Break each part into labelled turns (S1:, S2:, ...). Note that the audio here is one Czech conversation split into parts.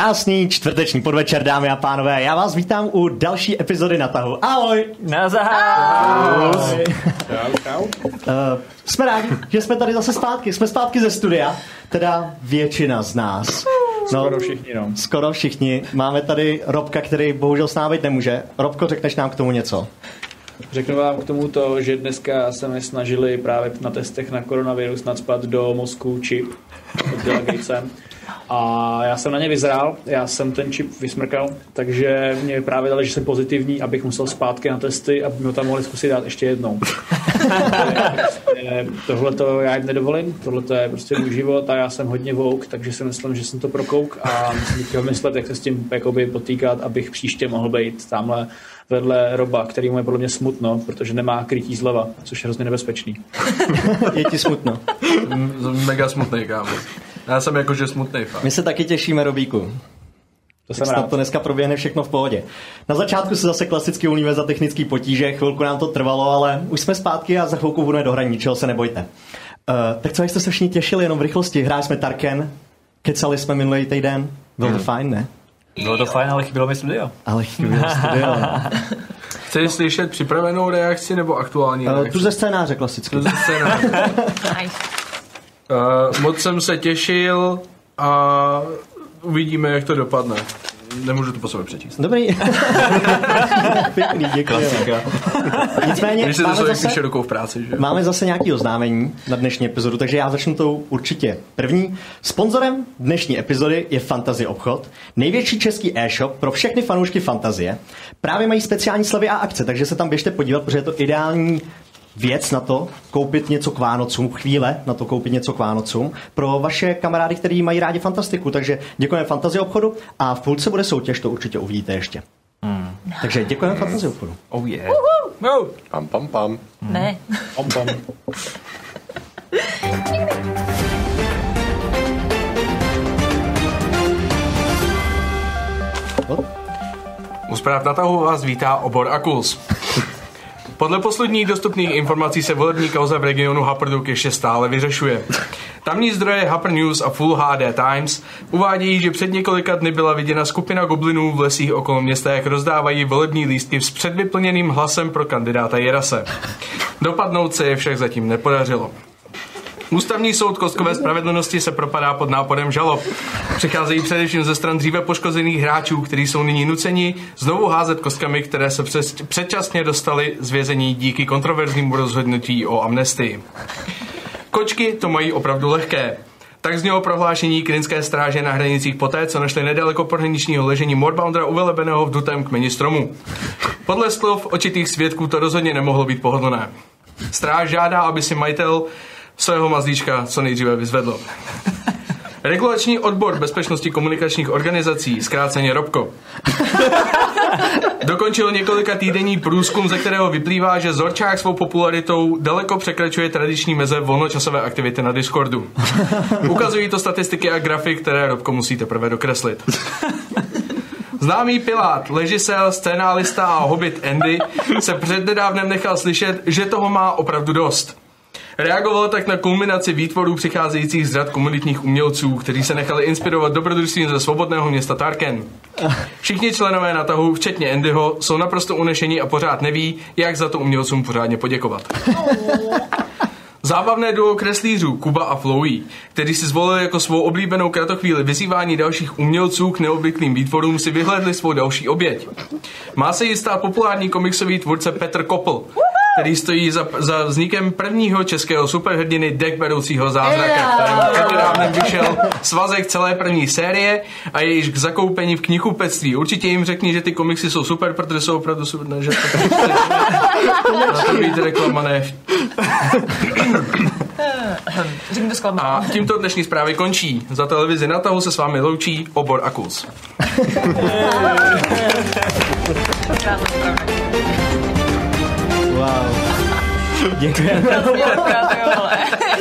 S1: Krásný čtvrteční podvečer, dámy a pánové. Já vás vítám u další epizody na tahu. Ahoj!
S2: Na zahá!
S1: Uh, jsme rádi, že jsme tady zase zpátky. Jsme zpátky ze studia, teda většina z nás. No,
S3: Skoro všichni, no.
S1: skoro všichni. Máme tady Robka, který bohužel s námi být nemůže. Robko, řekneš nám k tomu něco?
S3: Řeknu vám k tomu to, že dneska se mi snažili právě na testech na koronavirus nadspat do mozku čip od Billa Gatese. A já jsem na ně vyzrál, já jsem ten čip vysmrkal, takže mě právě dali, že jsem pozitivní, abych musel zpátky na testy, aby mi ho tam mohli zkusit dát ještě jednou. tohle to Eh, já jim nedovolím, tohle to je prostě můj život a já jsem hodně vouk, takže si myslím, že jsem to prokouk a musím chtěl myslet, jak se s tím jakoby potýkat, abych příště mohl být tamhle vedle Roba, který mu je podle mě smutno, protože nemá krytí zleva, což je hrozně nebezpečný.
S1: Je ti smutno.
S4: Mm, Mega smutný, kámo. Já jsem jakože smutný fakt.
S1: My se taky těšíme, Robíku.
S3: To jsem
S1: Snad
S3: rád.
S1: to dneska proběhne všechno v pohodě. Na začátku se zase klasicky umíme za technické potíže, chvilku nám to trvalo, ale už jsme zpátky a za chvilku budeme do hraní, ničeho se nebojte. Uh, tak co, jak jste se všichni těšili, jenom v rychlosti. Hráli jsme Tarken, kecali jsme minulý týden, bylo to fajn, ne?
S2: Bylo to fajn, ale chybělo mi studio.
S1: Ale chybělo studio.
S4: Chceš slyšet připravenou reakci nebo aktuální
S1: Uh, tu
S4: reakci?
S1: ze scénáře klasicky.
S4: To ze scénáře.
S5: Nice.
S4: Eh, Moc jsem se těšil a uvidíme, jak to dopadne. Nemůžu to po sobě přečíst.
S1: Dobrý. Pěkný, děkuji. Nicméně,
S4: Když se to
S1: máme
S4: člověk
S1: zase,
S4: píše rukou v práci, že?
S1: máme zase nějaký oznámení na dnešní epizodu, takže já začnu tou určitě první. Sponzorem dnešní epizody je Fantazy Obchod, největší český e-shop pro všechny fanoušky fantazie. Právě mají speciální slevy a akce, takže se tam běžte podívat, protože je to ideální věc na to, koupit něco k Vánocům, chvíle na to koupit něco k Vánocům pro vaše kamarády, kteří mají rádi fantastiku. Takže děkujeme Fantazie obchodu a v půlce bude soutěž, to určitě uvidíte ještě. Takže děkujeme Fantazie obchodu.
S2: Oh yeah.
S4: No.
S6: Pam, pam, pam.
S5: Ne.
S3: Pom, pom.
S4: U zpráv na tahu vás vítá obor Akuls. Podle posledních dostupných informací se volební kauza v regionu Haprduk ještě stále vyřešuje. Tamní zdroje Hapr News a Full HD Times uvádějí, že před několika dny byla viděna skupina goblinů v lesích okolo města, jak rozdávají volební lístky s předvyplněným hlasem pro kandidáta Jerase. Dopadnout se je však zatím nepodařilo. Ústavní soud kostkové spravedlnosti se propadá pod náporem žalob. Přicházejí především ze stran dříve poškozených hráčů, kteří jsou nyní nuceni znovu házet kostkami, které se přes, předčasně dostali z vězení díky kontroverznímu rozhodnutí o amnestii. Kočky to mají opravdu lehké. Tak znělo prohlášení krinské stráže na hranicích poté, co našli nedaleko pohraničního ležení Morboundera uvelebeného v dutém kmeni stromu. Podle slov očitých svědků to rozhodně nemohlo být pohodlné. Stráž žádá, aby si majitel svého mazlíčka co nejdříve vyzvedl. Regulační odbor bezpečnosti komunikačních organizací, zkráceně ROBKO, Dokončil několika týdenní průzkum, ze kterého vyplývá, že Zorčák svou popularitou daleko překračuje tradiční meze volnočasové aktivity na Discordu. Ukazují to statistiky a grafy, které Robko musí teprve dokreslit. Známý Pilát, režisér, scénálista a hobbit Andy se přednedávnem nechal slyšet, že toho má opravdu dost. Reagoval tak na kulminaci výtvorů přicházejících z řad komunitních umělců, kteří se nechali inspirovat dobrodružstvím ze svobodného města Tarken. Všichni členové natahu, včetně Andyho, jsou naprosto unešení a pořád neví, jak za to umělcům pořádně poděkovat. Zábavné duo kreslířů Kuba a Flowey, kteří si zvolili jako svou oblíbenou kratochvíli vyzývání dalších umělců k neobvyklým výtvorům, si vyhledli svou další oběť. Má se jí stát populární komiksový tvůrce Petr Kopl, který stojí za, za vznikem prvního českého superhrdiny dek beroucího zázraka, kterému přednedávnem vyšel svazek celé první série a je již k zakoupení v knihkupectví. Určitě jim řekni, že ty komiksy jsou super, protože jsou opravdu super. Ne, že na to být reklama ne,
S5: Řeknu to zklamat.
S4: a tímto dnešní zprávy končí. Za televizi na tahu se s vámi loučí obor Akus.
S1: Wow. Děkujeme.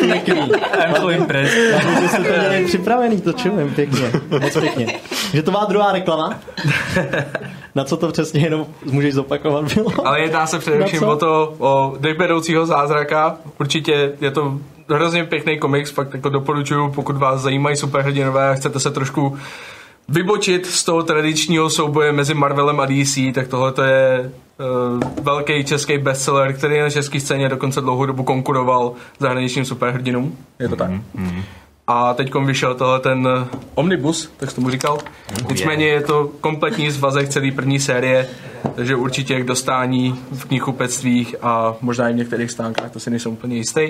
S1: Pěkný.
S2: I'm so impressed.
S1: Že jste to měli připravený, to čumím pěkně. Moc pěkně. Že to má druhá reklama? Na co to přesně jenom můžeš zopakovat bylo?
S4: Ale jedná se především
S1: Na co?
S4: o to, o dechberoucího zázraka. Určitě je to hrozně pěkný komiks, fakt jako doporučuju, pokud vás zajímají superhrdinové a chcete se trošku vybočit z toho tradičního souboje mezi Marvelem a DC, tak tohle to je uh, velký český bestseller, který na české scéně dokonce dlouhou dobu konkuroval zahraničním superhrdinům. Je to tak. Mm-hmm. A teď vyšel tohle ten eh, Omnibus, tak jsi tomu říkal. Nicméně je to kompletní zvazek celé první série, takže určitě k dostání v knihkupectvích a možná i v některých stánkách, to si nejsem úplně jistý.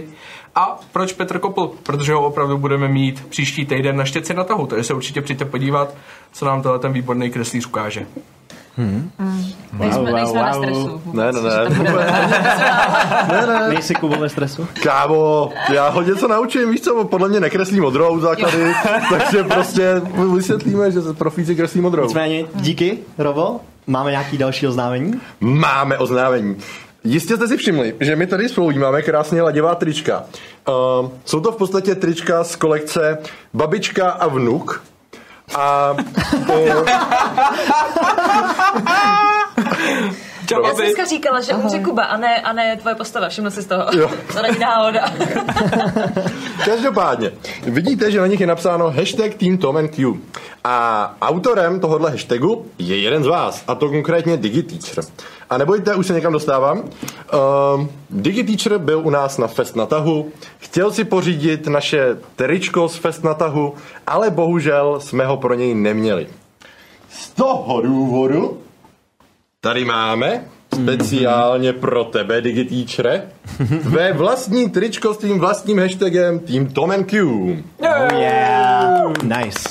S4: A proč Petr Kopl? Protože ho opravdu budeme mít příští týden na štěci na tahu, takže se určitě přijďte podívat, co nám tohle ten výborný kreslíř ukáže.
S5: Nejsme,
S1: wow,
S5: nejsme na
S1: wow.
S5: stresu. vůbec,
S6: Ne, ne,
S5: že tam
S6: ne.
S5: budeme.
S1: Nejsi Kubo ve stresu?
S6: Kámo, já ho něco naučím, víš co, podle mě nekreslí modrou základy, takže prostě vysvětlíme, že profíci kreslí modrou.
S1: Nicméně, díky, Robo. Máme nějaký další oznámení?
S6: Máme oznámení. Jistě jste si všimli, že my tady spolu máme krásně laděvá trička. Uh, jsou to v podstatě trička z kolekce Babička a vnuk. A eh,
S4: Čau,
S5: Já jsem
S4: babi.
S5: dneska říkala, že umře Kuba a ne, a ne tvoje postava, všimla jsi z toho.
S6: Jo.
S5: To není náhoda.
S6: každopádně, vidíte, že na nich je napsáno hashtag Team Tom and Q. A autorem tohohle hashtagu je jeden z vás, a to konkrétně DigiTeacher. A nebojte, už se někam dostávám. Uh, DigiTeacher byl u nás na Fest na tahu, chtěl si pořídit naše tričko z Fest na tahu, ale bohužel jsme ho pro něj neměli. Z toho důvodu tady máme speciálně pro tebe, DigiTeachere, tvé vlastní tričko s tím vlastním hashtagem Team Tom and Q.
S1: Oh yeah. Nice.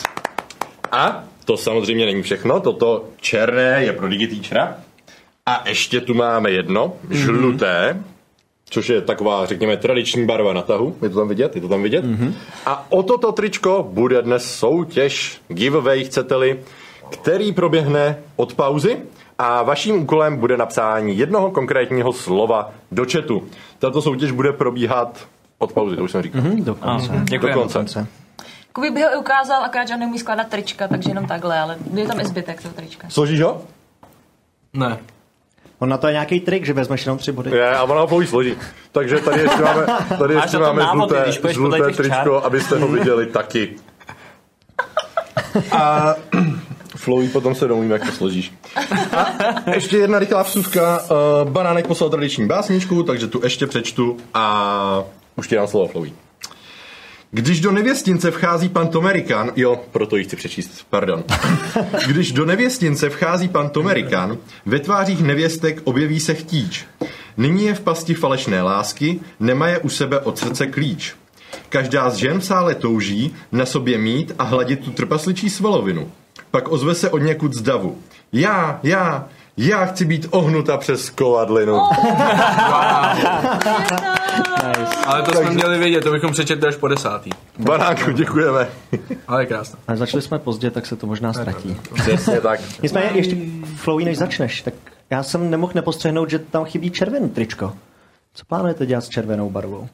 S6: A to samozřejmě není všechno, toto černé je pro DigiTeachera. A ještě tu máme jedno, žluté, což je taková, řekněme, tradiční barva na tahu. Je to tam vidět? Je to tam vidět? Mm-hmm. A o toto tričko bude dnes soutěž, giveaway chcete-li, který proběhne od pauzy a vaším úkolem bude napsání jednoho konkrétního slova do chatu. Tato soutěž bude probíhat od pauzy, to už jsem říkal.
S1: Mhm.
S6: Mm-hmm.
S1: Dokonce.
S6: Do
S2: Děkujeme.
S6: konce.
S5: Kubi by ho i ukázal, akorát, že on neumí skládat trička, takže jenom takhle, ale je tam i zbytek toho trička.
S6: Složíš ho?
S4: Ne.
S1: On na to je nějaký trik, že vezmeš jenom tři body.
S6: Je, a ona ho použí složí. Takže tady ještě máme, tady
S2: Máš
S6: ještě
S2: na to
S6: máme
S2: návod,
S6: žluté,
S2: když půjdeš podle
S6: žluté
S2: těch čár.
S6: tričko, abyste ho viděli taky. A Flowy potom se domluvím, jak to složíš. A ještě jedna rychlá vsuvka. Uh, Banánek poslal tradiční básničku, takže tu ještě přečtu a už ti dám slovo, Flowy. Když do nevěstince vchází pan Tomerikan, jo, proto ji chci přečíst, pardon. Když do nevěstince vchází pan Tomerikan, ve tvářích nevěstek objeví se chtíč. Nyní je v pasti falešné lásky, nemá je u sebe od srdce klíč. Každá z žen v sále touží na sobě mít a hladit tu trpasličí svalovinu. Pak ozve se od někud z davu. Já, já, já chci být ohnuta přes kovadlinu.
S4: Ale to jsme měli vědět, to bychom přečetli až po desátý.
S6: Baránku, děkujeme.
S4: Ale je krásné.
S1: Ale začali jsme pozdě, tak se to možná ztratí.
S6: Přesně tak.
S1: Nicméně ještě, Flowy, než začneš, tak já jsem nemohl nepostřehnout, že tam chybí červený tričko. Co plánujete dělat s červenou barvou?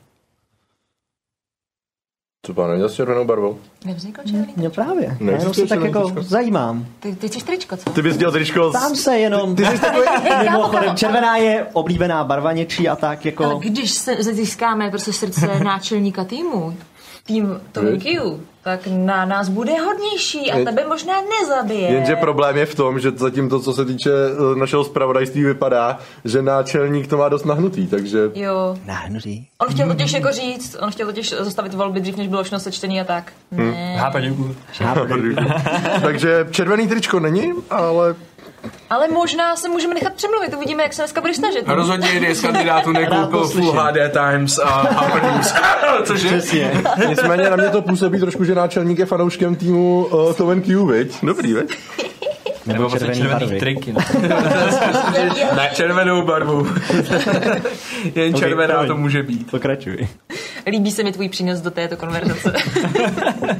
S6: Co pane, s červenou barvou?
S5: Nevznikl černý?
S1: No právě. Já jenom se
S6: Neexistuje
S1: tak
S6: červený
S1: jako
S6: tričko?
S1: zajímám.
S5: Ty, ty chceš tričko, co?
S6: Ty bys dělal tričko
S1: Tam se jenom.
S6: Ty jsi takový...
S1: Mimochodem, červená je oblíbená barva něčí a tak
S5: Ale
S1: jako...
S5: když se získáme prostě srdce náčelníka týmu, tým Tom Q, tak na nás bude hodnější a tebe možná nezabije.
S6: Jenže problém je v tom, že zatím to, co se týče eh, našeho zpravodajství, vypadá, že náčelník to má dost nahnutý, takže...
S5: Jo.
S1: Náhnří.
S5: On chtěl totiž jako říct, on chtěl totiž zastavit volby dřív, než bylo všechno sečtení a tak. Ne.
S2: Hápe, děkuju.
S6: takže červený tričko není, ale
S5: Ale možná se můžeme nechat přemluvit, uvidíme, jak se dneska budeš snažit.
S4: A rozhodně jeden z kandidátů
S1: Rád to
S4: nekoupil
S1: slyším.
S4: Full HD Times a Harper News. Cože?
S1: Přesně.
S6: nicméně na mě to působí trošku, že náčelník je fanouškem týmu uh, Tomen Q, viď? Dobrý, viď?
S2: Nebo
S1: Nebo vlastně
S2: prostě
S1: červený
S2: červený
S1: barvy.
S2: triky. no.
S4: Ne, červenou barvu. Jen
S1: Ok,
S4: červená
S1: promiň.
S4: to může být.
S1: Pokračuj.
S5: Líbí se mi tvůj přínos do této konverzace.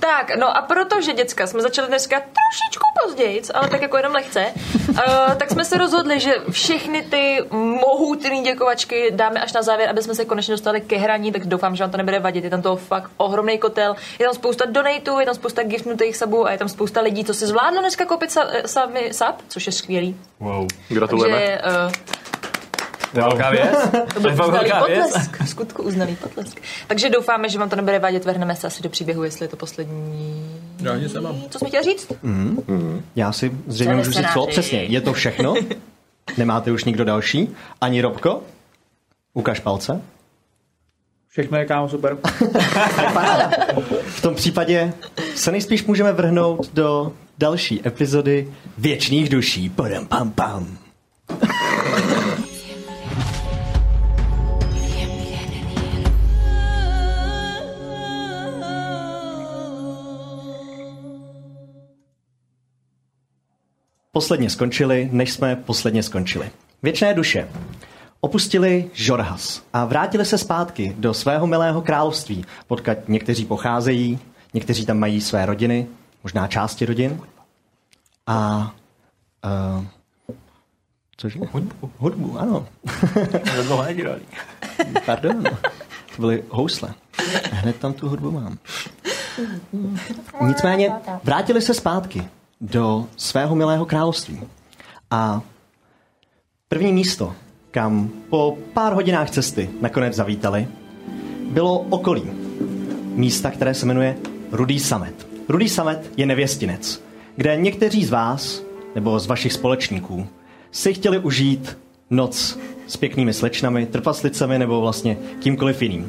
S5: tak, no a protože, děcka, jsme začali dneska trošičku později, ale tak jako jenom lehce, uh, tak jsme se rozhodli, že všechny ty mohutné děkovačky dáme až na závěr, aby jsme se konečně dostali ke hraní, tak doufám, že vám to nebude vadit. Je tam toho fakt ohromný kotel, je tam spousta donateů, je tam spousta giftnutých sabů a je tam spousta lidí, co si zvládlo eh, dneska koupit sa, sami sub, což je skvělý. eh,
S6: Gratulujeme.
S5: Takže, uh,
S2: To je velká věc.
S5: To
S2: To je
S5: byl
S2: fakt
S5: uznalý
S2: velká věc.
S5: potlesk. V skutku uznalý potlesk. Takže doufáme, že vám to nebude vádět. Vrhneme se asi do příběhu, jestli je to poslední.
S6: Rádi se mám.
S5: Co jsme chtěli říct?
S1: Já si zřejmě
S5: Co
S1: můžu říct co?
S5: vysenáři?
S1: Přesně, je to všechno. Nemáte už nikdo další? Ani Robko? Ukaž palce.
S3: Všechno je kámo super.
S1: V tom případě se nejspíš můžeme vrhnout do další epizody Věčných duší. Padam, pam, pam. Posledně skončili, než jsme posledně skončili. Věčné duše opustili Žorhas a vrátili se zpátky do svého milého království, odkud někteří pocházejí, někteří tam mají své rodiny, možná části rodin. A... Uh, cože? Hudbu. Hudbu, ano.
S2: To dlouho nedělali.
S1: Pardon. To byly housle. Hned tam tu hudbu mám. Nicméně vrátili se zpátky do svého milého království. A první místo, kam po pár hodinách cesty nakonec zavítali, bylo okolí místa, které se jmenuje Rudý samet. Rudý samet je nevěstinec, kde někteří z vás, nebo z vašich společníků, si chtěli užít noc s pěknými slečnami, trpaslicemi nebo vlastně kýmkoliv jiným.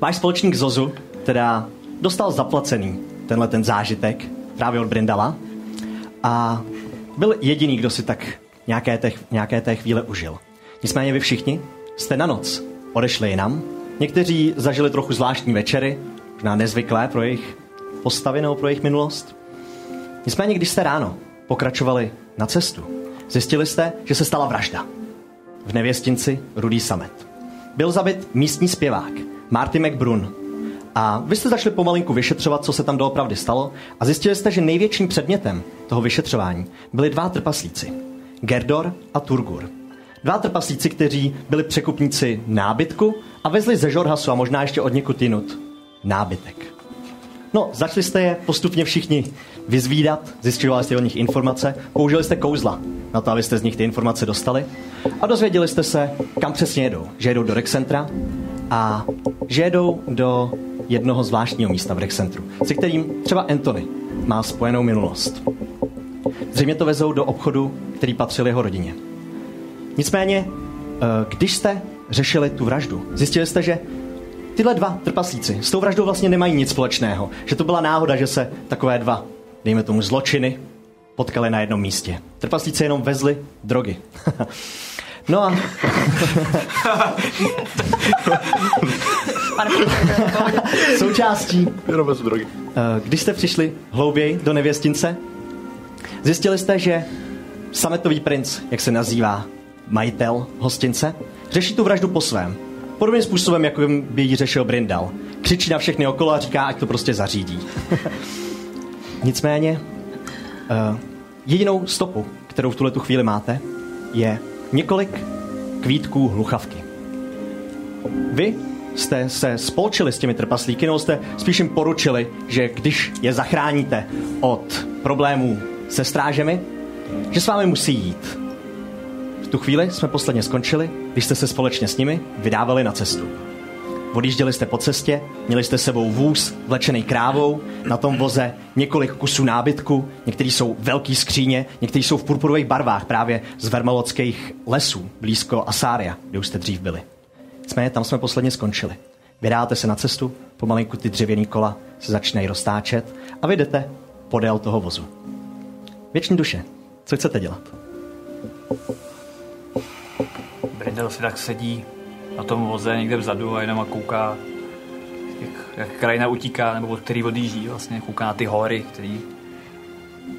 S1: Váš společník Zozu teda dostal zaplacený tenhle ten zážitek právě od Brindala a byl jediný, kdo si tak nějaké té, nějaké té chvíle užil. Nicméně vy všichni jste na noc odešli jinam. Někteří zažili trochu zvláštní večery, možná nezvyklé pro jejich postavy nebo pro jejich minulost. Nicméně, když jste ráno pokračovali na cestu, zjistili jste, že se stala vražda. V nevěstinci Rudý Samet. Byl zabit místní zpěvák Marty McBrun. A vy jste začali pomalinku vyšetřovat, co se tam doopravdy stalo a zjistili jste, že největším předmětem toho vyšetřování byli dva trpaslíci. Gerdor a Turgur. Dva trpaslíci, kteří byli překupníci nábytku a vezli ze Žorhasu a možná ještě od někud jinut nábytek. No, začali jste je postupně všichni vyzvídat, zjišťovali jste o nich informace, použili jste kouzla na to, abyste z nich ty informace dostali a dozvěděli jste se, kam přesně jedou. Že jedou do Rexcentra a že jedou do jednoho zvláštního místa v Rexcentru, se kterým třeba Anthony má spojenou minulost. Zřejmě to vezou do obchodu, který patřil jeho rodině. Nicméně, eh, když jste řešili tu vraždu, zjistili jste, že tyhle dva trpaslíci s tou vraždou vlastně nemají nic společného. Že to byla náhoda, že se takové dva, dejme tomu zločiny, potkali na jednom místě. Trpaslíci jenom vezli drogy. no a
S5: Pane profesore,
S1: součástí
S6: Jenom bez drogy.
S1: Eh, Když jste přišli hlouběji do nevěstince, zjistili jste, že sametový princ, jak se nazývá majitel hostince, řeší tu vraždu po svém. Podobným způsobem, jako by ji řešil Brindal. Křičí na všechny okolo a říká, ať to prostě zařídí. Nicméně, eh, jedinou stopu, kterou v tuhle tu chvíli máte, je několik kvítků hluchavky. Vy jste se spolčili s těmi trpaslíky, nebo jste spíš jim poručili, že když je zachráníte od problémů se strážemi, že s vámi musí jít. V tu chvíli jsme posledně skončili, když jste se společně s nimi vydávali na cestu. Odjížděli jste po cestě, měli jste sebou vůz vlečený krávou, na tom voze několik kusů nábytku, některý jsou velký skříně, některý jsou v purpurových barvách právě z vermalockých lesů blízko Asária, kde už jste dřív byli. Nicméně tam jsme posledně skončili. Vydáte se na cestu, pomalinku ty dřevěný kola se začínají roztáčet a vy jdete podél toho vozu. Věční duše, co chcete dělat?
S2: Brindel si tak sedí na tom voze někde vzadu a jenom a kouká, jak, jak krajina utíká, nebo od který odjíždí vlastně. Kouká na ty hory, které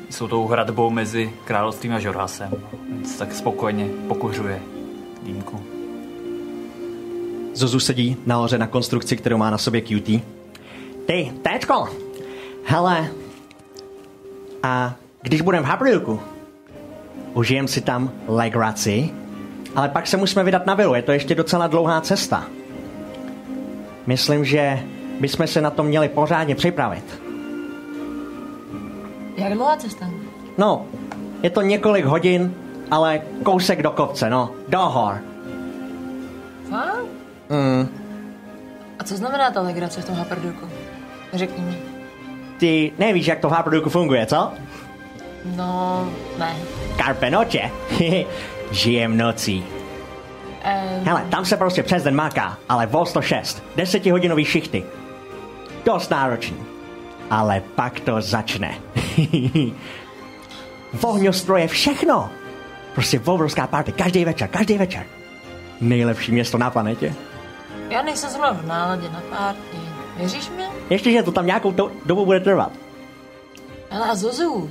S2: jsou tou hradbou mezi královstvím a Žorhasem. Nic tak spokojeně pokuřuje dýmku.
S1: Zozu sedí nahoře na konstrukci, kterou má na sobě QT. Ty, téčko, hele, a když budem v Habrilku, užijem si tam legraci, ale pak se musíme vydat na vilu, je to ještě docela dlouhá cesta. Myslím, že bychom se na to měli pořádně připravit.
S5: Jak dlouhá cesta?
S1: No, je to několik hodin, ale kousek do kopce, no, do hor.
S5: Fakt? Hm. A co znamená ta legrace v tom Haperduku? Řekni mi.
S1: Ty nevíš, jak to v Harperduku funguje, co?
S5: No, ne.
S1: Carpe noche. Žijem nocí.
S5: Ehm,
S1: Hele, tam se prostě přes den máká, ale vol 106, desetihodinový šichty. Dost náročný. Ale pak to začne. Vohňostroje, všechno. Prostě obrovská party, každý večer, každý večer. Nejlepší město na planetě.
S5: já nejsem zrovna v náladě na párty. Věříš mi?
S1: Ještě, že to tam nějakou to- dobu bude trvat.
S5: Hele, a Zuzu,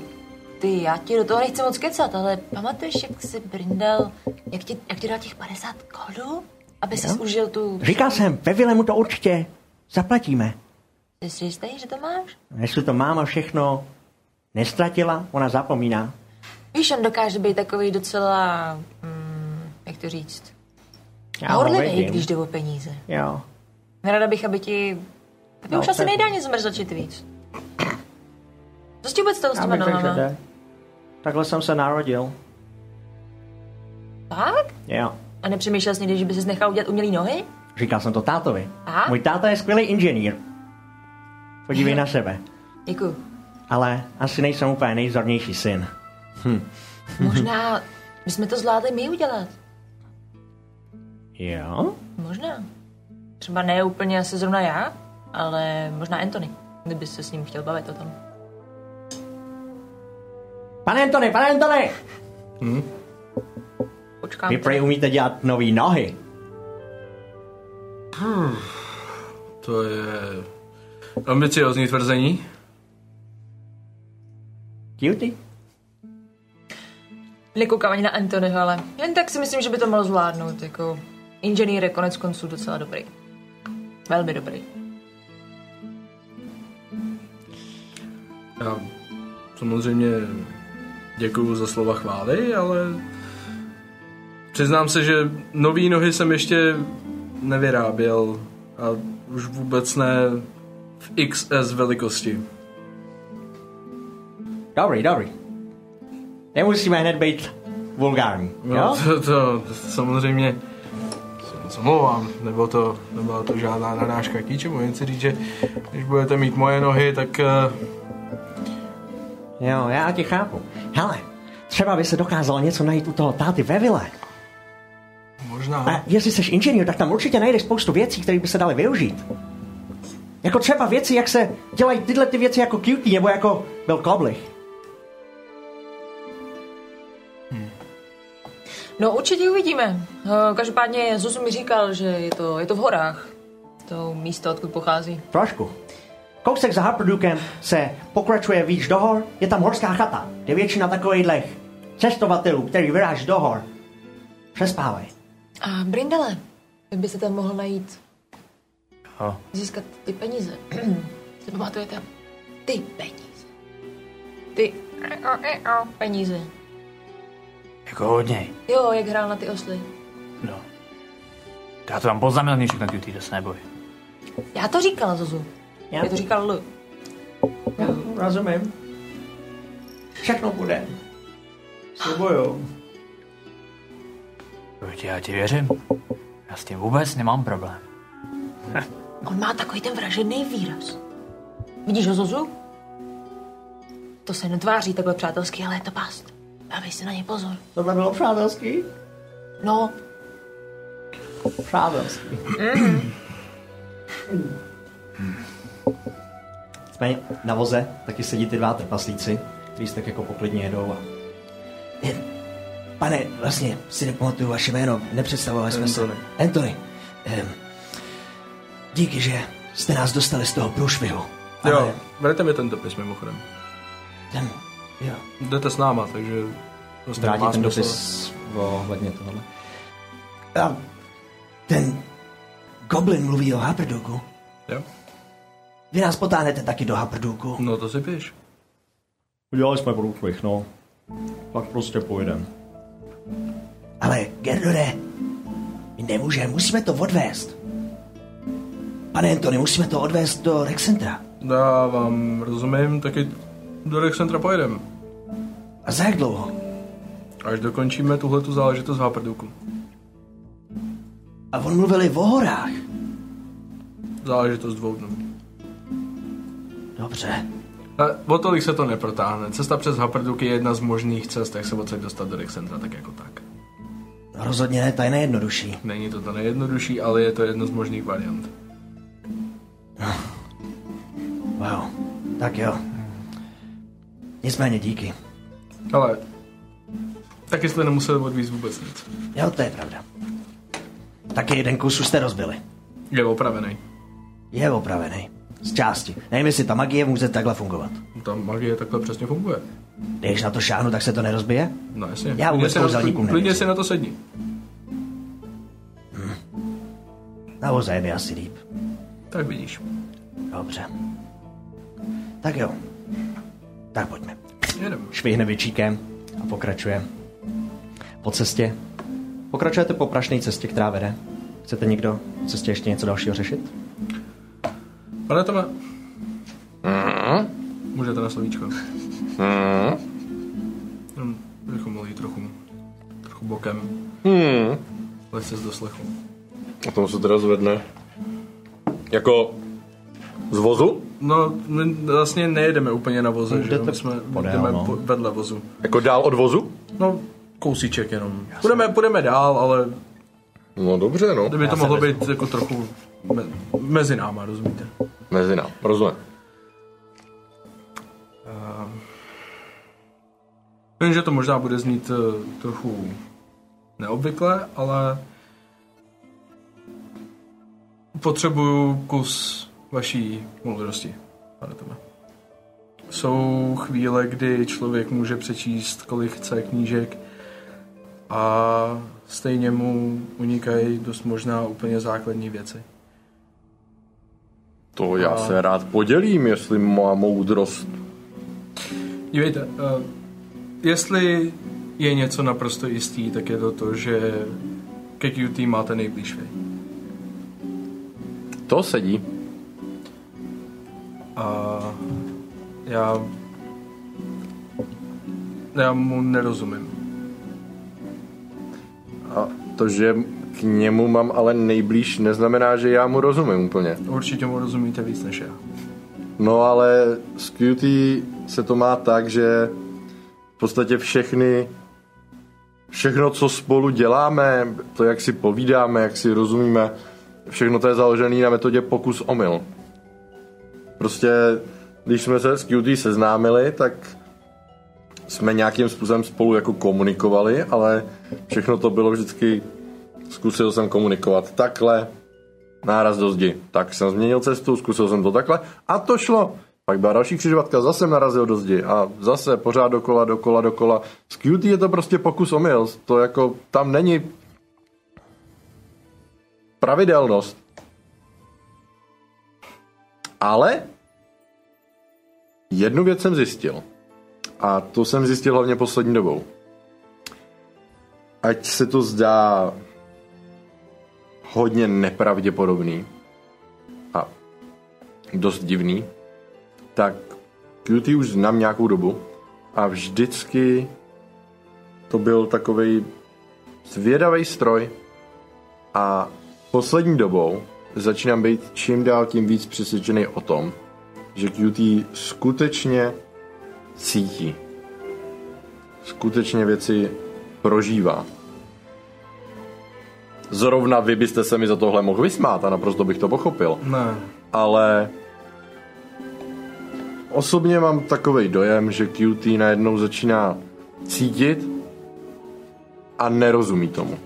S5: ty, já ti do toho nechci moc kecat, ale pamatuješ, jak jsi brindel, jak ti, jak ti dal těch 50 kodů? Aby si užil tu...
S1: Říkal jsem, ve Vilemu to určitě zaplatíme.
S5: Ty jsi jistý, že to máš?
S1: Jestli to máma všechno nestratila, ona zapomíná.
S5: Víš, on dokáže být takový docela... Mm, jak to říct?
S1: ho
S5: Horlivý,
S1: vidím.
S5: když jde o peníze.
S1: Jo.
S5: Nerada bych, aby ti... Tebe
S1: No,
S5: už asi
S1: tak-
S5: nejdá nic zmrzačit víc. Co s tím vůbec toho s
S1: Já
S5: těma
S1: bych řekl, že
S5: nohama?
S1: jde. Takhle jsem se narodil.
S5: Tak?
S1: Jo.
S5: A nepřemýšlel jsi někdy, že by ses nechal udělat umělý nohy?
S1: Říkal jsem to tátovi.
S5: Aha.
S1: Můj táta je skvělý inženýr. Podívej na sebe.
S5: Děkuju.
S1: Mhm. Ale asi nejsem úplně nejzornější syn.
S5: Možná bychom to zvládli my udělat.
S1: Jo?
S5: Možná. Třeba ne úplně asi zrovna já, ale možná Anthony, kdyby se s ním chtěl bavit o tom.
S1: Pane Antony, pane Antony!
S5: Počkám.
S1: Vy prej umíte dělat nový nohy.
S4: To je ambiciozní tvrzení.
S1: Cutie?
S5: Nekoukám ani na Anthonyho, ale jen tak si myslím, že by to mohl zvládnout. Jako inženýr je konec konců docela dobrý. Velmi dobrý.
S4: Já samozřejmě děkuju za slova chvály, ale přiznám se, že nový nohy jsem ještě nevyráběl a už vůbec ne v XS velikosti.
S1: Dobrý, dobrý. Nemusíme hned být vulgární, jo?
S4: No, to, to, to samozřejmě se omlouvám, nebo to, nebyla to žádná narážka k ničemu, jen si říct, že když budete mít moje nohy, tak eh,
S1: Jo, já tě chápu. Hele, třeba by se dokázal něco najít u toho táty ve vile.
S4: možná...
S1: A jestli jsi inženýr, tak tam určitě najdeš spoustu věcí, které by se daly využít. Jako třeba věci, jak se dělají tyhle ty věci jako cutie, nebo jako byl koblich.
S5: No určitě uvidíme. Eh, Každopádně Zuzu mi říkal, že je to, je to v horách. To místo, odkud pochází.
S1: Trošku. Kousek za Harperdukem se pokračuje víc do hor, je tam horská chata, kde většina takových cestovatelů, který vyráží do hor, přespávají.
S5: A Brindele, vy byste tam mohl najít.
S2: Aha.
S5: Získat ty peníze. si pamatujete? Ty peníze. Ty e, peníze.
S2: Jako hodně.
S5: Jo, jak hrál na ty osly.
S2: No. Já to tam poznamenal mě všechno cutie, to se neboj.
S5: Já to říkala, Zuzu.
S1: Já
S5: Já to říkal Lu.
S1: rozumím. Všechno bude. Slibuju.
S2: Určitě já ti věřím. Já s tím vůbec nemám problém.
S5: On má takový ten vražený výraz. Vidíš ho, Zuzu? To se netváří takhle přátelsky, ale je to past. Dávej si na něj pozor.
S1: Tohle bylo přátelský?
S5: No,
S1: Přátelský. Mm-hmm. Nicméně na voze taky sedí ty dva trpaslíci, kteří se tak jako poklidně jedou a... Pane, vlastně si nepamatuju vaše jméno, nepředstavovali jsme se.
S4: Anthony.
S1: Anthony. Ehm, díky, že jste nás dostali z toho průšvihu.
S4: Jo,
S1: Ale
S4: vrajte mi ten dopis mimochodem.
S1: Ten, jo.
S4: Jdete s náma, takže... Prostě
S7: Vrátí
S4: nemá
S7: ten
S4: smysl.
S7: dopis ohledně tohle.
S1: A ten goblin mluví o Haprduku.
S4: Jo?
S1: Vy nás potáhnete taky do Haprduku.
S4: No to si píš.
S7: Udělali jsme průšvih, no. Tak prostě pojedem.
S1: Ale Gerdore, my nemůžeme, musíme to odvést. Pane Antony, musíme to odvést do Rexcentra.
S4: Já vám rozumím, taky do Rexcentra pojedeme.
S1: A za jak dlouho?
S4: Až dokončíme tuhle tu záležitost v Haperduku.
S1: A on mluvili o horách.
S4: Záležitost dvou dnů.
S1: Dobře.
S4: Ale o tolik se to neprotáhne. Cesta přes Haprduky je jedna z možných cest, jak se odsaď dostat do Rexentra, tak jako tak.
S1: no Rozhodně ne, ta je nejjednodušší.
S4: Není to to nejjednodušší, ale je to jedna z možných variant.
S1: Wow. Tak jo. Nicméně díky.
S4: Ale taky jste nemuseli odvízt vůbec nic.
S1: Jo, to je pravda. Taky jeden kus už jste rozbili.
S4: Je opravený.
S1: Je opravený. Z části. Nevím, jestli ta magie může takhle fungovat.
S4: Ta magie takhle přesně funguje.
S1: Když na to šáhnu, tak se to nerozbije?
S4: No jasně.
S1: Já vůbec
S4: Klidně si na to-
S1: kouzelníkům
S4: Klidně
S1: nevěřím.
S4: si na to sedni.
S1: Na voze je asi líp.
S4: Tak vidíš.
S1: Dobře. Tak jo. Tak pojďme.
S4: Jedem.
S1: švihne vyčíkem a pokračuje po cestě. Pokračujete po prašné cestě, která vede. Chcete někdo v cestě ještě něco dalšího řešit?
S4: Pane Tome. Můžete na slovíčko. Jenom bychom mluví trochu, trochu bokem. Lehce z doslechu.
S6: A tomu se teda zvedne. Jako z vozu?
S4: No, my vlastně nejedeme úplně na voze, že jo?
S1: Jdete
S4: My jsme
S1: podél,
S4: jdeme
S1: no.
S4: po, vedle vozu.
S6: Jako dál od vozu?
S4: No, kousíček jenom. Půjdeme, půjdeme dál, ale
S6: No dobře, no.
S4: kdyby to mohlo být jako trochu me, mezi náma, rozumíte?
S6: Mezi nám, rozumím.
S4: Vím, že to možná bude znít eh, trochu neobvykle, ale potřebuju kus vaší moudrosti, pane Tome. Jsou chvíle, kdy člověk může přečíst, kolik chce knížek a stejně mu unikají dost možná úplně základní věci.
S6: To já se rád podělím, jestli má moudrost.
S4: Dívejte, eh, jestli je něco naprosto jistý, tak je to to, že ke QT máte nejblíž vy.
S6: To sedí.
S4: A já... Já mu nerozumím.
S6: A to, že k němu mám ale nejblíž, neznamená, že já mu rozumím úplně.
S4: Určitě mu rozumíte víc než já.
S6: No ale s QT se to má tak, že v podstatě všechny, všechno, co spolu děláme, to, jak si povídáme, jak si rozumíme, všechno to je založené na metodě pokus omyl. Prostě, když jsme se s QT seznámili, tak jsme nějakým způsobem spolu jako komunikovali, ale všechno to bylo vždycky, zkusil jsem komunikovat takhle, náraz do zdi. Tak jsem změnil cestu, zkusil jsem to takhle a to šlo. Pak byla další křižovatka, zase jsem narazil do zdi a zase pořád dokola, dokola, dokola. S QT je to prostě pokus omyl, to jako tam není pravidelnost. Ale jednu věc jsem zjistil. A to jsem zjistil hlavně poslední dobou. Ať se to zdá hodně nepravděpodobný a dost divný, tak QT už znám nějakou dobu a vždycky to byl takový zvědavý stroj a poslední dobou začínám být čím dál tím víc přesvědčený o tom, že QT skutečně cítí. Skutečně věci prožívá. Zrovna vy byste se mi za tohle mohl vysmát a naprosto bych to pochopil.
S4: Ne.
S6: Ale osobně mám takový dojem, že QT najednou začíná cítit a nerozumí tomu.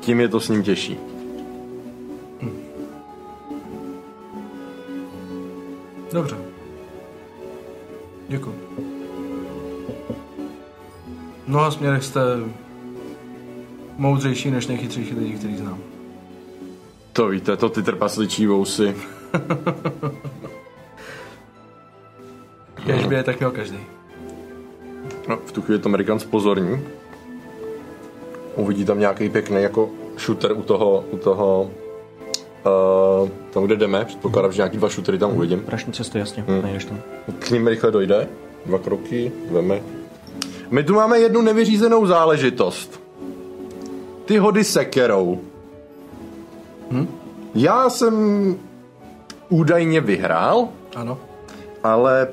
S6: Tím je to s ním těžší.
S4: Dobře. Děkuji. V mnoha směrech jste moudřejší než nejchytřejší lidi, který znám.
S6: To víte, to ty trpasličí vousy.
S4: Kež by je tak měl každý.
S6: No, v tu chvíli to Amerikan spozorní. Uvidí tam nějaký pěkný jako shooter u toho, u toho uh, tam, kde jdeme. Předpokládám, že nějaký dva shootery tam uvidím.
S1: Prašní cestu, jasně. Hmm. Nejdeš tam.
S6: K ním rychle dojde. Dva kroky, veme. My tu máme jednu nevyřízenou záležitost. Ty hody sekerou. Hm? Já jsem údajně vyhrál,
S4: Ano.
S6: ale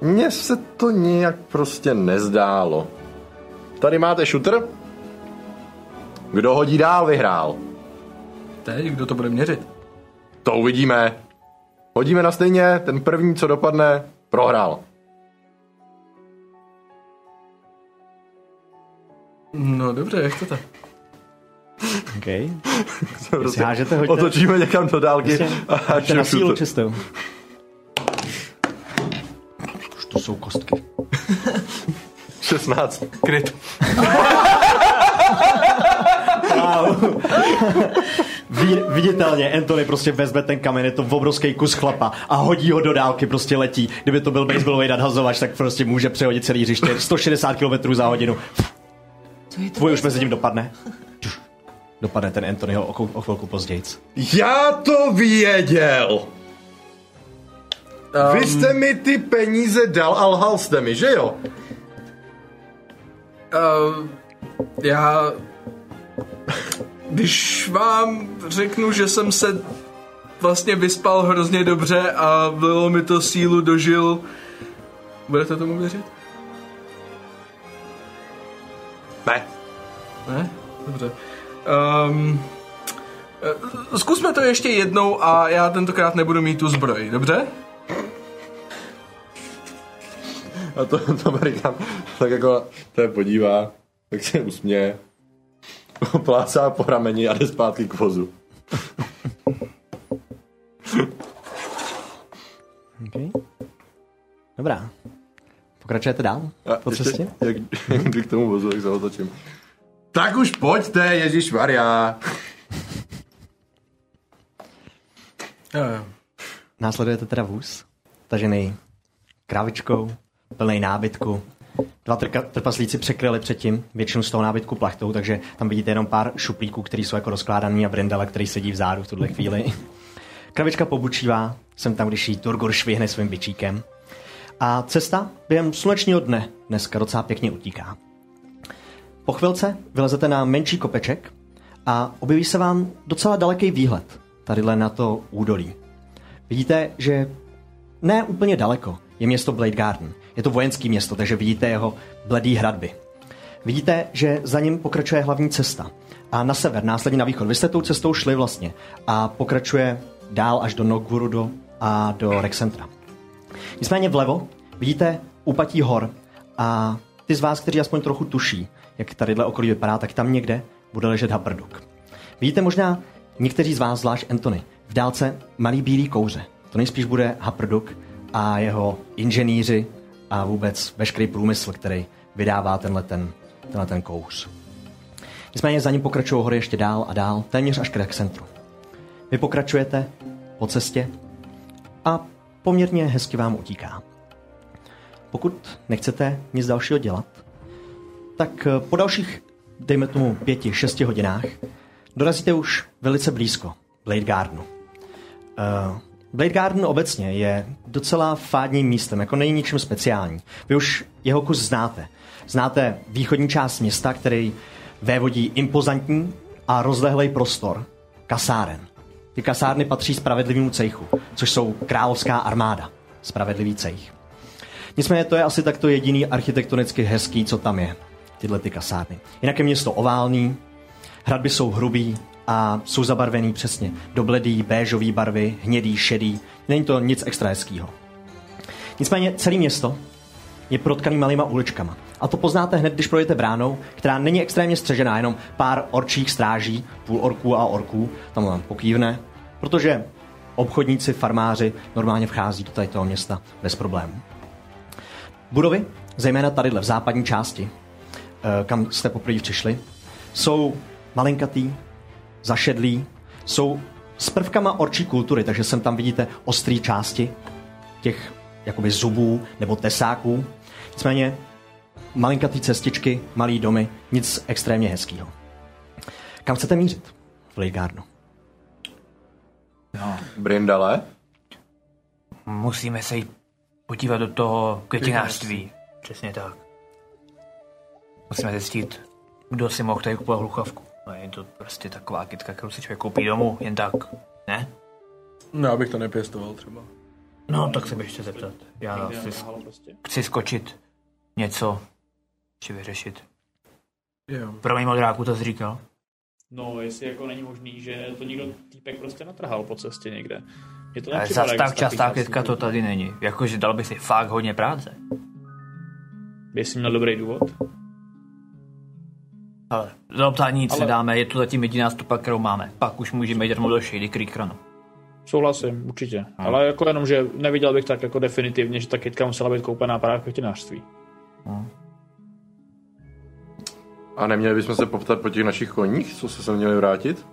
S6: mně se to nějak prostě nezdálo. Tady máte šutr. Kdo hodí dál, vyhrál.
S4: Teď, kdo to bude měřit?
S6: To uvidíme. Hodíme na stejně, ten první, co dopadne, prohrál.
S4: No dobře, jak chcete.
S1: Okay. Jestli hážete, hoďte.
S6: Prostě Otočíme někam do dálky a
S1: Jste na
S6: hážeme
S1: sílu
S6: šutr.
S1: čistou. Už to jsou kostky.
S6: 16.
S4: Kryt.
S1: Ví- Viditelně, Anthony prostě vezme ten kamen, je to obrovský kus chlapa a hodí ho do dálky, prostě letí. Kdyby to byl baseballový nadhazovač, tak prostě může přehodit celý hřiště 160 km za hodinu.
S5: Co je to?
S1: Tvůj už mezi tím dopadne. Čuš. Dopadne ten Anthonyho o, kou- o chvilku později.
S6: Já to věděl! Um... Vy jste mi ty peníze dal a lhal jste mi, že jo?
S4: Uh, já... Když vám řeknu, že jsem se vlastně vyspal hrozně dobře a bylo mi to sílu dožil, budete tomu věřit?
S6: Ne.
S4: Ne? Dobře. Um, zkusme to ještě jednou a já tentokrát nebudu mít tu zbroj, dobře?
S6: A to, to říkám, tak jako to je podívá, tak se usměje, plácá po rameni a jde zpátky k vozu.
S1: Okay. Dobrá. Pokračujete dál?
S6: A
S1: Po
S6: ještě,
S1: cestě?
S6: Jak, jak jdu k tomu vozu, jak se otočím. Tak už pojďte, Ježíš Maria.
S4: Jo, jo.
S1: Následujete teda vůz, tažený kravičkou, plný nábytku. Dva trka, trpaslíci překryli předtím většinu z toho nábytku plachtou, takže tam vidíte jenom pár šuplíků, které jsou jako rozkládaný a Brindala, který sedí vzadu v tuhle chvíli. Kravička pobučívá, jsem tam, když jí Turgur švihne svým bičíkem. A cesta během slunečního dne dneska docela pěkně utíká. Po chvilce vylezete na menší kopeček a objeví se vám docela daleký výhled tadyhle na to údolí. Vidíte, že ne úplně daleko je město Blade Garden. Je to vojenský město, takže vidíte jeho bledý hradby. Vidíte, že za ním pokračuje hlavní cesta. A na sever, následně na východ. Vy jste tou cestou šli vlastně a pokračuje dál až do Noggurudu a do Rexentra. Nicméně vlevo vidíte úpatí hor a ty z vás, kteří aspoň trochu tuší, jak tadyhle okolí vypadá, tak tam někde bude ležet Habrduk. Vidíte možná někteří z vás, zvlášť Anthony, v dálce malý bílý kouře. To nejspíš bude Habrduk a jeho inženýři a vůbec veškerý průmysl, který vydává tenhle ten, tenhle ten kouř. Nicméně za ním pokračují hory ještě dál a dál, téměř až k centru. Vy pokračujete po cestě a poměrně hezky vám utíká. Pokud nechcete nic dalšího dělat, tak eh, po dalších, dejme tomu, pěti, šesti hodinách dorazíte už velice blízko Blade Gardenu. Eh, Blade Garden obecně je docela fádním místem, jako není ničím speciální. Vy už jeho kus znáte. Znáte východní část města, který vévodí impozantní a rozlehlej prostor kasáren. Ty kasárny patří spravedlivému cejchu, což jsou královská armáda, spravedlivý cejch. Nicméně to je asi takto jediný architektonicky hezký, co tam je. Tyhle ty kasárny. Jinak je město oválný, hradby jsou hrubý a jsou zabarvený přesně do bledý, béžový barvy, hnědý, šedý. Není to nic extra hezkýho. Nicméně celé město je protkaný malýma uličkama. A to poznáte hned, když projdete bránou, která není extrémně střežená, jenom pár orčích stráží, půl orků a orků, tam vám pokývne, protože obchodníci, farmáři normálně vchází do tady toho města bez problémů. Budovy, zejména tadyhle v západní části, eh, kam jste poprvé přišli, jsou malinkatý, zašedlí, jsou s prvkama orčí kultury, takže sem tam vidíte ostrý části těch jakoby zubů nebo tesáků. Nicméně malinkatý cestičky, malý domy, nic extrémně hezkého. Kam chcete mířit? V Lejgárnu.
S6: Brindale?
S2: Musíme se jít podívat do toho květinářství. Přesně tak. Musíme zjistit, Kdo si mohl tady kupovat hluchavku? A je to prostě taková kytka, kterou si člověk koupí domů, jen tak. Ne?
S4: No, abych to nepěstoval třeba.
S2: No, tak se běžte zeptat. Já si s-
S3: Nahalo prostě.
S2: chci skočit něco, či vyřešit.
S4: Jo.
S2: Promiň, modráku, to jsi říkal.
S3: No, jestli jako není možný, že to někdo týpek prostě natrhal po cestě někde. Je to
S2: Ale
S3: nepřipadá
S2: zas
S3: jako
S2: tak
S3: z
S2: častá
S3: takových
S2: kytka to
S3: hlasů.
S2: tady není. Jakože dal by si fakt hodně práce.
S3: Jestli měl dobrý důvod.
S2: Ale za ptání nic
S3: Ale-
S2: ale... dáme, je to zatím jediná stopa, kterou máme. Pak už můžeme jít rovnou do šejdy k Rýkranu.
S3: Souhlasím, určitě. Ale jako jenom, že neviděl bych tak jako definitivně, že ta kytka musela být koupená právě v květinářství.
S6: A neměli bychom se poptat po těch našich koních, co se sem měli vrátit?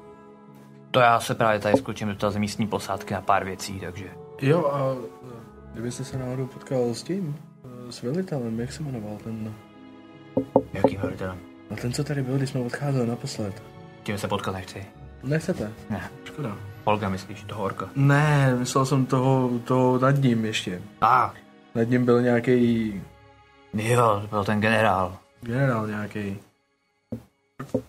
S2: To já se právě tady skočím do té místní posádky na pár věcí, takže...
S8: Jo a eh, kdybyste se náhodou potkal s tím, eh, s velitelem, jak se jmenoval ten,
S2: Jakým velitelem?
S8: no ten, co tady byl, když jsme odcházeli naposled.
S2: Tím se potkat nechci.
S8: Nechcete?
S2: Ne.
S8: Škoda.
S2: Olga, myslíš, toho orka?
S8: Ne, myslel jsem toho, toho nad ním ještě.
S2: A, ah,
S8: Nad ním byl nějaký
S2: jo, to byl ten generál.
S8: generál nějaký.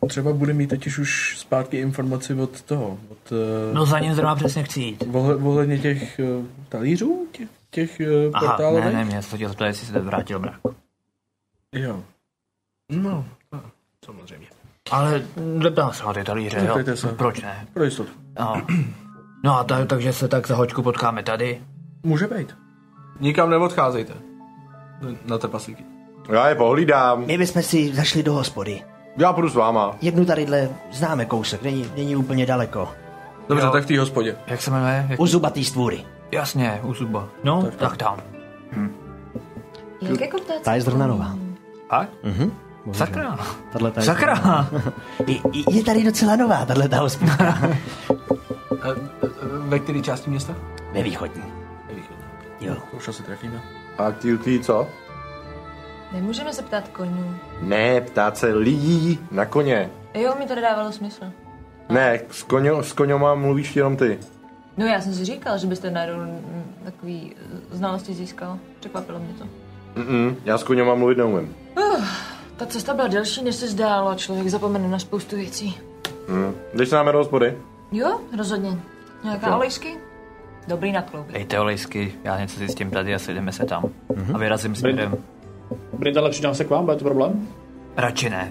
S8: Třeba bude mít totiž už zpátky informaci od toho, od... eh,
S2: No za ním zrovna přesně chci jít.
S8: Ohle- Ohledně těch eh, talířů, těch, těch eh,
S2: Aha,
S8: portálů?
S2: ne, ne, mě se to chtěl zeptat, jestli se vrátil mrak.
S8: Jo. No, a, samozřejmě.
S2: Ale zeptám se na ty talíře, jo?
S8: Zeptejte se.
S2: Proč ne?
S8: Pro jistotu.
S2: No, no a ta, takže se tak za hočku potkáme tady.
S8: Může být.
S4: Nikam neodcházejte. Na trpaslíky.
S6: Já je pohlídám.
S9: My bychom si zašli do hospody.
S6: Já půjdu s váma.
S9: Jednu tadyhle známe kousek, není, není úplně daleko.
S4: Dobře,
S2: Jo.
S4: tak v té hospodě.
S2: Jak se jmenuje? Jak...
S9: U zubatý stvůry.
S2: Jasně, u zuba. No, tak, tak tam.
S5: Jak jako to je
S1: Ta je zrovna nová.
S2: A? Mhm. Sakra.
S1: Tahle ta je
S2: Sakra.
S9: Je, je- je tady docela nová, tahle ta hospoda.
S4: A, a, ve které části města?
S9: Ve východní. Jo.
S8: To už asi trefíme.
S6: A ty, ty co?
S5: Nemůžeme se ptát konů.
S6: Ne, ptát se lidí na koně.
S5: Jo, mi to nedávalo smysl.
S6: Ne, s, koně, s koněma mluvíš jenom ty.
S5: No já jsem si říkal, že byste najednou mm, takový eh, znalosti získal. Překvapilo mě to.
S6: Mm-mm, já s koněma mluvit neumím.
S5: Ta cesta byla delší, než se zdálo. Člověk zapomene na spoustu věcí.
S6: Mm. Jdeš s námi do hospody?
S5: Jo, rozhodně. Nějaká olejsky? Dobrý na kloub.
S2: Dejte olejsky, já něco zjistím tady a sejdeme se tam. Mm-hmm. A vyrazím směrem.
S3: Brindale, přidám se k vám, bude to problém?
S2: Radši ne.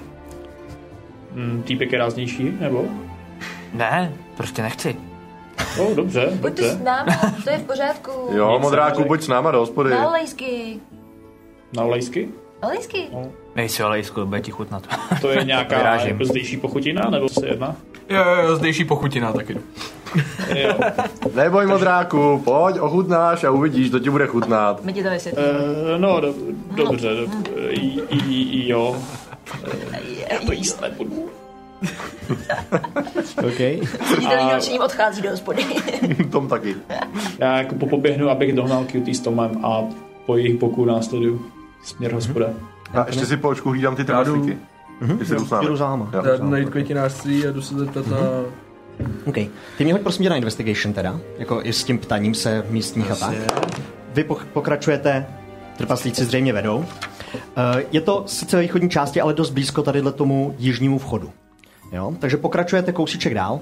S3: Mm, týpek je ráznější, nebo?
S2: Ne, prostě nechci.
S3: O, dobře,
S5: Buďte s
S3: dobře.
S5: námi, to je v pořádku.
S6: Jo,
S3: Nic
S6: modráku,
S3: neřekl.
S6: pojď s náma do hospody.
S5: Na olejsky.
S3: Na olejsky?
S5: Olejsky.
S2: Nejsi olejsku, bude ti chutnat.
S3: To je nějaká
S2: Vyrážím.
S3: jako zdejší pochutina, nebo se jedná?
S4: Jo, jo, jo, zdejší pochutina taky.
S3: Jo.
S6: Neboj, modráku, pojď, ochutnáš a uvidíš, to ti bude chutnat.
S5: My ti to vysvětlíme.
S3: Eh, no, do, dobře, do, i, i, jo. Eh, Já to jíst nebudu.
S1: OK.
S5: Viditelný nadšením odchází do hospody.
S6: Tom taky.
S3: Já jako popoběhnu, abych dohnal cutie s Tomem a po jejich boku následuju směr hospoda.
S6: A ještě si po očku hlídám ty trpaslíky. Jestli jdu s námi.
S1: Jdu za váma.
S6: Jo.
S8: Já jdu najít květinářství a jdu se zeptat na...
S4: Mhm.
S1: OK. Ty mě hoď prosím tě na investigation teda, jako i s tím ptaním se v místních a tak. Vy poch- pokračujete, trpaslíci zřejmě vedou. Eh, Je to sice ve východní části, ale dost blízko tady tomu jižnímu vchodu. Jo? Takže pokračujete kousíček dál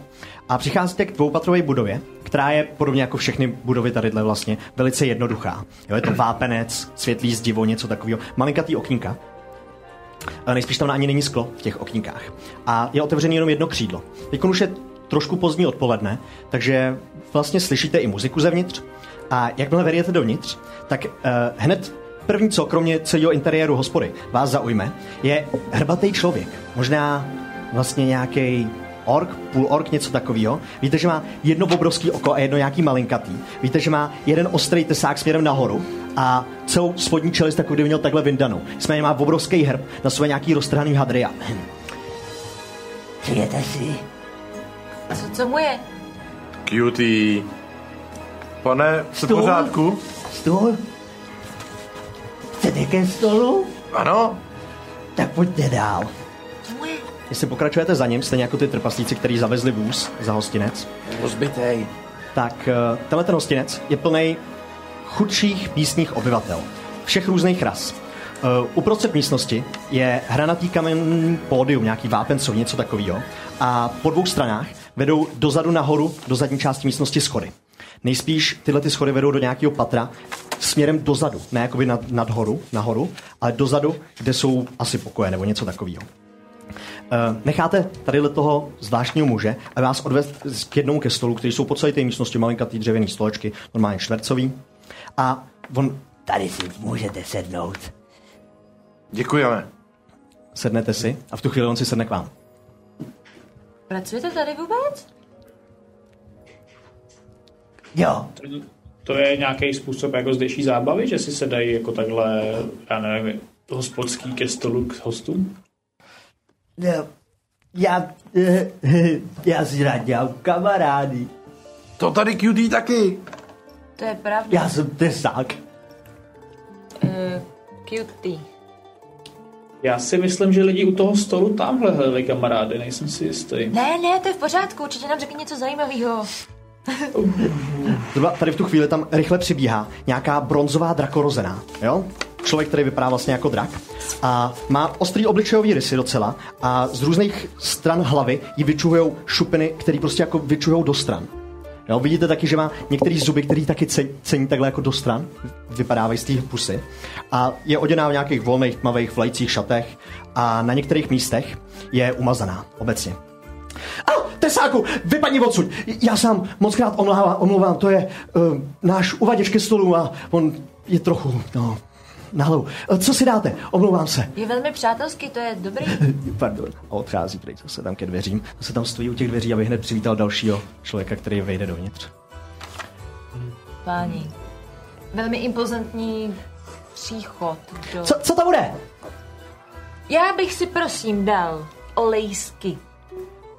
S1: a přicházíte k dvoupatrové budově, která je podobně jako všechny budovy tadyhle vlastně velice jednoduchá. Jo, je to vápenec, světlý zdivo, něco takového, malinkatý okýnka, ale nejspíš tam ani není sklo v těch okníkách. A je otevřený jenom jedno křídlo. Teď už je trošku pozdní odpoledne, takže vlastně slyšíte i muziku zevnitř. A jakmile vedete dovnitř, tak uh, hned první, co kromě celého interiéru hospody vás zaujme, je hrbatý člověk. Možná vlastně nějaký ork, půl ork, něco takového. Víte, že má jedno obrovský oko a jedno nějaký malinkatý. Víte, že má jeden ostrý tesák směrem nahoru a celou spodní čelist, jako kdyby měl takhle vyndanou. Nicméně má obrovský hrb, na sobě nějaký roztrhaný hadria. Hm.
S9: Přijete si.
S5: Co, co mu je?
S6: Cutie. Pane, jste v
S9: Stůl?
S6: pořádku?
S9: Stůl? Chcete ke stolu?
S6: Ano.
S9: Tak pojďte dál.
S5: Co mu je?
S1: Jestli pokračujete za ním, stejně jako ty trpaslíci, který zavezli vůz za hostinec,
S9: Rozbitej.
S1: tak eh, tenhle ten hostinec je plný chudších místních obyvatel. Všech různých ras. Eh, Uh, uprostřed místnosti je hranatý kamenný pódium, nějaký vápencov, něco takového. A po dvou stranách vedou dozadu nahoru, do zadní části místnosti schody. Nejspíš tyhle ty schody vedou do nějakého patra směrem dozadu, ne jakoby nad, nadhoru, nahoru, ale dozadu, kde jsou asi pokoje nebo něco takového. Eh, necháte tady toho zvláštního muže a vás odvést s- k jednomu ke stolu, který jsou po celé té místnosti malinkatý dřevěný stolečky, normálně čtvercový. A on
S9: Tady si můžete sednout.
S6: Děkujeme.
S1: sednete si a v tu chvíli on si sedne k vám.
S5: Pracujete tady vůbec?
S9: Jo,
S3: To je nějaký způsob jako zdejší zábavy, že si se dají jako takhle, já nevím, hospodský ke stolu k hostům?
S9: jo. No, Já, eh, eh, já si rád dělám kamarády.
S4: To tady QD taky.
S5: To je pravda.
S9: Já jsem tesák.
S5: Uh, cutie.
S3: Já si myslím, že lidi u toho stolu tamhle hledali kamarády, nejsem si jistý.
S5: Ne, ne, to je v pořádku, určitě nám řekni něco zajímavého.
S1: Zhruba tady v tu chvíli tam rychle přibíhá nějaká bronzová drakorozená, jo? Člověk, který vypadá vlastně jako drak a má ostrý obličejový rysy docela a z různých stran hlavy ji vyčuhují šupiny, které prostě jako vyčuhují do stran. Jo, vidíte taky, že má některý zuby, který taky ce- cení takhle jako do stran, vypadávají z té pusy. A je oděná v nějakých volných, tmavých, vlajících šatech a na některých místech je umazaná obecně. Au, tesáku, vypadni odsud. Já sám moc krát omlouvám, omlouvám to je uh, náš uvaděč ke stolu a on je trochu, no, na hlavu. Eh, Co si dáte? Omlouvám se.
S5: Je velmi přátelský, to je dobrý.
S1: Pardon. A odchází pryč se tam ke dveřím. Se tam stojí u těch dveří, aby hned přivítal dalšího člověka, který vejde dovnitř.
S5: Páni. Velmi impozantní příchod. Do...
S1: Co, co to bude?
S5: Já bych si prosím dal olejsky.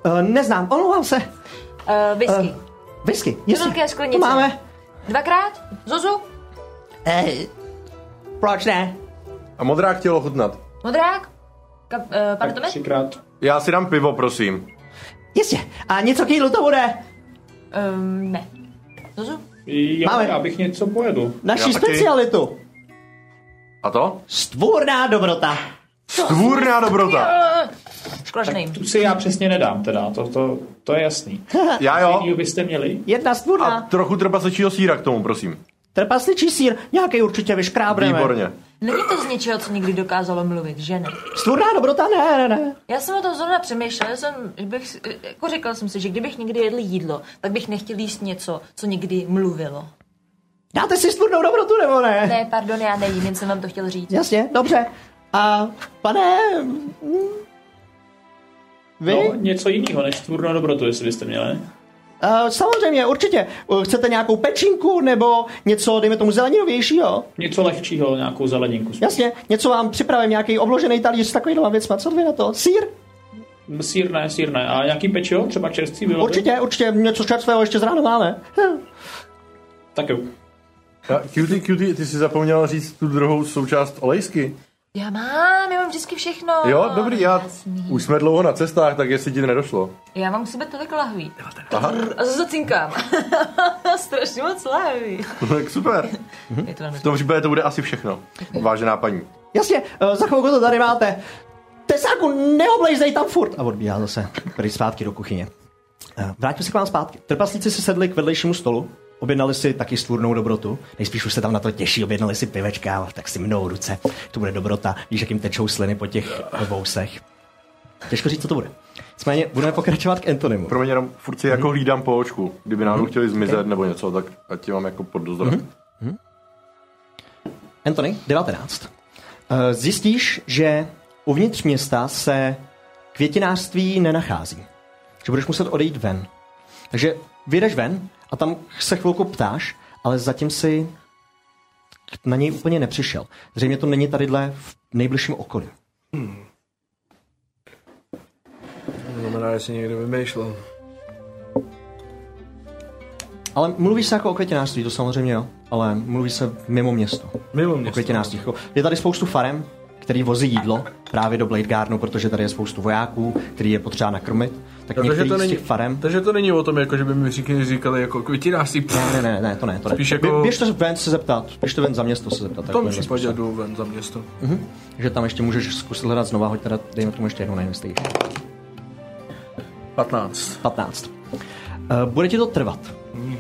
S1: Uh, neznám, omlouvám se.
S5: Uh, whisky.
S1: Eh, Whisky, jestli...
S5: velké
S1: To
S5: sklenice.
S1: máme.
S5: Dvakrát? Zuzu?
S9: Eh, proč ne?
S6: A modrák chtěl ochutnat.
S5: Modrák? Ka- uh,
S3: Tak
S5: Partomet?
S3: třikrát.
S6: Já si dám pivo, prosím.
S1: Jistě. A něco k jídlu to bude.
S5: Um, ne. Zuzu?
S3: Jo,
S1: Máme.
S3: já bych něco pojedl.
S1: Naši
S6: Já taky.
S1: specialitu.
S6: A to?
S1: Stvůrná dobrota.
S6: Stvůrná dobrota.
S5: Školačným.
S3: Tu si já přesně nedám teda, to, to, to je jasný.
S6: Já
S3: Jo.
S6: jo.
S3: byste měli?
S1: Jedna
S6: A
S1: stvůrná.
S6: trochu trpasečího síra k tomu, prosím.
S1: Trpasličí sír, nějaký určitě vyškrábneme.
S6: Výborně.
S5: Není to z něčeho, co nikdy dokázalo mluvit, že ne?
S1: Stvůrná dobrota, ne, ne, ne.
S5: Já jsem o tom zrovna přemýšlela, já jsem, že bych, si- jako říkal jsem si, že kdybych někdy jedl jídlo, tak bych nechtěl jíst něco, co někdy mluvilo.
S1: Dáte si stvůrnou dobrotu, nebo ne?
S5: Ne, pardon, já nejím, jen jsem vám to chtěl říct.
S1: Jasně, dobře. A pane... mm, Vy?
S3: No,
S1: No.
S3: něco jiného než tvůrnou dobrotu, jestli byste měli.
S1: Uh, samozřejmě, určitě. Uh, chcete nějakou pečinku nebo něco, dejme tomu, zeleninovějšího?
S3: Něco lehčího, nějakou zeleninku.
S1: Jasně, něco vám připravím, nějaký obložený talíř s takovýma věcma. Co vy na to? Sýr?
S3: Sírné, sírné. A nějaký pečivo, třeba čerstvý bylo? by?
S1: Určitě, určitě, něco čerstvého ještě z rána máme. Hm.
S3: Tak jo.
S6: A cutie, cutie, ty jsi zapomněl říct tu druhou součást olejsky.
S5: Já mám, já mám vždycky všechno.
S6: Jo, dobrý, já...
S5: Jasný.
S6: Už jsme dlouho na cestách, tak jestli ti to nedošlo.
S5: Já mám k sebe tolik lahví. A zase zacinkám. Strašně moc lahví.
S6: tak super.
S5: Je to velmi
S6: V tom případě to bude asi všechno. Vážená paní.
S1: Jasně, uh, za chvilku to tady máte. Tesáku, neoblejzej tam furt! A odbíhá zase pryč zpátky do kuchyně. Eh, Vrátím se k vám zpátky. Trpaslíci si sedli k vedlejšímu stolu, objednali si taky stvůrnou dobrotu. Nejspíš už se tam na to těší, objednali si pivečka, tak si mnou ruce. To bude dobrota, víš, jak jim tečou sliny po těch vousech. Těžko říct, co to bude. Nicméně budeme pokračovat k Antonimu.
S6: Pro mě jenom furt si jako hlídám po očku. Kdyby náhodou chtěli zmizet nebo něco, tak ať tě mám jako pod dozorem.
S1: Anthony, 19. Eh, Zjistíš, že uvnitř města se květinářství nenachází. Že budeš muset odejít ven. Takže vyjdeš ven a tam se chvilku ptáš, ale zatím si na něj úplně nepřišel. Zřejmě to není tadyhle v nejbližším okolí.
S8: To
S4: No,
S8: znamená, že si někdo vymýšlel.
S1: Ale mluvíš se jako o květinářství, to samozřejmě jo, ale mluví se mimo město.
S8: Mimo
S1: O
S8: mě.
S4: no.
S1: květinářství. Jako- Je tady spoustu farem, který vozí jídlo právě do Blade Gardenu, protože tady je spoustu vojáků, který je potřeba nakrmit, tak
S4: Takže
S1: některý
S4: to,
S1: z
S4: není,
S1: těch farem...
S4: takže to není o tom, jako, že by mi říkali, říkali jako květinářství. Pff,
S1: Ne, ne, ne, to ne, to ne.
S4: Spíš
S1: Bě-
S4: jako-
S1: Běž to ven se zeptat, běž to ven za město se zeptat.
S4: v
S1: takovýmhle
S4: tom případě
S1: způsobem.
S4: jdu ven za město.
S1: Že tam ještě můžeš zkusit hledat znova, hoď teda, dejme tomu ještě jednou, nevím, jestli jich-
S4: 15.
S1: 15. Eh, Bude ti to trvat,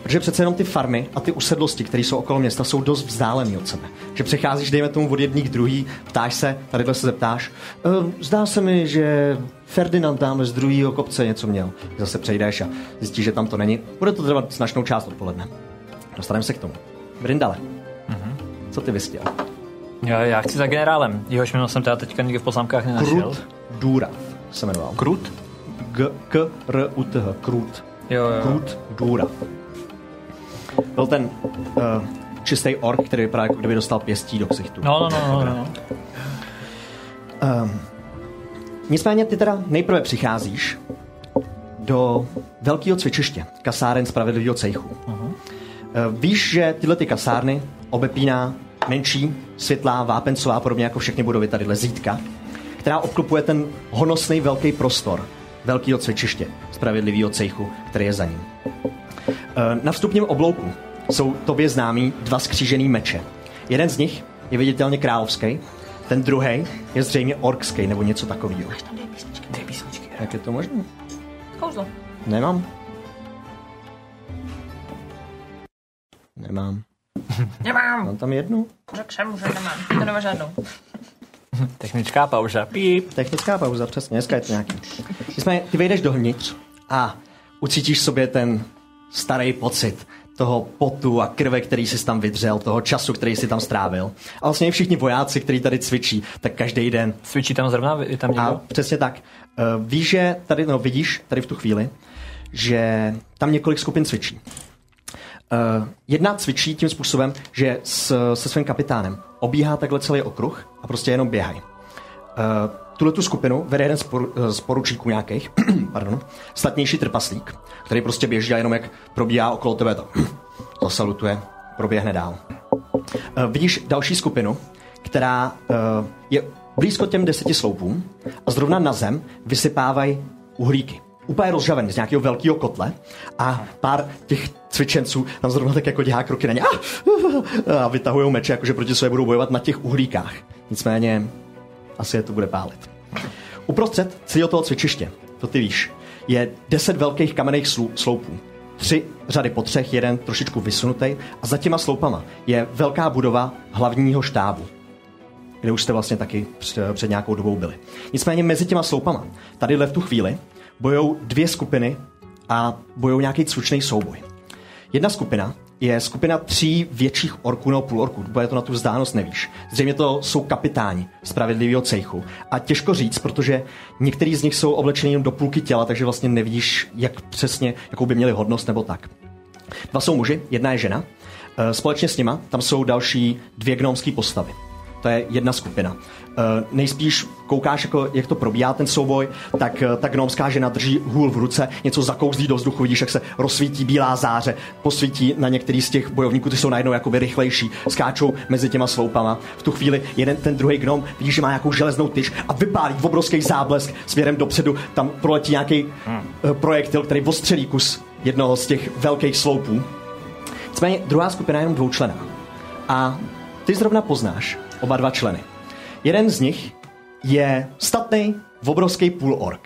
S1: protože přece jenom ty farmy a ty usedlosti, které jsou okolo města, jsou dost vzdálené od sebe. Že přecházíš, dejme tomu, od jedných k druhý, ptáš se, tadyhle se zeptáš, "Eh, zdá se mi, že Ferdinand tam z druhého kopce něco měl. Zase přejdeš a zjistíš, že tam to není. Bude to trvat značnou část odpoledne. Dostaneme se k tomu. Brindale, co ty vystěl?
S2: Jo, já chci za generálem, jehož jméno jsem teda teďka nikdy v poznámkách nenašel.
S1: Krut Dura se jmenoval.
S2: Krut?
S1: G- K, R, U, T, H. Krut.
S2: Jo, jo.
S1: Krut Dura. Byl ten uh, čistý ork, který vypadá, jako kdyby dostal pěstí do ksichtu. Ehm,
S2: No, no, no, no, no.
S1: Nicméně ty teda nejprve přicházíš do velkého cvičiště, kasáren spravedlivého cejchu. Uh-huh. Víš, že tyhle ty kasárny obepíná menší, světlá, vápencová, podobně jako všechny budovy tady zítka, která obklopuje ten honosný velký prostor velkého cvičiště spravedlivého cejchu, který je za ním. Eh, Na vstupním oblouku jsou tobě známý dva skřížený meče. Jeden z nich je viditelně královský, ten druhý je zřejmě orkský nebo něco takového.
S5: Tam dej písničky. Dej písničky.
S1: Jak je to možné?
S5: Kouzlo.
S1: Nemám. Nemám.
S5: Nemám.
S1: Mám tam jednu?
S5: Řekl jsem, že nemám. To nemá žádnou.
S2: Technická pauza. Píp.
S1: Technická pauza, přesně, dneska je to nějaký. Nicméně, ty vejdeš dovnitř a ucítíš v sobě ten starý pocit toho potu a krve, který jsi tam vydřel, toho času, který jsi tam strávil. A vlastně i všichni vojáci, kteří tady cvičí, tak každý den
S2: Cvičí tam zrovna, je tam
S1: A
S2: někdo?
S1: přesně tak. Eh, Víš, že tady, no vidíš tady v tu chvíli, že tam několik skupin cvičí. Eh, Jedna cvičí tím způsobem, že s, se svým kapitánem obíhá takhle celý okruh a prostě jenom běhají. Eh, Tuhle tu skupinu vede jeden z, por, eh, z poručíků nějakých, pardon, statnější trpaslík, který prostě běží a jenom jak probíhá okolo tebe, to zasalutuje, proběhne dál. Eh, vidíš další skupinu, která eh, je blízko těm deseti sloupům a zrovna na zem vysypávají uhlíky. Úplně rozžaven z nějakého velkého kotle a pár těch cvičenců tam zrovna tak jako dělá kroky na ně Ah! a vytahují meče, jakože proti sobě budou bojovat na těch uhlíkách. Nicméně asi je to bude pálit. Uprostřed celého toho cvičiště, to ty víš, je deset velkých kamenných slou- sloupů. Tři řady po třech, jeden trošičku vysunutý a za těma sloupama je velká budova hlavního štábu, kde už jste vlastně taky před, před nějakou dobou byli. Nicméně mezi těma sloupama, tadyhle v tu chvíli, bojou dvě skupiny a bojou nějaký cvičný souboj. Jedna skupina je skupina tří větších orků nebo půl orků, bude to na tu vzdálenost nevíš. Zřejmě to jsou kapitáni spravedlivého cejchu. A těžko říct, protože některý z nich jsou oblečeni jenom do půlky těla, takže vlastně nevidíš, jak přesně, jakou by měli hodnost nebo tak. Dva jsou muži, jedna je žena. Eh, Společně s nima tam jsou další dvě gnomské postavy. To je jedna skupina. Eh, Nejspíš koukáš, jako, jak to probíhá ten souboj, tak eh, ta gnomská žena drží hůl v ruce, něco zakouzlí do vzduchu, vidíš, jak se rozsvítí bílá záře, posvítí na některý z těch bojovníků, ty jsou najednou jakoby rychlejší, skáčou mezi těma sloupama. V tu chvíli jeden ten druhý gnom vidí, že má nějakou železnou tyč a vypálí v obrovský záblesk směrem dopředu, tam proletí nějaký eh, projektil, který ostřelí kus jednoho z těch velkých sloupů. Nicméně druhá skupina je jenom dvoučlená. A ty zrovna poznáš oba dva členy. Jeden z nich je statný, obrovský půlork.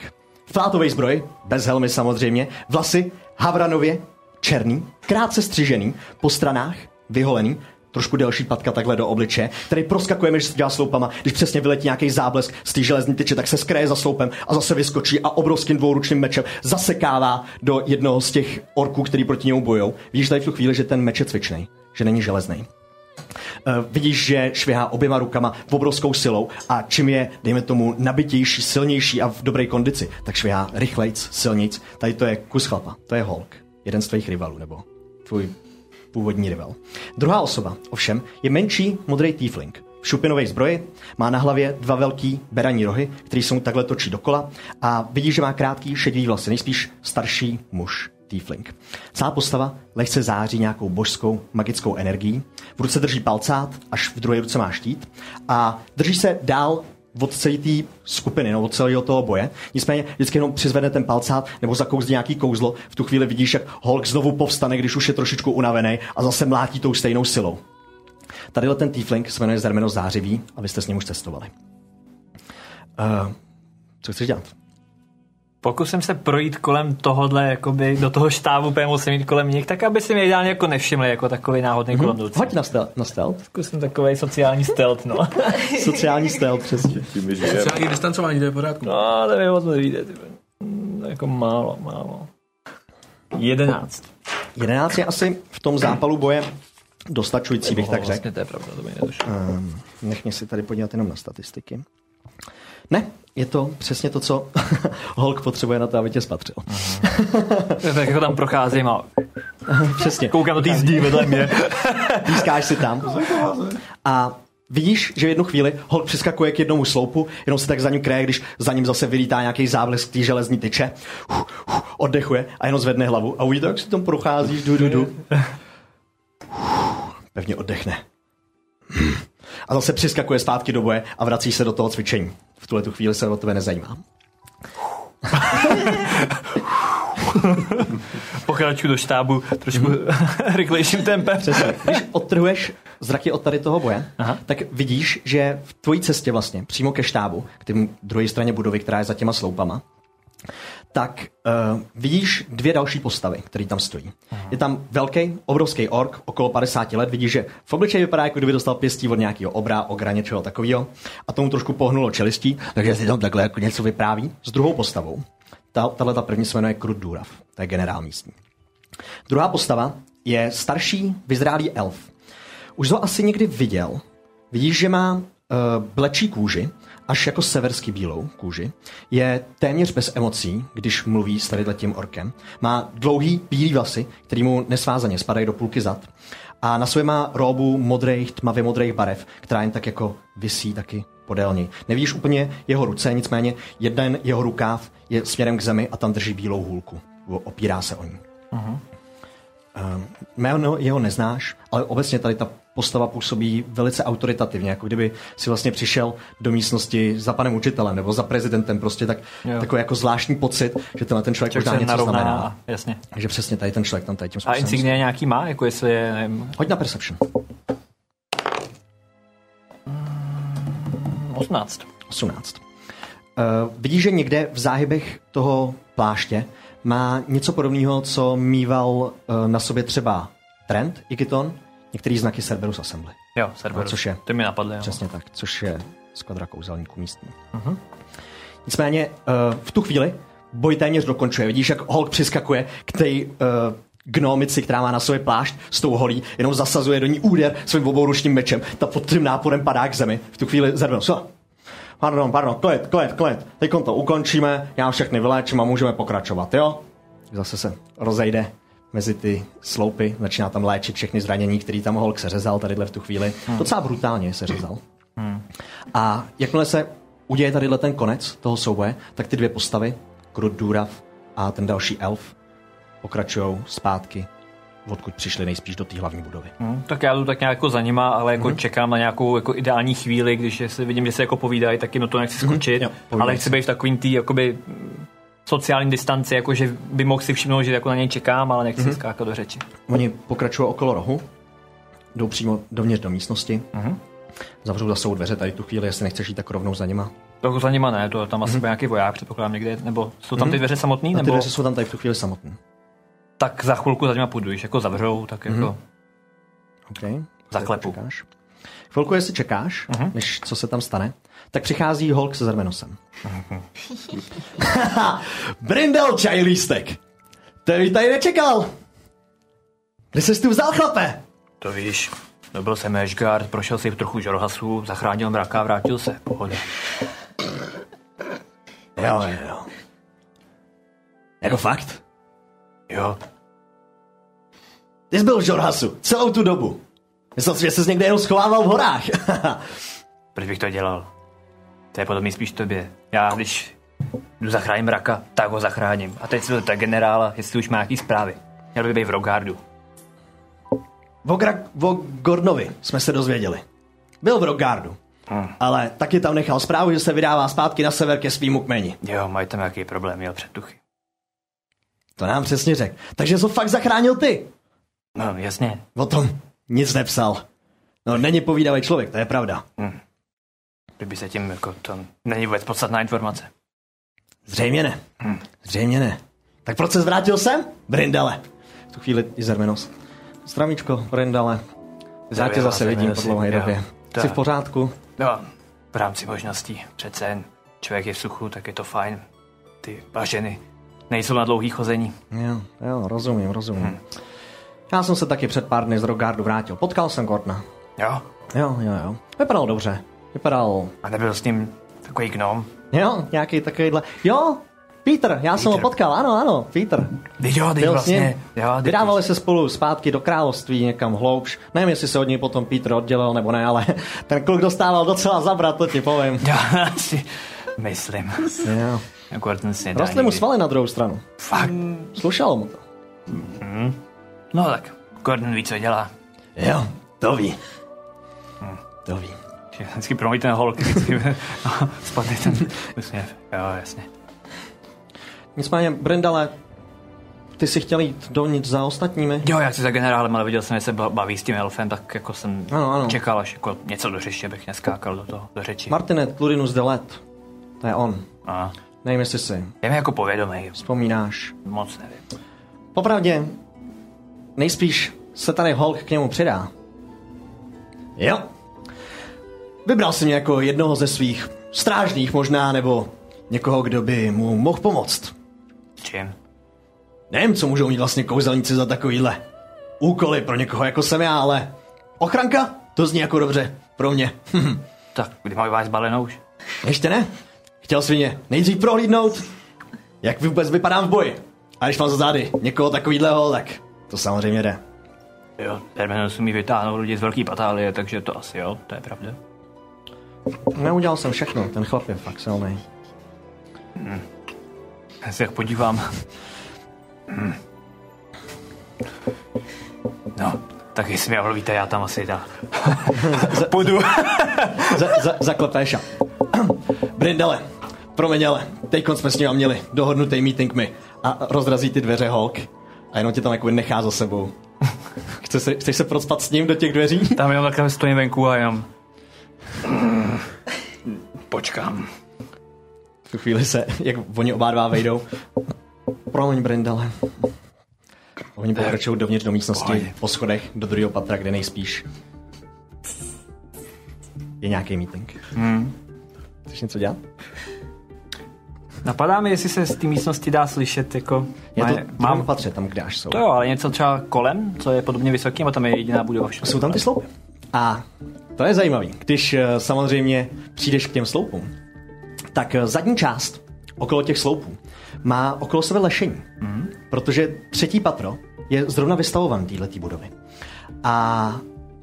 S1: Flátový zbroj, bez helmy samozřejmě, vlasy havranově černý, krátce střižený, po stranách vyholený, trošku delší patka takhle do obliče, který proskakujeme, že se dělá sloupama, když přesně vyletí nějaký záblesk z té železní tyče, tak se skreje za sloupem a zase vyskočí a obrovským dvouručným mečem zasekává do jednoho z těch orků, který proti němu bojou. Vidíš tady v tu chvíli, že ten meč je cvičnej, že není železný. Eh, vidíš, že švihá oběma rukama obrovskou silou a čím je, dejme tomu, nabitější, silnější a v dobré kondici, tak švihá rychlejc, silnic. Tady to je kus chlapa, to je Hulk, jeden z tvých rivalů, nebo tvůj původní rival. Druhá osoba, ovšem, je menší modrý tiefling. V šupinové zbroji má na hlavě dva velký beraní rohy, který se mu takhle točí dokola a vidíš, že má krátký šedivý vlasy, nejspíš starší muž. tiefling. Celá postava lehce září nějakou božskou magickou energií. V ruce drží palcát, až v druhé ruce má štít. A drží se dál od celé té skupiny, no, od celého toho boje. Nicméně vždycky jenom přizvedne ten palcát nebo zakouzne nějaký kouzlo. V tu chvíli vidíš, jak Hulk znovu povstane, když už je trošičku unavený a zase mlátí tou stejnou silou. Tadyhle ten tiefling se jmenuje Zermeno Zářivý a vy jste s ním už cestovali. Uh, co chceš dělat?
S2: Pokusím se projít kolem tohohle, jakoby, do toho štábu, pojďme se mít kolem nich, tak aby si mě ideálně jako nevšimli, jako takový náhodný mm-hmm. kolondulci.
S1: Hoď na, stel, na stealth.
S2: Zkusím takový sociální stealth, no.
S1: Sociální stealth, přesně.
S6: Tím my žijeme.
S8: Sociální distancování, to je v pořádku.
S2: No, to mi moc nevíde, ty vole. Mm, Jako málo, málo. Jedenáct.
S1: 11 je asi v tom zápalu boje dostačující, bych tak řekl.
S2: Vlastně to je pravda, to by nedošlo.
S1: Um, nech mě si tady podívat jenom na statistiky. Ne, je to přesně to, co Hulk potřebuje na to, aby tě spatřil.
S2: Tak jako tam procházím a
S1: přesně.
S2: koukám do té zdi vedle mě.
S1: Pískáš si tam. A vidíš, že v jednu chvíli Hulk přeskakuje k jednomu sloupu, jenom se tak za ním kreje, když za ním zase vylítá nějaký záblesk té železní tyče. Uf, uf, oddechuje a jenom zvedne hlavu. A uvidíte, jak si tam procházíš, du, du, du. Uf, Pevně oddechne. Hmm. A zase přeskakuje zpátky do boje a vrací se do toho cvičení. V tuhle tu chvíli se o tebe nezajímá.
S2: Pokračuju do štábu trošku
S1: Mhm.
S2: rychlejším tempem. Přesně.
S1: Když odtrhuješ zraky od tady toho boje,
S2: Aha.
S1: Aha. tak vidíš, že v tvojí cestě vlastně, přímo ke štábu, k té druhé straně budovy, která je za těma sloupama, tak uh, vidíš dvě další postavy, které tam stojí. Aha. Je tam velký, obrovský ork, okolo 50 let. Vidíš, že v obličeji vypadá, jako kdyby dostal pěstí od nějakého obra, ogra, něčeho takového. A tomu trošku pohnulo čelistí, takže si tam takhle jako něco vypráví. S druhou postavou, ta, tahle ta první se jmenuje Krut Durav, to je generál místní. Druhá postava je starší, vyzrálý elf. Už ho asi někdy viděl. Vidíš, že má uh, blečí kůži, až jako severský bílou kůži. Je téměř bez emocí, když mluví s tady tím orkem. Má dlouhý bílý vlasy, který mu nesvázaně spadají do půlky zad. A na sobě má róbu modrých, tmavě modrých barev, která jen tak jako visí taky podél něj. Nevidíš úplně jeho ruce, nicméně jeden jeho rukáv je směrem k zemi a tam drží bílou hůlku. Opírá se o ní. Jméno jeho neznáš, ale obecně tady ta postava působí velice autoritativně, jako kdyby si vlastně přišel do místnosti za panem učitelem nebo za prezidentem, prostě tak,
S2: Jo.
S1: takový jako zvláštní pocit, že tenhle ten člověk
S2: Ček
S1: možná
S2: se
S1: něco
S2: narovná,
S1: znamená.
S2: jasně.
S1: Takže přesně tady ten člověk tam tady tím
S2: A
S1: způsobem.
S2: insignie nějaký má, jako jestli je, nevím,
S1: Hoď na Perception.
S2: 18.
S1: 18. Uh, vidíš, že někde v záhybech toho pláště má něco podobného, co mýval uh, na sobě třeba Trent, Ikiton, některý znaky Cerberus Assembly.
S2: Jo, server.
S1: No, což je.
S2: Ty mi napadly. jo.
S1: Přesně tak, což je skvadra kouzelníků místní. Uh-huh. Nicméně eh, v tu chvíli boj téměř dokončuje. Vidíš, jak Hulk přiskakuje k té eh, gnomici, která má na sobě plášť s tou holí, jenom zasazuje do ní úder svým obouručním mečem. Ta pod tím náporem padá k zemi. V tu chvíli zervil. Co? Pardon, pardon, klid, klid, klid. Teď to ukončíme, já všechny vyléčím a můžeme pokračovat, jo? Zase se rozejde mezi ty sloupy, začíná tam léčit všechny zranění, který tam Hulk seřezal tadyhle v tu chvíli. Docela brutálně seřezal. A jakmile se uděje tadyhle ten konec toho souboje, tak ty dvě postavy, Krut Durav a ten další elf, pokračují zpátky, odkud přišli nejspíš do té hlavní budovy.
S2: Hm, tak já jdu tak nějak jako za nima, ale
S1: Mhm.
S2: jako čekám na nějakou jako ideální chvíli, když jestli vidím, že se jako povídají, tak jim do toho nechci
S1: Mhm.
S2: skočit,
S1: Jo, povídej
S2: ale chci
S1: si.
S2: být v takovým tý, jakoby mm, sociální distanci, jako že by mohl si všimnout, že jako na něj čekám, ale
S1: Mhm.
S2: nechci skákat do řeči.
S1: Oni pokračují okolo rohu, jdou přímo dovnitř do místnosti, mm-hmm. zavřou za sebou dveře tady tu chvíli, jestli nechceš jít tak rovnou za nima.
S2: Tak za nima ne, to tam asi bude nějaký voják, předpokládám někde, nebo jsou tam ty dveře samotný,
S1: A Mhm. ty
S2: nebo
S1: dveře jsou tam tady v tu chvíli samotné.
S2: tak za chvilku za nima půjdu, když jako zavřou, tak jako
S1: Mhm. Okay.
S2: zaklepu.
S1: Čekáš. Chvilku, jestli čekáš, uh-huh. než co se tam stane, tak přichází Hulk se Zermenosem. Brindel čaj lístek! To bych tady nečekal! Kde jsi tu vzal, chlape?
S2: To víš, dobil jsem Ashgard, prošel si trochu žorhasu, zachránil mraka, vrátil se, pohoda.
S1: Jo, jo, jo. Jako fakt?
S2: Jo,
S1: Ty jsi byl v Žorhasu celou tu dobu. Myslel jsi, že jsi někde jenom schovával v horách.
S2: Proč bych to dělal? To je podobný spíš tobě. Já, když jdu zachráním raka, tak ho zachráním. A teď se to tak generála, jestli už má nějaký zprávy. Měl by být v Rogardu.
S1: Vogra, o Gordonovi jsme se dozvěděli. Byl v Rogardu, ale taky tam nechal zprávu, že se vydává zpátky na sever ke svýmu kmeni.
S2: Jo, mají tam nějaký problém, měl předtuchy.
S1: To nám přesně řekl. Takže jsi ho fakt zachránil ty.
S2: No, jasně.
S1: O tom nic nepsal. No, není povídavý člověk, to je pravda.
S2: Kdyby se tím, jako, to není vůbec podstatná informace.
S1: Zřejmě ne. Zřejmě ne. Tak proč se zvrátil sem? Brindale. V tu chvíli i Zermenos. Stramičko, Brindale. Já tě zase
S2: Zermenos,
S1: vidím po dlouhé
S2: jo.
S1: době.
S2: Tak.
S1: Jsi v pořádku?
S2: No, v rámci možností. Přece jen člověk je v suchu, tak je to fajn. Ty baženy nejsou na dlouhý chození.
S1: Jo, jo, rozumím, rozumím. Já jsem se taky před pár dny z Rogardu vrátil. Potkal jsem Gordona.
S2: Jo?
S1: Jo, jo, jo. Vypadal dobře. Vypadal...
S2: A nebyl s ním takový gnom.
S1: Jo, nějaký takovýhle... Jo, Peter, já jsem ho potkal, ano, ano, Peter.
S2: Teď jo, teď
S1: Byl s
S2: vlastně.
S1: ním.
S2: Jo, teď
S1: Vydávali se spolu zpátky do království někam hloubš. Nevím, jestli se od něj potom Peter oddělil nebo ne, ale ten kluk dostával docela zabrat, to ti povím.
S2: Jo, si myslím.
S1: Jo.
S2: Jako ten si nedá
S1: Rostly Vlastně mu
S2: nikdy.
S1: svaly na druhou stranu.
S2: Fakt.
S1: Slušalo mu to.
S2: No tak, Gordon ví, co dělá.
S1: Jo, to ví. Hm. To ví.
S2: Že Vždycky promluví ten holk, vždycky spadne ten úsměv. Jo, jasně.
S1: Nicméně, Brindale, ty jsi chtěl jít dovnitř za ostatními?
S2: Jo, já si za generálem, ale viděl jsem, že se ba- baví s tím elfem, tak jako jsem
S1: Ano, ano.
S2: čekal, až jako něco do řeště bych neskákal do toho, do řeči.
S1: Martinet Clurinus de Let. To je on.
S2: A
S1: Nevím, jestli si
S2: je mi jako povědomý,
S1: vzpomínáš.
S2: moc nevím.
S1: Popravdě, nejspíš se tady Hulk k němu přidá. Jo. Vybral jsem jako jednoho ze svých strážných možná, nebo někoho, kdo by mu mohl pomoct.
S2: Čím?
S1: Nevím, co můžou mít vlastně kouzelníci za takovýhle úkoly pro někoho jako jsem já, ale ochranka? To zní jako dobře pro mě. Hm,
S2: Tak, kdy mají vás balenou už?
S1: Ještě ne? Chtěl jsi mě nejdřív prohlídnout, jak vůbec vypadám v boji. A když mám za zády někoho takovýhleho, tak to samozřejmě jde.
S2: Jo, Terminus mi vytáhnou lidi z velký patálie, takže to asi jo, to je pravda.
S1: Neudělal jsem všechno, ten chlap je fakt silný.
S2: Já se jak podívám. Hm. No, tak jestli mě mluvíte, já tam asi dá. Půjdu.
S1: Za, za, zaklepeš a... Brindele, promiň ale, teďkon jsme s ním měli dohodnutý meeting my. A rozrazí ty dveře Hulk a jenom tě tam jako nechá za sebou. Chceš se, chceš se procpat s ním do těch dveří?
S2: Tam jenom takhle stojím venku a jenom... Počkám.
S1: V tu chvíli se, jak oni oba dva vejdou. Promiň, Brindele. Oni pokračují dovnitř do místnosti,
S2: Pohodě.
S1: po schodech, do druhého patra, kde nejspíš je nějaký meeting. Hmm. Chceš něco dělat?
S2: Napadá mi, jestli se z té místnosti dá slyšet, jako...
S1: Je to,
S2: Má- mám...
S1: mám patře tam, kde až jsou.
S2: To jo, ale něco třeba kolem, co je podobně vysokým a tam je jediná budova všude.
S1: Jsou tam ty sloupy. A to je zajímavé. Když eh, samozřejmě přijdeš k těm sloupům, tak eh, zadní část okolo těch sloupů má okolo sebe lešení. Mm. Protože třetí patro je zrovna vystavovan této budovy. A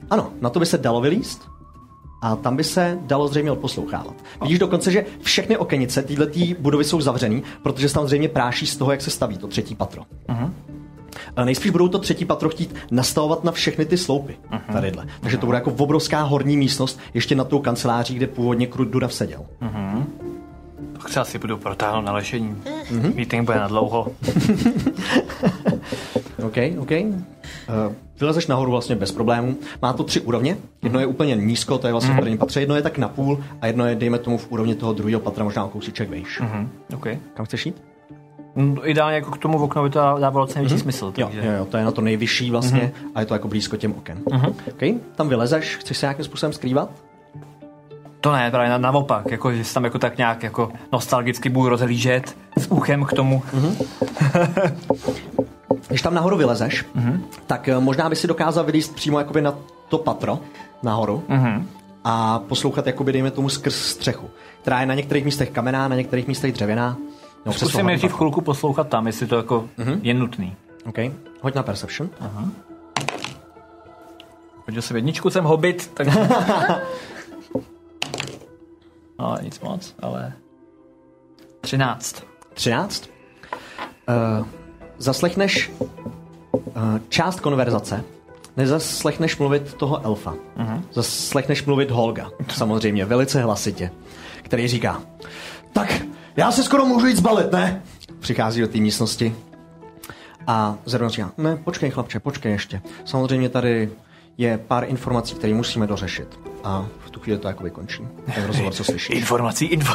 S1: ano, na to by se dalo vylíst a tam by se dalo zřejmě odposlouchávat. Vidíš dokonce, že všechny okenice této budovy jsou zavřený, protože se tam zřejmě práší z toho, jak se staví to třetí patro. A nejspíš budou to třetí patro chtít nastavovat na všechny ty sloupy uh-huh. tadyhle. Takže to bude jako obrovská horní místnost ještě nad tou kanceláří, kde původně Krut Durav seděl.
S2: Tak se asi budu protáhnout na lešení. Mm-hmm. Meeting bude na dlouho.
S1: OK, OK. Uh, vylezeš nahoru vlastně bez problémů. Má to tři úrovně. Jedno je úplně nízko, to je vlastně v prvním patře, jedno je tak na půl a jedno je, dejme tomu, v úrovni toho druhého patra, možná o kousíček vejš. Uh-huh.
S2: Okay.
S1: Kam chceš jít?
S2: Ideálně jako k tomu oknu by to dávalo co největší mm-hmm. smysl.
S1: Jo,
S2: Takže...
S1: jo, jo, to je na to nejvyšší vlastně uh-huh. a je to jako blízko těm oken. Uh-huh. OK, tam vylezeš, chceš se nějakým způsobem skrývat?
S2: To ne, právě na, naopak, jako, že se tam jako tak nějak jako nostalgicky budu rozhlížet s uchem k tomu. Mm-hmm.
S1: Když tam nahoru vylezeš,
S2: Mhm.
S1: mm-hmm. tak eh, možná by si dokázal vylíst přímo jakoby na to patro nahoru mm-hmm.
S2: Mhm.
S1: a poslouchat, jakoby, dejme tomu, skrz střechu, která je na některých místech kamená, na některých místech dřevěná. No,
S2: Zkusím
S1: přesouvat
S2: nejdřív
S1: to.
S2: chvilku poslouchat tam, jestli to jako mm-hmm. je nutný.
S1: OK, hoď na Perception. Aha.
S2: Hodil jsem jedničku, jsem hobit, takže... no, nic moc, ale... 13.
S1: 13. Uh, zaslechneš uh, část konverzace, nezaslechneš mluvit toho elfa. Uh-huh. Zaslechneš mluvit Holga, samozřejmě, velice hlasitě, který říká, tak já se skoro můžu jít zbalit, ne? Přichází do té místnosti a zrovna říká, ne, počkej chlapče, počkej ještě. Samozřejmě tady je pár informací, které musíme dořešit. A v tu chvíli to jakoby končí. Ten rozhovor, co slyšíš.
S2: Informací, info.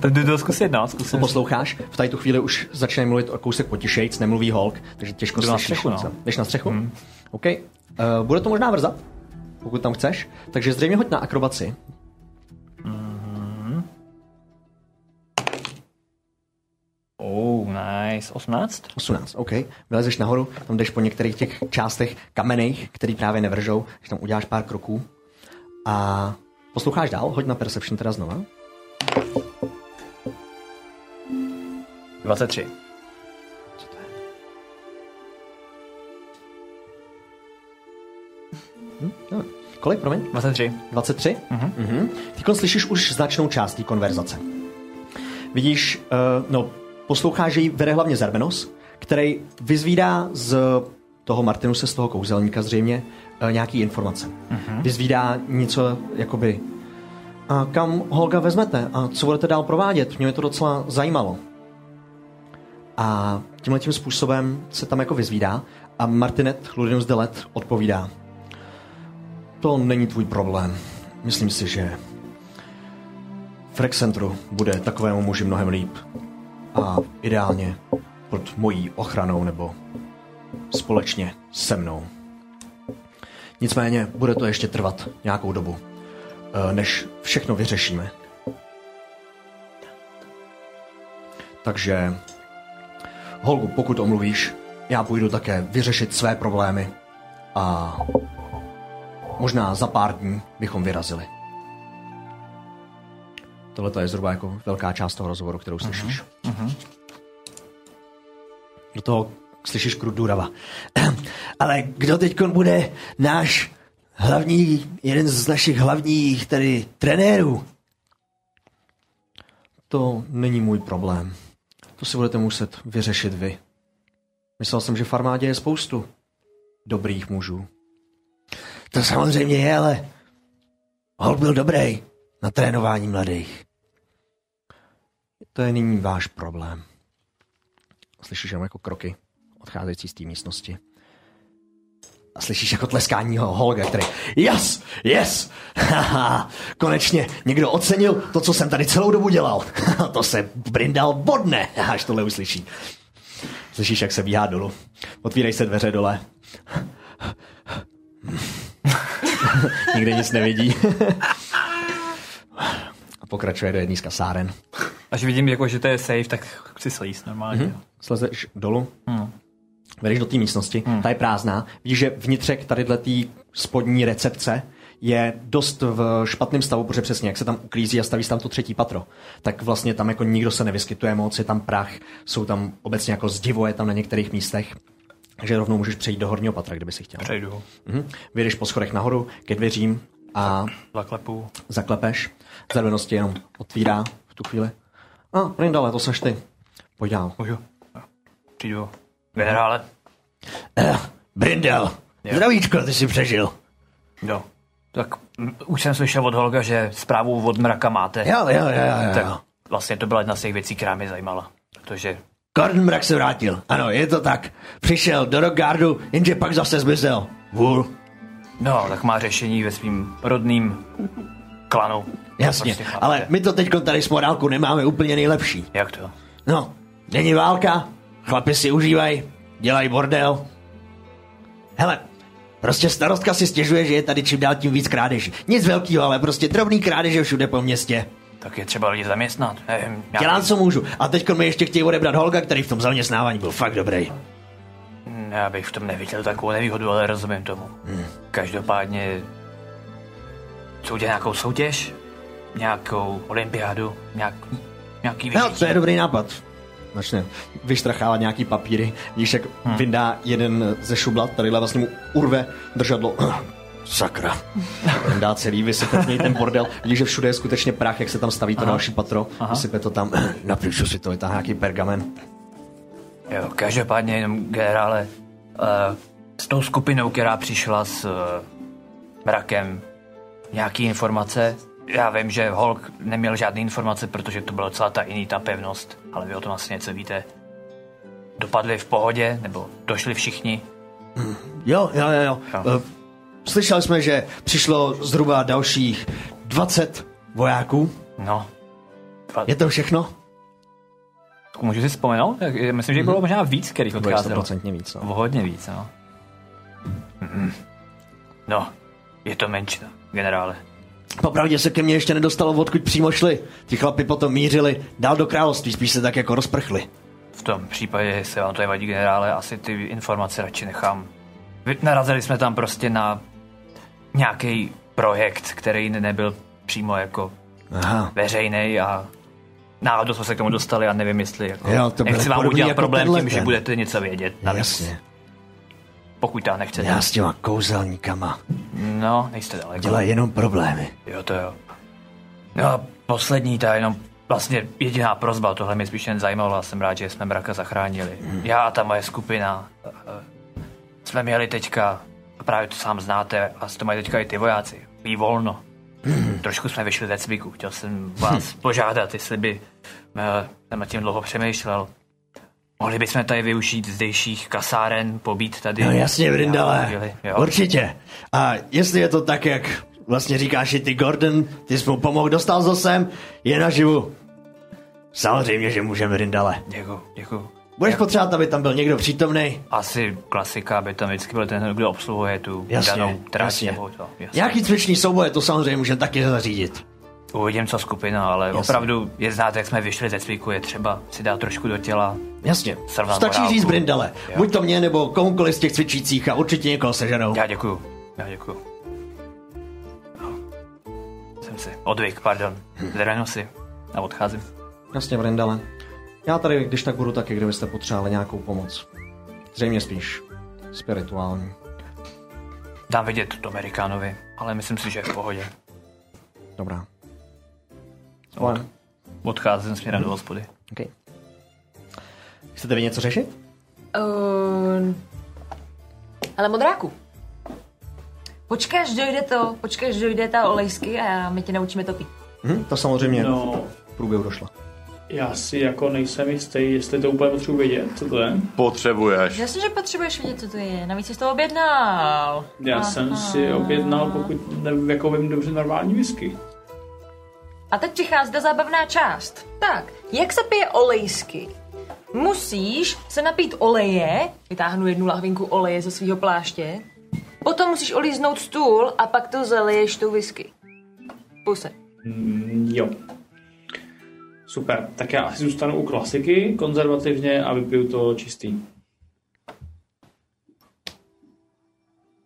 S2: tak jdu to zkusit, no, zkusím.
S1: Posloucháš, v tady tu chvíli už začne mluvit o kousek potišejc, nemluví holk, takže těžko
S2: na
S1: slyšíš.
S2: střechu, no.
S1: něco. Jdeš na střechu? Hmm. OK. Uh, bude to možná vrzat, pokud tam chceš. Takže zřejmě hoď na akrobaci.
S2: Oh, nice. 18?
S1: 18, OK. Vylezeš nahoru, tam jdeš po některých těch částech kamenných, který právě nevržou, když tam uděláš pár kroků. A posloucháš dál, hoď na Perception teda znova.
S2: 23.
S1: Kolik, Hm? No, promiň?
S2: 23.
S1: 23? Mm-hmm. Teď slyšíš už značnou část té konverzace. Vidíš, uh, no, posloucháš, že jí vede hlavně Zerbenos, který vyzvídá z toho Martinuse, z toho kouzelníka zřejmě, uh, nějaký informace. Mm-hmm. Vyzvídá něco, jakoby, a kam Holga vezmete a co budete dál provádět? Mě to docela zajímalo. A tímhle tím způsobem se tam jako vyzvídá a Martinet Ludinus Delet odpovídá. To není tvůj problém. Myslím si, že v rec centru bude takovému muži mnohem líp. A ideálně pod mojí ochranou nebo společně se mnou. Nicméně bude to ještě trvat nějakou dobu, eh, než všechno vyřešíme. Takže, Holgu, pokud omluvíš, já půjdu také vyřešit své problémy a možná za pár dní bychom vyrazili. Tohle je zhruba jako velká část toho rozhovoru, kterou slyšíš.
S9: Mhm,
S1: Uh-huh. Do toho slyšíš krut Durava.
S9: Ale kdo teď bude náš hlavní, jeden z našich hlavních tady trenérů?
S1: To není můj problém. To si budete muset vyřešit vy. Myslel jsem, že v armádě je spoustu dobrých mužů.
S9: To samozřejmě je, ale Holt byl dobrý na trénování mladých.
S1: To je nyní váš problém. Slyšíš jenom jako kroky odcházející z té místnosti. A slyšíš jako tleskání ho- Holga, který Yes! Yes! Haha, konečně někdo ocenil to, co jsem tady celou dobu dělal. to se Brindal bodne, až tohle uslyší. Slyšíš, jak se bíhá dolů. Otvírají se dveře dole. Nikde nic nevidí. A pokračuje do jedné z kasáren.
S2: Až vidím, jako, že to je safe, tak chci slíst normálně. Mm-hmm.
S1: Slezeš dolů, vedeš do té místnosti, ta je prázdná. Vidíš, že vnitřek tadyhle té spodní recepce je dost v špatném stavu, protože přesně jak se tam uklízí a staví se tam to třetí patro, tak vlastně tam jako nikdo se nevyskytuje moc, je tam prach, jsou tam obecně jako zdivo, je tam na některých místech. Takže rovnou můžeš přejít do horního patra, kdyby si chtěl.
S2: Přejdu.
S1: Mhm. Vyjdeš po schodech nahoru ke dveřím a
S2: Zaklepu.
S1: zaklepeš. Zervenosti jenom otvírá v tu chvíli. A,
S9: No,
S1: Brindale, to seš ty. Pojď dál.
S2: Můžu. Přijdu. Generále.
S9: Eh, Brindel, zdravíčko, ty jsi přežil.
S2: Jo. Tak m, už jsem slyšel od Holga, že zprávu od mraka máte.
S9: Jo, jo, jo, jo, jo.
S2: Tak vlastně to byla jedna z těch věcí, která mě zajímala. Protože
S9: Gordon Mrak se vrátil. Ano, je to tak. Přišel do Rockgardu, jenže pak zase zmizel. Vůl.
S2: No, tak má řešení ve svým rodným klanu.
S9: Jasně,
S2: Prostě chápu,
S9: ale
S2: že-
S9: my to teď tady s morálku nemáme úplně nejlepší.
S2: Jak to?
S9: No, není válka, chlapi si užívají, dělají bordel. Hele, prostě starostka si stěžuje, že je tady čím dál tím víc krádeží. Nic velkého, ale prostě drobný krádeže všude po městě.
S2: Tak je třeba lidi zaměstnat. Nevím, nějaký-
S9: Dělám, co můžu. A teď mi ještě chtějí odebrat Holga, který v tom zaměstnávání byl fakt dobrý.
S2: Já bych v tom neviděl takovou nevýhodu, ale rozumím tomu. Hmm. Každopádně co udělat nějakou soutěž, nějakou olympiádu, nějak, nějaký
S9: No,
S2: vyšší.
S9: to je dobrý nápad.
S1: Začne vyštrachávat nějaký papíry, když jak hmm. vyndá jeden ze šublat, tadyhle vlastně mu urve držadlo
S9: sakra.
S1: Tam dá celý, vysype z něj ten bordel. Vidíš, že všude je skutečně prach, jak se tam staví to další patro. Vysype to tam, na píšu si to, vytáhne nějaký pergamen.
S2: Jo, každopádně jenom generále, uh, s tou skupinou, která přišla s uh, mrakem, nějaký informace? Já vím, že Hulk neměl žádné informace, protože to byla celá ta jiný ta pevnost, ale vy o tom asi něco víte. Dopadli v pohodě, nebo došli všichni?
S9: Jo, jo, jo, jo.
S2: Jo.
S9: Eh, Slyšeli jsme, že přišlo zhruba dalších 20 vojáků.
S2: No,
S9: Je to všechno?
S2: můžu si vzpomenout? Jak- Myslím, že bylo možná víc, kterých
S1: To je
S2: odcházelo.
S1: 100% víc. No.
S2: O hodně víc, no. Mhm. No, je to menšina, generále.
S9: Popravdě se ke mně ještě nedostalo, odkud přímo šli. Ti chlapi potom mířili dál do království, spíš se tak jako rozprchli.
S2: V tom případě se vám to nevadí, generále, asi ty informace radši nechám. Vy- Narazili jsme tam prostě na nějaký projekt, který nebyl přímo jako
S9: Aha.
S2: veřejný a náhodou jsme se k tomu dostali a nevím, jestli jako,
S9: Jo, to bylo
S2: nechci vám
S9: podobný
S2: udělat
S9: jako
S2: problém
S9: tenhle
S2: tím, že
S9: ten.
S2: budete něco vědět. Navíc,
S9: No Jasně.
S2: Pokud tam nechcete.
S9: Já s těma kouzelníkama
S2: No, nejste daleko.
S9: dělají jenom problémy.
S2: Jo, to jo. No a poslední, ta jenom vlastně jediná prozba, tohle mě spíš jen zajímalo a jsem rád, že jsme mraka zachránili.
S9: Mhm.
S2: Já a ta moje skupina eh, jsme měli teďka, a právě to sám znáte, a to mají teďka i ty vojáci, ví volno.
S9: Mhm.
S2: Trošku jsme vyšli ze cviku, chtěl jsem vás požádat, jestli by eh, jsem nad tím dlouho přemýšlel. Mohli bychom tady využít zdejších kasáren, pobít tady.
S9: No jasně, Brindale,
S2: Chvíli, jo.
S9: určitě. A jestli je to tak, jak vlastně říkáš i ty Gordon, ty jsi mu pomohl, dostal to sem, je naživu. Samozřejmě, že můžeme, Brindale.
S2: Děkuju, děkuju.
S9: Budeš potřebovat, aby tam byl někdo přítomný.
S2: Asi klasika, aby tam vždycky byl ten, kdo obsluhuje tu
S9: Jasně,
S2: danou trať.
S9: jasně.
S2: Nebo to, jasně.
S9: Nějaký cvičný souboje, to samozřejmě můžeme taky zařídit.
S2: Uvidím, co skupina, ale jasně. opravdu je znáte, jak jsme vyšli ze cviku, je třeba si dát trošku do těla.
S9: Jasně,
S2: Srovnat
S9: stačí
S2: morálku.
S9: říct Brindale.
S2: Jo.
S9: Buď to mě, nebo komukoliv z těch cvičících a určitě někoho seženou.
S2: Já děkuju, já děkuju. No. Jsem si odvyk, pardon. Zvednu si a odcházím.
S1: Jasně, Brendale. Já tady, když tak budu taky, kdybyste potřebovali nějakou pomoc. Zřejmě spíš spirituální.
S2: Dám vidět to Amerikánovi, ale myslím si, že je v pohodě.
S1: Dobrá.
S2: Od, odcházím směrem do hospody.
S1: Okay. Chcete vy něco řešit?
S5: Uh, ale modráku. Počkáš, dojde to, počkáš, dojde ta olejsky a my tě naučíme to pít.
S9: Mhm,
S1: Hm? To samozřejmě no.
S3: No,
S1: v průběhu došla.
S3: já si jako nejsem jistý, jestli to úplně potřebuji vědět, co to je.
S6: Potřebuješ.
S5: Jasně, že potřebuješ vidět, co to je, navíc jsi to objednal.
S3: Já
S5: Aha.
S3: jsem si objednal, pokud nevím, jako vím dobře, normální whisky.
S5: A teď přichází ta zábavná část. Tak, jak se pije olejsky? Musíš se napít oleje, vytáhnu jednu lahvinku oleje ze svého pláště, potom musíš olíznout stůl a pak to zaliješ tou whisky. Puse.
S3: Jo. Super, tak já asi zůstanu u klasiky konzervativně a vypiju to čistý.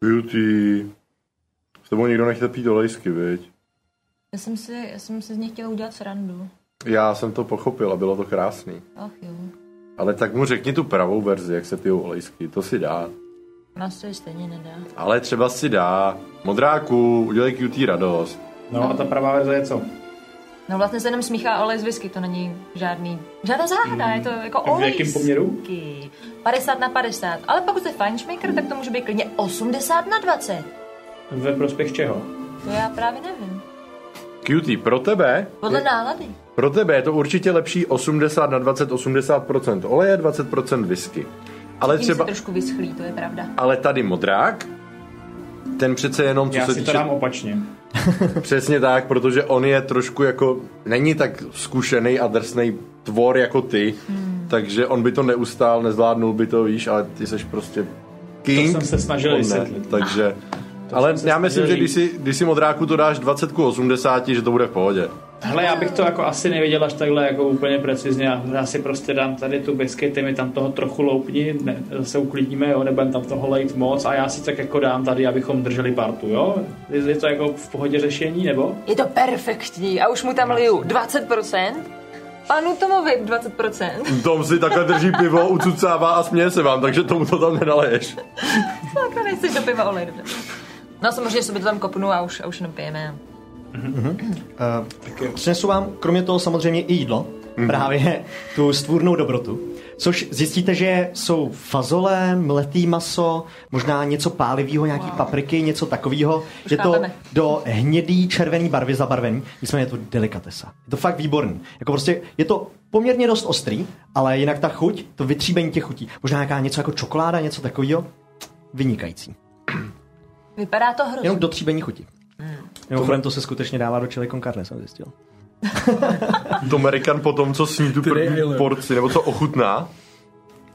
S6: Beauty. S tebou nikdo nechce pít olejsky, viď?
S5: Já jsem si, já jsem si z nich chtěla udělat srandu.
S6: Já jsem to pochopil a bylo to krásný.
S5: Ach jo,
S6: Ale tak mu řekni tu pravou verzi, jak se pijou olejsky, to si dá.
S5: nás to je stejně nedá.
S6: Ale třeba si dá. Modráku, udělej QT radost.
S3: No a ta pravá verze je co?
S5: No vlastně se jenom smíchá olej z whisky, to není žádný, žádná záhada, je to jako
S3: Hmm. v
S5: olej.
S3: jakém
S5: z
S3: poměru?
S5: whisky. 50 na 50, ale pokud jste fajnšmaker, tak to může být klidně 80 na 20.
S3: Ve prospěch čeho?
S5: To já právě nevím.
S6: QT, pro tebe,
S5: Podle nálady.
S6: pro tebe je to určitě lepší 80 na 20, 80% oleje, 20% whisky. Ale
S5: Tím se
S6: třeba,
S5: trošku vyschlí, to je pravda.
S6: ale tady modrák, ten přece jenom, co
S3: Já
S6: se
S3: si to
S6: týče
S3: dám opačně.
S6: Přesně tak, protože on je trošku jako, není tak zkušený a drsný tvor jako ty, hmm. takže on by to neustál, nezvládnul by to, víš, ale ty seš prostě king.
S3: To jsem se snažil
S6: on ne,
S3: vysvětlit.
S6: Takže, ale
S3: jsem se
S6: já myslím,
S3: snažil
S6: že když si, když si modráku to dáš 20 ku 80, že to bude v pohodě.
S3: Hele, já bych to jako asi nevěděl až takhle jako úplně precizně. Já- Já si prostě dám tady tu whisky, ty mi tam toho trochu loupni, ne, zase uklidíme, jo, nebudem tam toho lejt moc a já si tak jako dám tady, abychom drželi partu, jo? Je, je to jako v pohodě řešení, nebo?
S5: Je to perfektní a už mu tam liju 20%. Panu Tomovi 20%.
S6: Tom si takhle drží pivo, ucucává a směje se vám, takže tomu to tam nenaleješ.
S5: Jako Tak nejsi do piva olej, dobře. No a samozřejmě sobě to tam kopnu a už, a už jenom pijeme.
S1: Uh, přinesu vám kromě toho samozřejmě i jídlo, mm-hmm. právě tu stvůrnou dobrotu. Což zjistíte, že jsou fazole, mletý maso, možná něco pálivého, nějaký wow. papriky, něco takového. Je to
S5: chápeme.
S1: do hnědý červený barvy zabarvený, nicméně je to delikatesa. Je to fakt výborný. Jako prostě je to poměrně dost ostrý, ale jinak ta chuť, to vytříbení těch chutí, možná nějaká něco jako čokoláda, něco takového, vynikající.
S5: Vypadá to hrozně.
S1: Jenom do tříbení chuti. Mimochodem to se skutečně dává do chili con carne, jsem zjistil.
S6: To Amerikan po tom, co sní tu první
S8: Trailer.
S6: porci, nebo co ochutná,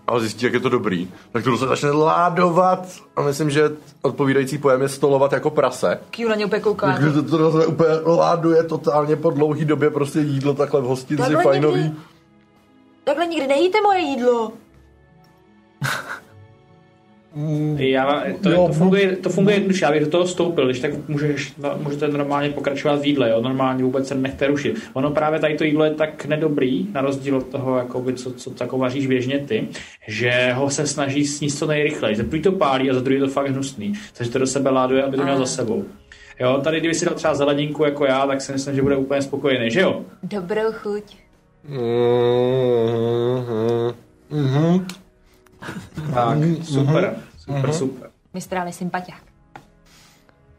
S6: a zjistí, jak je to dobrý, tak to se začne ládovat a myslím, že odpovídající pojem je stolovat jako prase.
S5: Q na ně úplně kouká.
S6: Takže to, to se úplně láduje totálně po dlouhý době prostě jídlo takhle v hostinci
S5: Takhle
S6: fajnový.
S5: nikdy- Takhle nikdy nejíte moje jídlo.
S3: Já, mám- to,
S6: Jo,
S3: to, funguje, to funguje jednoduše, já bych do toho vstoupil, když tak můžeš, no, můžete normálně pokračovat v jídle, jo? normálně vůbec se nechte rušit. Ono právě tady to jídlo je tak nedobrý, na rozdíl od toho, jakoby, co, co tako vaříš běžně ty, že ho se snaží sníst co nejrychleji. Za prvý to pálí a za druhý je to fakt hnusný, takže to do sebe láduje, aby to měl za sebou. Jo, tady kdyby si dal třeba zeleninku jako já, tak si myslím, že bude úplně spokojený, že jo?
S5: Dobrou chuť.
S6: Mhm,
S3: Tak, super, super, super.
S5: Mistráli sympatiák.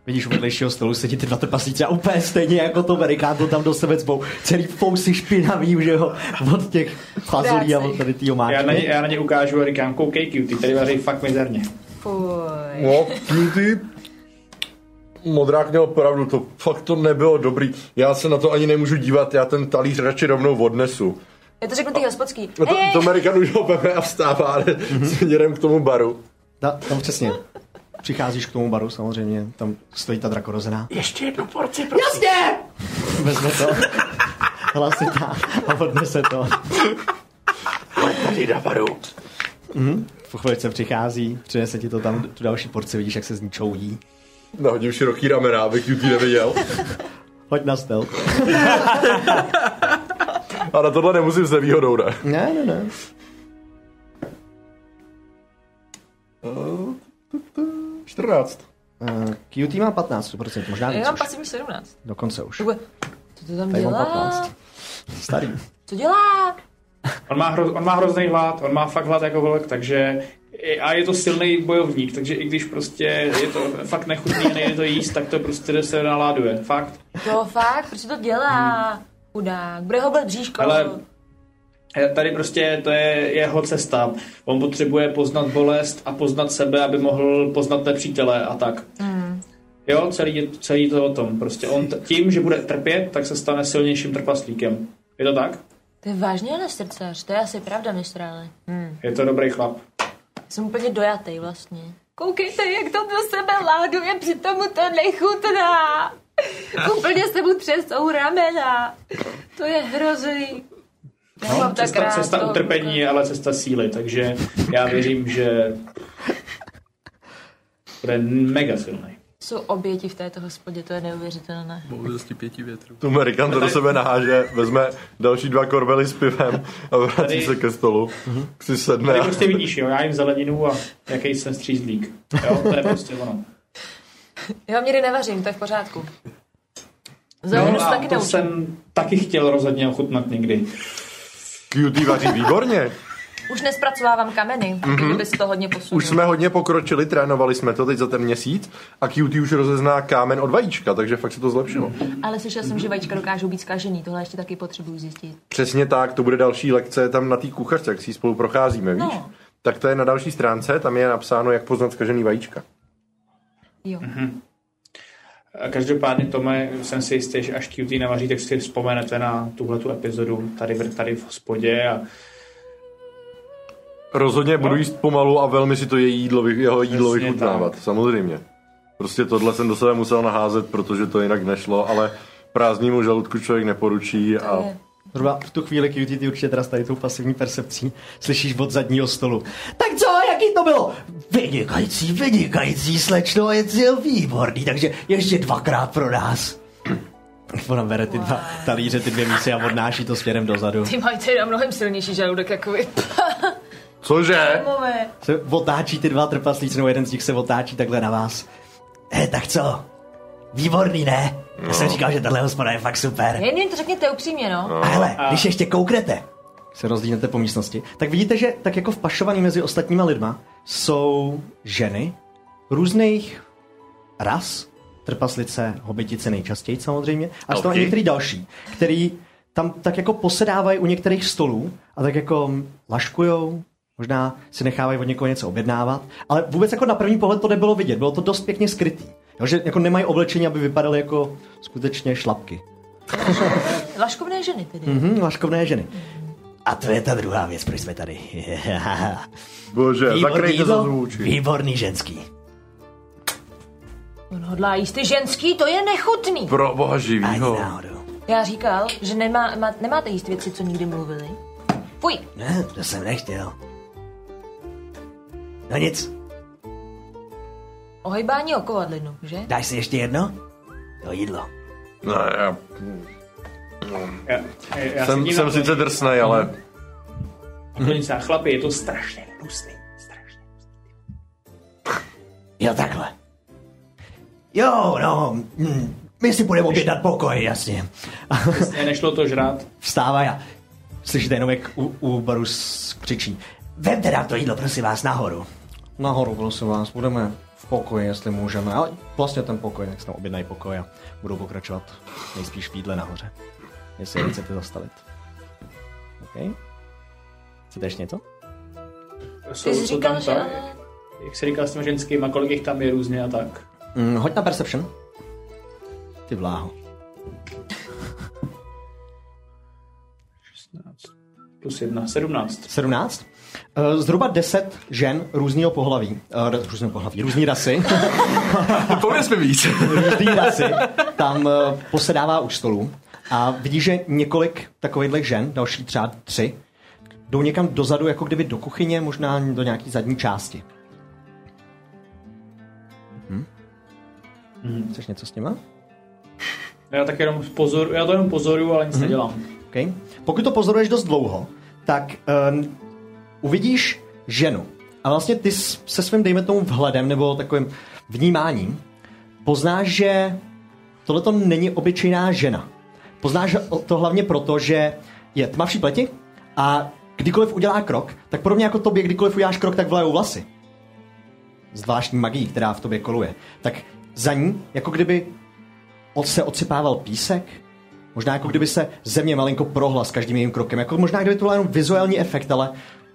S1: Vidíš, u vedlejšího stolu sedí ty dva trpaslíci a úplně stejně jako to Amerikán to tam do sebe cbou. Celý fousy špinavý, že jo, od těch fazolí a od tady týho
S3: Já na, ně,
S1: máčky.
S3: já na ně ukážu a říkám, koukej, cutie, tady vaří fakt mizerně.
S5: Fuj.
S6: No, cutie. Modrák měl pravdu, to fakt to nebylo dobrý. Já se na to ani nemůžu dívat, já ten talíř radši rovnou odnesu.
S5: Já to řeknu ty hospodský.
S6: No to,
S5: Hej,
S6: to Amerikan už ho veme a vstává a jde
S3: Mhm.
S6: směrem k tomu baru.
S1: Ta, tam přesně. Přicházíš k tomu baru samozřejmě, tam stojí ta drakorozená.
S4: Ještě jednu porci, prosím.
S1: Jasně! Vezme to. Hlasitá a odnese to.
S4: Tady na baru.
S1: Mhm. Po chvilice přichází, přinese ti to tam, tu další porci, vidíš, jak se z ní čoují.
S6: Nahodím široký ramena, aby cutie neviděl.
S1: Hoď na stel.
S6: A na tohle nemusím s nevýhodou, ne?
S1: Ne, ne, ne.
S6: Eh, tu, tu, 14.
S1: Uh, QT má 15%, možná
S5: já
S1: víc
S5: mám
S1: už.
S5: pasivní 17.
S1: Dokonce už.
S5: Takhle, Co to tam
S1: Tady mám
S5: dělá?
S1: 15. Starý.
S5: Co dělá?
S3: On má, hro, on má hrozný hlad, on má fakt hlad jako vlk, takže a je to silný bojovník, takže i když prostě je to fakt nechutný a nejde to jíst, tak to prostě jde se naláduje, fakt.
S5: Jo, fakt, proč to dělá? Hmm. Chudák, bude ho bolet bříško.
S3: Ale- Eh, Tady prostě to je jeho cesta. On potřebuje poznat bolest a poznat sebe, aby mohl poznat nepřítele a tak. Jo, celý, je- celý to o tom. Prostě on t- tím, že bude trpět, tak se stane silnějším trpaslíkem. Je to tak?
S5: To je vážně ale srdcař, to je asi pravda, mistrále. Hm.
S3: Je to dobrý chlap.
S5: Jsem úplně dojatý vlastně. Koukejte, jak to do sebe láduje, přitom mu to nechutná. Úplně se mu třesou ramena. To je hrozný. Já mám tak
S3: Cesta,
S5: rád
S3: cesta
S5: toho
S3: No, utrpení je ale cesta síly, takže já věřím, že bude mega silný.
S5: Jsou oběti v této hospodě, to je neuvěřitelné.
S8: Pouze pěti větrů.
S6: Tu Amerikan to do sebe naháže, vezme další dva korbely s pivem a vrací
S3: Tady- Mhm.
S6: se ke stolu. Si sedne.
S3: Tady
S6: a-
S3: prostě vidíš, jo, já jim zeleninu a jaký jsem střízlík. Jo, to je prostě ono.
S5: Já vám někdy nevařím, to je v pořádku. Zaujím
S3: No,
S5: se
S3: a
S5: taky
S3: to
S5: naučím.
S3: jsem taky chtěl rozhodně ochutnat někdy.
S6: Cutie vaří výborně.
S5: Už nespracovávám kameny,
S3: Mhm.
S5: mm-hmm. kdyby se to hodně posunul.
S6: Už jsme hodně pokročili, trénovali jsme to teď za ten měsíc a Cutie už rozezná kámen od vajíčka, takže fakt se to zlepšilo.
S5: Ale slyšel jsem, že vajíčka dokážou být zkažený, tohle ještě taky potřebuji zjistit.
S6: Přesně tak, to bude další lekce tam na té kuchařce, jak si ji spolu procházíme, víš?
S5: No.
S6: Tak to je na další stránce, tam je napsáno, jak poznat zkažený vajíčka.
S5: Jo.
S3: A Každopádně, Tome, jsem si jistý, že až QT navaří, tak si vzpomenete na tuhle tu epizodu tady, v- tady v hospodě a
S6: Rozhodně budu jíst pomalu a velmi si to je jídlo, vy- jeho jídlo
S3: Přesně
S6: vychutnávat, samozřejmě. Prostě tohle jsem do sebe musel naházet, protože to jinak nešlo, ale prázdnímu žaludku člověk neporučí a
S5: je.
S1: Zhruba v tu chvíli QT ty určitě teda s tady tou pasivní percepcí slyšíš od zadního stolu. Tak co, jaký to bylo? Vynikající, vynikající, slečno, je cíl výborný, takže ještě dvakrát pro nás. Ona bere ty dva talíře, ty dvě mísy a odnáší to směrem dozadu.
S5: Ty mají teda mnohem silnější žaludek, jako vy.
S6: cože?
S5: Mové.
S1: Se otáčí ty dva trpaslíci, nebo jeden z nich se otáčí takhle na vás.
S9: Eh, tak co? Výborný, ne? Já jsem říkal, že tahle hospoda je fakt super.
S5: Jen jim to řekněte upřímně, no.
S9: A hele, když ještě kouknete,
S1: se rozdílnete po místnosti, tak vidíte, že tak jako vpašovaný mezi ostatníma lidma jsou ženy různých ras, trpaslice, hobitice nejčastěji samozřejmě, a jsou tam i
S2: Ok.
S1: některý další, který tam tak jako posedávají u některých stolů a tak jako laškujou, možná si nechávají od někoho něco objednávat, ale vůbec jako na první pohled to nebylo vidět, bylo to dost pěkně skrytý. Jo, že jako nemají oblečení, aby vypadaly jako skutečně šlapky.
S5: Laškovné ženy tedy.
S1: Mhm, laškovné ženy.
S9: Hm, a to je ta druhá věc, proč jsme tady.
S6: Bože,
S9: výborný
S6: zakrejte za
S9: jídlo,
S6: zvůči.
S9: výborný ženský.
S5: On hodlá jíst ty ženský, to je nechutný.
S4: Pro boha
S9: Ani
S4: živýho.
S9: náhodou.
S5: Já říkal, že nemá, má, nemáte jíst věci, co nikdy mluvili. Fuj,
S9: Ne, to jsem nechtěl. No nic,
S5: ohejbání o kovadlinu, že?
S9: dáš si ještě jedno? To jídlo.
S6: No, já,
S3: Já, já se
S6: jsem,
S3: dívám
S6: jsem
S3: na-
S6: sice drsnej, ale
S3: Kloním se, a chlapi, je to strašně hnusný. Strašně.
S9: Jo, takhle. Jo, no, hm, my si budeme objednat pokoj, jasně.
S3: Přesně, nešlo to žrát.
S1: vstává a slyšíte jenom, jak u, u baru s- křičí.
S9: Vemte nám to jídlo, prosím vás, nahoru.
S1: Nahoru, prosím vás, budeme v pokoji, jestli můžeme, ale vlastně ten pokoj, tak se tam objednají pokoj a budou pokračovat nejspíš v jídle nahoře, jestli je chcete zastavit. OK? Chcete ještě něco?
S5: Ty
S3: Jsou,
S5: jsi
S3: jsou
S5: říkal,
S3: tam
S5: že...
S3: tak, jak jsi říkal s těmi ženskými, kolik jich tam je různě a tak.
S1: Mm, hoď na Perception. Ty vláho.
S3: 16 plus 1, 17.
S1: 17. Eh, Zhruba 10 žen různého pohlaví, eh, různého pohlaví, různý rasy,
S4: Pověz mi víc.
S1: různý rasy, tam eh, posedává u stolu a vidí, že několik takovýchhle žen, další třeba tři, jdou někam dozadu, jako kdyby do kuchyně, možná do nějaký zadní části. Hm? Chceš něco s těma?
S3: Já tak jenom pozoru, já to jenom pozoruju, ale nic
S1: Mhm.
S3: nedělám.
S1: Okay. Pokud to pozoruješ dost dlouho, tak um, uvidíš ženu. A vlastně ty s- se svým, dejme tomu, vhledem nebo takovým vnímáním poznáš, že tohle to není obyčejná žena. Poznáš o- to hlavně proto, že je tmavší pleti a kdykoliv udělá krok, tak podobně jako tobě, kdykoliv uděláš krok, tak vlajou vlasy. Zvláštní magií, která v tobě koluje. Tak za ní, jako kdyby od- se odsypával písek, Možná jako kdyby se země malinko prohla s každým jejím krokem. Jako možná kdyby to byl jenom vizuální efekt, ale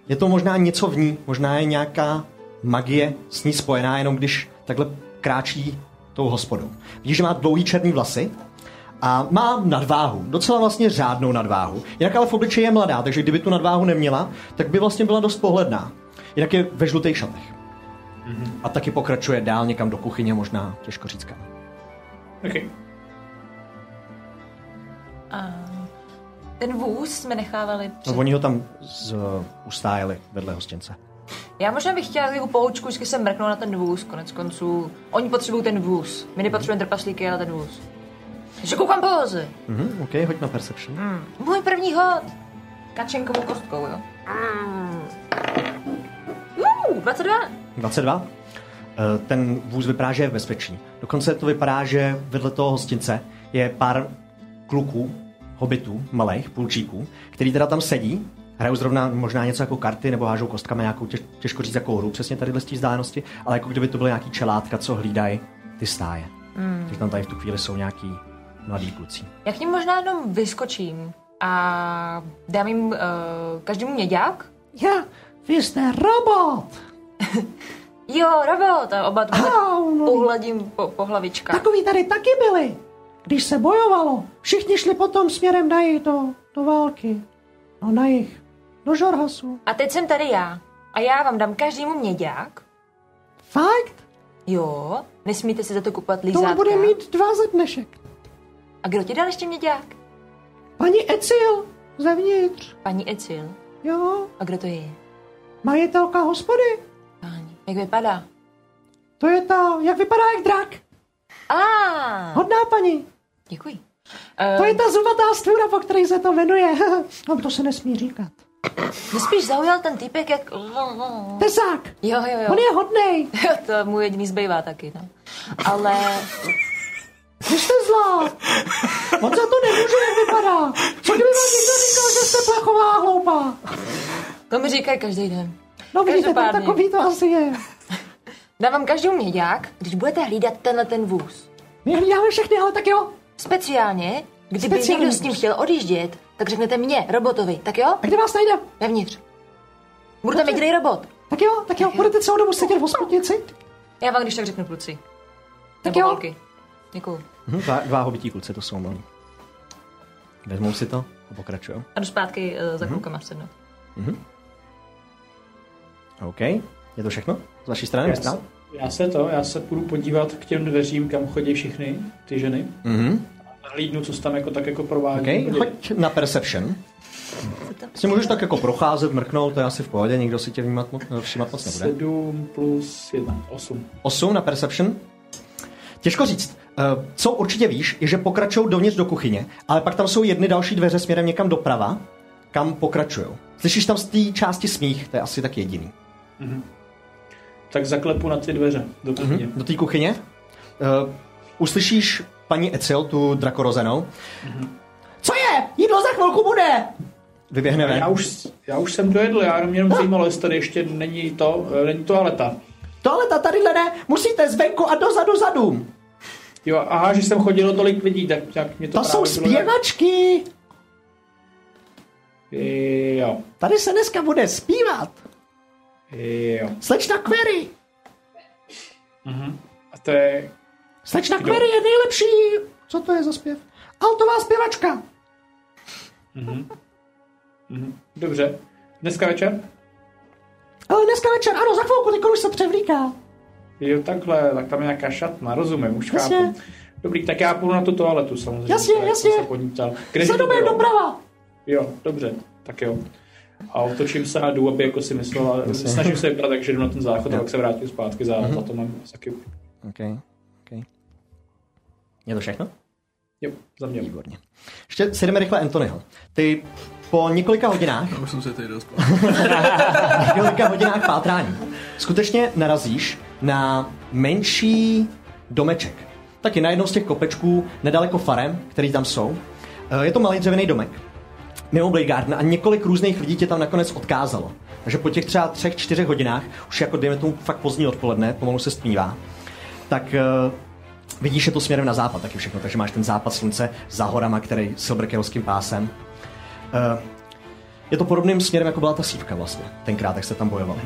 S1: je to možná něco v ní. Možná je nějaká magie s ní spojená, jenom když takhle kráčí tou hospodou. Vidíš, že má dlouhý černý vlasy a má nadváhu, docela vlastně řádnou nadváhu. Jinak ale v obličeji je mladá, takže kdyby tu nadváhu neměla, tak by vlastně byla dost pohledná. Jinak je ve žlutých šatech. A taky pokračuje dál někam do kuchyně, možná těžko říct kam.
S3: Okay.
S5: Ten vůz jsme nechávali
S1: No,
S5: před...
S1: oni ho tam z, uh, ustájeli vedle hostince.
S5: Já možná bych chtěla takovou poučku, vždycky se mrknou na ten vůz, konec konců. Oni potřebují ten vůz. My nepotřebujeme trpaslíky, ale ten vůz. Takže koukám po voze.
S1: Mhm, OK, hoď na Perception.
S5: Můj první hod. Kačenkovou kostkou, jo. Mm. Uh, 22.
S1: 22. Eh, Ten vůz vypadá, že je v bezpečí. Dokonce to vypadá, že vedle toho hostince je pár kluků, hobitů, malých, půlčíků, který teda tam sedí, hrajou zrovna možná něco jako karty nebo hážou kostkami nějakou, těž, těžko říct, jakou hru přesně tady z té vzdálenosti, ale jako kdyby to byly nějaký čelátka, co hlídají ty stáje. Mm. Takže tam tady v tu chvíli jsou nějaký mladí kluci.
S5: Já k ním možná jenom vyskočím a dám jim uh, každému měďák.
S1: Já, vy jste robot!
S5: Jo, robot. A oba
S1: no
S5: pohladím po, po hlavičkách.
S1: Takový tady taky byli, když se bojovalo. Všichni šli potom směrem na jich do, do války. No na jich. Do Žorhasu.
S5: A teď jsem tady já. A já vám dám každému měďák.
S1: Fakt?
S5: Jo, nesmíte si za to kupovat
S1: To
S5: lízátka.
S1: bude mít dva ze dnešek.
S5: A kdo ti dal ještě měďák?
S1: Paní Ecil, zevnitř.
S5: Paní Ecil.
S1: Jo,
S5: A kdo to je?
S1: majitelka hospody.
S5: Páni. Jak vypadá?
S1: To je ta, jak vypadá jak drak.
S5: A,
S1: Hodná paní.
S5: děkuji.
S1: To je ta zubatá stvůra, po které se to jmenuje. no to se nesmí říkat.
S5: Mě spíš zaujal ten týpek, jak...
S9: Pesák,
S5: Jo, jo, jo.
S9: on je hodnej,
S5: Jo, to mu jediný zbývá taky, no. Ale
S9: vy jste zlá. On za to nemůže, jak vypadá. Co kdyby vám někdo říkal, že jste plechová a hloupá?
S5: to mi říkají každý den.
S9: No vidíte, tak
S5: Každopádně.
S9: takový to asi je.
S5: Dávám každému měďák, když budete hlídat tenhle ten vůz.
S9: My hlídáme všechny, ale tak jo.
S5: Speciálně, kdyby
S9: Speciální
S5: někdo s ním
S9: vůz.
S5: chtěl odjíždět, tak řeknete mě, robotovi, tak jo?
S9: A kde vás najdeme?
S5: Vevnitř. Budu tam jediný robot.
S9: Tak jo, tak jo, budete celou dobu sedět v hospodnici?
S5: Já vám když tak řeknu kluci.
S9: Tak
S5: Nebo
S9: jo.
S5: holky. Děkuju.
S1: Hm, dva, dva hobití kluci to jsou malí. Vezmou si to a pokračuju.
S5: A jdu zpátky uh, za klukama sednout.
S1: OK. Je to všechno? Z vaší strany?
S3: Já se,
S1: Yes.
S3: já se to, já se půjdu podívat k těm dveřím, kam chodí všichni ty ženy.
S1: Mhm.
S3: Hlídnu, co se tam jako tak jako provádí.
S1: OK,
S3: Podívej.
S1: choď na Perception. Si můžeš tak jako procházet, mrknout, to je asi v pohodě, nikdo si tě vnímat, mo- všímat moc nebude.
S3: 7 plus 1, 8.
S1: 8 na Perception. Těžko říct. Eh, Co určitě víš, je, že pokračují dovnitř do kuchyně, ale pak tam jsou jedny další dveře směrem někam doprava, kam pokračují. Slyšíš tam z té části smích, to je asi tak jediný.
S3: Tak zaklepu na ty dveře do kuchyně.
S1: Do té kuchyně? Uh, uslyšíš paní Ecil, tu drakorozenou. Co je? Jídlo za chvilku bude! Vyběhne
S3: Já
S1: ven.
S3: už, já už jsem dojedl, já jenom mě jenom zajímalo, jestli tady ještě není to, eh, není toaleta.
S1: Toaleta tadyhle ne, musíte zvenku a dozadu za dům.
S3: Jo, aha, že jsem chodilo tolik lidí, tak, tak mě to
S1: To,
S3: právě
S1: jsou
S3: bylo jak-
S1: zpěvačky.
S3: Jo,
S1: Tady se dneska bude zpívat.
S3: jo.
S1: Slečna Query.
S3: A to je,
S1: Slečna Query je nejlepší. Co to je za zpěv? Altová zpěvačka.
S3: dobře. Dneska večer?
S1: Ale Eh, dneska večer, ano, za chvilku, teď už se převlíká.
S3: Jo, takhle, tak tam je nějaká šatna, rozumím, už
S1: Jasně.
S3: chápu. Dobrý, tak já půjdu na tu toaletu samozřejmě.
S1: Jasně,
S3: tak
S1: jasně.
S3: jsem Se po ní ptal. Kde
S1: Za
S3: to
S1: dobem
S3: bylo?
S1: doprava.
S3: Jo, dobře, tak jo. A otočím se a jdu, aby jako si myslela, snažím se vypadat, takže jdu na ten záchod a pak se vrátím zpátky za,
S1: Mhm.
S3: za to mám taky.
S1: Okay. Okay. Je to všechno?
S3: Jo, za mě.
S1: Výborně. Ještě si jdeme rychle Antonyho. Ty po několika hodinách,
S8: Už jsem se tady dospal.
S1: několika hodinách pátrání, skutečně narazíš na menší domeček. Taky na jednou z těch kopečků nedaleko farem, který tam jsou. Eh, Je to malý dřevěný domek mimo Blade Garden a několik různých lidí tě tam nakonec odkázalo. Takže po těch třeba třech, čtyřech hodinách, už jako dejme tomu fakt pozdní odpoledne, pomalu se stmívá, tak eh, vidíš, je to směrem na západ taky všechno, takže máš ten západ slunce za horama, který silbrkerovským pásem. Eh, Je to podobným směrem, jako byla ta sívka vlastně, tenkrát, jak se tam bojovali.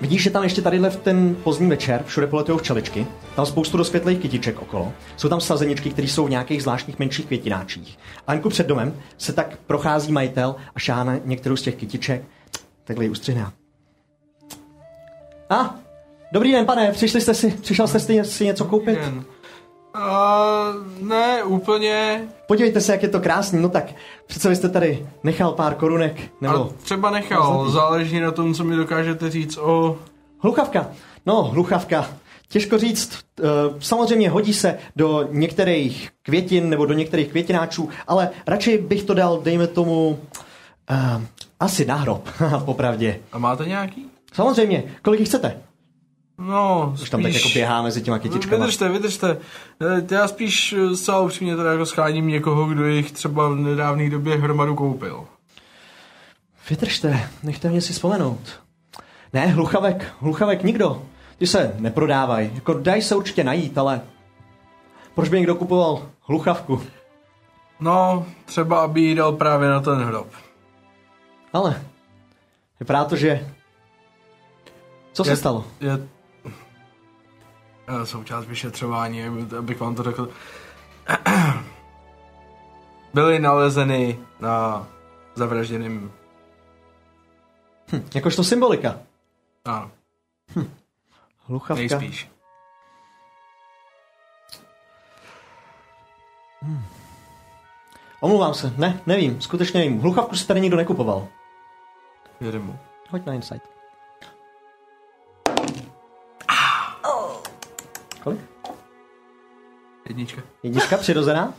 S1: Vidíš, že tam ještě tadyhle v ten pozdní večer všude poletujou včeličky, tam spoustu rozkvětlých kytiček okolo, jsou tam sazeničky, které jsou v nějakých zvláštních menších květináčích. A Anku před domem se tak prochází majitel a šáhne některou z těch kytiček, takhle ji ustřihne. A, ah, dobrý den, pane, přišli jste si, přišel jste si, si něco koupit?
S4: Jen. A, ne, úplně.
S1: Podívejte se, jak je to krásný, no tak přece vy jste tady nechal pár korunek,
S4: Ale
S1: nebo...
S4: třeba nechal, záleží na tom, co mi dokážete říct o...
S1: Hluchavka. No, hluchavka. Těžko říct, eh, samozřejmě hodí se do některých květin nebo do některých květináčů, ale radši bych to dal, dejme tomu, eh, asi na hrob, popravdě.
S4: A máte nějaký?
S1: Samozřejmě, kolik jich chcete?
S4: No,
S1: Už tam tak jako běhá mezi těma
S8: no,
S1: kytičkama.
S4: Vydržte, vydržte. Eh, Já spíš eh, zcela upřímně teda jako scháním někoho, kdo jich třeba v nedávné době hromadu koupil.
S1: Vydržte, nechte mě si vzpomenout. Ne, hluchavek, hluchavek nikdo. Ty se neprodávají, jako daj se určitě najít, ale proč by někdo kupoval hluchavku?
S4: No, třeba aby jí dal právě na ten hrob.
S1: Ale vypadá to, že... Co se
S4: Je-
S1: stalo?
S4: Je eh, součást vyšetřování, aby- abych vám to řekl. Byly nalezeny na zavražděném...
S1: Jakož to symbolika.
S4: Ano,
S1: Hluchavka.
S4: nejspíš.
S1: Omlouvám se, ne, nevím, skutečně nevím. Hluchavku si tady nikdo nekupoval.
S4: Věřím mu.
S1: Hoď na insight. Kolik?
S4: Jednička.
S1: Jednička přirozená?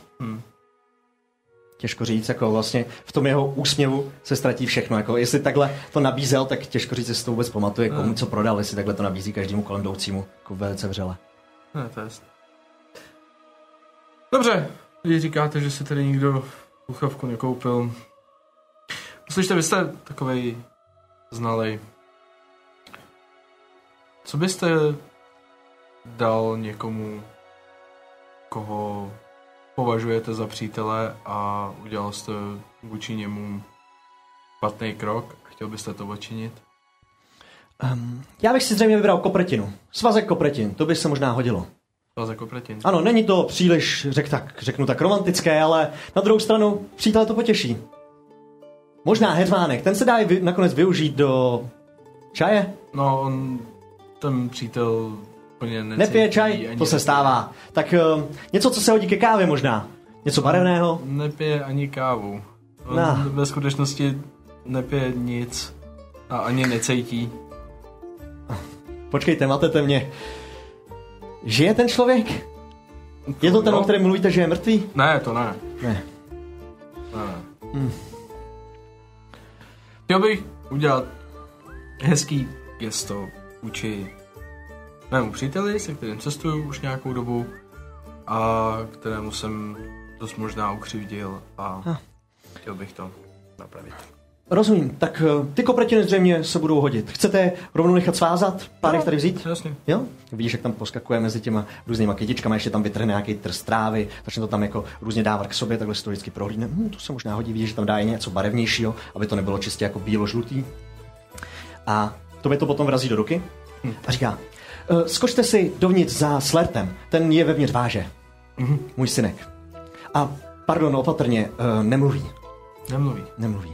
S1: těžko říct, jako vlastně v tom jeho úsměvu se ztratí všechno. Jako jestli takhle to nabízel, tak těžko říct, jestli to vůbec pamatuje, komu co prodal, jestli takhle to nabízí každému kolem jdoucímu, jako velice vřele.
S4: Ne, to je jasný. Dobře, vy říkáte, že si tady nikdo uchovku nekoupil. Slyšte, vy jste takovej znalej. Co byste dal někomu, koho považujete za přítele a udělal jste vůči němu špatný krok a chtěl byste to odčinit?
S1: Um, já bych si zřejmě vybral kopretinu. Svazek kopretin, to by se možná hodilo.
S4: Vás jako pretin.
S1: Ano, není to příliš, řek tak, řeknu tak romantické, ale na druhou stranu přítel to potěší. Možná hermánek, ten se dá i vy, nakonec využít do čaje.
S4: No, on, ten přítel úplně necítí
S1: Nepije čaj,
S4: ani
S1: to se stává. Tak eh, něco, co se hodí ke kávě možná. Něco barevného.
S4: Nepije ani kávu. On
S1: No.
S4: ve skutečnosti nepije nic a ani necítí.
S1: Počkejte, matete mě. Žije ten člověk? Je to ten,
S4: No.
S1: o kterém mluvíte, že je mrtvý?
S4: Ne, to ne.
S1: Ne.
S4: Ne. ne. Hmm. Chtěl bych udělat hezký gesto vůči mému příteli, se kterým cestuju už nějakou dobu a kterému jsem dost možná ukřivdil a chtěl bych to napravit.
S1: Rozumím, tak eh, ty kopretiny zřejmě se budou hodit. Chcete je rovnou nechat svázat? Pár jich tady vzít?
S4: Jasně.
S1: Jo? Vidíš, jak tam poskakuje mezi těma různýma kytičkama, ještě tam vytrhne nějaký trst trávy, začne to tam jako různě dávat k sobě, takhle si to vždycky prohlídne. Hm, to se možná hodí, vidíš, že tam dá i něco barevnějšího, aby to nebylo čistě jako bílo-žlutý. A to by to potom vrazí do ruky a říká, "E, skočte si dovnitř za slertem, ten je vevnitř váže. Můj synek. A pardon, opatrně, e, nemluví,
S4: Nemluví.
S1: nemluví.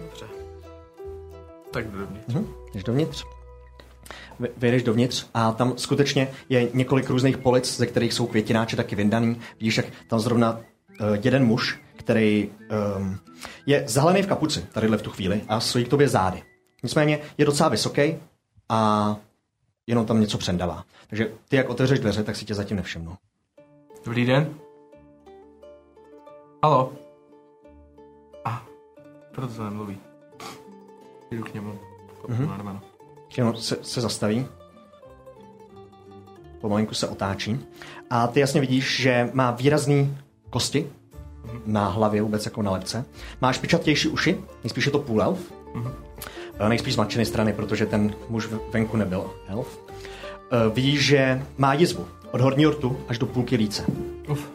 S4: Dobře. Tak dobrý.
S1: Jdeš dovnitř. Vy- Vyjdeš dovnitř a tam skutečně je několik různých polic, ze kterých jsou květináče taky vyndaný. Vidíš, jak tam zrovna uh, jeden muž, který um, je zahalený v kapuci tadyhle v tu chvíli a stojí k tobě zády. Nicméně je docela vysoký a jenom tam něco přendavá. Takže ty, jak otevřeš dveře, tak si tě zatím nevšimnu.
S4: Dobrý den. Halo. A, proto to nemluví. Jdu k němu.
S1: Mhm.
S4: Mm-hmm.
S1: Jenom se, se zastaví. Pomalinku se otáčí. A ty jasně vidíš, že má výrazný kosti na hlavě, vůbec jako na lepce. Má špičatější uši, nejspíš je to půl elf. E, Nejspíš z matčiny strany, protože ten muž v- venku nebyl elf. E, Vidíš, že má jizvu od horního rtu až do půlky líce.
S4: Uf.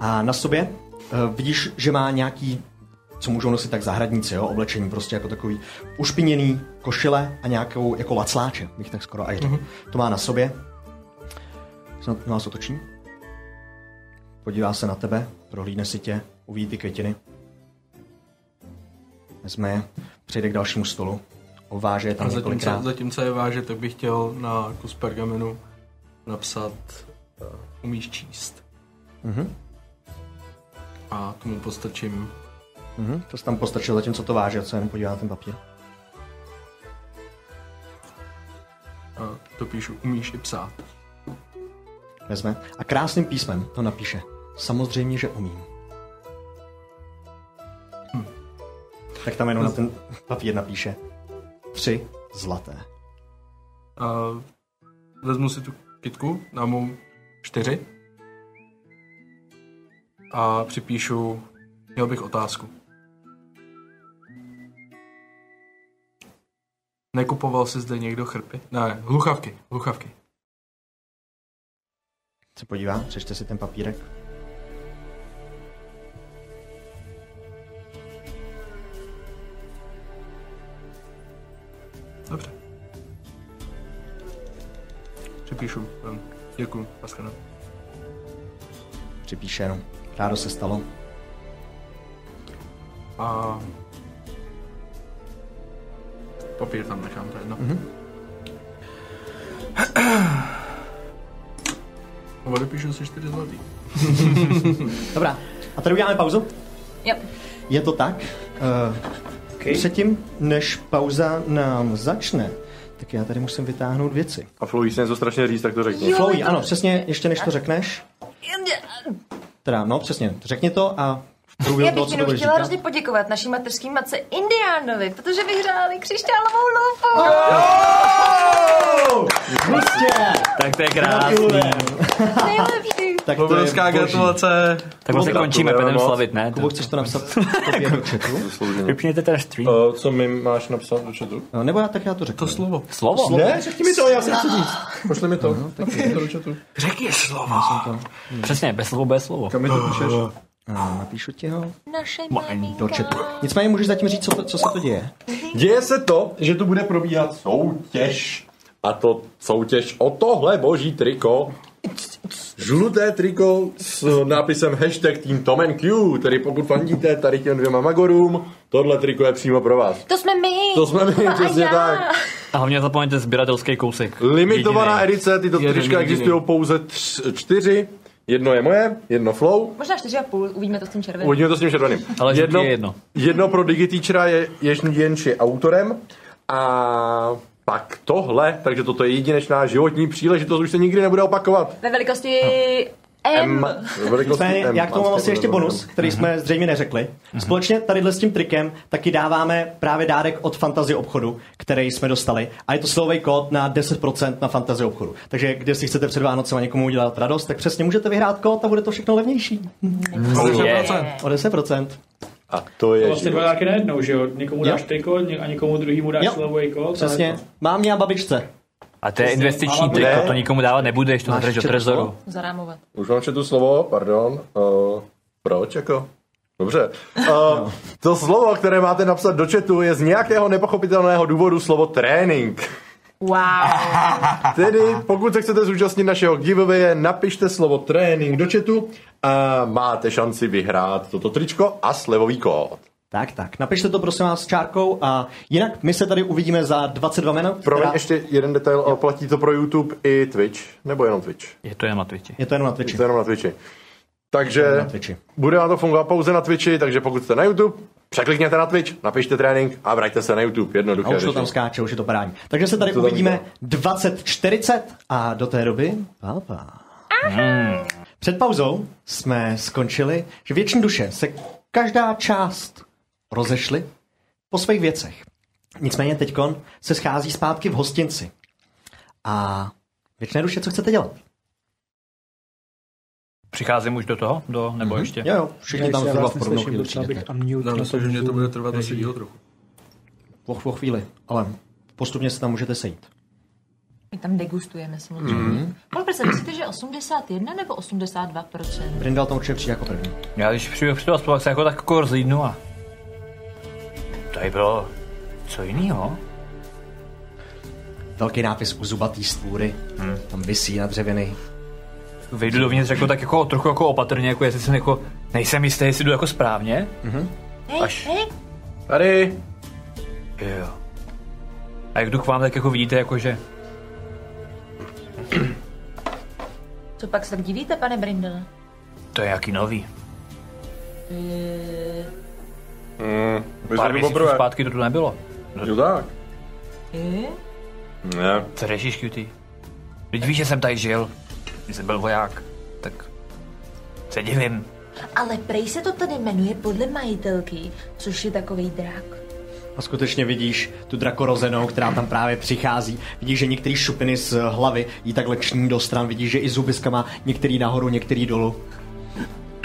S1: A na sobě eh, vidíš, že má nějaký, co můžou nosit tak zahradníci, jo, oblečení prostě jako takový ušpiněný košile a nějakou jako lacláče, bych tak skoro až řekl.
S4: Mhm.
S1: To má na sobě. Snad na vás otočí. Podívá se na tebe, prohlídne si tě, uvidí ty květiny. Vezme je, přijde k dalšímu stolu, ováže je tam
S4: A zatímco,
S1: několikrát.
S4: zatímco je váže, tak bych chtěl na kus pergamenu napsat eh, umíš číst.
S1: Mhm.
S4: A tomu postačím.
S1: Mhm, to se tam postrčil, zatímco to váže, co jen podívá na ten papír.
S4: A to píšu umíš i psát.
S1: Vezme a krásným písmem to napíše. Samozřejmě, že umím. Hm. Tak tam jenom na ten papír napíše. Tři zlaté.
S4: A Eh, vezmu si tu kitku, dám mu čtyři. A připíšu, měl bych otázku. Nekupoval si zde někdo chrpy? Ne, hluchavky, hluchavky.
S1: Se podívá, přečte si ten papírek.
S4: Dobře. Připíšu. em, Děkuju, paskana.
S1: Připíše jenom. Rádo se stalo.
S4: A papír tam nechám, to je jedno. Mm-hmm.
S8: Mhm.
S4: Odepíšu si čtyři zlatý.
S1: Dobrá. A tady uděláme pauzu.
S5: Jo.
S1: Je to tak. Uh, okay. Předtím, než pauza nám začne, tak já tady musím vytáhnout věci.
S6: A Flojí se něco strašně říct, tak to řekni.
S5: Jo.
S1: Chloe, ano, přesně, ještě než to řekneš, Teda, no přesně, řekni to a v
S5: Já
S1: průběhu toho,
S5: bych
S1: co to
S5: jenom
S1: budeš
S5: chtěla
S1: říkat.
S5: hrozně poděkovat naší mateřský matce Indiánovi, protože vyhráli křišťálovou lupu.
S1: Jistě!
S2: Tak to je krásný.
S5: Nejlepší.
S1: Tak to je
S4: Obrovská
S1: boží.
S4: gratulace.
S2: Tak vlastně končíme, půjdeme
S6: Gratulujeme moc.
S2: slavit, ne?
S1: Kubo, chceš to napsat tobě
S4: Jako-
S1: do chatu?
S6: Zaslouženě.
S2: Vypněte teda stream.
S6: Uh, co mi máš napsat do chatu?
S1: No, nebo já tak já to řeknu. To slovo.
S2: Slovo?
S6: Ne, řekni mi to, já se chci říct. Pošli mi to. Pošli mi to do chatu.
S2: Řekni slovo. Přesně, bez slovo, bez slovo.
S6: Kam mi to píšeš?
S1: Napíšu ti ho.
S5: Naše
S6: No,
S5: maminka.
S1: Nicméně můžeš zatím říct, co, to, co se to děje.
S6: Děje se to, že tu bude probíhat soutěž. A to soutěž o tohle boží triko. Žluté triko s nápisem hashtag Team Tom and Q, tedy pokud fandíte tady těm dvěma magorům, tohle triko je přímo pro vás.
S5: To jsme my.
S6: To jsme my,
S5: Kuba a
S6: přesně
S5: já.
S6: tak.
S2: A hlavně zapomeňte sběratelský kousek.
S6: Limitovaná
S2: Jedinej.
S6: edice, tyto
S4: Jeden
S6: trička
S4: jediný.
S6: existují pouze tř, čtyři. Jedno je moje, jedno flow,
S5: Možná čtyři a půl, uvidíme to s tím červeným.
S6: Uvidíme to s tím červeným.
S2: Ale žlutý je jedno.
S6: jedno pro Digiteachera je jež jenž je autorem a pak tohle, takže toto je jedinečná životní příležitost, už se nikdy nebude opakovat.
S5: Ve velikosti M.
S6: No. M.
S4: Jako
S6: velikosti
S1: Nicméně,
S6: M.
S1: já k tomu mám asi ještě bonus, který
S4: Mhm.
S1: jsme zřejmě neřekli. Společně tadyhle s tím trikem taky dáváme právě dárek od Fantazy obchodu, který jsme dostali. A je to slovej kód na 10% na Fantazy obchodu. Takže když si chcete před Vánocem a někomu udělat radost, tak přesně můžete vyhrát kód a bude to všechno levnější. O 10%.
S6: A to je
S3: Vlastně dva
S6: život.
S3: dárky najednou, že jo? Někomu
S1: Jo.
S3: dáš triko ně- a někomu druhýmu dáš
S1: Jo.
S3: slovo jako.
S1: Přesně. Mámě a babičce.
S2: A to je investiční
S3: Ale
S2: trik,
S6: ne.
S2: to nikomu dávat nebudeš, to zadrž do
S1: četlo?
S2: trezoru.
S5: Zarámovat.
S6: Už mám tu slovo, pardon. Uh, proč jako? Dobře.
S2: No.
S6: Uh, to slovo, které máte napsat do chatu, je z nějakého nepochopitelného důvodu slovo trénink.
S5: Wow.
S6: Tedy, pokud se chcete zúčastnit našeho giveawaye, napište slovo trénink do chatu a máte šanci vyhrát toto tričko a slevový kód.
S1: Tak, tak. Napište to prosím vás s čárkou a jinak my se tady uvidíme za 22 minut.
S6: Promiň,
S1: která-
S6: ještě jeden detail, ale platí to pro YouTube i Twitch, nebo jenom Twitch?
S2: Je to jen na Twitchi.
S1: Je to jenom na Twitchi.
S6: To jenom na Twitchi. Takže
S1: Na Twitchi.
S6: bude vám to fungovat pouze na Twitchi, takže pokud jste na YouTube, překlikněte na Twitch, napište trénink a vraťte se na YouTube. Jednoduché
S1: A už to
S6: řešení.
S1: tam skáče, už je to parádní. Takže se tady
S6: To no. tam
S1: uvidíme
S6: bylo.
S1: 20.40 a do té doby pa, pa. Před pauzou jsme skončili, že věční duše se každá část rozešly po svých věcech. Nicméně teďkon se schází zpátky v hostinci. A věčné duše, co chcete dělat?
S2: Přicházím už do toho? Do, nebo ještě?
S1: Jo, jo, všichni tam zhruba v podobnou chvíli přijdete.
S8: Znamená to, že mě to bude trvat asi díl trochu.
S1: Po, po chvíli, ale postupně se tam můžete sejít.
S5: My tam degustujeme samozřejmě. Mm-hmm.
S6: Mhm.
S5: Kolik se myslíte, že 81 nebo 82
S1: Brindal tam určitě přijde jako první.
S2: Já když přijdu před vás, pak se jako tak jako rozlídnu a... Tady bylo co jinýho?
S1: Velký nápis u zubatý stvůry. Hmm. Tam vysí na dřeviny.
S2: Vejdu dovnitř jako tak jako trochu jako opatrně, jako jestli jsem jako... Nejsem jistý, jestli jdu jako správně.
S5: Hej,
S2: Až.
S5: hej,
S6: Tady,
S2: Jo. A jak jdu k vám, tak jako vidíte, jako že...
S5: co pak se tak divíte, pane Brindele?
S2: To je jaký nový.
S6: Hmm,
S2: Pár
S6: my jsme tu
S2: měsíců
S6: poprvé.
S2: zpátky to tu nebylo.
S6: Jo tak.
S5: Eh?
S6: Ne.
S2: Co řešíš, cutie? Teď víš, že jsem tady žil. Když jsem byl voják, tak se divím.
S5: Ale prej se to tady jmenuje podle majitelky, což je takový drak.
S1: A skutečně vidíš tu drakorozenou, která tam právě přichází. Vidíš, že některé šupiny z hlavy jí takhle ční do stran. Vidíš, že i zubiska má některý nahoru, některý dolů.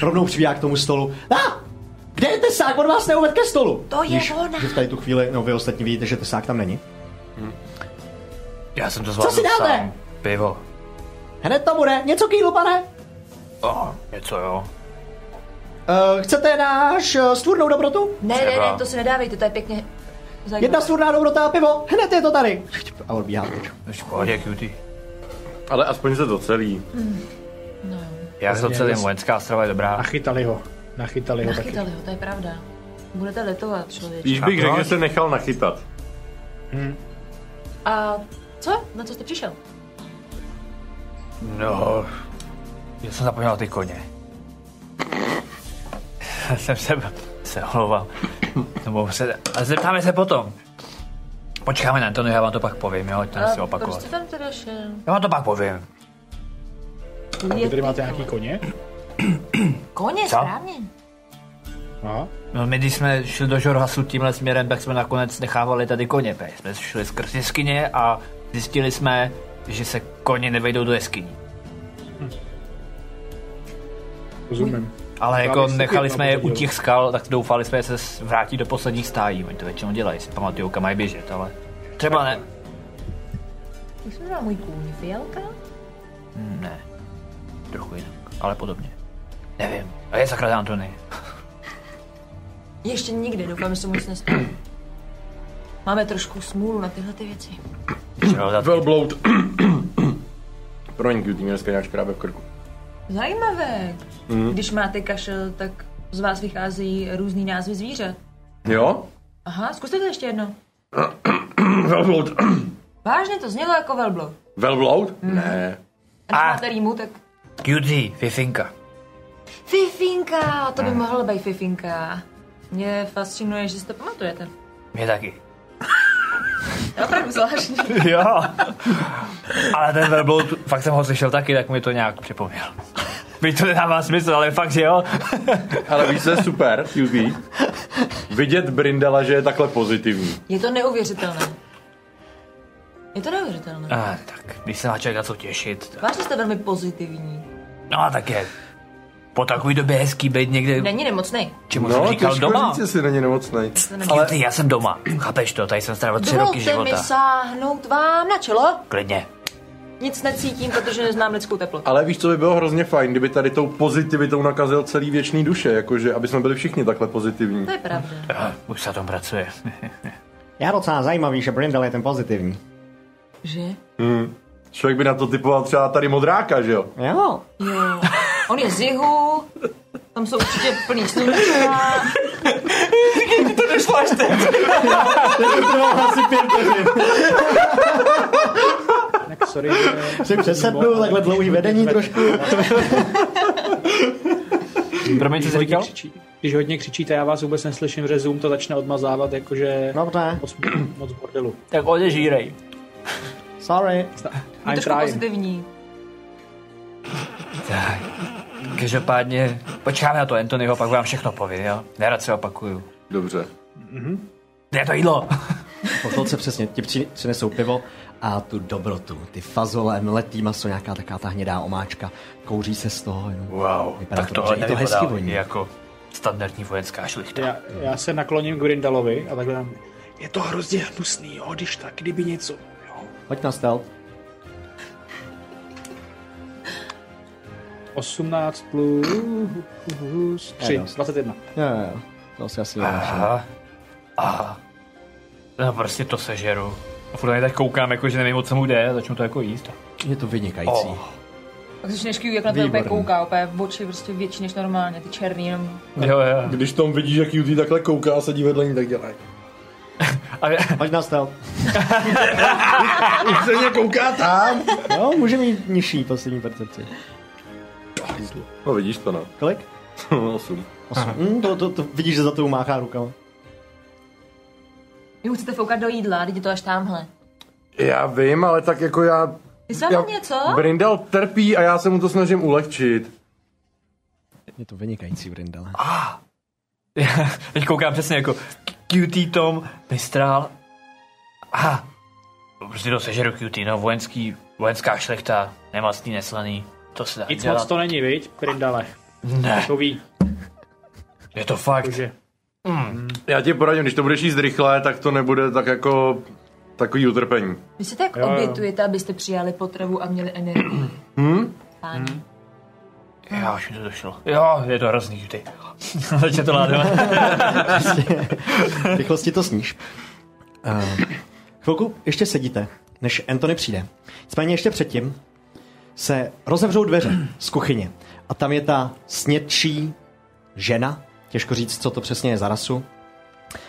S1: Rovnou přibíhá k tomu stolu. A! Ah! Kde je tesák? On vás neuved ke stolu.
S5: To je
S1: Vidíš,
S5: ona.
S1: Že v tady tu chvíli, no vy ostatní vidíte, že tesák tam není.
S2: Já jsem to zvládl
S1: si dáte?
S2: sám. Pivo.
S1: Hned tam bude. Něco kýlu, pane?
S2: Oh, něco jo.
S1: Uh, chcete náš uh, stvůrnou dobrotu?
S5: Ne, ne,
S2: Třeba.
S5: ne, to si nedávejte, to je pěkně... zajímavé.
S1: Jedna stvůrná dobrota a pivo. Hned je to tady. A odbíhá pryč.
S2: To je v pohodě, cutie.
S6: Ale aspoň se to celý.
S2: Já to celý vojenská strava je dobrá.
S3: Nachytali ho. Nachytali ho taky.
S5: Nachytali ho, to je pravda. Budete letovat, člověče.
S6: Spíš bych
S2: A proč?
S6: řekl, že se nechal nachytat.
S5: A co? Na co jste přišel?
S2: No, já jsem zapomněl na ty koně. Já jsem se, se omlouval. Nebo se, a zeptáme se potom. Počkáme na Antony, já vám to pak povím, jo, to nechci
S5: proč
S1: prostě-
S2: opakovat.
S5: jste tam teda šel?
S2: Já vám to pak povím.
S5: Je
S3: Vy tady máte nějaký koně?
S5: Koně,
S2: Co?
S5: správně.
S10: Aha.
S2: No my když jsme šli do Žorhasu tímhle směrem, tak jsme nakonec nechávali tady koně, protože jsme šli skrz jeskyně a zjistili jsme, že se koně nevejdou do jeskyní.
S10: Hm. Rozumím.
S2: Ale
S10: Já
S2: jako
S10: bych si
S2: nechali
S10: taky
S2: jsme je u
S10: napověděl.
S2: těch skal, tak doufali jsme, že se vrátí do posledních stájí. Oni to většinou dělají, si pamatují, kam mají běžet, ale třeba ne.
S5: Už jsem měla můj kůň, fialka?
S2: Ne, trochu jinak, ale podobně. Nevím. A je sakra Antony.
S5: Ještě nikdy, doufám, že se mu nic nestalo. Máme trošku smůlu na tyhle ty věci.
S6: Well blowed. Promiň, Cutie, měl dneska nějak škrábe v krku.
S5: Zajímavé. Když máte kašel, tak z vás vychází různý názvy zvířat.
S6: Jo?
S5: Aha, zkuste to ještě jedno.
S6: well blowed.
S5: Vážně to znělo jako velblo.
S6: well blowed? Ne.
S5: A když
S2: A.
S5: máte rýmu, tak
S2: Cutie, fifinka.
S5: Fifinka, to by mohlo být Fifinka. Mě fascinuje, že si to pamatujete.
S2: Mě taky.
S5: To je opravdu zvláštní.
S2: Jo. Ale ten verbloud, fakt jsem ho slyšel taky, tak mi to nějak připomněl. Víš, to nedává smysl, ale fakt, že jo.
S6: Ale víš, co je super, Cutie? Vidět Brindala, že je takhle pozitivní.
S5: Je to neuvěřitelné. Je to neuvěřitelné.
S2: Ah, tak, když se má člověk na co těšit. Tak.
S5: Vážně jste velmi pozitivní.
S2: No a tak je. Po takový době hezký být někde,
S5: Není nemocný.
S2: čemu jsem říkal doma.
S6: No, říct, jestli není nemocnej.
S2: Ale ty, já jsem doma. Chápeš to, tady jsem strávil tři roky
S5: Dovolte mi
S2: života.
S5: sáhnout vám na čelo.
S2: Klidně.
S5: Nic necítím, protože neznám lidskou teplotu.
S6: Ale víš, co by bylo hrozně fajn, kdyby tady tou pozitivitou nakazil celý věčný duše, jakože aby jsme byli všichni takhle pozitivní.
S5: To je pravda.
S2: Ah, Už se na tom pracuje.
S1: Já docela zajímavý, že Brindle je ten pozitivní.
S5: Že?
S6: Člověk by na to typoval třeba tady modráka, že jo?
S1: Jo.
S5: Jo. On je z jihu, tam jsou určitě plný sluníčka.
S3: Tak sorry, že...
S1: Si přesednu, takhle dlouhý vedení trošku.
S2: Promiň, co
S3: Když
S2: jsi
S3: hodně,
S2: říkal?
S3: křičí, když hodně křičíte, já vás vůbec neslyším, že Zoom to začne odmazávat, jakože
S1: Dobře,
S3: moc, moc bordelu.
S2: Tak odežírej.
S1: sorry.
S5: Je
S3: I'm
S5: trošku
S3: trying.
S5: pozitivní.
S2: Tak. Každopádně, počkáme na to Anthonyho, pak vám všechno povím, jo? Nerad se opakuju.
S6: Dobře.
S2: Kde je to jídlo?
S1: Pochvilce přesně, ti při- přinesou pivo a tu dobrotu, ty fazole, letý maso, nějaká taková ta hnědá omáčka, kouří se z toho jenom.
S2: Wow,
S1: Vypadá
S2: tak
S1: to
S2: tohle
S1: dobře, je to
S2: nevypadá
S1: hezky voní.
S2: jako standardní vojenská šlichta.
S3: Já, já se nakloním k Grindalovi a takhle tam, je to hrozně hnusný, jo, když tak, kdyby něco. Jo.
S1: Hoď na stealth.
S3: 18 plus 3,
S1: Ano.
S3: 21.
S1: Jo, jo, jo. To si asi
S3: Ah.
S1: nedáš.
S2: Aha. Aha. No prostě to sežeru. A furt na ně tak koukám, jako že nevím, o co mu jde, a začnu to jako jíst.
S1: Je to vynikající.
S2: Oh.
S5: Pak začneš kývat, jak na to
S1: Výborný.
S5: úplně kouká, úplně v oči prostě větší než normálně, ty černý jenom.
S2: Jo, jo.
S6: Když tom vidíš, jak Judy takhle kouká a sedí vedle ní, tak dělá.
S2: A,
S1: Hoď na stealth.
S6: Už se mě kouká tam.
S1: Jo, může mít No, nižší poslední percepci.
S6: No vidíš to, no.
S1: Kolik?
S6: Osm.
S1: Hm, to, to, to, vidíš, že za to máchá rukama.
S5: Vy mu chcete foukat do jídla, teď je to až tamhle.
S6: Já vím, ale tak jako já...
S5: Ty jsi
S6: já
S5: vám něco?
S6: Brindal trpí a já se mu to snažím ulehčit.
S1: Je to vynikající, Brindale.
S2: já teď koukám přesně jako QT Tom, Mistral. Aha. Prostě to sežeru QT, no vojenský, vojenská šlechta, nemastný, neslaný. To se dá
S3: Nic
S2: dělat.
S3: moc to není, viď, Grindale.
S2: Ne,
S3: To ví,
S2: je to fakt.
S3: že
S6: Já ti poradím, když to budeš jíst rychle, tak to nebude tak jako takový utrpení.
S5: Vy se tak
S3: jo.
S5: obětujete, abyste přijali potravu a měli energii. Hmm? Páni.
S2: Já už mi to došlo. Jo, je to hrozný QT. Začne to ládovat.
S1: V rychlosti to sníš. Uh, chvilku ještě sedíte, než Anthony přijde. Nicméně ještě předtím se rozevřou dveře z kuchyně a tam je ta snědčí žena, těžko říct, co to přesně je za rasu,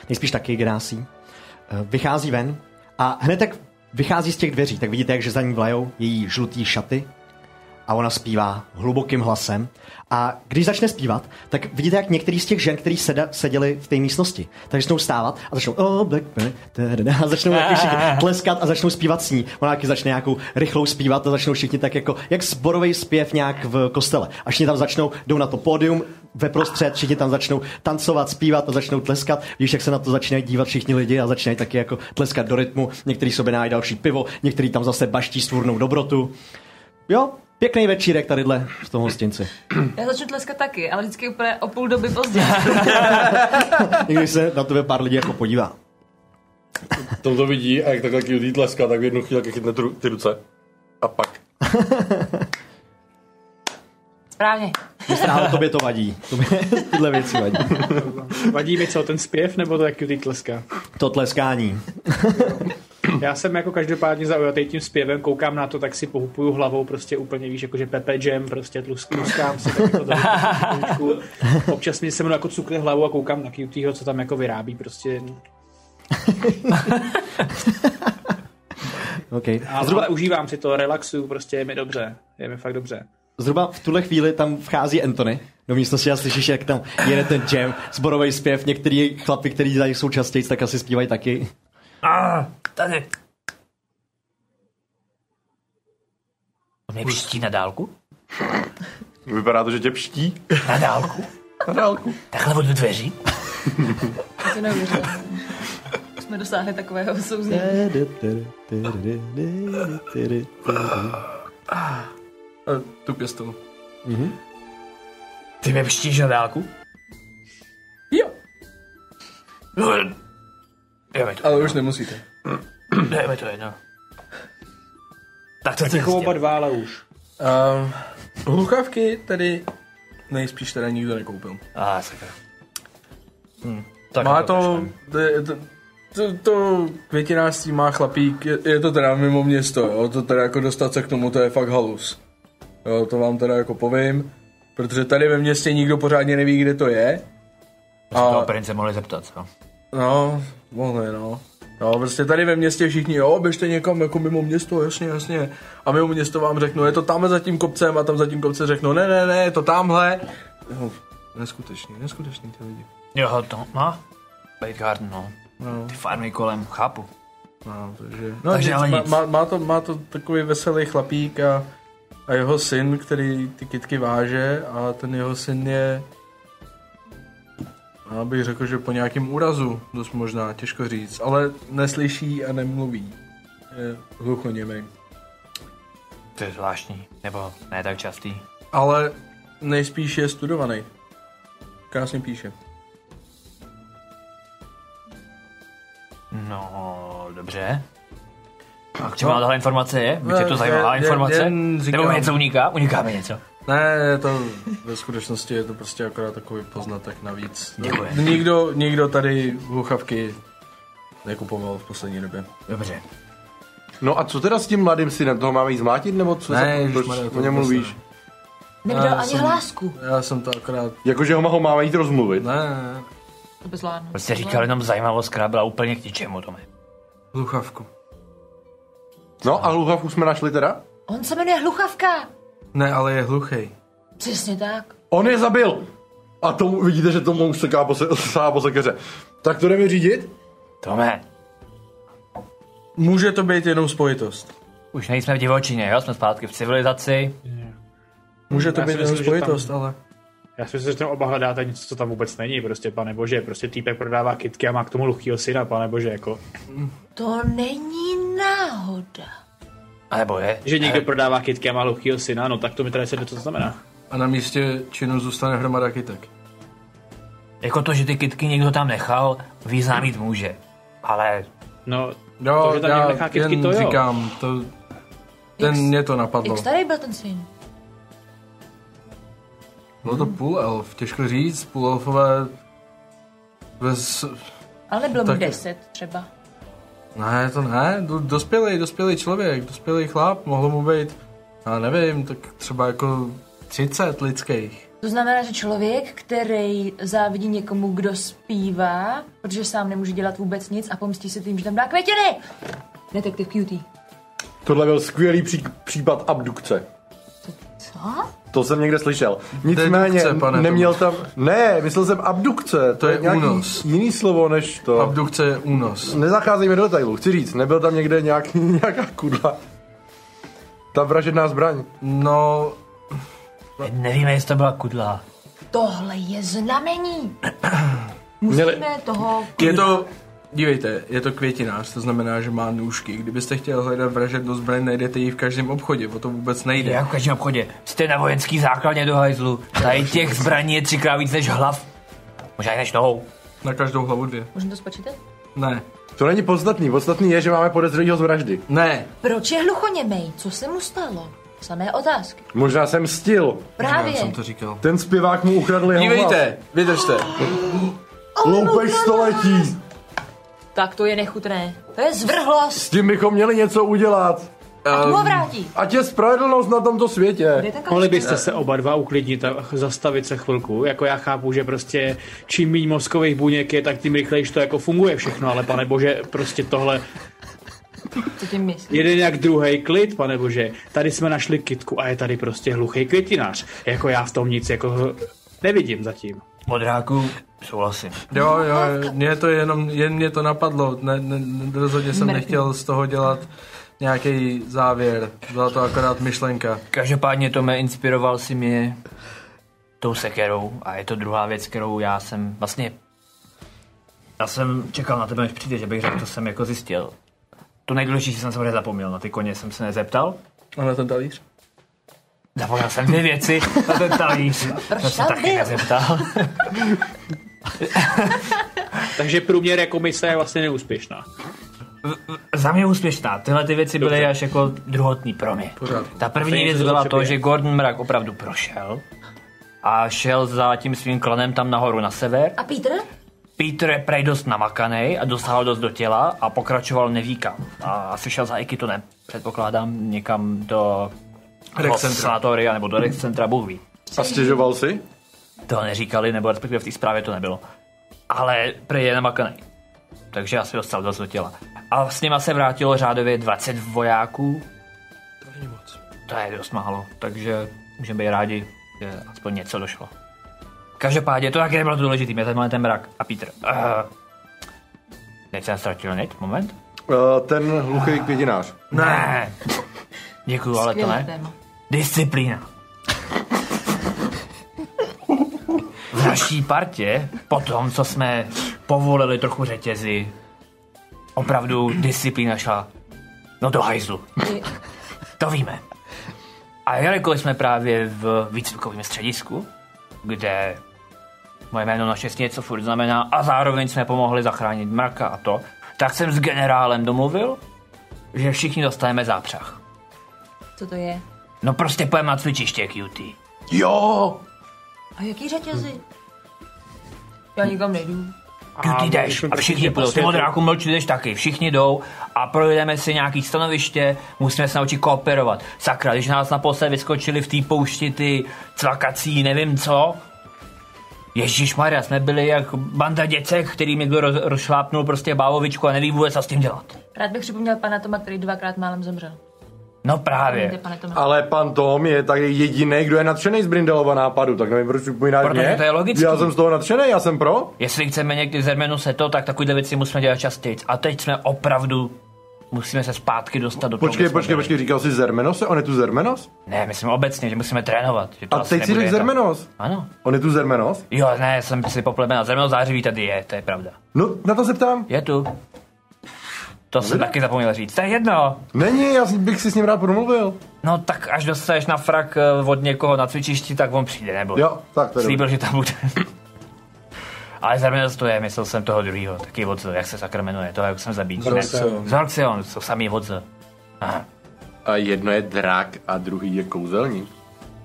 S1: nejspíš taky grásí, Eh, vychází ven a hned tak vychází z těch dveří, tak vidíte, jak že za ní vlajou její žlutý šaty a ona zpívá hlubokým hlasem. A když začne zpívat, tak vidíte, jak některý z těch žen, který seda, seděli v té místnosti, tak začnou stávat a začnou oh, black, Mary, tadada, a začnou taky všichni tleskat a začnou zpívat s ní. Ona taky začne nějakou rychlou zpívat a začnou všichni tak jako, jak sborový zpěv nějak v kostele. A všichni tam začnou, jdou na to pódium, ve prostřed, všichni tam začnou tancovat, zpívat a začnou tleskat. Víš, jak se na to začínají dívat všichni lidi a začínají taky jako tleskat do rytmu. Někteří sobě nájí další pivo, někteří tam zase baští svůrnou dobrotu. Jo, pěkný večírek tadyhle v tom hostinci.
S5: Já začnu tleskat taky, ale vždycky úplně o půl doby později.
S1: I když se na tebe pár lidí jako podívá.
S6: Tom to vidí a jak takhle cutie tleská, tak v jednu chvíli taky chytne tu- ty ruce. A pak.
S5: Správně.
S1: Stále tobě to vadí. Tobě tyhle věci vadí.
S3: Vadí mi co, ten zpěv nebo to jak cutie tleska?
S1: To tleskání.
S3: Já jsem jako každopádně zaujatý tím zpěvem, koukám na to, tak si pohupuju hlavou, prostě úplně víš, jakože Pepe Jam, prostě tlus- tluskám si tak jako to Občas mi se mnou jako cukne hlavu a koukám na cutieho, co tam jako vyrábí, prostě.
S1: Okay.
S3: A zhruba užívám si to, relaxuju, prostě je mi dobře, je mi fakt dobře.
S1: Zhruba v tuhle chvíli tam vchází Anthony do místnosti a slyšíš, jak tam jede ten jam, zborový zpěv, některý chlapy, kteří tady jsou častěji, tak asi zpívají taky.
S2: Ah, tady. To mě pští na dálku?
S6: Vypadá to, že tě pští.
S2: Na dálku?
S6: Na dálku.
S2: Takhle od dveří?
S5: To je neuvěřitelné. Jsme dosáhli takového souznění.
S4: Tu pěstonu.
S2: Ty mě pštíš na dálku?
S8: Jo.
S2: Jo, mi to,
S8: Ale už nemusíte.
S2: ne, je mi to jedno. Tak to prostě-
S3: Tak
S2: jsi
S3: jako oba
S2: chtěl.
S3: dva, ale už.
S8: Um, hluchavky tady nejspíš teda nikdo nekoupil.
S2: Ah, sakra. Hm, tak
S8: Má
S2: jako
S8: to,
S2: kašlem.
S8: to, to, to, to květinářství má chlapík, je, je to teda mimo město, jo, to teda jako dostat se k tomu, to je fakt halus. Jo, to vám teda jako povím, protože tady ve městě nikdo pořádně neví, kde to je.
S2: Toho
S8: A,
S2: prince mohli zeptat, co?
S8: no, mohli, no. No, prostě tady ve městě všichni, jo, běžte někam jako mimo město, jasně, jasně. A mimo město vám řeknu, je to tamhle za tím kopcem a tam za tím kopcem řeknu, ne, ne, ne, je to tamhle. Jo, neskutečný, neskutečný ty lidi.
S2: Jo, to má. Bait Garden, no.
S8: No.
S2: Ty farmy kolem, chápu.
S8: No, takže, no,
S2: Takže
S8: takže
S2: ale
S8: má,
S2: nic.
S8: má, má, to, má to takový veselý chlapík a, a jeho syn, který ty kitky váže a ten jeho syn je já bych řekl, že po nějakém úrazu, dost možná, těžko říct, ale neslyší a nemluví. Je hluchoněmej.
S2: To je zvláštní, nebo ne tak častý.
S8: Ale nejspíš je studovaný. Krásně píše.
S2: No, dobře. A k čemu vám tahle informace je? Víte, je to
S8: No. Ne,
S2: zajímavá
S8: jen-
S2: informace?
S8: jen říkám.
S2: Nebo mi něco uniká? Uniká mi něco.
S8: Ne, je to ve skutečnosti je to prostě akorát takový poznatek navíc.
S2: Děkuji.
S8: Nikdo, nikdo tady hluchavky nekupoval v poslední době.
S2: Dobře.
S6: No a co teda s tím mladým synem? Toho máme jít zmlátit, nebo co?
S8: Ne,
S6: za-
S8: ježišmarja,
S6: proč
S8: to prostě-
S6: o
S8: vůbec
S6: něm mluvíš?
S8: ne.
S5: Neměl
S8: Já
S5: ani
S8: jsem-
S5: hlásku.
S8: Já jsem to akorát...
S6: Jakože ho, ho máme jít rozmluvit.
S8: Ne, ne, ne,
S5: To by zvládnu.
S2: Prostě říkal jenom zajímavost, která byla úplně k ničemu, Tome.
S8: hluchavku.
S6: No a hluchavku jsme našli teda?
S5: On se jmenuje Hluchavka.
S8: Ne, ale je hluchej.
S5: Přesně tak.
S6: On je zabil! A tomu, vidíte, že tomu už seká po, se, sahá po sekeře. Tak to jdeme řídit?
S2: Tome,
S8: Může to být jenom spojitost.
S2: už nejsme v divočině, jo? Jsme zpátky v civilizaci.
S8: Může to
S3: Já si
S8: být jenom
S3: myslím, že tam-
S8: spojitost, ale...
S3: Já si myslím, že ten oba hledáte něco, co tam vůbec není, prostě, pane bože, prostě týpek prodává kitky a má k tomu luchýho syna, pane bože, jako.
S5: To není náhoda.
S2: A nebo je?
S3: Že někdo prodává kitky a má luchýho syna, no tak to mi teda se co to znamená.
S8: A na místě činu zůstane hromada kytek.
S2: Jako to, že ty kitky někdo tam nechal, význam mít může. Ale
S3: No,
S8: No,
S3: To, že tam
S8: já
S3: někdo nechá kytky,
S8: jen
S3: to jo.
S8: říkám, to... Ten
S5: Jak-
S8: mě to
S5: Jak
S8: napadlo.
S5: starý byl ten syn?
S8: Bylo to půl elf, těžko říct, půl elfové... Bez...
S5: Ale nebylo mu
S8: Tak-
S5: deset třeba.
S8: Ne, to ne, do- dospělý, dospělý člověk, dospělý chlap, mohlo mu být, já nevím, tak třeba jako 30 lidských.
S5: To znamená, že člověk, který závidí někomu, kdo zpívá, protože sám nemůže dělat vůbec nic a pomstí se tím, že tam dá květiny. Detektiv Cutie.
S6: Tohle byl skvělý pří, případ abdukce.
S5: To Co?
S6: To jsem někde slyšel. Nicméně,
S4: Dedukce, pane
S6: neměl tam... Ne, myslel jsem abdukce. To
S4: je
S6: je, nějaký
S4: únos.
S6: jiný slovo než to.
S4: Abdukce je únos.
S6: Nezacházejme do detailů, chci říct, nebyl tam někde nějaký, nějaká kudla. Ta vražedná zbraň.
S4: No,
S2: Nevíme, jestli to byla kudla.
S5: Tohle je znamení.
S6: Měli,
S5: Jsme toho...
S4: Je
S5: kudla.
S4: to, dívejte, je to květinář, to znamená, že má nůžky. Kdybyste chtěl hledat vražednou zbraň, najdete ji v každém obchodě, o to vůbec nejde.
S2: Jak jako v každém obchodě. Jste na vojenský základně do hajzlu. Tady těch zbraní je třikrát víc než hlav. Možná i než nohou.
S4: Na každou hlavu dvě.
S5: Můžeme to spočítat?
S4: Ne,
S6: to není podstatný, podstatný je, že máme podezřelýho z vraždy.
S4: ne,
S5: Proč je hluchoněmej? Co se mu stalo? Samé otázky.
S6: Možná jsem stil.
S5: Právě.
S4: já jsem to říkal.
S6: Ten zpěvák mu ukradl jeho hlas.
S4: Dívejte, vydržte.
S6: Loupež století.
S5: Tak to je nechutné. To je zvrhlost.
S6: S tím bychom měli něco udělat.
S5: Kdo ho vrátí?
S6: Ať je spravedlnost na tomto
S5: Kde je
S6: světě.
S5: ta
S3: Mohli
S5: kačka?
S3: byste se oba dva uklidnit a ch- zastavit se chvilku. Jako já chápu, že prostě čím méně mozkových buněk je, tak tím rychlejší to jako funguje všechno, ale pane bože, prostě tohle
S5: Co tím myslíš?
S3: jeden jak druhý klid, pane bože. Tady jsme našli kitku a je tady prostě hluchý květinář. Jako já v tom nic jako nevidím zatím.
S2: Modráku, souhlasím.
S4: Jo, jo, jo, mě to jenom, jen mě to napadlo. Ne, ne, ne- rozhodně jsem nechtěl z toho dělat nějaký závěr. Byla to akorát myšlenka.
S2: Každopádně to mě inspiroval si mě tou sekerou a je to druhá věc, kterou já jsem vlastně... Já jsem čekal na tebe, než přijdeš, abych řekl, to jsem jako zjistil. To nejdůležitější jsem samozřejmě zapomněl, na ty koně jsem se nezeptal.
S8: A na ten talíř?
S2: Zapomněl jsem dvě věci na ten talíř. Jsem se
S5: tam
S2: taky
S5: byl?
S2: nezeptal.
S3: Takže průměr jako mise je vlastně neúspěšná.
S2: Za mě úspěšná. Tyhle ty věci byly
S3: Dobře.
S2: až jako druhotný pro mě.
S4: Pořádku.
S2: Ta první
S3: Stejně
S2: věc
S3: to
S2: byla
S3: dobře
S2: to,
S3: pije.
S2: že Gordon Mrak opravdu prošel a šel za tím svým klanem tam nahoru na sever.
S5: A Peter?
S2: Peter je prej dost namakaný a dosáhl dost do těla a pokračoval neví kam. A asi šel za Ekitonem, předpokládám, někam do
S4: Rec centra.
S2: Sanatoria nebo do Rex Centra, Bůh ví.
S6: A stěžoval si?
S2: To neříkali, nebo respektive v té zprávě to nebylo. Ale prej je namakaný. Takže asi dostal dost do těla. A s nima se vrátilo řádově 20 vojáků. To není moc. To je dost málo, takže můžeme být rádi, že aspoň něco došlo. Každopádně to taky nebylo to důležitý, mě tady máme ten mrak a Peter. Uh, teď jsem ztratil net, moment.
S6: Uh, ten hluchý květinář.
S2: Ne! Děkuju, ale to
S5: Skvělé
S2: ne.
S5: téma.
S2: Disciplína. V naší partě, po tom, co jsme povolili trochu řetězy, opravdu disciplína šla no do hajzlu. To víme. A jelikož jsme právě v výcvikovém středisku, kde moje jméno naštěstí něco furt znamená a zároveň jsme pomohli zachránit Marka a to, tak jsem s generálem domluvil, že všichni dostaneme zápřah.
S5: Co to je?
S2: No prostě pojem na cvičiště, cutie.
S6: Jo!
S5: A jaký
S3: Hm.
S5: řetězy? Já nikam nejdu.
S2: Cutie
S3: když
S2: jdeš
S3: jsme
S2: a
S3: prostě
S2: všichni půjdou. Ty
S3: poslední-
S2: modráku mlčí jdeš taky. Všichni jdou a projdeme si nějaký stanoviště, musíme se naučit kooperovat. Sakra, když nás naposled vyskočili v té poušti ty cvakací nevím co, Ježíš Maria, jsme byli jak banda děcek, kterým někdo roz, rozšlápnul prostě bávovičku a neví vůbec, co s tím dělat.
S5: Rád bych připomněl pana Toma, který dvakrát málem zemřel.
S2: No
S5: Promiňte,
S2: právě.
S5: pane Toma.
S6: Ale pan Tom je tak jediný, kdo je nadšený z Brindelova nápadu, tak nevím, proč připomínáš
S2: Protože
S6: mě.
S2: to je logický.
S6: Já jsem z toho nadšený, já jsem pro.
S2: Jestli chceme někdy zermenu se to, tak takovýhle věci musíme dělat častěji. A teď jsme opravdu, musíme se zpátky dostat do toho.
S6: Počkej,
S2: kde jsme
S6: počkej,
S2: byli.
S6: počkej, říkal jsi Zermenos? On je tu Zermenos?
S2: Ne, myslím obecně, že musíme trénovat. Že to
S6: A
S2: asi
S6: teď si
S2: nebude
S6: řekl
S2: jenom-
S6: Zermenos.
S2: Ano.
S6: On je tu Zermenos?
S2: Jo, ne, jsem si poplemenal. Zermenos zářivý tady je, to je pravda.
S6: No, na to se ptám.
S2: Je tu. To jsem taky zapomněl říct. To je jedno.
S6: Není, já si- bych si s ním rád promluvil.
S2: No tak až dostaneš na frak eh, od někoho na cvičišti, tak on přijde, nebo?
S6: Jo, tak to je
S2: Slíbil, že tam bude. Ale Zermenos to je, myslel jsem toho druhého, taky Vodz, jak se sakra jmenuje, toho, jak jsem zabít.
S8: Zorxion.
S2: Zorxion, jsou samý Vodz. Aha.
S6: A jedno je drak a druhý je kouzelník.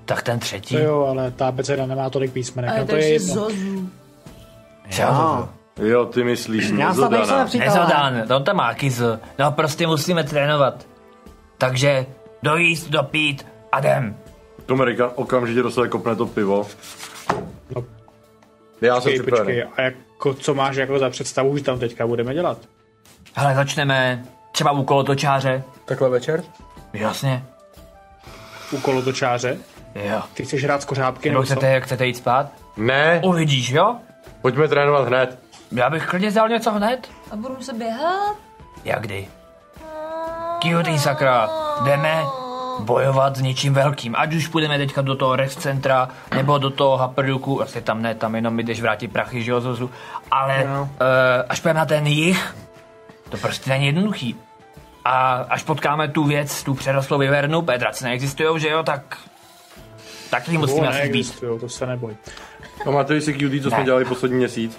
S2: Tak ten třetí.
S3: To jo, ale ta abeceda nemá tolik písmenek.
S5: Ale
S3: no
S5: to
S3: to je
S5: je
S3: jedno.
S5: zozu.
S2: Jo.
S6: Jo, ty myslíš,
S1: Já snad nejsem
S6: Nozodana.
S1: nepřítel.
S2: Nezodán, on tam má kizu. No prostě musíme trénovat. Takže dojíst, dopít a jdem.
S6: Tom Rikan okamžitě do sebe kopne to pivo.
S3: No.
S6: Já jsem
S3: Počkej,
S6: připravený.
S3: počkej, a jako, co máš jako za představu, že tam teďka budeme dělat?
S2: Hele, začneme třeba u kolotočáře.
S8: Takhle večer?
S2: Jasně.
S3: U kolotočáře?
S2: Jo.
S3: Ty chceš hrát s kořápky
S2: Nebo
S3: nebo co?
S2: chcete, chcete jít spát?
S6: Ne,
S2: Uvidíš, jo?
S6: pojďme trénovat hned.
S2: Já bych klidně dal něco hned.
S5: A budu se běhat?
S2: Jak kdy? Kyody sakra, jdeme bojovat s něčím velkým. Ať už půjdeme teďka do toho Rex centra, nebo do toho Haprduku, asi tam ne, tam jenom jdeš vrátit prachy, že jo, Zozu. Ale no. uh, až půjdeme na ten jich, to prostě není jednoduchý. A až potkáme tu věc, tu přerostlou vyvernu, Pedraci neexistují, že jo, tak... Tak jim musíme asi zbít.
S3: neexistují, to se neboj.
S6: Pamatuješ si QD, co jsme
S2: Ne.
S6: dělali poslední měsíc?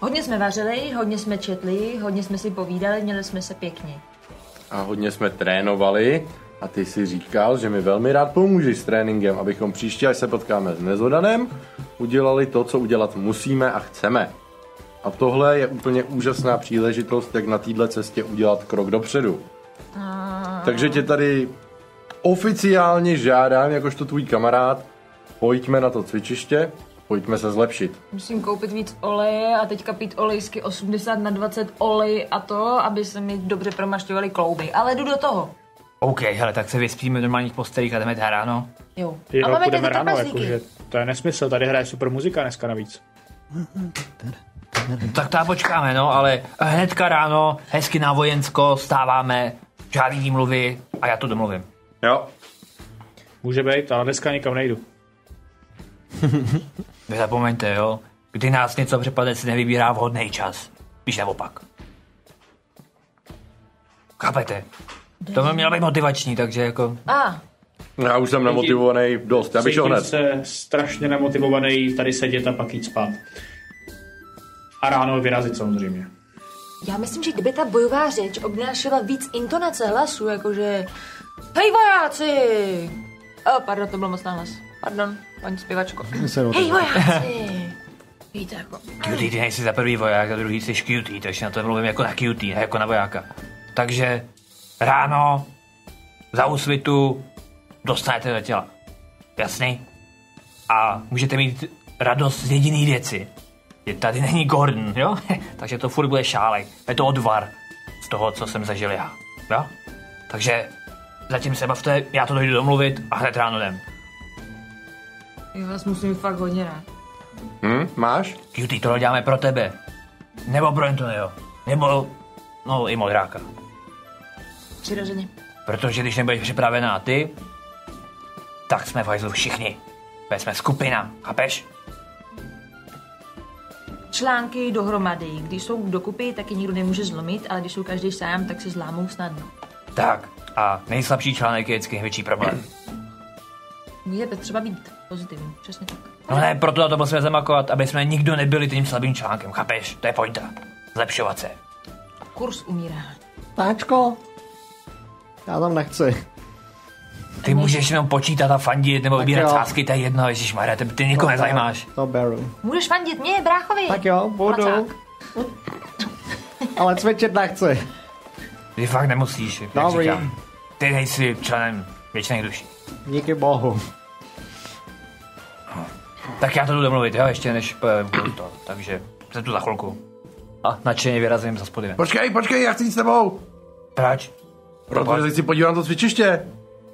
S5: Hodně jsme vařili, hodně jsme četli, hodně jsme si povídali, měli jsme se pěkně.
S6: A hodně jsme trénovali. A ty si říkal, že mi velmi rád pomůžeš s tréninkem, abychom příště, až se potkáme s Nezodanem, udělali to, co udělat musíme a chceme. A tohle je úplně úžasná příležitost, jak na této cestě udělat krok dopředu. Takže tě tady oficiálně žádám, jakožto tvůj kamarád, pojďme na to cvičiště, pojďme se zlepšit.
S5: Musím koupit víc oleje a teďka pít olejsky 80 na 20 olej a to, aby se mi dobře promašťovaly klouby. Ale jdu do toho.
S2: OK, hele, tak se vyspíme v normálních postelích a jdeme teda ráno.
S5: Jo.
S3: Jo,
S5: a máme tady
S3: půjdeme ráno,
S5: trpaslíky.
S3: jakože, to je nesmysl, tady hraje super muzika dneska navíc.
S2: Tak tá počkáme, no, ale hnedka ráno, hezky na vojensko, stáváme, žádný výmluvy a já to domluvím.
S6: Jo,
S3: Může být, ale dneska nikam nejdu.
S2: Nezapomeňte, jo, kdy nás něco přepadne, si nevybírá vhodný čas. Spíš naopak. Chápete? To by mělo být motivační, takže jako...
S5: A,
S6: já už jsem namotivovaný dost, já bych šel
S3: Cítím
S6: hned.
S3: se strašně nemotivovaný tady sedět a pak jít spát. A ráno vyrazit samozřejmě.
S5: já myslím, že kdyby ta bojová řeč obnášela víc intonace hlasu, jakože... Hej vojáci! O, pardon, to byl moc nahlas. Pardon, paní zpěvačko. Hej vojáci! Víte, jako...
S2: Cutie, ty nejsi za první voják, a druhý jsi cutie, takže na to mluvím jako na cutie, ne jako na vojáka. Takže ráno, za úsvitu, dostanete do těla. Jasný? A můžete mít radost z jediný věci. Je tady není Gordon, jo? takže to furt bude šálek. Je to odvar z toho, co jsem zažil já. Jo? Takže zatím se bavte, já to dojdu domluvit a hned ráno jdem.
S5: Já vás musím fakt hodně rád.
S6: Hm? Máš?
S2: Cutie, tohle děláme pro tebe. Nebo pro Antonio. Nebo, no, i modráka.
S5: Přirozeně.
S2: Protože když nebudeš připravená ty, tak jsme v hajzlu všichni. My jsme skupina, chápeš?
S5: Články dohromady. Když jsou dokupy, tak je nikdo nemůže zlomit, ale když jsou každý sám, tak se zlámou snadno.
S2: Tak, a nejslabší článek je vždycky největší problém.
S5: Je třeba být pozitivní, přesně tak.
S2: No ne, proto na to musíme zamakovat, aby jsme nikdo nebyli tím slabým článkem, chápeš? To je pointa. Zlepšovat se.
S5: Kurs umírá.
S1: Táčko, já tam nechci.
S2: Ty můžeš jenom počítat a fandit nebo vybírat
S1: jo.
S2: sázky, to je jedno, ježíš Maria, ty, ty nikoho nezajímáš.
S1: To beru.
S5: Můžeš fandit mě, bráchovi?
S1: Tak jo, budu.
S5: Placák.
S1: Ale cvičit nechci.
S2: Ty fakt nemusíš, jak
S1: Dobrý.
S2: říkám. Ty nejsi členem věčných duší.
S1: Díky bohu.
S2: Tak já to jdu domluvit, jo, ještě než eh, budu to. Takže se tu za chvilku. A nadšeně vyrazím za spodem.
S6: Počkej, počkej, já chci jít s tebou.
S2: Proč?
S6: Protože se chci podívat na to cvičiště.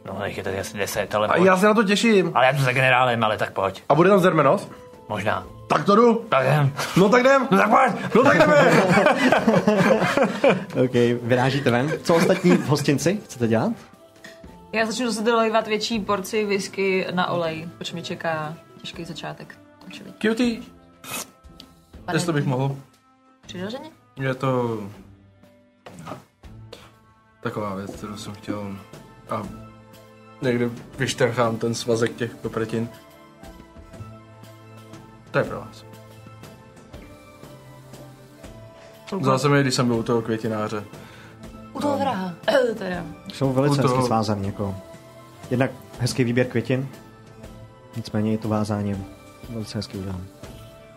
S2: No, nech je tady asi 10, ale
S6: A
S2: pojď.
S6: já se na to těším.
S2: Ale já jdu za generálem, ale tak pojď.
S6: A bude tam Zermenos?
S2: Možná.
S6: Tak to jdu.
S2: Tak eh, jen.
S6: No tak jdem.
S2: No tak pojď!
S6: No tak jdeme.
S1: OK, vyrážíte ven. Co ostatní v hostinci chcete dělat?
S5: Já začnu zase dolejvat větší porci whisky na olej, proč mě čeká těžký začátek. Určitě.
S8: Cutie, jestli bych mohl.
S5: Přirozeně?
S8: Je to taková věc, kterou jsem chtěl. A někdy vyštrchám ten svazek těch kopretin. To je pro vás. Vzal jsem je, když jsem byl u toho květináře.
S5: U toho vraha. teda.
S1: Jsou velice
S8: U toho-
S1: hezky svázaný. Jako. Jednak hezký výběr květin, nicméně je to vázáním. Velice hezky udělám.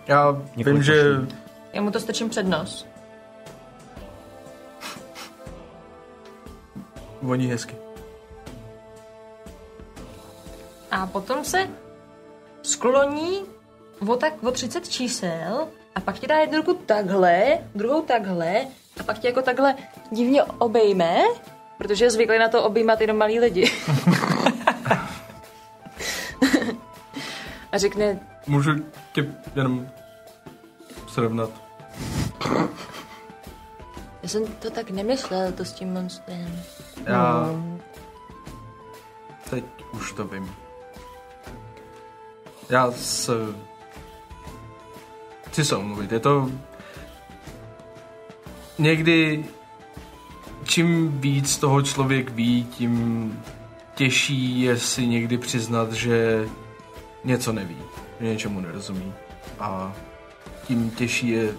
S8: Já
S1: Několik
S8: vím, že
S1: ročníků.
S5: Já mu to strčím před nos.
S8: voní hezky.
S5: A potom se skloní o tak o 30 čísel a pak ti dá jednu ruku takhle, druhou takhle a pak tě jako takhle divně obejme, protože je zvyklý na to objímat jenom malí lidi. a řekne,
S4: Můžu tě jenom srovnat.
S5: já jsem to tak nemyslel, to s tím monstrem.
S4: Já... Teď už to vím. Já se... Chci se omluvit, je to... Někdy... Čím víc toho člověk ví, tím těžší je si někdy přiznat, že něco neví, že něčemu nerozumí. A tím těžší je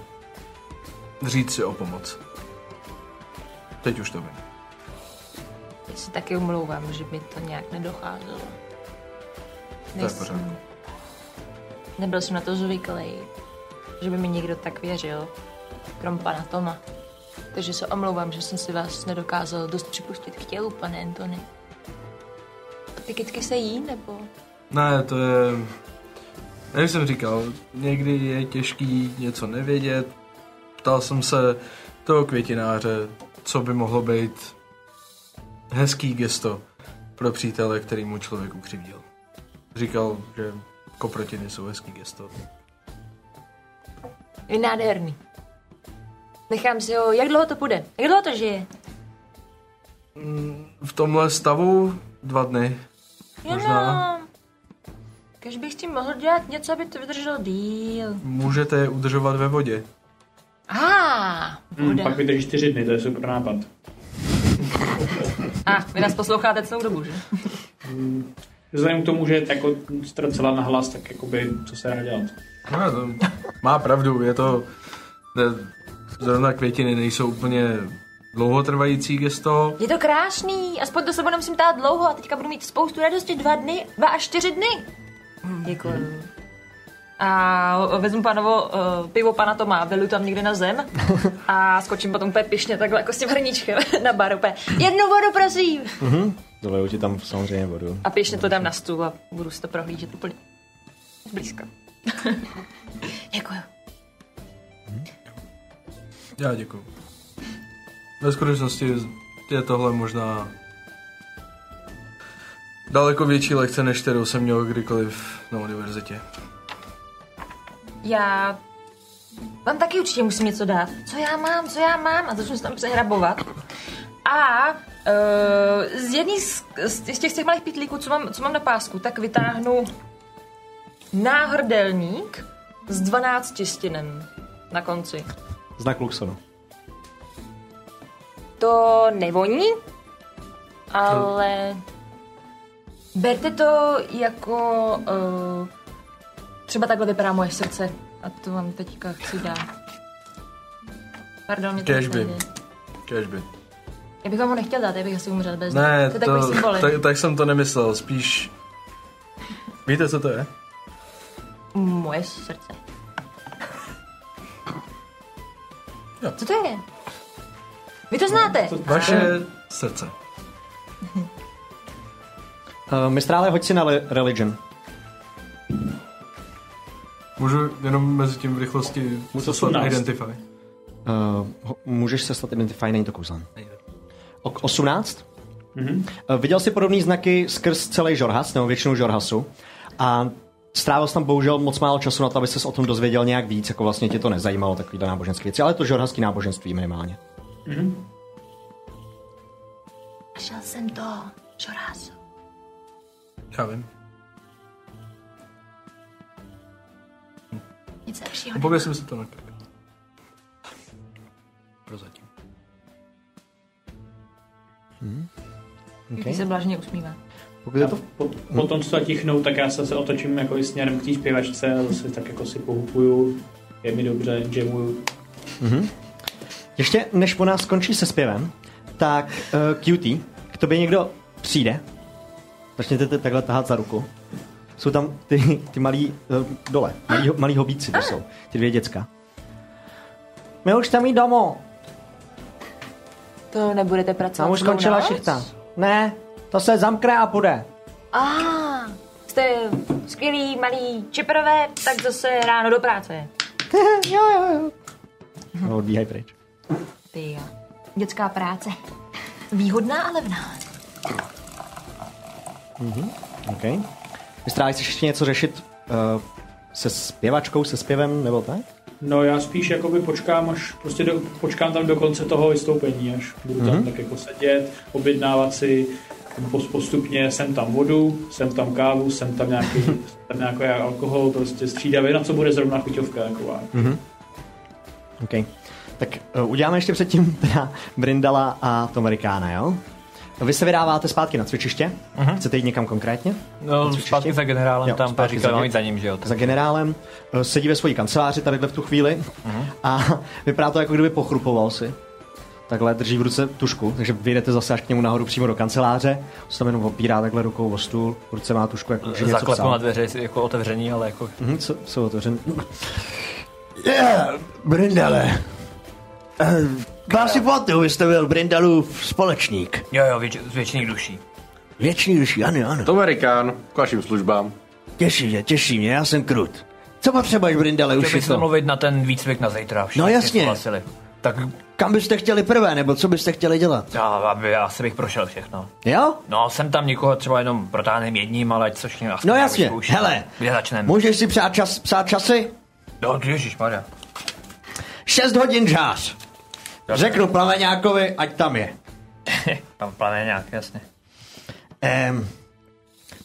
S4: říct si o pomoc. Teď už to vím.
S5: Já se taky omlouvám, že mi to nějak nedocházelo.
S4: To je v pořádku.
S5: nebyl jsem na to zvyklý, že by mi někdo tak věřil, krom pana Toma. Takže se omlouvám, že jsem si vás nedokázal dost připustit k tělu, pane Antony. A ty kytky se jí, nebo?
S4: Ne, to je... Jak jsem říkal, někdy je těžký něco nevědět. Ptal jsem se toho květináře, co by mohlo být hezký gesto pro přítele, který mu člověk ukřivdil. Říkal, že koprotiny jsou hezký gesto.
S5: Je nádherný. Nechám si ho, jak dlouho to bude? Jak dlouho to žije?
S4: V tomhle stavu dva dny. Možná.
S5: Jenom... Když bych s tím mohl dělat něco, aby to vydrželo díl.
S4: Můžete je udržovat ve vodě.
S5: Ah,
S3: Hmm,
S5: bude.
S3: pak vydrží čtyři dny, to je super nápad.
S5: A, vy nás posloucháte celou dobu, že?
S3: Vzhledem k tomu, že jako jste docela nahlas, tak jakoby, co se dá dělat.
S4: No, to má pravdu, je to... ne- Zrovna květiny nejsou úplně dlouhotrvající gesto.
S5: Je to krásný, aspoň to sebe nemusím tát dlouho a teďka budu mít spoustu radosti dva dny, dva až čtyři dny.
S3: Hmm.
S5: Děkuji. A vezmu panovo uh, pivo pana Toma, velu tam někde na zem a skočím potom úplně pišně takhle jako s tím hrníčkem na bar úplně. Jednu vodu, prosím!
S1: Mhm. Doleju ti tam samozřejmě vodu.
S5: A pišně to dám na stůl a budu si to prohlížet úplně blízka. Děkuji.
S4: Já děkuju. Ve skutečnosti je tohle možná daleko jako větší lekce, než kterou jsem měl kdykoliv na univerzitě.
S5: Já vám taky určitě musím něco dát. Co já mám, co já mám? A začnu se tam přehrabovat. A uh, z jedné z, z těch, z těch malých pitlíků, co mám, co mám na pásku, tak vytáhnu náhrdelník s 12 stinem na konci.
S1: Znak Luxonu.
S5: To nevoní, ale berte to jako uh, třeba takhle vypadá moje srdce a to vám teďka chci dát. Pardon, mě to
S4: Kéž by.
S5: nejde.
S4: Kéž by.
S5: Já bych vám ho nechtěl dát, já bych asi umřel bez něj.
S4: Ne,
S5: to je takový
S4: to,
S5: symbolik.
S4: tak, tak jsem to nemyslel, spíš... Víte, co to je?
S5: Moje srdce. Co to je? Vy to znáte?
S4: Vaše srdce.
S1: Uh, mistrále, hoď si na le- religion.
S4: Můžu jenom mezi tím v rychlosti
S6: No
S4: zaslat
S3: 18.
S4: Identify.
S1: Uh, ho- můžeš se stat Identify, není to kouzlen. Ok, 18.
S3: Mhm.
S1: Uh, viděl jsi podobné znaky skrz celý Žorhas, nebo většinu Žorhasu. A strávil jsi tam bohužel moc málo času na to, aby ses o tom dozvěděl nějak víc, jako vlastně tě to nezajímalo, takovýhle náboženské věci, ale to žorhaský náboženství minimálně.
S5: Našel jsem to. Čorásu.
S4: Já vím.
S5: Nic lepšího.
S4: Pověsím si to na krk. Prozatím.
S5: Okay. se blážně usmívá.
S1: Pokud je to
S3: Po, potom, co to tichnou, tak já se zase otočím jako i směrem k té zpěvačce a zase tak jako si pohupuju. Je mi dobře, jamuju.
S1: Ještě než po nás skončí se zpěvem, tak uh, cutie, k tobě někdo přijde, začněte te takhle tahat za ruku. Jsou tam ty, ty malí uh, dole, malí, ho- malí hobíci to jsou, ty dvě děcka. My už tam jít domů,
S5: To nebudete pracovat.
S1: tam už skončila šichta. Ne, to se zamkne a půjde.
S5: A jste skvělí malí čeprové, tak zase ráno do práce.
S1: jo, jo, jo. No, odbíhaj pryč.
S5: Ty jo. Dětská práce. Výhodná a levná.
S1: OK. Vystráváš chceš ještě něco řešit eh,
S11: uh, se zpěvačkou, se zpěvem, nebo tak?
S3: No já spíš jakoby počkám až, prostě do, počkám tam do konce toho vystoupení, až budu tam
S11: Mhm.
S3: tak jako sedět, objednávat si pos- postupně sem tam vodu, sem tam kávu, sem tam nějaký, sem tam nějaký alkohol, prostě střídavě, na co bude zrovna chuťovka jako taková.
S11: Mhm. OK. Tak uh, uděláme ještě předtím teda Brindala a Tomerikána, jo? No, Vy se vydáváte zpátky na cvičiště? Uh-huh. Chcete jít někam konkrétně?
S2: No, zpátky za generálem
S11: Jo,
S2: tam,
S11: zpátky
S2: říkal,
S11: za
S2: mám
S11: gen-
S2: jít za ním, že jo. tak-
S11: Za generálem eh, sedí ve své kanceláři tadyhle v tu chvíli a vypadá to jako kdyby pochrupoval si. Takhle drží v ruce tušku, takže vyjdete zase až k němu nahoru přímo do kanceláře. On Se tam jenom opírá takhle rukou o stůl, v ruce má tušku, jako že něco
S2: Zaklepu na
S11: psal.
S2: dveře, jestli jako otevření, ale jako...
S11: Mhm, co, jsou otevřený.
S2: No.
S1: Yeah, Brindale. Eh, Já si pamatuju, vy jste byl Brindalův společník.
S2: Jo, jo, věč, z věčných duší.
S1: Věčný duší, ano, ano.
S6: To Amerikán, k vašim službám.
S1: Těší mě, těší mě, já jsem krut. Co potřebuješ, Brindale, už
S2: Chtěl
S1: je
S2: bych se
S1: to?
S2: mluvit na ten výcvik na zítra. všichni
S1: No jasně.
S2: souhlasili. Tak
S1: Kam byste chtěli prvé, nebo co byste chtěli dělat?
S2: já, aby, já se bych prošel všechno.
S1: Jo?
S2: No, jsem tam někoho třeba jenom protáhnem jedním, ale ať se všechny aspoň
S1: No jasně,
S2: vyzkouším.
S1: hele.
S2: Kde začneme?
S1: Můžeš si psát, čas, psát časy?
S2: No, ježišmarja.
S1: 6 hodin žář. Řeknu plaveňákovi, ať tam je.
S2: Tam plane nějak, jasně.
S1: Ehm,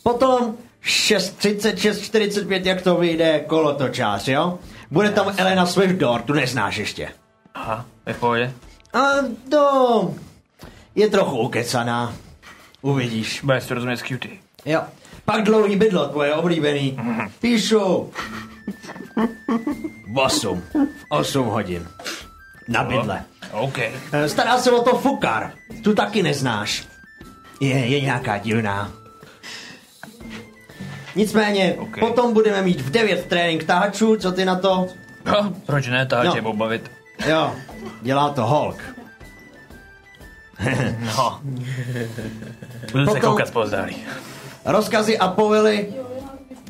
S1: potom 6.30, 6.45, jak to vyjde, kolo to čas, jo? Bude tam Elena Swiftdor, tu neznáš ještě.
S2: Aha, je v pohodě.
S1: A to je trochu ukecaná. Uvidíš.
S2: Bude si rozumět s cutie.
S1: Jo. Pak dlouhý bydlo, tvoje oblíbený. Píšu. V 8. V 8 hodin. Na bydle.
S2: OK.
S1: Eh, Stará se o to Fukar. Tu taky neznáš. Je, je nějaká divná. Nicméně, okay. potom budeme mít v 9 trénink tahačů, co ty na to?
S2: No, proč ne, tak
S1: No.
S2: no. tě pobavit.
S1: Jo, dělá to Hulk.
S2: No. Budu se
S1: Potom-
S2: koukat později.
S1: Rozkazy a povely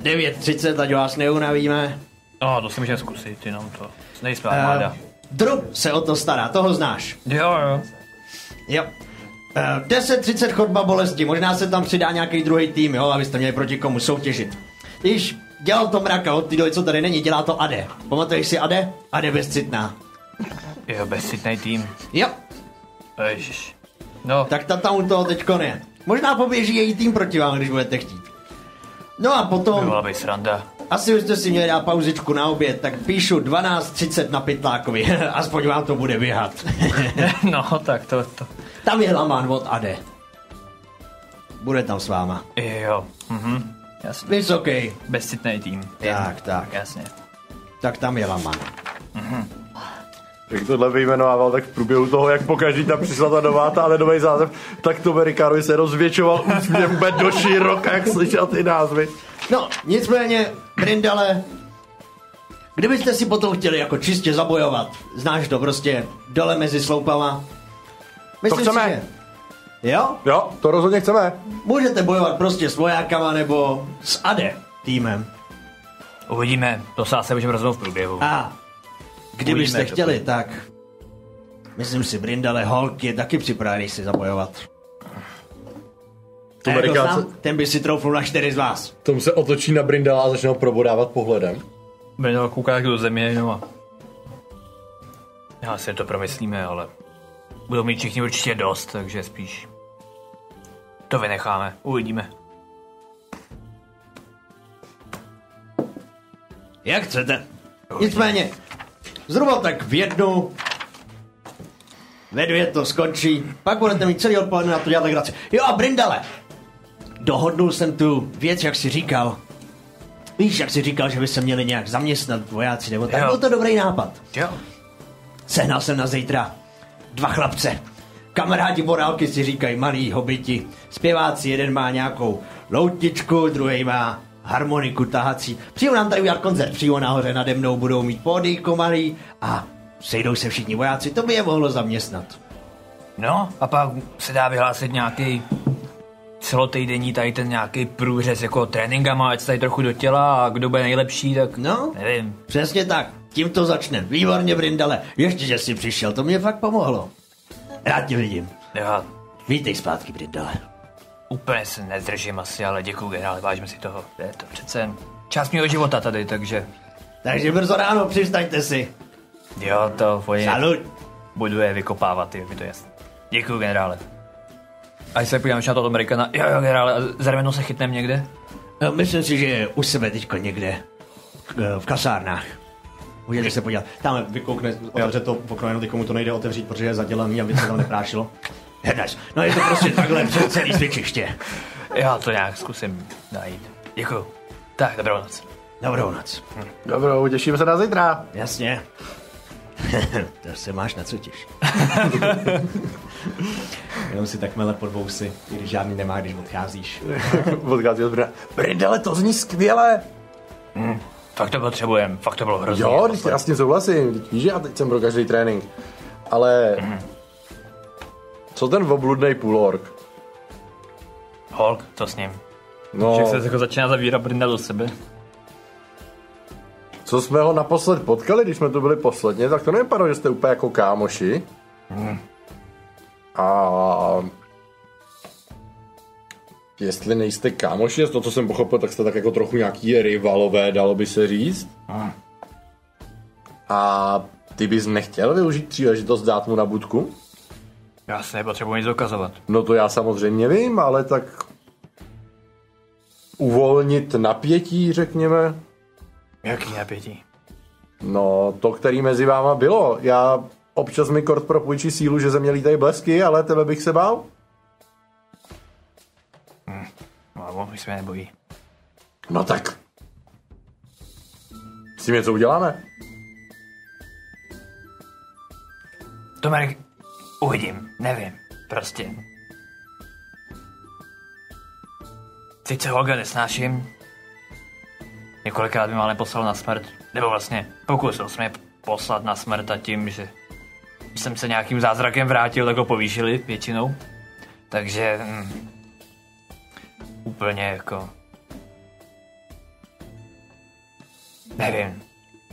S1: 9.30, ať vás neunavíme.
S2: No, to si můžeme zkusit, jenom to. Nejsme
S1: Uh,
S2: armáda.
S1: Drub se o to stará, toho znáš.
S2: Eh, Jo, jo.
S1: Jo. Eh, 10.30 chodba bolesti, možná se tam přidá nějaký druhý tým, jo, abyste měli proti komu soutěžit. Když dělal to mraka od té doby, co tady není, dělá to Ade. Pamatuješ si Ade? Ade bezcitná.
S2: Jo, bezcitný tým.
S1: Jo,
S2: Ježiš. No,
S1: tak ta tam u toho teďko ne. Možná poběží její tým proti vám, když budete chtít. No a potom...
S2: byla by sranda.
S1: Asi už jste si měli dát pauzičku na oběd, tak píšu 12.30 na Pytlákovi. Aspoň vám to bude běhat.
S2: No, tak to, to.
S1: tam je Laman od Ade. Bude tam s váma.
S2: Jo, mhm. Jasně.
S1: Vysoký.
S2: Bezcitný tým.
S1: Tak, tak.
S2: Jasně.
S1: Tak tam je Laman.
S6: Jak tohle vyjmenovával, tak v průběhu toho, jak pokaždý tam přišla ta nová ta ledový zázev, tak to Ricardovi se rozvětšoval úsměv bed do široka, jak slyšel ty názvy.
S1: No, nicméně, Brindale, kdybyste si potom chtěli jako čistě zabojovat, znáš to prostě, dole mezi sloupama. Myslím
S6: chceme.
S1: že... Jo?
S6: Jo, to rozhodně chceme.
S1: Můžete bojovat prostě s vojákama nebo s ADE týmem.
S2: Uvidíme, to se asi můžeme rozhodnout v průběhu.
S1: A kdybyste
S2: Uvidíme, co
S1: chtěli, tak myslím si, Brindale Hulk je taky připravený si zabojovat. To jako
S6: Amerikánce-
S1: sám, ten by si troufnul na čtyři z vás.
S6: Tom se otočí na Brindala a začne ho probodávat pohledem.
S2: Brindal kouká jak do země, no a... Já si to promyslíme, ale... Budou mít všichni určitě dost, takže spíš... To vynecháme, uvidíme.
S1: Jak chcete. Nicméně, zhruba tak v jednu, ve dvě to skončí, pak budete mít celý odpoledne na to dělat legraci. Jo a Brindale, dohodnul jsem tu věc, jak jsi říkal. Víš, jak jsi říkal, že by se měli nějak zaměstnat vojáci nebo tak.
S2: Jo.
S1: Byl to dobrý nápad.
S2: Jo.
S1: Sehnal jsem na zítra dva chlapce. Kamarádi morálky si říkají malí hobiti. Zpěváci, jeden má nějakou loutičku, druhý má harmoniku tahací. Přijdu nám tady udělat koncert, přímo nahoře nade mnou budou mít pódíko malý a sejdou se všichni vojáci, to by je mohlo zaměstnat.
S2: No, a pak se dá vyhlásit nějaký celotejdenní tady ten nějaký průřez jako tréninkama, ať se tady trochu do těla a kdo bude nejlepší, tak
S1: No,
S2: nevím.
S1: přesně tak, tím to začne. Výborně, Brindale, ještě, že jsi přišel, to mě fakt pomohlo. Rád tě vidím.
S2: Já
S1: Vítej zpátky, Brindale.
S2: úplně se nezdržím asi, ale děkuji generále, vážím si toho. Je to přece jen Část mého života tady, takže...
S9: Takže brzo ráno přistaňte si.
S2: Jo, to oni
S9: Salut.
S2: budu je vykopávat, je mi to jasné. Děkuji, generále. A když se podíváme ještě na toho Amerikana, jo, jo, generále, a za rameno se chytnem někde?
S9: No, myslím si, že je u sebe teďko někde. K- V kasárnách. Můžete se podívat.
S1: Tam vykoukne, otevře to okno, jenom komu to nejde otevřít, protože je zadělaný, aby se tam neprášilo.
S9: Dnes. No je to prostě takhle přes celý cvičiště.
S2: Já to nějak zkusím najít. Děkuji. Tak, dobrou noc.
S9: Dobrou noc.
S6: Dobrou, těšíme se na zítra.
S9: Jasně. to se máš na co těš.
S1: Jenom si takmile pod vousy, i když žádný nemá, když odcházíš.
S6: Odchází od Brna. Brindele, to zní skvěle.
S2: Fakt to potřebujem, fakt to bylo hrozně.
S6: Jo, teď jasně souhlasím. Teď víš, že já teď jsem pro každý trénink. Ale... Co ten obludnej půlork?
S2: Holk, co s ním?
S6: No,
S2: Že se jako začíná zavírat brinda do sebe.
S6: co jsme ho naposled potkali, když jsme tu byli posledně, tak to nevypadalo, že jste úplně jako kámoši. A... Jestli nejste kámoši, z toho, co jsem pochopil, tak jste tak jako trochu nějaký rivalové, dalo by se říct. A ty bys nechtěl využít příležitost dát mu na budku?
S2: Já se nepotřebuji nic dokazovat.
S6: No to já samozřejmě vím, ale tak uvolnit napětí, řekněme.
S2: Jaký napětí?
S6: No, to, který mezi váma bylo. Já občas mi kort propůjčí sílu, že ze mě lítají blesky, ale tebe bych se bál.
S2: No, on už se mě nebojí.
S6: No tak. S tím něco uděláme.
S2: Tomek, uvidím, nevím, prostě. Sice Holga nesnáším, několikrát mi ale poslal na smrt, nebo vlastně pokusil jsem je poslat na smrt a tím, že jsem se nějakým zázrakem vrátil, tak ho povýšili většinou. Takže hm, úplně jako... Nevím,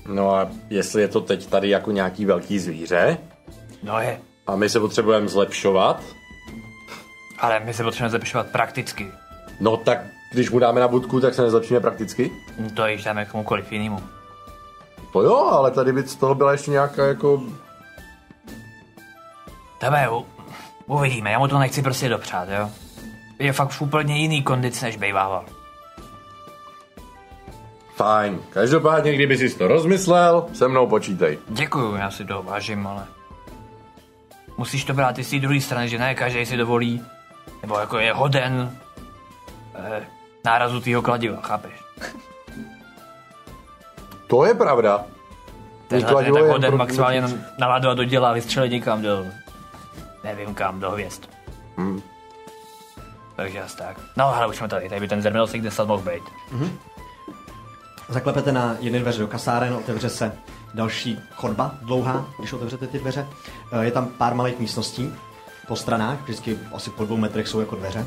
S6: No a jestli je to teď tady jako nějaký velký zvíře
S2: no je,
S6: a my se potřebujeme zlepšovat,
S2: ale my se potřebujeme zlepšovat prakticky,
S6: no tak když mu dáme na budku, tak se nezlepšíme prakticky.
S2: to již dáme komukoliv jinému.
S6: To jo, ale tady by z toho byla ještě nějaká jako...
S2: Tebe, u- uvidíme, já mu to nechci prostě dopřát, jo. Je fakt v úplně jiný kondici, než bejvával.
S6: Fajn. Každopádně, kdyby si to rozmyslel, se mnou počítej.
S2: Děkuju, já si to vážím, ale... Musíš to brát i z té druhé strany, že ne každý si dovolí, nebo jako je hoden eh, nárazu tvýho kladiva, chápeš?
S6: To je pravda.
S2: Tenhle ten je
S6: kladivo
S2: tak
S6: je
S2: hoden
S6: pro-
S2: maximálně naladu a dodělá, vystřelit někam do... Nevím kam, do hvězd.
S6: Hmm.
S2: Takže asi tak. No, ale už jsme tady, tady by ten zrmenil si kde snad mohl být.
S1: Zaklepete na jedné dveře do kasáren, otevře se další chodba, dlouhá, když otevřete ty dveře. Eh, Je tam pár malých místností po stranách, vždycky asi po dvou metrech jsou jako dveře.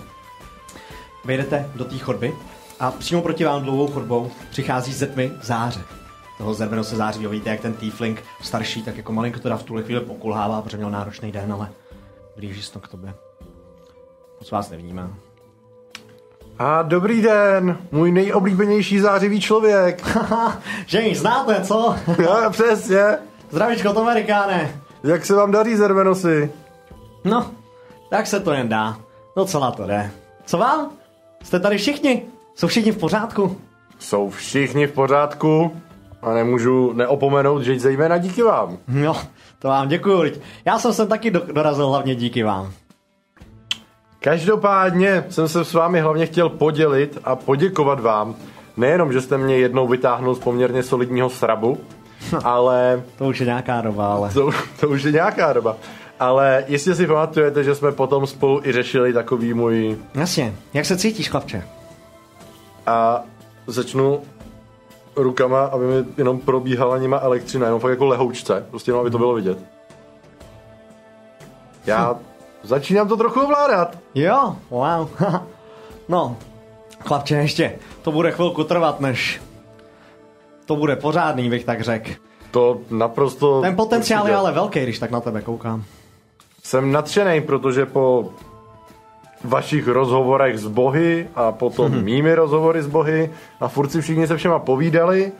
S1: Vejdete do té chodby a přímo proti vám dlouhou chodbou přichází ze tmy záře. Toho zerveno se září, jo, vidíte, jak ten tiefling starší, tak jako malinko teda v tuhle chvíli pokulhává, protože měl náročný den, ale blíží se to k tobě. Moc vás nevnímá.
S6: A dobrý den, můj nejoblíbenější zářivý člověk.
S1: Haha, že ji znáte, co?
S6: Já, přesně.
S1: Zdravíčko, to Amerikáne.
S6: Jak se vám daří, Zervenosy?
S1: No, tak se to jen dá. Docela to jde. Co vám? Jste tady všichni? Jsou všichni v pořádku?
S6: Jsou všichni v pořádku a nemůžu neopomenout, že zejména díky vám.
S1: No, to vám děkuju. vždyť Já jsem sem taky do- dorazil hlavně díky vám.
S6: Každopádně jsem se s vámi hlavně chtěl podělit a poděkovat vám. Nejenom, že jste mě jednou vytáhnul z poměrně solidního srabu, ale
S1: To už je nějaká doba, ale...
S6: To, to už je nějaká doba. Ale jestli si pamatujete, že jsme potom spolu i řešili takový můj...
S1: Jasně, jak se cítíš, chlapče?
S6: A začnu rukama, aby mi jenom probíhala nima elektřina, jenom fakt jako lehoučce, prostě jenom, aby to bylo vidět. Já začínám to trochu ovládat.
S1: Jo, wow. no, chlapče, ještě to bude chvilku trvat, než to bude pořádný, bych tak řekl.
S6: To naprosto...
S1: Ten potenciál je
S6: určitě.
S1: ale velký, když tak na tebe koukám.
S6: Jsem nadšený, protože po vašich rozhovorech s bohy a potom
S1: Mhm.
S6: hmm. mými rozhovory s bohy a furt si všichni se všema povídali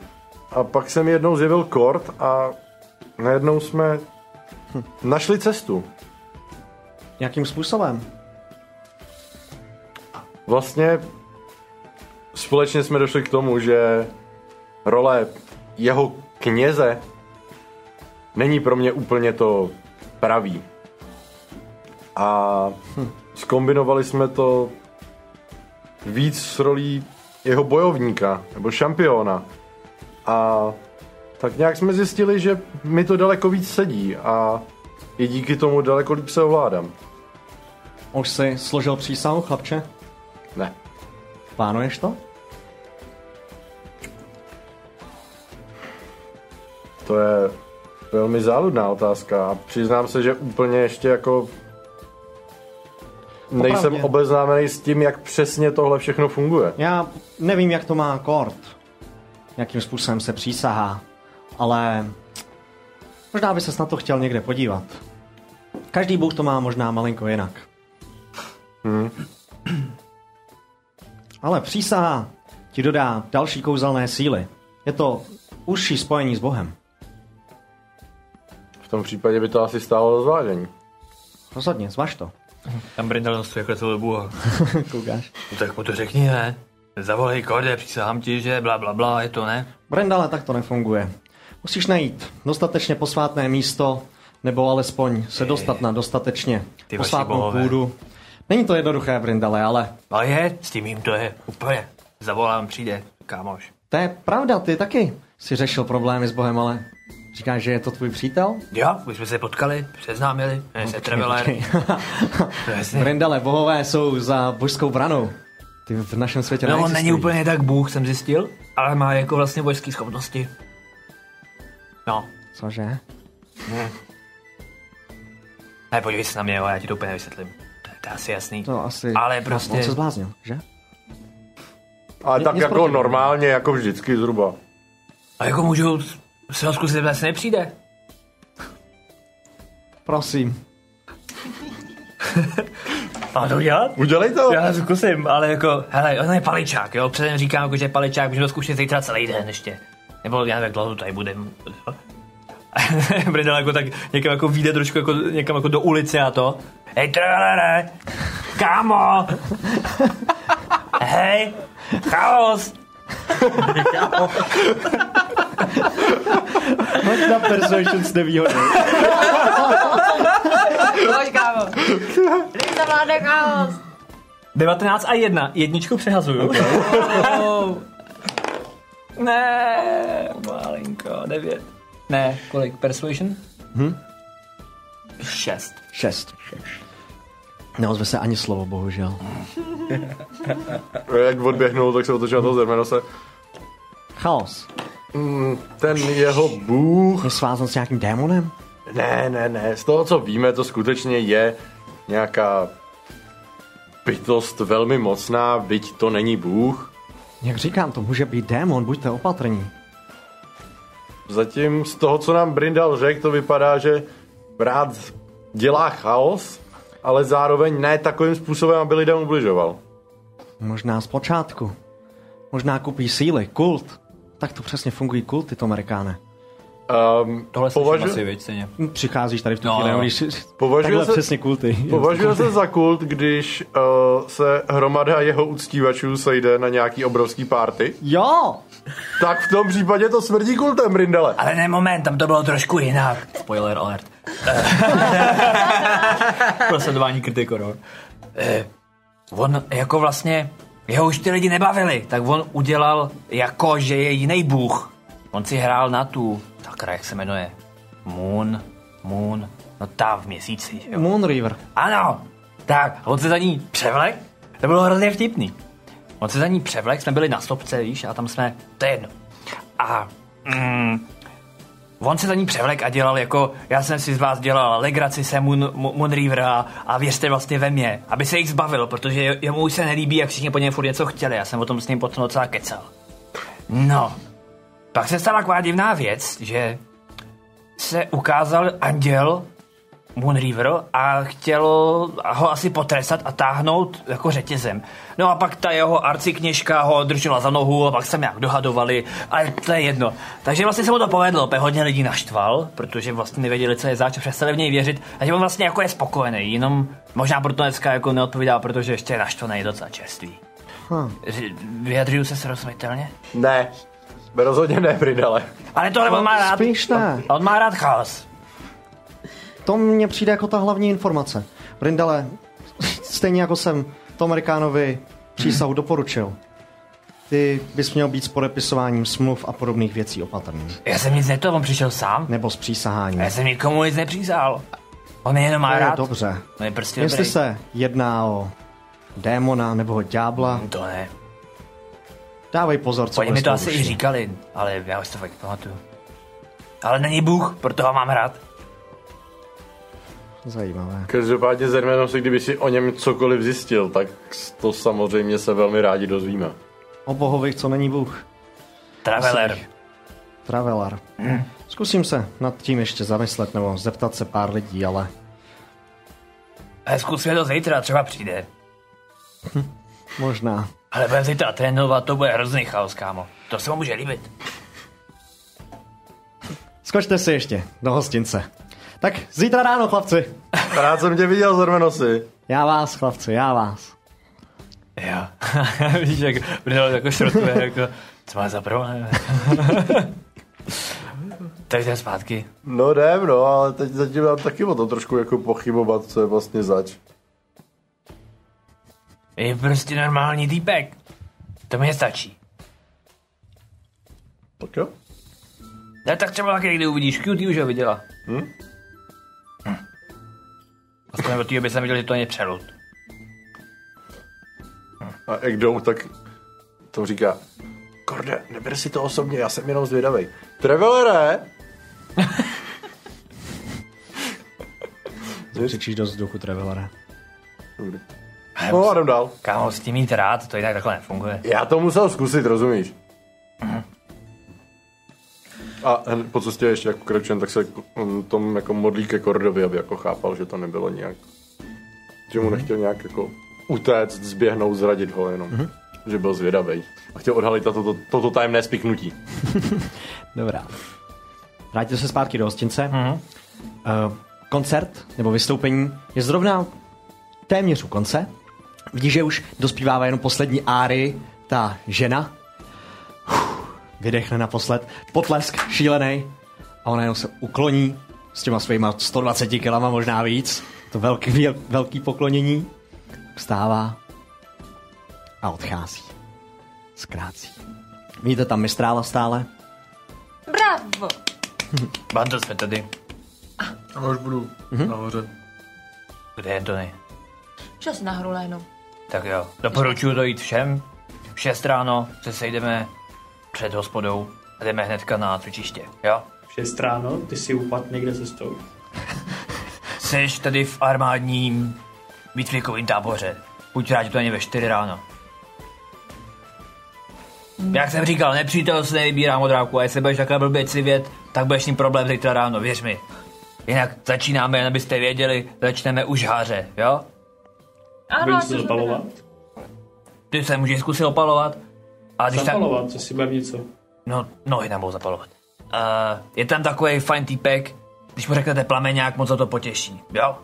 S6: a pak jsem jednou zjevil kort a najednou jsme
S1: Hm.
S6: našli cestu.
S1: Nějakým způsobem.
S6: Vlastně společně jsme došli k tomu, že role jeho kněze není pro mě úplně to pravý. A hm, skombinovali jsme to víc s rolí jeho bojovníka, nebo šampiona. A tak nějak jsme zjistili, že mi to daleko víc sedí a i díky tomu daleko líp se ovládám.
S1: Už jsi složil přísahu, chlapče?
S6: Ne.
S1: Plánuješ to?
S6: To je velmi záludná otázka a přiznám se, že úplně ještě jako nejsem
S1: Opravdě.
S6: obeznámený s tím, jak přesně tohle všechno funguje.
S1: Já nevím, jak to má kort. Jakým způsobem se přísahá. Ale možná by ses na to chtěl někde podívat. Každý bůh to má možná malinko jinak.
S6: Hmm.
S1: Ale přísaha ti dodá další kouzelné síly. Je to užší spojení s Bohem.
S6: V tom případě by to asi stálo za zvážení.
S1: Rozhodně, zvaž to.
S2: Tam Brindal nás tu jako celou dobu a...
S1: Koukáš.
S2: No tak mu to řekni, ne? Zavolej korde, přísahám ti, že bla bla bla, je to ne?
S1: Brendale, tak to nefunguje. Musíš najít dostatečně posvátné místo, nebo alespoň se dostat na dostatečně
S2: Ty vaši
S1: posvátnou
S2: bohové.
S1: půdu. Není to jednoduché, Brindale, ale
S2: Ale je, s tím jim to je, úplně. Zavolám, přijde, kámoš.
S1: to je pravda, ty taky si řešil problémy s Bohem, ale říkáš, že je to tvůj přítel?
S2: Jo, už jsme se potkali, seznámili, no, se Traveler. To je jasný.
S1: Brindale, bohové jsou za božskou branou. Ty v našem světě
S2: No, on
S1: neexistují.
S2: není úplně tak bůh, jsem zjistil, ale má jako vlastně vojenské schopnosti. No,
S1: Cože?
S2: ne, podívej se na mě, jo, já ti to úplně nevysvětlím. To, je- to je asi jasný.
S1: To asi...
S2: Ale prostě-
S1: On se zbláznil, že?
S6: Ale
S1: Ně-
S6: tak
S1: nic
S6: jako
S1: proti.
S6: normálně, jako vždycky zhruba.
S2: A jako můžu se ho zkusit, zeptat, jestli nepřijde.
S1: Prosím.
S2: A to udělat?
S6: Udělej to!
S2: Já zkusím, ale jako, hele, on je paličák, jo, předem říkám, jako, že je paličák, můžeme to zkusit zítra celý den ještě. Nebo já nevím, jak dlouho tady budem. Brindel jako tak někam jako vyjde trošku jako, někam jako do ulice a to. Hej, tralere, kámo! Hej, chaos!
S1: Hoď na persuasion s nevýhodou.
S5: Pojď, kámo. Jdem tam vládne chaos.
S2: 19 a 1, jedničku přehazuju. ne, malinko, 9. Ne, kolik, persuasion? Mhm. Hm? 6.
S1: Šest. Neozve se ani slovo, bohužel.
S6: Jak odběhnul, tak se otočil na toho Zermena se.
S1: Chaos.
S6: Hmm, Ten jeho bůh...
S1: Je svázan s nějakým démonem?
S6: Ne, ne, ne, z toho, co víme, to skutečně je nějaká bytost velmi mocná, byť to není bůh.
S1: Jak říkám, to může být démon, buďte opatrní.
S6: Zatím z toho, co nám Brindal řekl, to vypadá, že rád dělá chaos, ale zároveň ne takovým způsobem, aby lidem ubližoval.
S1: Možná zpočátku. Možná kupí síly, kult. Tak to přesně fungují kulty, to Amerikáne.
S6: Um,
S2: Tohle
S6: Považu-
S2: slyším asi, viď, ceně.
S1: Přicházíš tady v tu
S2: No,
S1: chvíli,
S2: no.
S1: když
S6: Považuje
S1: takhle
S6: se-
S1: přesně kulty.
S6: Považuje se za kult, když uh, se hromada jeho uctívačů sejde na nějaký obrovský party?
S1: Jo!
S6: Tak v tom případě to smrdí kultem, Brindale.
S2: Ale ne, moment, tam to bylo trošku jinak. Spoiler alert. Prosledování kritiku, no. Eh, On jako vlastně, jeho už ty lidi nebavili, tak on udělal jako, že je jiný bůh. On si hrál na tu, tak jak se jmenuje, Moon, Moon, no ta v měsíci, jo.
S1: Moon River.
S2: Ano, tak, a on se za ní převlek, to bylo hrozně vtipný. On se za ní převlek, jsme byli na stopce, víš, a tam jsme, to je jedno. A mm, on se za ní převlek a dělal jako, já jsem si z vás dělal legraci se Moon, Mo- Moonreavera a věřte vlastně ve mě, aby se jich zbavil, protože je- jemu už se nelíbí, jak všichni po něm furt něco chtěli, já jsem o tom s ním potom docela kecal. No, pak se stala taková divná věc, že se ukázal anděl Moon River a chtělo ho asi potrestat a táhnout jako řetězem. No a pak ta jeho arcikněžka ho držela za nohu a pak se nějak dohadovali, ale to je jedno. Takže vlastně se mu to povedlo, úplně hodně lidí naštval, protože vlastně nevěděli, co je zač, přestali v něj věřit a že on vlastně jako je spokojený, jenom možná proto dneska jako neodpovídá, protože ještě je naštvaný docela čerstvý.
S12: Hm.
S2: Ři- Vyjadřuju se srozumitelně?
S12: Ne, rozhodně ne, Brindale.
S2: Ale tohle on má rád.
S12: Spíš ne.
S2: On má rád chaos.
S12: To mně přijde jako ta hlavní informace.
S1: Brindale, stejně jako jsem Tom Rikánovi přísahu doporučil, ty bys měl být s podepisováním smluv a podobných věcí opatrný.
S2: Já jsem nic neto, on přišel sám.
S1: Nebo s přísaháním.
S2: Já jsem nikomu nic nepřízal. On je jenom
S1: To
S2: má
S1: je
S2: rád.
S1: dobře.
S2: On je prostě
S1: Jestli
S2: dobrý.
S1: se jedná o démona nebo o ďábla,
S2: to ne.
S1: dávej pozor, co
S2: Oni mi
S1: budeš
S2: to asi
S1: použít.
S2: i říkali, ale já už to fakt pamatuju. Ale není Bůh, proto ho mám rád.
S1: Zajímavé.
S6: Každopádně Zermenom se, kdyby si o něm cokoliv zjistil, tak to samozřejmě se velmi rádi dozvíme.
S1: O bohových, co není Bůh.
S2: Traveler.
S1: Asi. Traveler.
S2: Hmm.
S1: Zkusím se nad tím ještě zamyslet nebo zeptat se pár lidí, ale
S2: Ale Zkusme to zítra, třeba přijde.
S1: možná.
S2: Ale budeme zítra trénovat, to bude hrozný chaos, kámo. To se mu může líbit.
S1: Skočte si ještě do hostince. Tak zítra ráno, chlapci.
S6: Rád jsem tě viděl, Zermenosy.
S1: Já vás, chlapci, já vás.
S2: Jo. Víš, jak Brindal jako šrotuje, jako, co má za problém? Takže jdem zpátky.
S6: No jdem, no, ale teď zatím mám taky o to trošku jako pochybovat, co je vlastně zač.
S2: Je prostě normální týpek. To mi stačí.
S6: Tak jo.
S2: Ne, tak třeba taky někdy uvidíš. Cutie už ho viděla. Hm? Aspoň od té doby jsem viděl, že to není přelud.
S6: A jak jdou, tak to říká, Korde, neber si to osobně, já jsem jenom zvědavej. Travelere,
S1: Zakřičíš do vzduchu, Travelere.
S6: No, jdem dál.
S2: Kámo, s tím mít rád, to jinak takhle nefunguje.
S6: já to musel zkusit, rozumíš? A hned po cestě ještě jako kračujem, tak se on tom jako modlí ke Kordovi, aby jako chápal, že to nebylo nějak, že mu nechtěl nějak jako utéct, zběhnout, zradit ho jenom. Že byl zvědavý. A chtěl odhalit toto, toto, toto tajemné spiknutí.
S1: Dobrá. Vrátil se zpátky do hostince. Mm-hmm. Uh, koncert nebo vystoupení je zrovna téměř u konce. Vidíš, že už dospívává jenom poslední áry ta žena. Uf, Vydechne naposled. Potlesk šílený. A ona jenom se ukloní s těma svýma 120 kilama, možná víc. To velký, věl- velký poklonění. Vstává a odchází. Zkrácí. Vidíte tam mistrála stále?
S5: Bravo!
S2: Bando jsme tady.
S8: Já už budu
S1: Mhm.
S8: nahoře.
S2: Kde je Antony?
S5: Čas nahoru léhnu.
S2: Tak jo, doporučuju to jít všem. V 6 ráno se sejdeme před hospodou a jdeme hnedka na cvičiště, jo?
S3: V 6 ráno, ty si upad někde cestou.
S2: Jsi tady v armádním výcvikovém táboře. Buď rád, že to není ve 4 ráno. Jak jsem říkal, nepřítel se nevybírá modráku a jestli budeš takhle blbě civět, tak budeš mít problém zítra ráno, věř mi. Jinak začínáme, jen abyste věděli, začneme už háře, jo?
S5: Ano,
S3: Budeš se
S5: což
S3: zapalovat?
S2: Ty se můžeš zkusit opalovat. A když
S3: Zapalovat,
S2: Tak,
S3: co si budem něco.
S2: no, nohy tam budou zapalovat. Uh, je tam takový fajn týpek, když mu řeknete plameňák, moc ho to potěší, jo?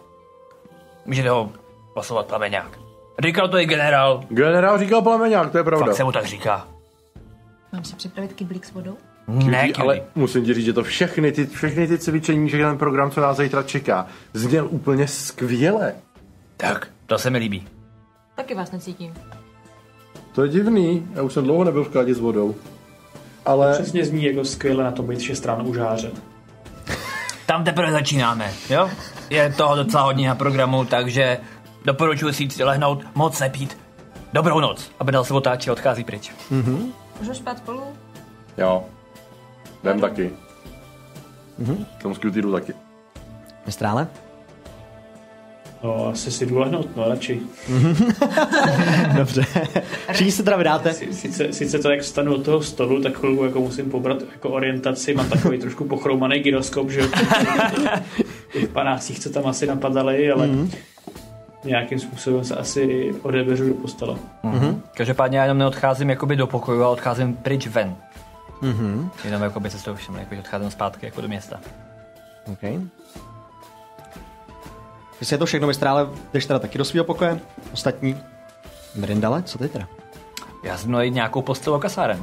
S2: Můžete ho oslovovat plameňák. Říkal to i generál,
S6: Generál říkal plameňák, to je pravda.
S2: Fakt se mu tak říká.
S5: Mám si připravit kyblík s vodou?
S2: Ne,
S6: Cutie, ale musím ti říct, že to všechny ty, všechny ty cvičení, že ten program, co nás zítra čeká, zněl úplně skvěle.
S2: Tak, to se mi líbí.
S5: Taky vás necítím.
S6: To je divný, já už jsem dlouho nebyl v kádě s vodou. Ale...
S3: Přesně zní jako skvěle na to být 6 ráno už hářet.
S2: Tam teprve začínáme, jo? Je toho docela hodně na programu, takže doporučuji si jít lehnout, moc nepít. Dobrou noc, aby dal se otáčí a odchází pryč.
S6: Mm-hmm.
S5: Můžu spát spolu?
S6: Jo. Jdem taky. Mhm. Mm-hmm. Tam s Cutie jdu taky.
S1: Mistrále?
S3: No, asi si jdu lehnout, no radši.
S1: Dobře. Všichni se teda vydáte.
S3: Sice, sice to, jak vstanu od toho stolu, tak chvilku jako musím pobrat jako orientaci, mám takový trošku pochroumaný gyroskop, že jo. těch panácích, co tam asi napadaly, ale
S5: Mhm.
S3: mm-hmm. nějakým způsobem se asi odebeřu do postele.
S2: Mm-hmm. Každopádně já jenom neodcházím jakoby do pokoju, ale odcházím pryč ven.
S1: Mhm.
S2: Jenom jakoby se s tou všimli, jakože odcházím zpátky jako do města.
S1: Okay. Jestli je to všechno, mistrále, jdeš teda taky do svého pokoje. Ostatní. Brindale, co ty teda?
S2: Já jsem měl jít nějakou postel do kasáren.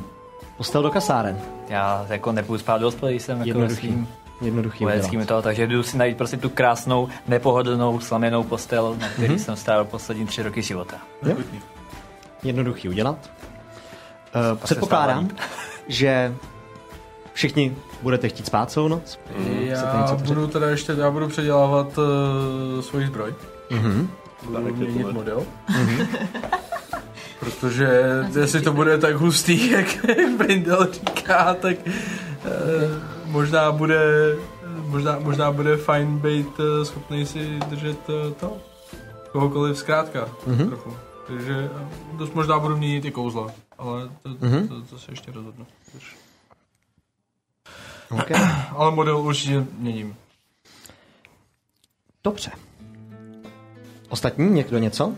S1: Postel do kasáren.
S2: Já jako nepůjdu spát do hospody, jsem jako
S1: Jednoduchý.
S2: svým
S1: Jednoduchý
S2: vojenským to, takže jdu si najít prostě tu krásnou, nepohodlnou, slaměnou postel, na který
S1: Mhm.
S2: jsem strávil poslední tři roky života.
S1: Jo? Jednoduchý udělat. Uh, předpokládám, že všichni budete chtít spát celou noc. Chcete
S8: Já
S1: něco
S8: budu teda ještě, já budu předělávat uh, svoji zbroj.
S1: Mhm.
S8: Budu měnit model. Protože jestli to bude tak hustý, jak Brindel říká, tak eh, možná bude možná, možná bude fajn být eh, schopný si držet eh, to kohokoliv zkrátka
S1: Mhm.
S8: trochu. Takže eh, dost možná budu měnit i kouzla, ale to,
S1: Mhm.
S8: to, to se ještě rozhodnu. Když-
S1: Ok.
S8: Ale model určitě měním.
S1: Dobře. Ostatní, někdo něco?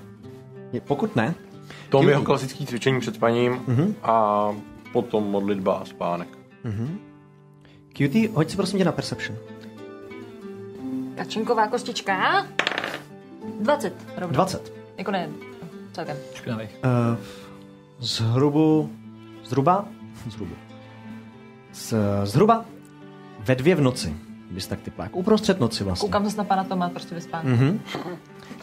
S1: Je- Pokud ne,
S6: Tom
S1: Kyuji.
S6: jeho klasický cvičení před spaním
S1: Mhm.
S6: a potom modlitba a spánek.
S1: Mhm. Cutie, hoď si prosím tě na Perception.
S5: Kačinková kostička. 20 rovnou.
S1: 20.
S5: Jako ne, celkem.
S2: Špinavých.
S1: Uh, zhrubu, zhruba, zhrubu, z, zhruba ve dvě v noci, bys tak typla, jako uprostřed noci vlastně.
S5: Koukám zase na pana Toma, prostě vyspán.
S1: Mhm.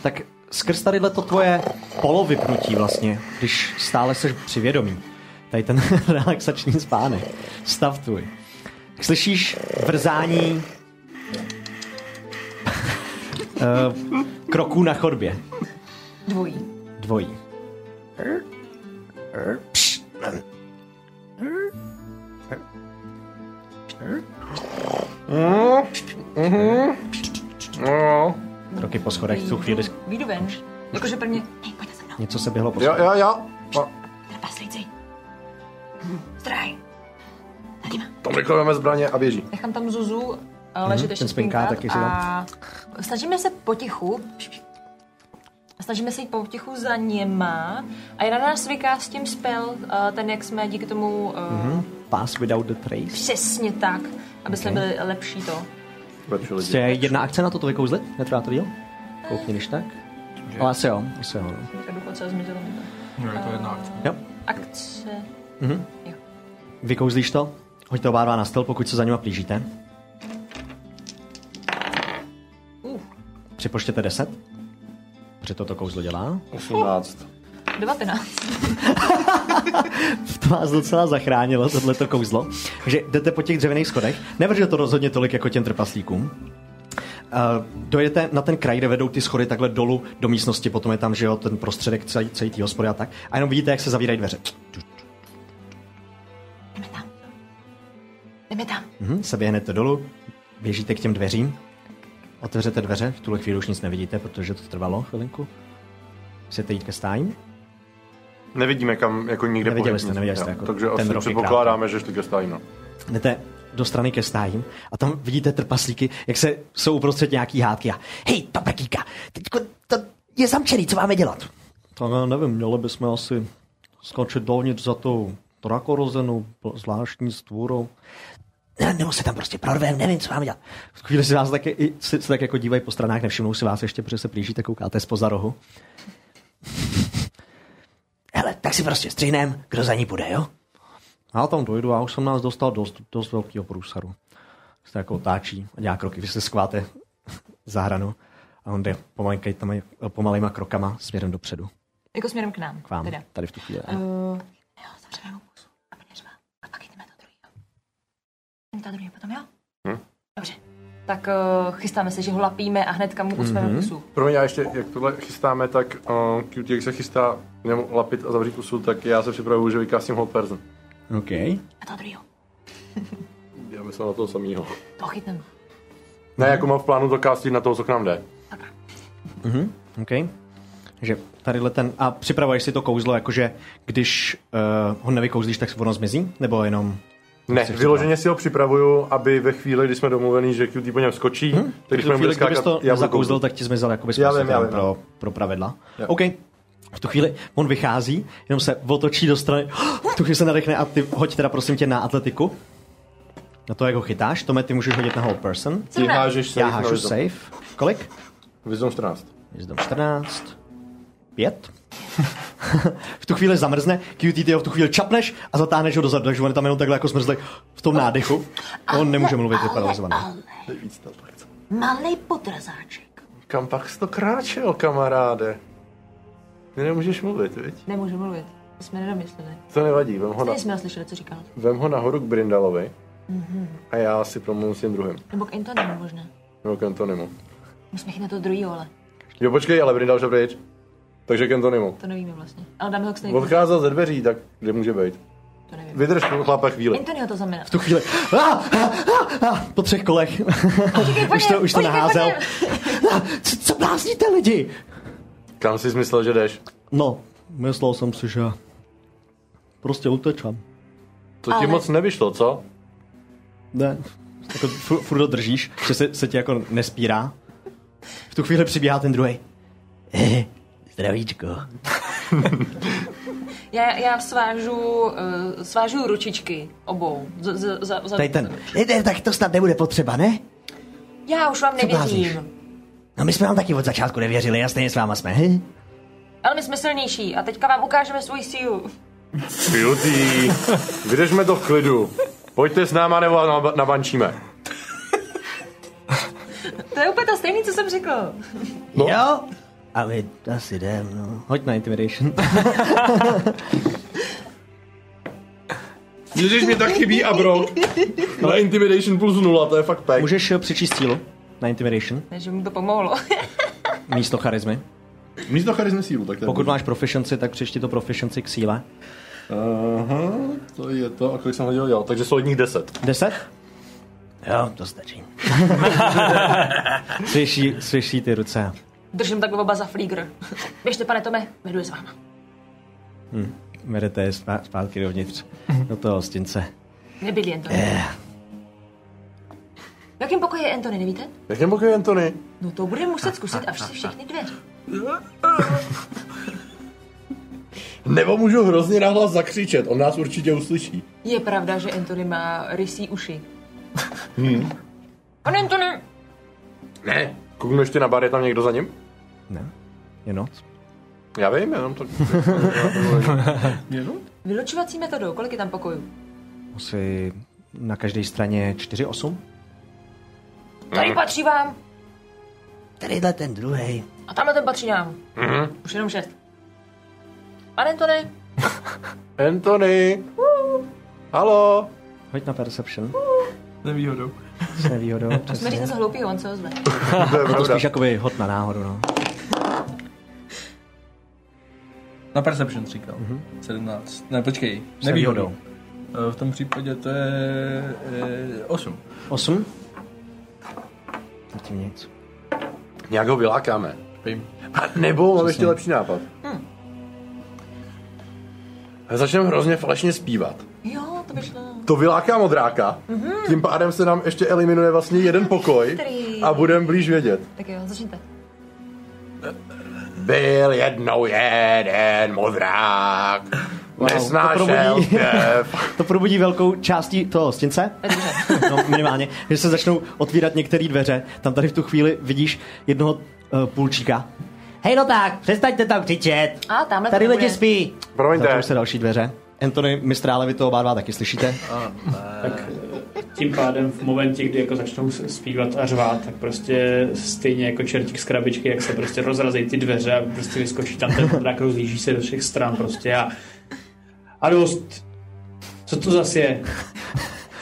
S1: Tak skrz tady to tvoje polovypnutí vlastně, když stále seš při vědomí, tady ten relaxační spánek, stav tvůj. tak Slyšíš vrzání eh, kroků na chodbě,
S5: Dvojí.
S1: dvojí. Pš.
S6: Mhm. No.
S1: Kroky po schodech, v tu chvíli
S5: Výjdu ven. Jakože první, hej, pojďte se mnou,
S1: něco se běhlo po
S6: Jo,
S1: schodech.
S6: jo, jo.
S5: trpaslíci. Zdraj.
S6: Tom rychle veme zbraně a běží.
S5: Nechám tam Zuzu a
S6: Mhm,
S5: ležet
S6: ten
S5: ještě
S6: spinká
S5: spinkát
S6: taky si
S5: a snažíme se potichu snažíme se jít potichu za něma a jedna nás vyká s tím spell, eh, ten jak jsme díky tomu uh,
S1: Mhm. Pass without the trace.
S5: přesně tak, aby jsme
S1: Okay.
S5: byli lepší to.
S1: Prostě jedna akce na to, to vykouzlit? Netrvá to díl? Koukni, když tak. Ale asi jo, asi jo. no.
S5: Teďka důchodce zmizelo mi to.
S8: No, je to jedna
S5: Eh,
S8: akce.
S1: Jo.
S5: Akce.
S1: Mhm. Vykouzlíš to? Hoďte oba dva na styl, pokud se za nima plížíte.
S5: Uh.
S1: Připočtěte 10. Protože toto kouzlo dělá.
S6: 18.
S5: 19.
S1: To vás docela zachránilo, tohleto kouzlo. Takže jdete po těch dřevěných schodech. Nevržel to rozhodně tolik jako těm trpaslíkům. Uh, dojete na ten kraj, kde vedou ty schody takhle dolů do místnosti, potom je tam, že jo, ten prostředek celý, celý tý hospody a tak. A jenom vidíte, jak se zavírají dveře.
S5: Jdeme tam.
S1: Mhm, se běhnete dolů, běžíte k těm dveřím, otevřete dveře, v tuhle chvíli už nic nevidíte, protože to trvalo chvilinku. Chcete jít ke stájím?
S6: Nevidíme kam, jako nikde
S1: Neviděli
S6: pohyb.
S1: jste, neviděli jste,
S6: Jo,
S1: jako
S6: Takže
S1: ten
S6: asi
S1: rok je
S6: předpokládáme, že šli ke stajnu.
S1: Jdete do strany ke stájím a tam vidíte trpaslíky, jak se jsou uprostřed nějaký hádky a hej, paprkýka, teďko to je zamčený, co máme dělat?
S7: Tak já nevím, měli bychom asi skočit dovnitř za tou drakorozenou pl- zvláštní stvůrou.
S9: Ne, nebo se tam prostě prorvem, nevím, co máme dělat.
S1: V chvíli si vás tak, i- si, se tak jako dívají po stranách, nevšimnou si vás ještě, protože se plížíte, koukáte spoza rohu.
S9: Hele, tak si prostě střihnem, kdo za ní půjde, jo?
S7: Já tam dojdu, já už jsem nás dostal dost, dost velkého průseru. Se jako otáčí a dělá kroky.
S1: Vy se skváte zahranu a on jde pomalejma, pomalejma krokama směrem dopředu
S5: Jako směrem k nám.
S1: k vám,
S5: Teda.
S1: tady v tu chvíli.
S5: Uh, jo, zavřeme mu pusu, aby neřval. A pak jdeme do druhého. Jdeme do druhého potom, jo?
S6: Hm?
S5: Dobře. Tak uh, chystáme se, že ho lapíme a hnedka mu ucpeme
S1: Mhm.
S5: mm-hmm. pusu.
S6: Promiň, já ještě, jak tohle chystáme, tak uh, QT, jak se chystá němu lapit a zavřít pusu, tak já se připravuju, že vykásím hold person.
S1: OK.
S5: A to druhého.
S6: Já myslel na toho samého.
S5: To chytneme.
S6: Ne, jako mám v plánu to kástit na toho, co k nám jde.
S1: Mhm, OK. Že tadyhle ten... A připravuješ si to kouzlo, jakože když uh, ho nevykouzlíš, tak ono zmizí? Nebo jenom...
S6: Ne,
S1: Chceš to
S6: vyloženě si ho připravuju, aby ve chvíli, kdy jsme domluvení, že QT po něm skočí, hmm? tak když
S1: tu
S6: mi bude
S1: Mhm. chvíli,
S6: skákat,
S1: kdybys to
S6: já budu
S1: zakouzlil, tak
S6: kouzlit.
S1: ti zmizel jakoby
S6: Já vím, já vím. no.
S1: pro, pro pravidla.
S6: Jo.
S1: OK. V tu chvíli on vychází, jenom se otočí do strany, v tu chvíli se nadechne a ty hoď teda prosím tě na atletiku. Na to, jak ho chytáš, Tome, ty můžeš hodit na whole person.
S6: Ty Sedmnáct. hážeš
S1: Já
S6: safe no, na
S1: hážu
S6: wisdom.
S1: safe. Kolik?
S6: Wisdom 14.
S1: Wisdom 14. 5. v tu chvíli zamrzne, QT ty ho v tu chvíli čapneš a zatáhneš ho dozadu, takže on je tam jenom takhle jako smrzlý v tom nádechu. On nemůže mluvit, je paralizovaný.
S13: Malý podrazáček.
S6: Kam pak jsi to kráčel, kamaráde? Ty nemůžeš mluvit, viď?
S5: Nemůžu mluvit. To jsme nedomysleli.
S6: To nevadí, vem ho, na,
S5: Stejně jsme neslyšeli, co říkal.
S6: vem ho nahoru k Brindalovi
S5: Mhm.
S6: a já si promluvím s tím druhým.
S5: Nebo k Antonimu možná.
S6: Nebo k Antonimu.
S5: Musíme chytnout toho druhýho, ale
S6: Jo, počkej, ale Brindal už je pryč. Takže k Antonimu.
S5: to nevíme vlastně. Ale dáme ho k Snape.
S6: Odcházel ze dveří, tak kde může být?
S5: To nevím.
S6: Vydrž, chlapa, chvíli.
S5: Antonio to znamená.
S1: V tu chvíli a, a, a, a, po třech kolech už to, už to naházel. A, co, co blázníte lidi?
S6: Kam jsi myslel, že jdeš?
S7: No, myslel jsem si, že prostě utečem.
S6: To ti
S7: Ale-
S6: moc nevyšlo, co?
S1: Ne. Jako fu- furt to držíš, že se, se ti jako nespírá. V tu chvíli přibíhá ten druhý. Zdravíčko.
S5: Já, já svážu, uh, svážu ručičky obou. Z, z, za, za,
S9: Tady ten. Ne,
S1: eh,
S9: ne, tak to snad nebude potřeba, ne?
S5: Já už vám
S9: Co blázíš?
S5: nevěřím.
S9: No my jsme vám taky od začátku nevěřili, já stejně s váma jsme. Hm?
S5: Ale my jsme silnější a teďka vám ukážeme svůj sílu.
S6: Beauty. Vydržme to v klidu. Pojďte s náma nebo nab- nabančíme.
S5: To je úplně to stejné, co jsem řekl.
S6: No.
S9: Jo? A my asi jdem, no.
S1: Hoď na intimidation.
S4: Ježiš, mi tak chybí a bro.
S6: Na intimidation plus nula, to je fakt pek.
S1: Můžeš eh, přičíst sílu na intimidation
S5: Takže mu to pomohlo.
S1: místo charizmy.
S6: Místo charizmy sílu, tak
S1: Pokud máš proficiency, tak přičti to proficiency k síle.
S6: Aha, to je to, a kolik jsem hodil dělal, takže solidních 10.
S1: 10?
S9: Jo, to stačí.
S1: Slyší, slyší ty ruce.
S5: Držím takhle oba za flígr. Běžte, pane Tome, vedu je s váma.
S1: Hm. Vedete je zpá- zpátky dovnitř do toho hostince.
S5: Nebyli Antony. V jakém pokoji je Antony, nevíte?
S6: Jak nebo je Antony?
S5: No to budeme muset zkusit, až se všechny dveře.
S6: Nebo můžu hrozně nahlas zakřičet, on nás určitě uslyší.
S5: Je pravda, že Antony má rysí uši.
S6: Hmm.
S5: Pane Antony!
S6: Ne. Kouknu ještě na bar, je tam někdo za ním?
S1: Je noc.
S6: Já vím, jenom to...
S5: Vylučovací metodou, kolik je tam pokojů?
S1: Asi na každé straně 4-8.
S5: Tady patří vám
S9: Tadyhle ten druhý.
S5: a tamhle ten patří nám.
S6: Mhm.
S5: Už jenom šest. Pane Antony,
S6: Anthony! Halo!
S1: Hoď na perception.
S4: S nevýhodou.
S1: S nevýhodou,
S5: jsme říct
S1: přesně.
S5: něco hloupýho, on se ozve.
S1: to je
S4: pravda.
S1: spíš jakoby hod na náhodu, no.
S8: Na Perception jsi říkal. Mm-hmm. 17. Ne, počkej.
S1: S
S8: Nevýhodou. Eh, V tom případě to je eh, 8.
S1: 8? Zatím nic.
S6: Nějak ho vylákáme.
S8: Vím.
S6: A nebo mám
S8: Přesně.
S6: ještě lepší nápad. Začneme hrozně falešně zpívat.
S5: Jo, to by šlo.
S6: To vyláká modráka, mm-hmm. tím pádem se nám ještě eliminuje vlastně jeden pokoj
S5: Chytrý.
S6: a budeme blíž vědět.
S5: Tak jo, začněte.
S6: Byl jednou jeden modrák, wow,
S1: to
S6: nesnášel
S1: probudí,
S6: krev.
S1: to probudí velkou částí toho hostince. No, minimálně. Že se začnou otvírat některé dveře. Tam tady v tu chvíli vidíš jednoho uh, půlčíka.
S9: Hej, no tak, přestaňte tam křičet.
S5: A tamhle
S9: Tady
S5: to
S9: lidi
S5: nebude.
S9: spí.
S1: Zatím se další dveře. Anthony, mistrále, vy to oba dva taky slyšíte.
S3: Tak tím pádem v momentě, kdy jako začnou s- zpívat a řvát, tak prostě stejně jako čertík z krabičky, jak se prostě rozrazí ty dveře a prostě vyskočí tam ten modrák, rozlíží se do všech stran prostě a a dost. Co to zase je?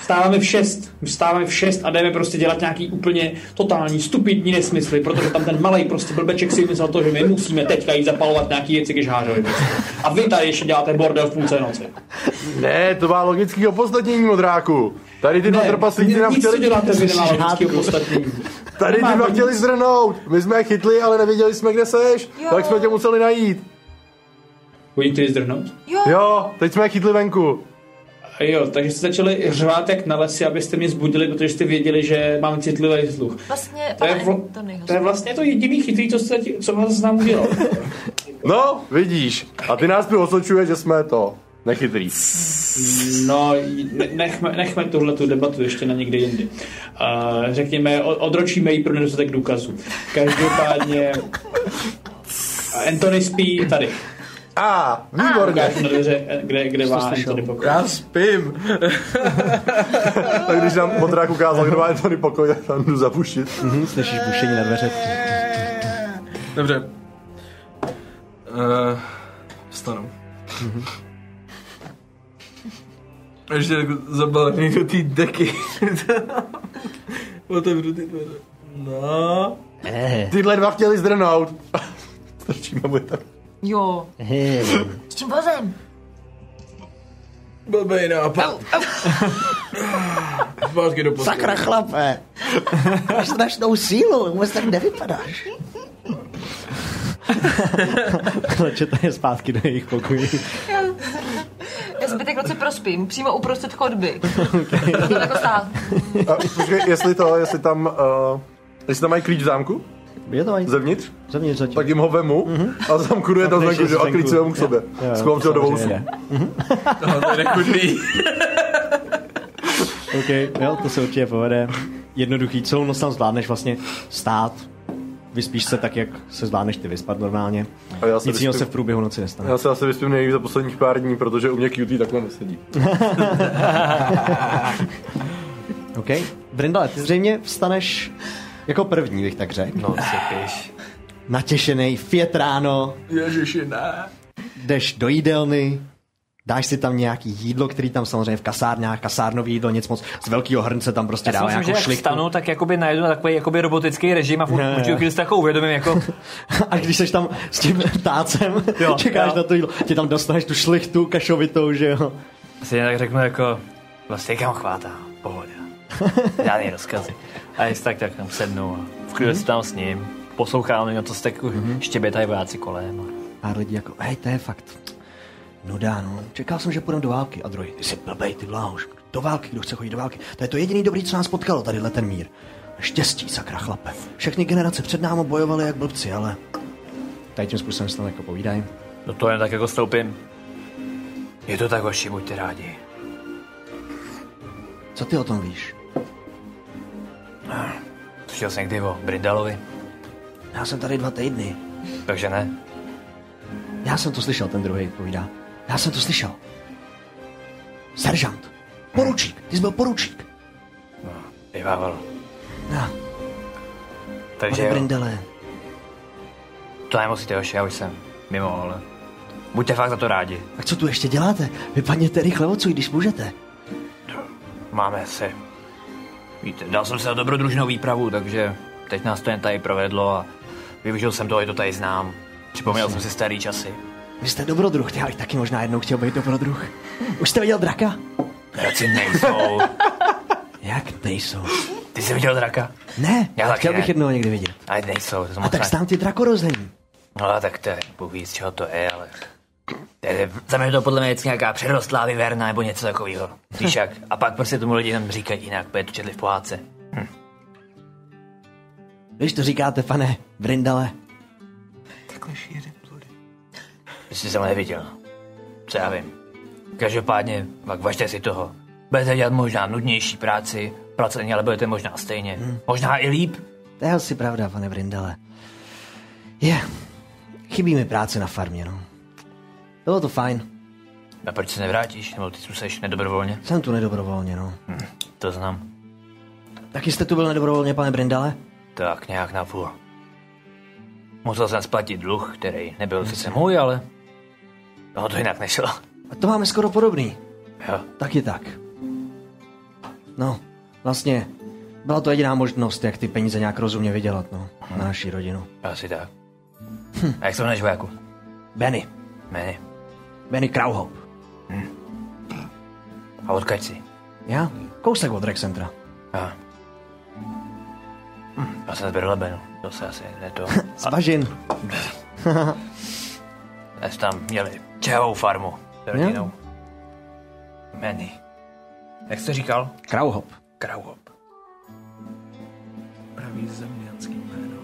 S3: Vstáváme v 6. Vstáváme v 6 a jdeme prostě dělat nějaký úplně totální, stupidní nesmysly, protože tam ten malý prostě blbeček si myslel to, že my musíme teďka jít zapalovat nějaký věci, když háželi. A vy tady ještě děláte bordel v půlce noci.
S6: Ne, to má logický opodstatnění, modráku. Tady ty dva
S3: Ne,
S6: trpaslíci
S3: nic,
S6: nám
S3: co
S6: chtěli...
S3: děláte, vy nemá logický
S6: Žádku.
S3: opodstatnění.
S6: Tady ty
S3: Nemá
S6: dva
S3: to
S6: chtěli zrnout. My jsme je chytli, ale nevěděli jsme, kde seš.
S5: Jo.
S6: Tak jsme tě museli najít.
S3: Oni chtěli zdrhnout?
S5: Jo.
S6: jo, teď jsme je chytli venku.
S3: Jo, takže jste začali řvát jak na lesy, abyste mě zbudili, protože jste věděli, že mám citlivý sluch.
S5: Vlastně,
S3: To je,
S5: pane
S3: vl-
S5: Antonyho,
S3: to je vlastně to jediný chytrý, co, jste, ti- co vás znám udělal.
S6: No, vidíš. A ty nás tu osočuje, že jsme to nechytrý.
S3: No, ne- nechme, nechme tuhle tu debatu ještě na někdy jindy. Uh, řekněme, o- odročíme ji pro nedostatek důkazů. Každopádně Anthony spí tady.
S6: A, výborně.
S3: Ukážu na dveře, kde, kde
S6: Jsi to
S3: má
S6: slyšel?
S3: Anthony pokoj.
S6: Já spím. tak když nám modrák ukázal, kdo má Anthony pokoj, tak tam jdu zapušit. Mhm, slyšíš bušení na dveře.
S4: Dobře. Uh, vstanu.
S6: Mhm.
S4: Ještě jako zabalený do té deky. Otevřu ty dveře. No.
S6: Tyhle dva chtěli zdrnout. Strčíme mu je tak.
S5: Jo. S tím vozem.
S4: Blbej nápad. Zpátky do postele.
S9: Sakra chlape, máš strašnou sílu, vůbec tak nevypadáš.
S1: Klečete je zpátky do jejich pokojí.
S5: Já, já zbytek noci prospím, přímo uprostřed chodby. Okay. To jako stát.
S6: A, počkej, jestli to, jestli tam, uh, jestli tam mají klíč v zámku?
S1: Je to mají.
S6: Zevnitz?
S1: Zevnitř zatím.
S6: Tak jim ho vemu a zamknu je tam
S1: Zapneš
S6: zvenku,
S1: je
S6: že? jo, A
S1: zvenku.
S6: klíč si vemu k
S1: Jo,
S6: sobě.
S1: jo,
S6: Schovám
S1: to
S6: ho do vousu.
S1: samozřejmě
S4: No, to je nekudný.
S1: OK, jo, to se určitě povede. Jednoduchý, celou noc tam zvládneš vlastně stát, vyspíš se tak, jak se zvládneš ty vyspat normálně.
S6: A já se
S1: Nic jiného
S6: vyspím.
S1: se v průběhu noci nestane.
S6: Já se asi vyspím nejvíc za posledních pár dní, protože u mě cutie takhle nesedí.
S1: OK. Brindale, ty zřejmě vstaneš jako první, bych tak řekl.
S2: No, sypiš.
S1: Natěšený, fiet ráno,
S4: Ježiši, ne.
S1: jdeš do jídelny, dáš si tam nějaký jídlo, který tam samozřejmě v kasárnách, kasárnový jídlo, nic moc, z velkého hrnce tam prostě
S2: Já si
S1: dává
S2: myslím, že
S1: nějakou
S8: jako
S2: jak
S1: šlichtu.
S2: vstanu, tak jakoby najdu na takový jakoby robotický režim a furt
S1: Ne.
S2: určitě chvíli si takovou uvědomím, jako
S1: A když seš tam s tím tácem, jo,
S2: Jo,
S1: čekáš jo.
S2: jo.
S1: na to jídlo, ti tam dostaneš tu šlichtu kašovitou, že jo.
S2: si jen tak řeknu jako vlastně kam chvátá, pohoda. Žádný rozkazy. A jestli tak, tak tam sednu a v klidu si tam s ním. Poslouchám na to se tak mm-hmm. štěbětají vojáci kolem.
S1: A lidi jako, hej, to je fakt. No dá, no. Čekal jsem, že půjdeme do války. A druhý, ty jsi blbej, ty bláhoš. Do války, kdo chce chodit do války. To je to jediný dobrý, co nás potkalo, tadyhle ten mír. Štěstí, sakra chlape. Všechny generace před námi bojovaly jak blbci, ale... Tady tím způsobem se tam jako povídají.
S2: Do toho jen tak jako stoupím. Je to tak, hoši, buďte rádi.
S1: Co ty o tom víš?
S2: Slyšel jsem někdy o Brindalovi,
S1: Já jsem tady dva týdny.
S2: takže ne.
S1: Já jsem to slyšel, ten druhý povídá. Já jsem to slyšel. Seržant. Poručík. Ty jsi byl poručík.
S2: Vyvával.
S1: No.
S2: Takže
S1: Pane
S2: jo.
S1: Brindele,
S2: To nemusíte, hoši, já už jsem mimo, ale buďte fakt za to rádi.
S1: tak co tu ještě děláte? Vypadněte rychle odsud, když můžete.
S2: Máme se. Víte, dal jsem se na dobrodružnou výpravu, takže teď nás to jen tady provedlo a využil jsem to, je to tady znám. Připomněl jsem si starý časy.
S1: Vy jste dobrodruh, já bych taky možná jednou chtěl být dobrodruh. Už jste viděl draka?
S2: Draci nejsou.
S1: Jak nejsou?
S2: Ty jsi viděl draka?
S1: Ne,
S2: Já
S1: já
S2: taky
S1: chtěl
S2: ne.
S1: bych jednou někdy vidět.
S2: Ale nejsou, to
S1: A tak stám ty drakorození.
S2: No, tak to je, Bůh ví, z čeho to je, ale... To je- Za mě to podle mě je nějaká přerostlá vyverna nebo něco takového. Víš jak? A pak prostě tomu lidi tam říkají jinak, protože to četli v pohádce.
S1: Když to říkáte, pane Brindale.
S2: Jestli jsem ho neviděl. Co já vím. Každopádně, tak važte si toho. Budete dělat možná nudnější práci, pracovní, ale budete možná stejně. Hmm. Možná i líp.
S1: To je asi pravda, pane Brindale. Je, chybí mi práce na farmě, no. Bylo to fajn,
S2: A proč se nevrátíš? Nebo ty tu seš nedobrovolně?
S1: jsem tu nedobrovolně, no.
S2: To znám.
S1: Taky jste tu byl nedobrovolně, pane Brindale?
S2: Tak nějak na půl. Musel jsem splatit dluh, který nebyl sice můj, ale... No to jinak nešlo.
S1: A to máme skoro podobný.
S2: Jo.
S1: Taky tak. No, vlastně byla to jediná možnost, jak ty peníze nějak rozumně vydělat, no, na naši rodinu.
S2: Asi tak. A jak se jmenuješ vojáku?
S1: Benny,
S2: Hm. Jmény.
S1: Benny Krauhop.
S2: A odkaď jsi?
S1: Já? Kousek od Rexcentra.
S2: A. Hm, já jsem z Berlebenu. To se asi ne to.
S1: Zbažin.
S2: Já jsem tam měli čehovou farmu s rodinou. Jmény. Jak jste říkal?
S1: Krauhop.
S2: Krauhop.
S4: Pravý zemňanský jméno.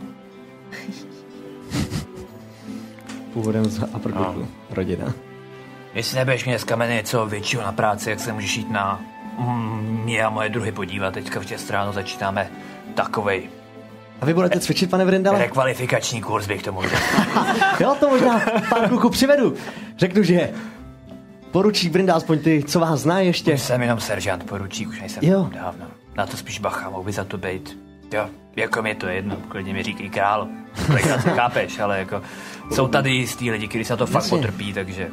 S1: Původem z Apergurku. Rodina.
S2: Jestli nebudeš mě dneska jmenuje něco většího na práci, jak se můžeš jít na mm, mě a moje druhy podívat. Teďka v šest ráno začínáme takovej
S1: A vy budete cvičit, pane Vrindale?
S2: rekvalifikační kurz, bych tomu řekl.
S1: Jo, to možná pár kluků přivedu. Řeknu, že poručí Brinda aspoň ty, co vás zná ještě.
S2: Jsem jenom seržant poručík, už nejsem
S1: Jo.
S2: jo. dávno. Na to spíš bacha, mohl by za to být. Jo, jako mi je to jedno, klidně mi říkají král. Legraci, chápeš, ale jako jsou tady jistý lidi, kteří se na to fakt
S1: Jasně.
S2: potrpí, takže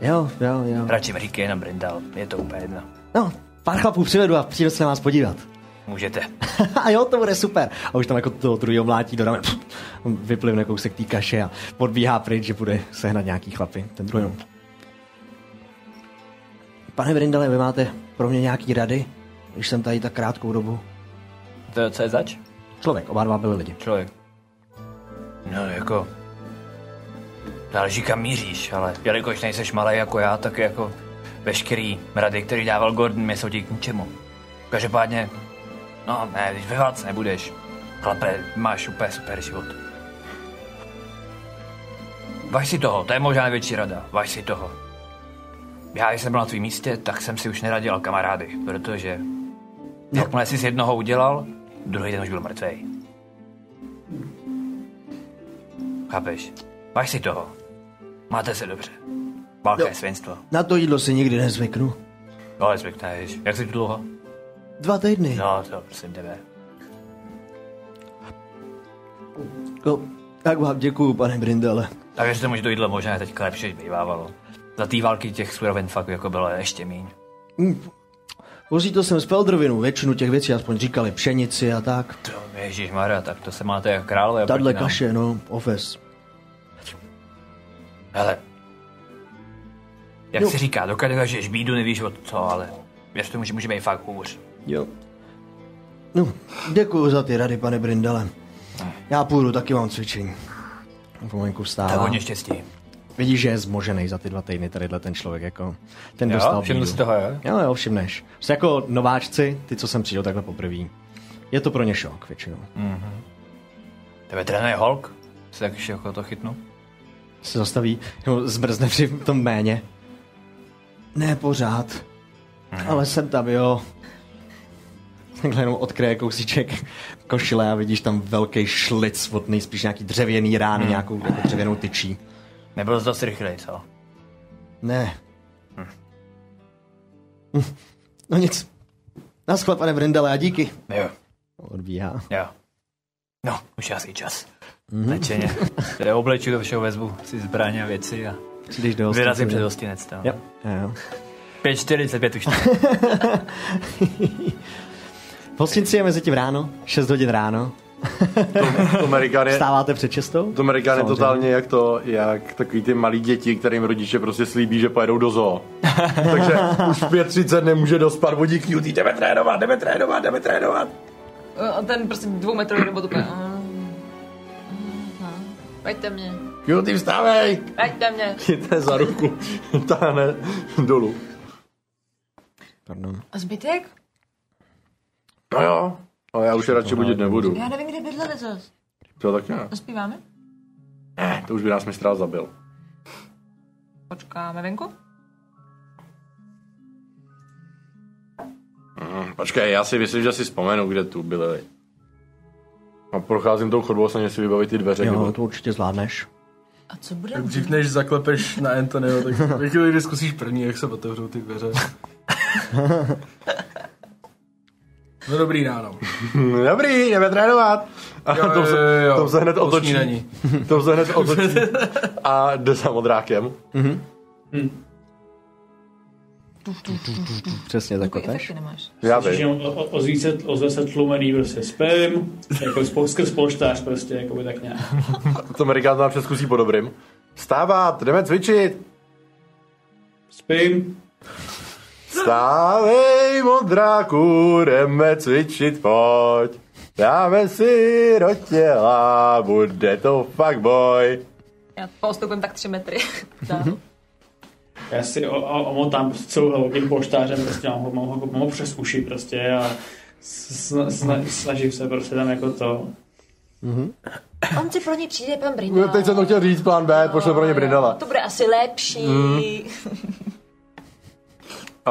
S1: Jo, jo, jo.
S2: radši mi říkej jenom Brindal, je to úplně jedno.
S1: No, pár chlapů přivedu a přijdu se na vás podívat.
S2: Můžete.
S1: a jo, to bude super. A už tam jako toho druhého mlátí do ramen. Pff, Vyplivne kousek té kaše a podbíhá pryč, že bude sehnat nějaký chlapy. Ten druhý. jenom. Pane Brindale, vy máte pro mě nějaký rady, když jsem tady tak krátkou dobu?
S2: To, co je zač?
S1: Člověk, oba dva byli lidi.
S2: Člověk. No jako... Záleží kam míříš, ale jelikož nejseš malý jako já, tak jako veškerý rady, který dával Gordon, mi jsou ti k ničemu. Každopádně, no ne, když ve válce nebudeš. Chlape, máš úplně super život. Váž si toho, to je možná největší rada, váž si toho. Já, když jsem byl na tvém místě, tak jsem si už neradil kamarády, protože jakmile jsi z jednoho udělal, druhý den už byl mrtvej. Chápeš? Váž si toho. Máte se dobře. Válka je svinstvo.
S1: Na to jídlo si nikdy nezvyknu.
S2: No, ale zvykneš. Jak jsi tu dlouho?
S1: Dva týdny.
S2: No, to prosím tebe.
S1: No, tak vám děkuju, pane Brindale.
S2: Takže to možná jídlo možná je teďka lepší, než bývávalo. Za té války těch surovin fakt jako bylo ještě míň.
S1: Hm. Vozítil jsem speldrovinu, většinu těch věcí aspoň říkali pšenici a tak.
S2: Ježíš Mara, tak to se máte jako králové. oproti
S1: Tadle
S2: nám.
S1: kaše, no, ofes.
S2: Hele. Jak
S1: Jo.
S2: se říká, dokud dokážeš bídu, nevíš od co, ale věř tomu, že může být fakt hůř.
S1: Jo. No, děkuju za ty rady, pane Brindale. Já půjdu, taky mám cvičení. Pomalinku vstává.
S2: Tak hodně štěstí.
S1: Vidíš, že je zmožený za ty dva týdny tadyhle ten člověk, jako ten
S2: Jo?
S1: dostal
S2: Všiml
S1: bídu.
S2: si toho, jo?
S1: Jo, jo, všimneš. Jsi jako nováčci, ty, co jsem přijel takhle poprvé. Je to pro ně šok většinou.
S2: Mhm. Tebe trénuje Hulk? Se tak jako to chytnu?
S1: Se zastaví, nebo zmrzne při tom méně. Ne pořád, ale jsem tam, jo. Takhle jenom odkryje kousíček košile a vidíš tam velký šlic od nejspíš nějaký dřevěný rány,
S2: Hmm.
S1: nějakou jako dřevěnou tyčí.
S2: Nebyl jsi dost rychlej, co?
S1: Ne. Hmm. Hm. No nic. Na schle, pane Brindale, a díky.
S2: Jo.
S1: Odbíhá.
S2: Jo. No, už je asi čas.
S1: Mhm.
S2: Lečeně. Teda obleču do všeho vezbu si zbraně a věci a
S1: Přijdeš do hostince,
S2: vyrazím
S1: jo?
S2: před hostinec tam.
S1: Jo, jo.
S2: 5.45 už ne.
S1: V hostinci je mezi tím ráno, 6 hodin ráno.
S6: To Amerikán je,
S1: Vstáváte před čestou?
S6: to Amerikán je
S1: Samozřejmě.
S6: totálně jak to, jak takový ty malí děti, kterým rodiče prostě slíbí, že pojedou do zoo. Takže už v 5.30 nemůže dospat vodík, jutý, jdeme trénovat, jdeme trénovat, jdeme trénovat.
S5: A ten prostě dvoumetrový robot úplně... Veďte mě,
S6: Jutý, vstávej!
S5: veďte mě.
S6: Chytne za ruku, táhne dolů.
S1: Pardon.
S5: A zbytek?
S6: No jo, ale já už je radši budit nebudu.
S5: Já nevím, kde bydleli zas.
S6: To tak ne.
S5: Zaspíváme?
S6: Ne, To už by nás mistrál zabil.
S5: Počkáme venku?
S6: Mm, počkej, já si myslím, že si vzpomenu, kde tu byli. A procházím tou chodbou, snažím si vybavit ty dveře.
S1: Jo, to určitě zvládneš.
S5: A co bude?
S4: Tak dřív než zaklepeš na Antonio, tak ve chvíli, kdy zkusíš první, jak se otevřou ty dveře. No dobrý ráno.
S6: No Dobrý, jdeme trénovat. A
S4: Jo,
S6: tom, se,
S4: jo, jo, jo.
S6: tom se hned
S4: Po
S6: otočí.
S4: snídani.
S6: Tom se hned otočí. A jde za modrákem.
S1: Mhm. Přesně tak.
S5: Efekty nemáš.
S6: Já
S3: Slyšíš jenom o- o- Ozví se, ozve se tlumený prostě spím, jako spo- skrz polštář prostě, jako by tak nějak.
S6: To Merikát nám přeskusí po dobrým. Stávat, jdeme cvičit.
S3: Spím.
S6: Stávej, modráku, jdeme cvičit, pojď. Dáme si do těla, bude to fakt boj.
S5: Já postupem tak tři metry. Dál.
S3: Já si o- o- omotám prostě celou hlavu tím polštářem, prostě mám ho, mám ho, mám ho přes uši prostě a sna, sna, snažím se prostě tam jako to.
S5: On si pro ní přijde pan
S6: No,
S5: Brindal.
S6: teď jsem to chtěl říct, plán B, pošle pro ně Brindala.
S5: To bude asi lepší.
S6: Mm.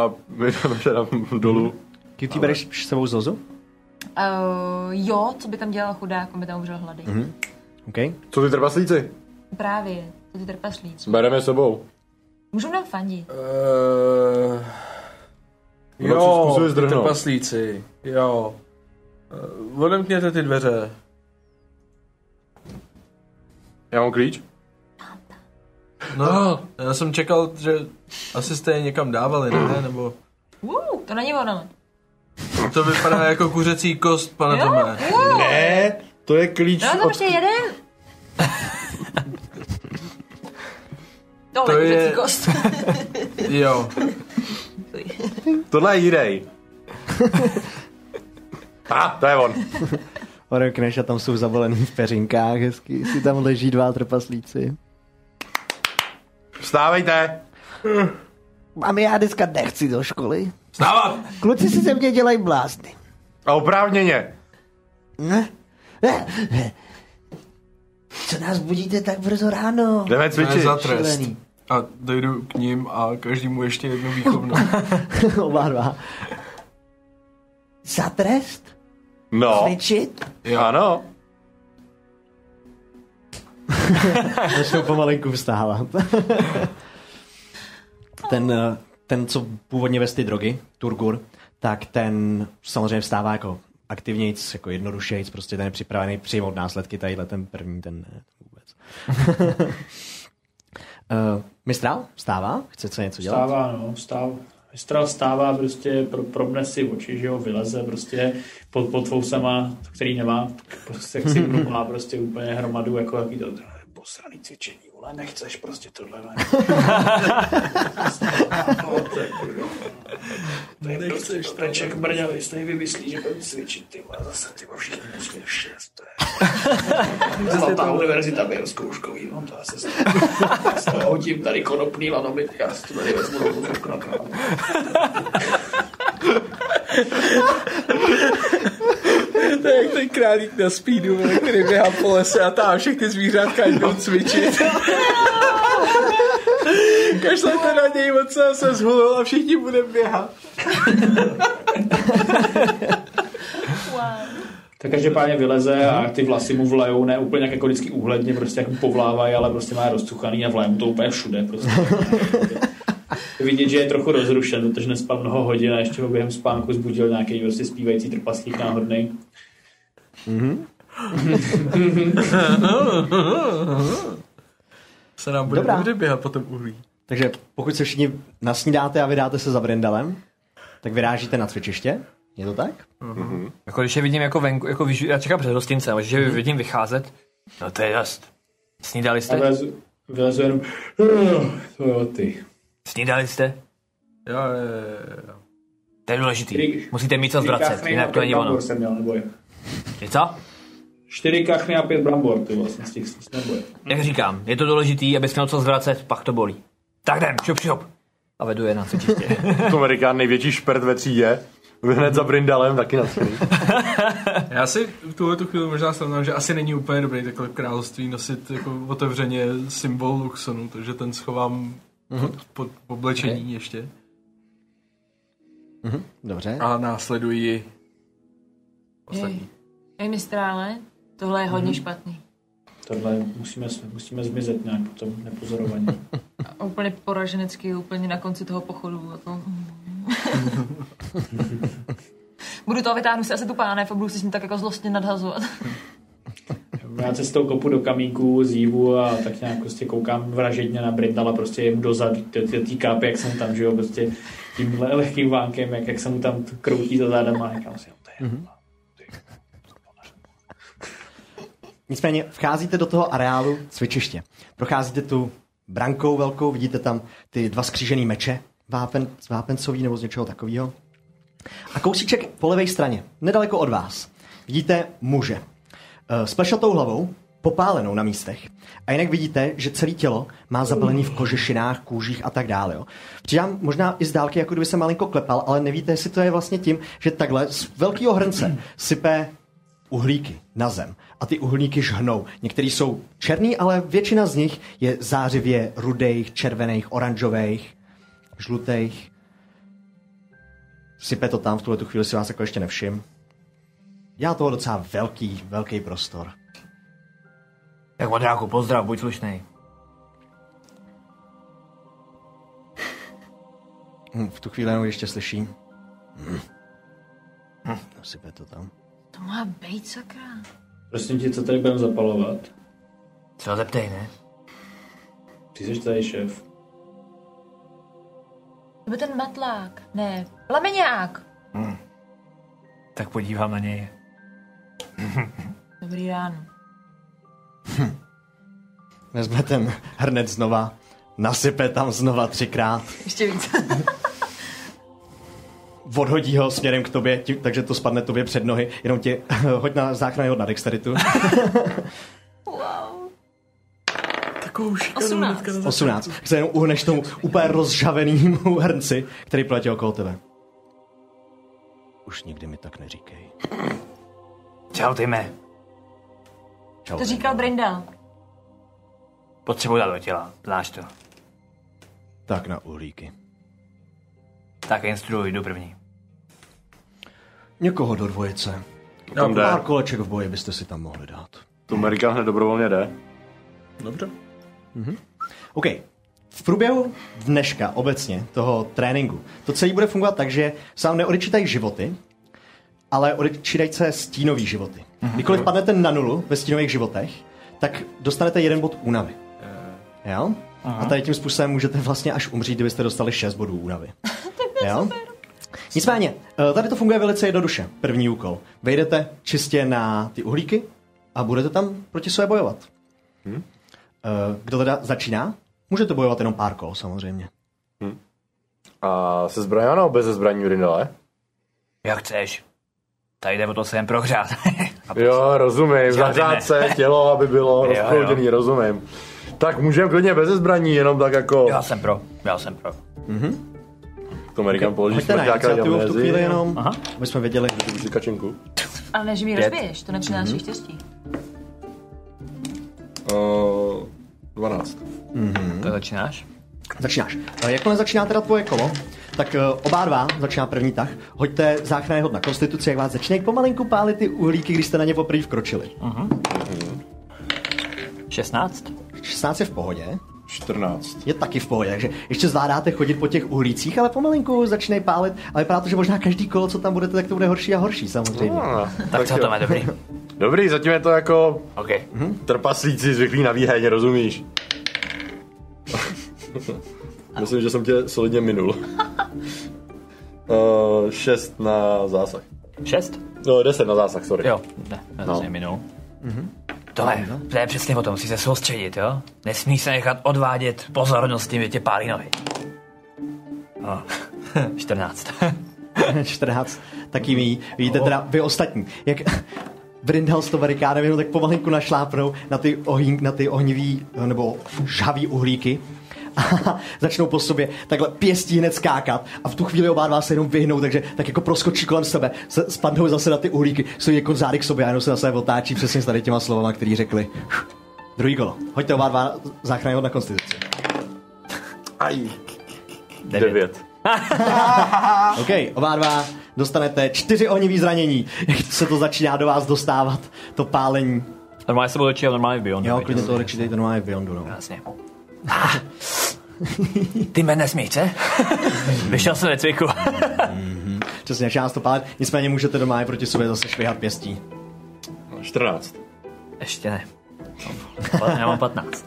S6: A my jdeme teda dolů.
S1: Kitty, bereš s sebou Zozu?
S5: Uh, jo, co by tam dělal chudák, on by tam umřel hlady.
S1: Mhm. OK.
S6: Co ty trpaslíci?
S5: Právě, to ty trpaslíc.
S6: Bereme sebou.
S5: Můžou nám fandit.
S8: Uh,
S6: Kdo si
S8: jo,
S6: zkusili
S8: ty
S6: zdrhnout?
S8: trpaslíci, jo. Uh, odemkněte ty dveře.
S6: Já mám klíč?
S8: No, já jsem čekal, že asi jste je někam dávali, ne? Nebo...
S5: Uh, to není ono.
S8: To vypadá jako kuřecí kost, pane
S5: Jo,
S8: Tome.
S5: jo.
S6: Ne, to je klíč
S5: No, to prostě jeden. Tohle
S8: To
S5: to je...
S8: je-
S5: kost.
S8: Jo.
S6: Tohle je jirej. A, to je on.
S1: Odemkneš a tam jsou zabalený v peřinkách, hezky si tam leží dva trpaslíci.
S6: Vstávejte.
S9: Mami, já dneska nechci do školy.
S6: Vstávat.
S9: Kluci si ze mě dělají blázny.
S6: A oprávněně.
S9: Ne? Ne. ne. Co nás budíte tak brzo ráno?
S6: Jdeme
S8: To je
S6: cvičit.
S8: za trest.
S9: Šílený.
S8: A dojdu k ním a každému ještě jedno výchovno.
S1: Oba dva.
S9: Za trest?
S6: No.
S9: Cvičit?
S8: Jo.
S6: Ano.
S1: Začnou pomalinku vstávat. ten, eh, ten, co původně vez ty drogy, Turgur, tak ten samozřejmě vstává jako aktivnějc, jako jednodušejc, prostě ten je připravený přijmout následky, tadyhle ten první, ten ne, vůbec. uh, Mistral vstává, chce co něco dělat.
S3: Stává, no, stáv. Mistral stává, prostě pro, probne si oči, že jo, vyleze prostě pod, pod fousama, který nemá, prostě jak si mluvá prostě úplně hromadu, jako jaký to posraný cvičení, vole, nechceš prostě tohle, ne. To je prostě streček brňavý, stej vymyslí, že budeme cvičit, ty vole, zase ty vole, všichni musí šest, to je. Zlatá univerzita byl zkouškový, no to asi se hodím tady konopný lanomit, já si to tady vezmu do zkoušku na krávu.
S8: to je jak ten králík na speedu, vole, který běhá po lese a tam všechny zvířátka jdou cvičit. Kašlete na něj, moc se se zhulil a všichni budeme běhat.
S3: Tak každopádně vyleze a ty vlasy mu vlejou, ne úplně jak jako vždycky úhledně, prostě jak mu povlávají, ale prostě má je rozcuchaný a vlejou mu to úplně všude. Prostě. Vidět, že je trochu rozrušen, protože nespal mnoho hodin a ještě ho během spánku zbudil nějaký prostě zpívající trpaslík náhodný.
S1: Mhm.
S8: se nám bude
S1: Dobrá.
S8: Dobrá. běhat po tom uhlí.
S1: Takže pokud se všichni nasnídáte a vydáte se za Brindalem, tak vyrážíte na cvičiště, je to tak?
S2: Mhm. Jako když je vidím jako venku, jako vyžu, já čekám před hostincem, a když
S1: Mhm.
S2: je vidím vycházet, no to je dost. Snídali
S3: A
S2: jste?
S3: vylezu, vylezu jenom, to jo ty.
S2: Snídali jste?
S8: Jo, jo, jo.
S2: To je důležitý.
S3: Krik-
S2: Musíte mít co
S3: Čtyři
S2: zvracet,
S3: kachny a
S2: jinak to
S3: pět
S2: není ono.
S3: brambor jsem měl, neboj.
S2: Je co?
S3: Čtyři kachny a pět brambor, ty vlastně z těch z neboj.
S8: Mhm.
S2: Jak říkám, je to důležitý, abys měl co zvracet, pak to bolí. Tak jdem, šup, šup. A vedu je na cvičiště.
S6: To Amerikán největší špert ve třídě. Hned za Brindalem, taky na třídě.
S8: Já si v tuhle tu chvíli možná srovnám, že asi není úplně dobrý takhle království nosit jako otevřeně symbol Luxonu, takže ten schovám pod, pod oblečení okay. ještě.
S1: Mhm. Dobře.
S8: A následuji
S5: Ostatní. Ej, mistrále, tohle je hodně špatný.
S3: Tohle musíme, musíme zmizet nějak potom nepozorovaně.
S5: A Úplně poraženecký, úplně na konci toho pochodu. Jako... budu to a vytáhnu si asi tu pánev a budu si s ním tak jako zlostně nadhazovat.
S3: Já cestou kopu do kamínků, z jívu a tak nějak prostě koukám vražedně na Brindala, prostě jim dozadu, ty, ty, ty kápy, jak jsem tam, že jo, prostě tímhle lehkým vánkem, jak, jak se mu tam t- kroutí za zádama, někam si
S1: Mhm. Nicméně vcházíte do toho areálu cvičiště. Procházíte tu brankou velkou, vidíte tam ty dva skřížený meče, vápen, z vápencový nebo z něčeho takového. A kousíček po levé straně, nedaleko od vás, vidíte muže. Eh, S plešatou hlavou, popálenou na místech. A jinak vidíte, že celé tělo má zabalený v kožešinách, kůžích a tak dále. Jo. Přidám možná i z dálky, jako kdyby se malinko klepal, ale nevíte, jestli to je vlastně tím, že takhle z velkého hrnce sype uhlíky na zem a ty uhlíky žhnou. Některý jsou černý, ale většina z nich je zářivě rudejch, červených, oranžových, žlutých. Sype to tam, v tuhle tu chvíli si vás jako ještě nevšim. Dělá toho docela velký, velký prostor.
S14: Tak modráku, pozdrav, buď slušnej.
S1: Hm, V tu chvíli jenom ještě slyší. Hm. Hm, Sype to tam.
S13: To má být sakra.
S3: Prosím tě, co tady budeme zapalovat?
S14: Co zeptej, ne?
S3: Ty jsi tady šéf.
S5: To byl ten matlák. Ne, plameňák.
S14: Hm. Tak podívám na něj.
S5: Dobrý ráno.
S1: Vezme ten hrnec znova, nasype tam znova třikrát.
S5: Ještě víc.
S1: odhodí ho směrem k tobě, ti, takže to spadne tobě před nohy, jenom tě hoď na záchranný hod na dexteritu.
S5: wow.
S8: Takovou šikanu
S5: 18.
S8: hnedka na začátku.
S1: 18. Se jenom uhneš tomu úplně rozžavenému hrnci, který platí okolo tebe. Už nikdy mi tak neříkej.
S14: Čau, Tyme.
S1: Čau.
S5: To říkal Brindal.
S14: Potřebuji dát do těla, znáš to.
S1: Tak na uhlíky.
S14: Tak instruuj, jdu první.
S1: Někoho do dvojice.
S6: To tam jde.
S1: Pár koleček v boji byste si tam mohli dát.
S6: To Merika hned dobrovolně jde. Dobře.
S1: Mhm. OK. V průběhu dneška obecně toho tréninku to celé bude fungovat tak, že sám neodečítají životy, ale odečítají se stínový životy. Kdykoliv padnete na nulu ve stínových životech, tak dostanete jeden bod únavy. Jo? A tady tím způsobem můžete vlastně až umřít, kdybyste dostali 6 bodů únavy. jo? Nicméně, eh, tady to funguje velice jednoduše. První úkol. Vejdete čistě na ty uhlíky a budete tam proti sobě bojovat. Eh, Kdo teda začíná? Můžete bojovat jenom pár kol, samozřejmě.
S6: A se zbraní, ano, bez zbraní Rindale?
S14: Jak chceš. Tady jde o to se jen prohřát.
S6: Jo, rozumím,
S14: Žádný ne.
S6: zahřát se tělo, aby bylo
S14: Jo,
S6: rozprouděný,
S14: jo.
S6: rozumím. Tak můžeme klidně bez zbraní, jenom tak jako...
S14: Já jsem pro, já jsem pro.
S1: Mhm.
S6: To Amerikan
S1: Ok,
S6: položí
S1: hoďte na
S6: smrťáka
S1: iniciativu v tu chvíli
S6: diamnézi.
S1: jenom, Aha. my jsme věděli.
S6: Můžu kačenku.
S5: Ale než mi
S6: Pět.
S5: rozbiješ, to nepřináší
S6: Mhm.
S5: mm-hmm. štěstí.
S6: Uh, 12.
S1: Mhm.
S14: To začínáš?
S1: Začínáš. Eh, Jakmile začíná teda tvoje kolo, tak eh, oba dva začíná první tah. Hoďte záchranný hod na konstituci, jak vás začínají pomalinku pálit ty uhlíky, když jste na ně poprvé vkročili.
S14: Mhm. 16?
S1: 16 je v pohodě.
S6: 14.
S1: Je taky v pohodě, takže ještě zvládáte chodit po těch uhlících, ale pomalinku začínají pálit, ale vypadá to, že možná každý kolo, co tam budete, tak to bude horší a horší samozřejmě.
S6: No,
S14: Tak co
S6: jo.
S14: to má dobrý?
S6: Dobrý, zatím je to jako
S14: okay.
S6: trpaslíci zvyklí na výheň, rozumíš? Myslím, že jsem tě solidně minul. Uh, šest na zásah.
S14: Šest?
S6: No, deset na zásah, sorry.
S14: Jo, ne, ne no. minul. Tohle, to je přesně o tom, musí se soustředit, jo? Nesmí se nechat odvádět pozornost tím, že tě pálí nohy. No. 14.
S1: 14. Taky ví, vidíte teda vy ostatní, jak Brindal s tovarikánem jenom no tak pomalinku našlápnou na ty, ohýn, na ty ohnivý nebo žhavý uhlíky a začnou po sobě takhle pěstí hned skákat a v tu chvíli oba dva se jenom vyhnou, takže tak jako proskočí kolem sebe, se, spadnou zase na ty uhlíky, jsou jako zády k sobě a jenom se na sebe otáčí přesně s tady těma slovama, který řekli. Druhý kolo. Hoďte oba dva záchranného na konstituci.
S6: Aj. Devět.
S1: OK, oba dva dostanete čtyři ohnivý zranění. Jak se to začíná do vás dostávat, to pálení.
S2: Normálně se budu číhat normálně v Beyondu.
S1: Jo,
S2: viď?
S1: klidně to odečítejte normálně v Beyondu. No.
S2: Vlastně.
S14: Jasně.
S2: Ah.
S14: Ty mě nesmíš, co? Vyšel jsem ve cviku.
S1: Přesně, začíná se to pálit. Nicméně můžete doma i proti sobě zase švihat pěstí.
S6: No, 14.
S14: Ještě ne. Já mám 15.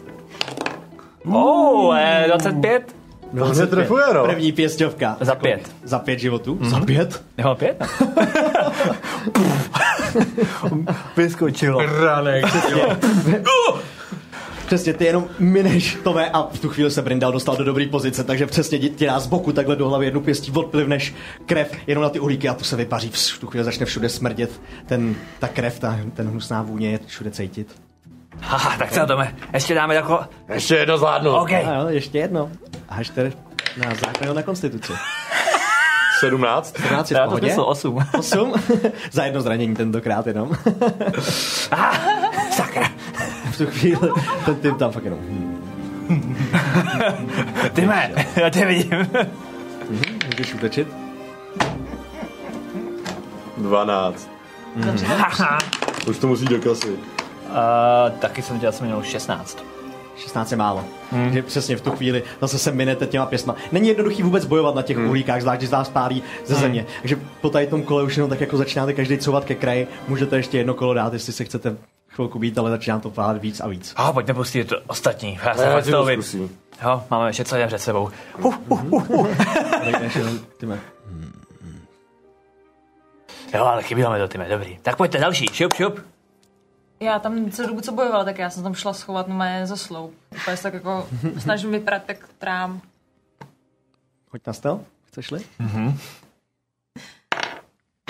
S14: Oh, eh, 25.
S6: No, se trefuje, no. Mhm.
S1: První pěstovka. Za pět. Za pět životů? Za pět?
S15: Jo, pět?
S2: no. Vyskočilo.
S16: Ranek.
S1: Přesně, ty jenom mineš tové a v tu chvíli se Brindal dostal do dobré pozice, takže přesně ti nás z boku takhle do hlavy jednu pěstí odplivneš krev jenom na ty uhlíky a to se vypaří. Vš, V tu chvíli začne všude smrdět ten, ta krev, ta, ten hnusná vůně je všude cítit.
S2: Haha, tak se na tome. Ještě dáme jako...
S6: Ještě jedno zvládnu.
S2: OK.
S1: A jo, ještě jedno. Hašter na základě na konstituci.
S6: 17.
S1: 17 je v
S6: Já to
S1: pohodě.
S6: smysl,
S1: 8. 8? Za jedno zranění tentokrát jenom.
S2: ah, sakra.
S1: V tu chvíli ten typ tam fakt jenom.
S2: Ty mé, já tě vidím.
S1: Mhm, Můžeš utečit?
S6: 12. Hmm. Už to musí do kasy.
S15: Uh, taky jsem dělal, jsem měl 16.
S1: 16 je málo. Hmm. Že přesně v tu chvíli zase se minete těma pěstma. Není jednoduchý vůbec bojovat na těch hmm. uhlíkách, zvlášť, když z vás pálí ze
S15: Hmm.
S1: země. Takže po tady tom kole už jenom tak jako začínáte každý couvat ke kraji. Můžete ještě jedno kolo dát, jestli se chcete chvilku být, ale začíná to pálit víc a víc.
S2: A pojďme pustit to ostatní. Já
S1: Ne,
S2: se
S1: já
S2: fakt
S1: ti
S2: toho
S1: to
S2: vy-
S1: zkusím.
S2: Jo, máme ještě co jdem před sebou. Uh, uh, uh, uh. jo, No, ale chybělo mi to, Tyme, dobrý. Tak pojďte další, šup, šup.
S5: Já tam celou dobu, co bojovala, tak já jsem tam šla schovat no mé za sloup. Úplně se tak jako snažím vyprat, tak trám.
S1: Hoď na stel, chceš-li?
S15: Mhm.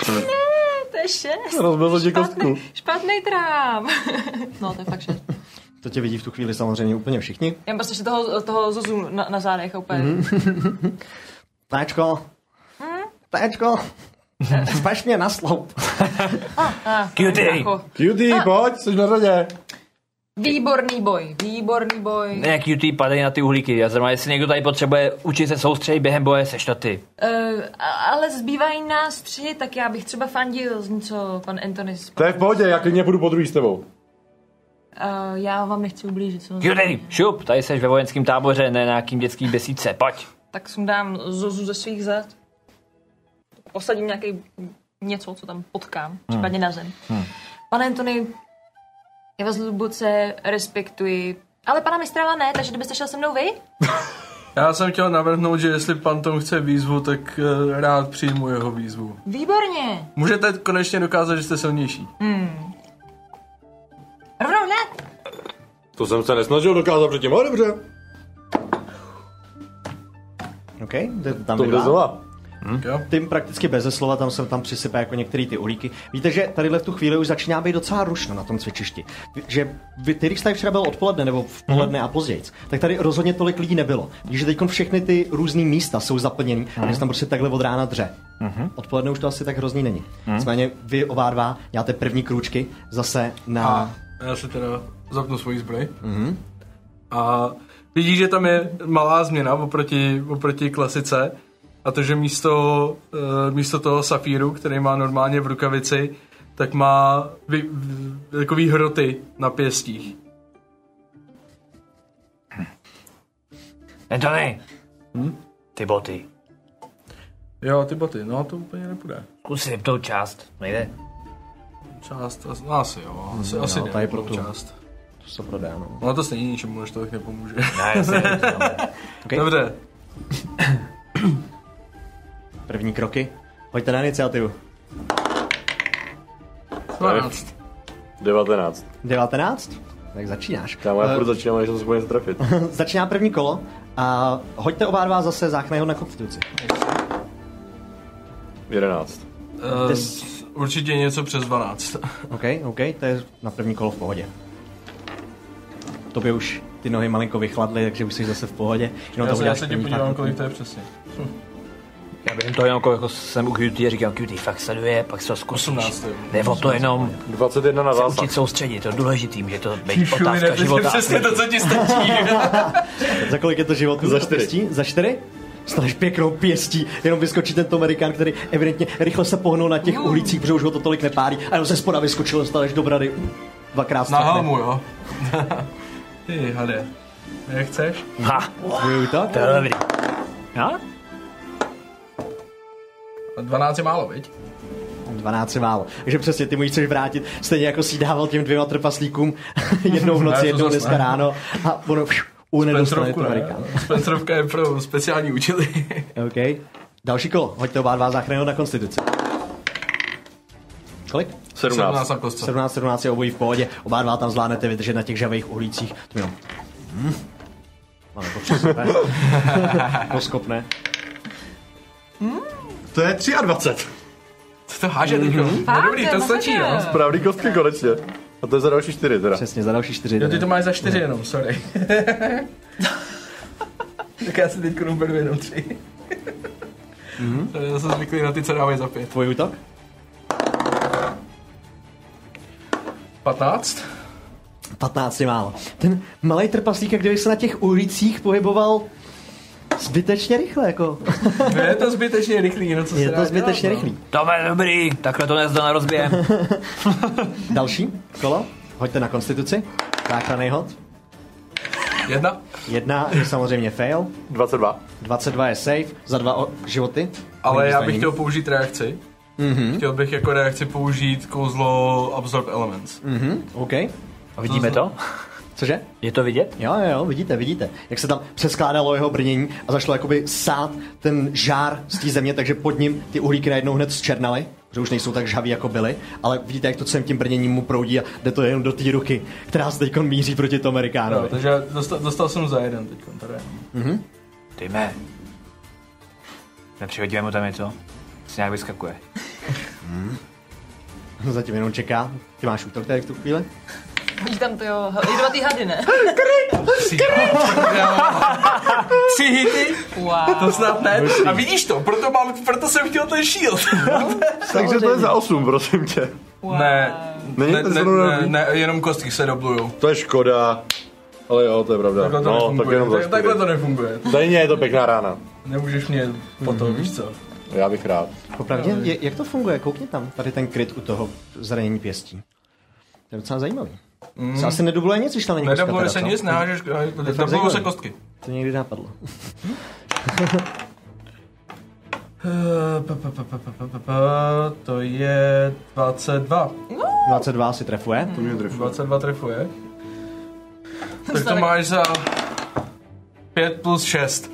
S5: Ne, No, to je šest.
S1: Rozbil
S5: Špatný- Špatný trám. no, to je fakt šest.
S1: To tě vidí v tu chvíli samozřejmě úplně všichni.
S5: Já mám prostě si toho, toho zozu na, na zádech a úplně. Mm.
S1: Mhm. Táčko, táčko, spaš mě na sloup.
S5: Ah,
S2: Cutie.
S5: jako
S6: Cutie, pojď, jsi na řadě.
S5: Výborný boj, výborný boj.
S2: Ne, QT, padají na ty uhlíky. Já zrovna, jestli někdo tady potřebuje učit se soustředit během boje, seš to ty.
S5: Uh, ale zbývají nás tři, tak já bych třeba fandil z něco, pan Antonis.
S6: To je v pohodě, já klidně půjdu po druhý s tebou.
S5: Uh, já vám nechci ublížit, co?
S2: QT, šup, tady seš ve vojenském táboře, ne na nějakým dětský besídce, pojď.
S5: Tak sundám Zozu ze svých zad. Posadím nějaký něco, co tam potkám, případně na zem.
S2: Hmm.
S5: Pane Antony, já vás hluboce respektuji, ale pana mistrála ne, takže kdybyste šel se mnou vy?
S4: Já jsem chtěl navrhnout, že jestli pan Tom chce výzvu, tak eh, rád přijmu jeho výzvu.
S5: Výborně.
S4: Můžete konečně dokázat, že jste silnější.
S5: Hmm. Rovnou hned.
S6: To jsem se nesnažil dokázat předtím, ale dobře.
S1: OK, jde tam
S6: To
S1: vy
S6: bude
S1: dva.
S6: znova.
S1: Hm? Tím prakticky bez slova tam se tam přisype jako některé ty uhlíky. Víte, že tadyhle v tu chvíli už začíná být docela rušno na tom cvičišti. Vy- Že vy, ty, když tady včera byl odpoledne nebo v poledne a později, tak tady rozhodně tolik lidí nebylo. Takže teď všechny ty různé místa jsou zaplněný a hmm. tam prostě takhle od rána dře.
S17: Mhm.
S1: Odpoledne už to asi tak hrozný není.
S17: Mhm.
S1: Nicméně vy oba dva děláte první krůčky zase na...
S4: A já se teda zapnu svoji zbroj.
S1: Mhm.
S4: A vidíš, že tam je malá změna oproti, oproti klasice. A to, že místo, eh, místo toho safíru, který má normálně v rukavici, tak má vy, v, takový hroty na pěstích.
S2: Antony, hm? ty boty.
S4: Jo, ty boty, no to úplně nepůjde.
S2: Zkus si vypnout část, nejde.
S4: Část, asi- asi jo, asi,
S1: No,
S4: asi jde,
S1: tady pro tu.
S4: část.
S1: To se prodá, no.
S4: No to stejně ničemu, než to tak nepomůže.
S2: Ne, jasně,
S1: Okay.
S4: Dobře,
S1: První kroky. Hoďte na iniciativu.
S4: 12.
S6: 19.
S1: 19? Tak začínáš.
S6: Kámo, já
S1: Eh,
S6: furt začínám, než jsem se bude strefit.
S1: Začíná první kolo a hoďte oba dva zase záchného na konstituci.
S6: 11.
S4: Eh, určitě něco přes 12.
S1: OK, OK, to je na první kolo v pohodě. Tobě už ty nohy malinko vychladly, takže už jsi zase v pohodě.
S4: No,
S1: tam
S4: já, se, já
S1: uděláš
S4: se ti
S1: první
S4: podívám,
S1: fakt-
S4: kolik to je přesně. Hm.
S2: Já během toho jenom jako jsem u QT a říkám, QT fakt sleduje, pak se to zkusíš.
S4: 18, jo.
S2: Ne o to jenom
S6: 21 na
S2: se
S6: zásah.
S2: učit soustředit, to je důležitý, že to
S4: Ty
S2: být
S4: všude
S2: otázka
S4: nepřesně
S2: života. a
S4: přesně to,
S2: smrti.
S4: co ti stačí.
S1: Za kolik je to životů?
S6: Za
S1: To
S6: čtyři.
S1: Pěstí? Za čtyři? Staneš pěknou pěstí, jenom vyskočí tento Amerikán, který evidentně rychle se pohnul na těch uhlících, protože už ho to tolik nepálí, a jenom ze spoda vyskočil, dostaneš do brady. Dvakrát
S4: Na
S1: strefne.
S4: helmu, jo. Ty, hade. Jak chceš?
S2: Ha,
S1: Dvě útok?
S2: to je dobrý. Já?
S4: 12 je málo, viď?
S1: 12 je málo. Takže přesně, ty mu ji chceš vrátit, stejně jako si ji dával těm dvěma trpaslíkům jednou v
S4: Ne,
S1: noci,
S4: to
S1: jednou
S4: zas
S1: dneska
S4: ne.
S1: ráno a ono pšu, U nedostane to
S4: Spencerovku ne.
S1: barikán.
S4: Spencerovka je pro speciální účely.
S1: OK. Další kolo. Hoďte oba dva záchranného na konstituci. Kolik?
S4: 17. 17 na kostce.
S1: 17, 17 je obojí v pohodě. Oba dva tam zvládnete vydržet na těch žavých uhlících. To jenom. Hm. Máme to přes sebe. Poskopne.
S6: To je 23.
S4: Co to háže
S1: Mhm.
S4: teď? Mm-hmm. No
S6: Fakt,
S4: dobrý,
S6: to
S4: to
S6: je
S4: stačí,
S6: masakr.
S4: jo.
S6: Správný kostky konečně. A to je za další 4 teda.
S1: Přesně, za další 4.
S4: Jo, ty to máš za čtyři jenom, sorry. tak já si teď beru jenom tři.
S1: Mhm.
S4: Mm-hmm. Já jsem zvyklý na ty, co dávají za pět.
S1: Tvůj útok?
S4: 15.
S1: 15 je málo. Ten malý trpaslík, jak kdyby se na těch ulicích pohyboval zbytečně rychle, jako.
S4: Ne, je to zbytečně rychlý, no co se
S1: Je
S4: dá
S1: to
S4: dělat,
S1: zbytečně
S4: no.
S1: rychlý.
S2: To je dobrý, takhle to nezdala rozbijem.
S1: Další kolo, hoďte na konstituci. Záchranný hod.
S4: Jedna.
S1: Jedna je samozřejmě fail.
S6: 22.
S1: 22 je safe, za dva o- životy.
S4: Ale
S1: Není
S4: já bych
S1: zranění.
S4: chtěl použít reakci.
S1: Mhm.
S4: Chtěl bych jako reakci použít kouzlo Absorb Elements.
S1: Mhm, OK. A
S4: vidíme to?
S1: Cože?
S2: Je to vidět?
S1: Jo, jo, jo, vidíte, vidíte. Jak se tam přeskládalo jeho brnění a zašlo jakoby sát ten žár z té země, takže pod ním ty uhlíky najednou hned zčernaly, že už nejsou tak žhavý, jako byly, ale vidíte, jak to celým tím brněním mu proudí a jde to jenom do té ruky, která se teď míří proti tomu
S4: No,
S1: Amerikánovi.
S4: takže já dostal, dostal jsem za jeden teď. Tady.
S1: Mhm.
S2: Ty mé. Nepřihodíme mu tam něco? Se nějak vyskakuje.
S1: Zatím jenom čeká. Ty máš útok tady v tu chvíli?
S5: Vidí tam ty jo, jdu na ty hady, ne?
S4: Tři hity?
S5: Wow.
S4: To snad ne. A vidíš to, proto, mám, proto jsem chtěl ten shield.
S6: Takže to je za 8, prosím tě.
S4: Ne,
S6: Není
S4: ne,
S6: to
S4: ne,
S6: zrovna
S4: ne,
S6: dobrý?
S4: ne, jenom kostky se doblujou.
S6: To je škoda. Ale jo, to je pravda.
S4: Takhle to
S6: no, tak
S4: nefunguje.
S6: jenom za
S4: Tak-
S6: čtyři.
S4: takhle to nefunguje.
S6: Stejně je to pěkná rána.
S4: Nemůžeš mě potom,
S6: Mhm.
S4: mm-hmm. víš co?
S6: Já bych rád.
S1: Popravdě,
S4: No,
S1: je, jak to funguje? Koukni tam, tady ten kryt u toho zranění pěstí. To je docela zajímavý.
S4: Mm.
S1: Se asi nedubluje nic, když tam není kostka
S4: Nedobluje
S1: teda,
S4: se
S1: co?
S4: nic,
S1: Hm.
S4: nehážeš,
S1: To je fakt
S4: doblujou se
S1: zajímavý.
S4: kostky.
S1: To někdy napadlo.
S4: Eh, pa, pa, pa, pa, pa, pa, pa, pa, To je 22.
S1: 22 si trefuje. To
S6: mě
S4: 22 trefuje. Tak to máš za 5 plus 6.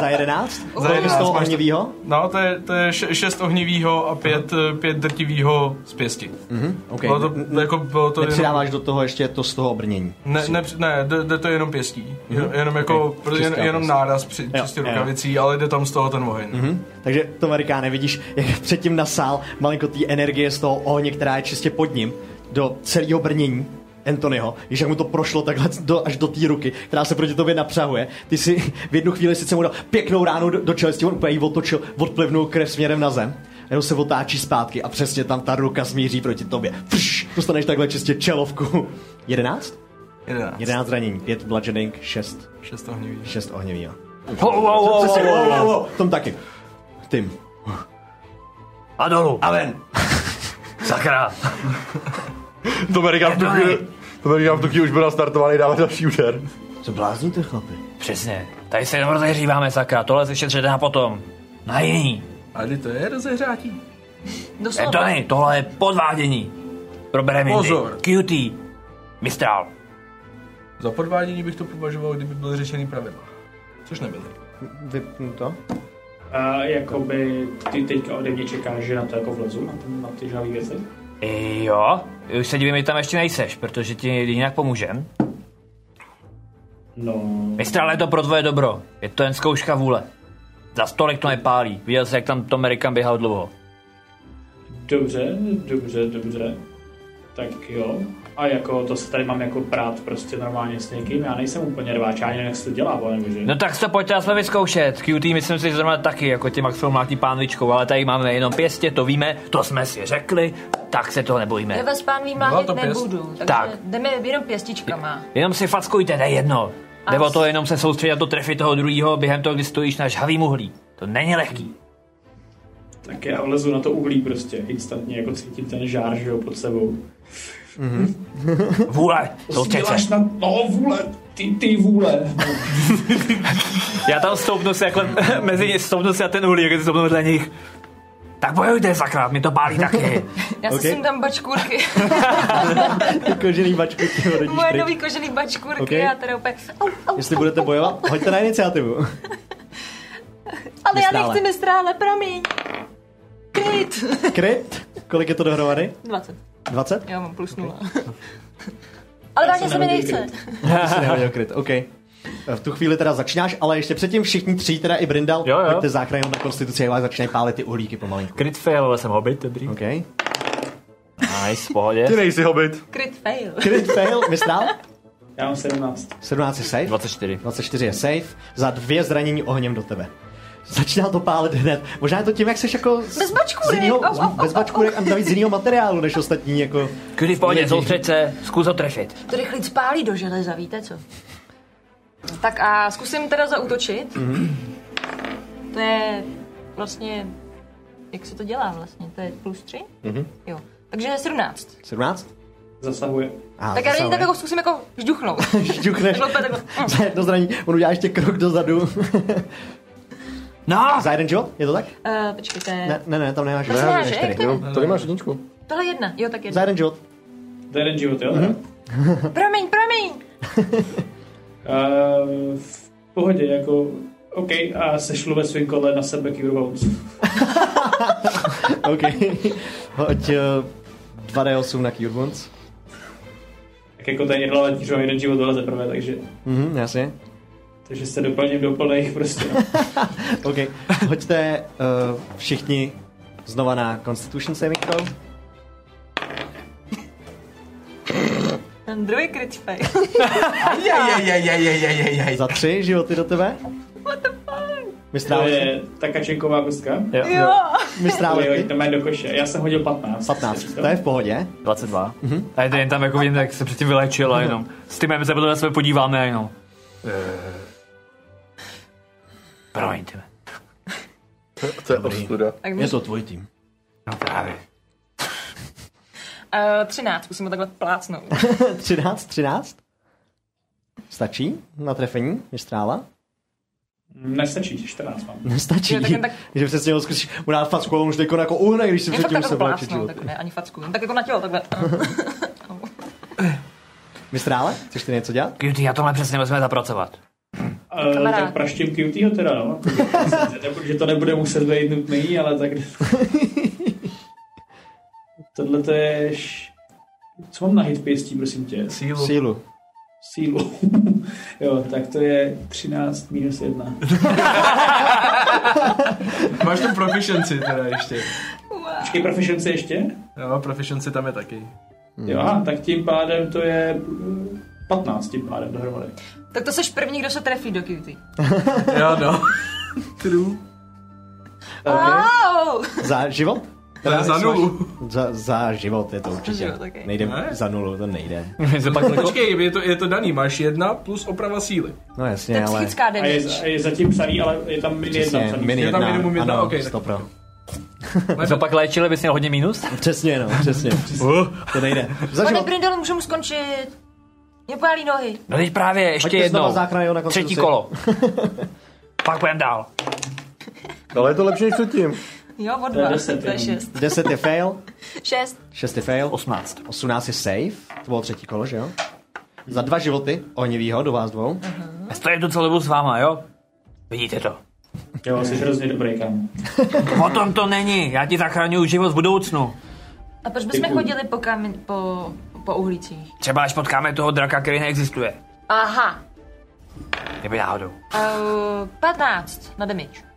S1: Za 11?
S4: Za
S1: Kolik je z toho
S4: 11 máš to-
S1: ohnivýho?
S4: No, to je, to je 6 ohnivýho a 5, 5 drtivýho z pěsti.
S1: Mhm, OK.
S4: Bylo to,
S1: N-
S4: jako, bylo to jenom,
S1: Nepřidáváš do toho ještě to z toho obrnění.
S4: ne, ne, ne, jde, jde to jenom pěstí. Jen,
S1: Mhm.
S4: jenom jako,
S1: Ok,
S4: okay. jen,
S1: čistá
S4: jenom
S1: pěst.
S4: náraz při,
S1: Jo,
S4: čistě
S1: jo.
S4: rukavicí, ale jde tam z toho ten oheň.
S1: Mhm. Takže to Marikáne, vidíš, jak předtím nasál malinko té energie z toho ohně, která je čistě pod ním, do celého brnění Antonyho, když jak mu to prošlo takhle do, až do té ruky, která se proti tobě napřahuje. Ty si v jednu chvíli sice mu dal pěknou ránu do, do čelsti, on úplně ji otočil, odplivnul krev směrem na zem, jenom se otáčí zpátky a přesně tam ta ruka smíří proti tobě. Pš, dostaneš takhle čistě čelovku. 11?
S4: 11.
S1: 11 zranění, 5 bludgeoning, 6.
S4: 6 ohnivý.
S1: 6 ohnivý, jo.
S2: Ho, ho, ho, ho,
S1: Přesně,
S2: ho, ho, ho.
S1: Tom taky. Tim.
S2: A dolů. A ven. Sakra.
S6: To Amerika v tu chvíli... To Amerika v tu chvíli už byl nastartovaný dávat další úder.
S1: Co blázníte, chlapi?
S2: Přesně. Tady se jenom rozehříváme, sakra. Tohle se ještě na potom. Na jiný.
S4: Ale to je rozehřátí.
S5: Doslova.
S2: Antony, tohle je podvádění. Probereme jindy.
S4: Pozor.
S2: Cutie. Mistral.
S4: Za podvádění bych to považoval, kdyby byly řešeny pravidla. Což nebyly.
S1: Vypnu to.
S3: A jakoby ty teďka ode mě čekáš, že na to jako vlezu, na, ten- na ty žhavý věci?
S2: I Jo, už se divím, že tam ještě nejseš, protože ti jinak pomůžem.
S3: No.
S2: Mistral, je to pro tvoje dobro. Je to jen zkouška vůle. Za stolik to nepálí. Viděl jsi, jak tam Tom Amerikan běhal dlouho.
S3: Dobře, dobře, dobře. Tak jo. A jako to se tady mám jako prát prostě normálně s někým, já nejsem úplně rváč, já ani nevím, jak se to dělá, bo nebo že?
S2: No tak se pojďte aspoň vyzkoušet. QT myslím si, že zrovna taky, jako tě Maxwell mlátí pánvičkou, ale tady máme jenom pěstě, to víme, to jsme si řekli, tak se toho
S5: Já
S2: nebojíme.
S5: vás pán
S2: Byla
S5: vymáhat
S2: to pěst.
S5: nebudu, takže
S2: Tak.
S5: jdeme jenom pěstičkama.
S2: Jenom si fackujte, ne jedno.
S5: A
S2: Nebo
S5: s-
S2: to jenom se soustředit na to trefy toho druhého během toho, kdy stojíš na žhavým uhlí. To není lehký.
S3: Tak já vlezu na to uhlí prostě, instantně jako cítím ten žár, že jo, pod sebou.
S2: Vůle,
S3: To si děláš na no, vůle, ty, ty vůle.
S2: Já tam stoupnu si, jako, mezi ně stoupnu si na ten uhlí, jak stoupnu vedle nich. Tak bojujte, sakra, mi to pálí taky.
S5: Já si
S1: Okay.
S5: sundám bačkůrky.
S1: Ty kožený bačku, ty ho rodíš
S5: Moje
S1: pryč.
S5: nový kožený bačkůrky
S1: Okay.
S5: a teda úplně... Au, au,
S1: Jestli budete bojovat, hoďte na iniciativu.
S5: ale já
S1: nestrále.
S5: nechci nestrále, promiň. Kryt.
S1: Kryt, kolik je to dohromady?
S5: 20.
S1: 20?
S5: Já mám plus 0. ale vážně se mi
S1: nehodil
S5: nechce.
S1: Ty jsi nehodil kryt, OK. V tu chvíli teda začínáš, ale ještě předtím všichni tři, teda i Brindal, jo, jo. pojďte záchranu na konstituci a vás začínají pálit ty uhlíky pomalinku.
S2: Crit fail, ale jsem hobbit, dobrý.
S1: OK.
S2: No, Nice, v pohodě. Ty
S6: nejsi hobbit.
S5: Kryt fail.
S1: Kryt fail, vystrál?
S3: Já mám 17.
S1: 17 je safe.
S2: 24.
S1: 24 je safe. Za dvě zranění ohněm do tebe. Začíná to pálit hned. Možná je to tím, jak jsi jako... z-
S5: Bez bačkůrek,
S1: Z jinýho,
S5: au, au, au,
S1: z, bez bačkůrek a navíc z jiného materiálu, než ostatní jako...
S14: Když v pohodě, soustřed se, zkus ho trefit.
S5: To rychlíc spálí do železa, víte co? Tak a zkusím teda zautočit. To je vlastně... Jak se to dělá vlastně? To je plus 3?
S1: Mhm.
S5: Jo. Takže 17.
S1: 17?
S3: Zasahuje.
S1: Aha,
S5: tak já
S1: zasahuje.
S5: nevím, tak jako zkusím jako žduchnout.
S1: Žduchneš.
S5: Takhle úplně jako, mm. takhle.
S1: Za jedno zraní, on udělá ještě krok dozadu.
S2: no!
S1: Za jeden život? Je to tak?
S5: Uh, počkejte.
S1: Ne, ne, ne, tam nemáš
S5: To se
S1: žádný
S5: háže,
S1: čtyři.
S5: jak to je? No,
S6: tady máš jedničku.
S5: Tohle je jedna. Jo, tak
S1: Za
S5: jedna.
S1: jeden život.
S3: To je jeden život, jo? Mm-hmm.
S5: Promiň, promiň.
S3: Uh, v pohodě, jako... OK, a sešlu ve svým kole na sebe Cure
S1: OK. Hoď eh, 2D8 na Cure Wounds.
S3: Tak jako ten jedno letí, že mám jeden život vyleze prvé, takže...
S1: Mhm, jasně.
S3: Takže se doplním do polej prostě.
S1: OK. Hoďte uh, všichni znova na Constitution saving throw.
S5: Ten druhý crit fail.
S1: Za tři životy do tebe.
S3: To
S1: Mistrál.
S3: je ta kačenková kostka.
S1: Mistrál.
S3: Jo, jo, to má do koše. Já jsem hodil 15.
S1: 15. To je v pohodě.
S2: 22. Mhm. A je to jen tam jako vidím, jak se předtím vylečil a jenom. S tím se potom na sebe podíváme a jenom. eh, Promiňte mi.
S6: To je ostuda.
S5: Tak my- Je to
S1: tvůj tým.
S2: No právě.
S5: Uh, 13, zkusím ho takhle plácnout.
S1: 13, 13. Stačí na trefení mistrála?
S3: Nestačí, 14 mám.
S1: Nestačí.
S5: Jo, tak jen tak-
S1: Že přesně ho zkusíš mu dát facku, ale už teď jako uhne, když si
S5: Já fakt
S1: předtím
S5: takhle
S1: se vléčit život.
S5: plácnout, no, tak ne, ani facku. Jen Tak jako na tělo, takhle.
S1: Mistrále, chceš ty něco dělat?
S14: Cutie, já tohle přesně musíme zapracovat.
S3: Uh,
S5: Kamarád.
S3: tak praštím cutieho teda, no. Že to nebude muset být nutný, ale tak... Tohle to je... š- Co mám na hit pěstí, prosím tě?
S8: Sílu.
S1: Sílu.
S3: Sílu. jo, tak to je 13 minus 1.
S8: Máš tu proficiency teda ještě.
S3: Počkej, proficiency ještě?
S8: Jo, proficiency tam je taky.
S1: Mhm.
S3: Jo, aha, tak tím pádem to je mm, 15 tím pádem dohromady.
S5: tak to seš první, kdo se trefí do cutie.
S8: Jo, no. True.
S5: Wow!
S1: Za život?
S8: To je za nulu.
S1: Za, za život je to určitě.
S5: život, ok.
S1: Nejde
S8: Ne?
S1: za nulu, to jako- nejde.
S8: Počkej, je to, je to daný, máš jedna plus oprava síly.
S1: No
S5: To je
S1: jasně, ale...
S5: psychická
S3: A je,
S5: damage.
S3: a je zatím psaný, ale je tam min jedna
S1: Přesně,
S3: psaný.
S1: min
S8: tam
S1: jedna,
S8: minimum jedna,
S1: ano,
S8: ok, tak-
S1: stopro.
S2: Co pak léčili, bys měl hodně minus?
S1: Přesně, no, přesně. Uh, to nejde. Za
S5: Pane
S1: život.
S5: Brindle, můžu mu skončit. Mě pálí nohy.
S14: No teď právě, ještě
S1: Hoďte znova
S14: jednou.
S1: záchranu na konstituci.
S14: Třetí kolo. Pak budeme dál.
S8: No,
S6: Ale je to lepší než předtím.
S5: Jo,
S3: To
S5: o
S3: je
S5: dva,
S3: deset
S5: to je
S3: jenom.
S5: šest.
S1: 10 je fail,
S5: Šest.
S1: 6 je fail,
S2: 18.
S1: 18 je safe, to bylo třetí kolo, že jo? Za dva životy, ohnivýho, do vás dvou.
S14: Já stojím tu celou dobu s váma, jo? Vidíte to?
S3: Jo,
S5: Mhm.
S3: jsi hrozně dobrý, kam.
S14: O tom to není, já ti zachraňuju život v budoucnu.
S5: A proč bychom
S3: Děkuju.
S5: chodili po, kamen, po, po uhlících?
S14: Třeba až potkáme toho draka, který neexistuje.
S5: Aha.
S14: Kdyby náhodou.
S5: Uh, 15 na damage.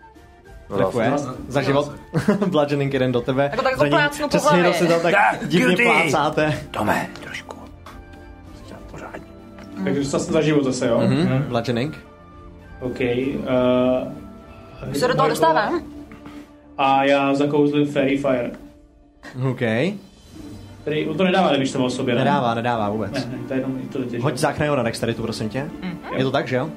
S1: Trefuje. Za život. Bludgeoning jeden do tebe.
S5: Jako tak jako
S1: Za ním
S5: plácnu po
S1: přesně
S5: hlavě.
S1: jenom se tam tak
S14: Tak,
S1: divně
S14: guilty.
S1: plácáte.
S14: Tome, trošku. Pořádně.
S3: Takže dostal jsem za život zase, jo? Mm-hmm.
S1: Mhm, Bludgeoning.
S3: OK. eh, Uh,
S5: Už se do toho dostávám?
S3: A já zakouzlím Fairy Fire.
S1: OK.
S3: Který, on to nedává, když to o sobě, ne?
S1: Nedává, nedává vůbec.
S3: Ne, ne, to je jenom to dotěží.
S1: Hoď záchranu na dexteritu, prosím tě.
S5: Mhm.
S1: Je to tak, že jo?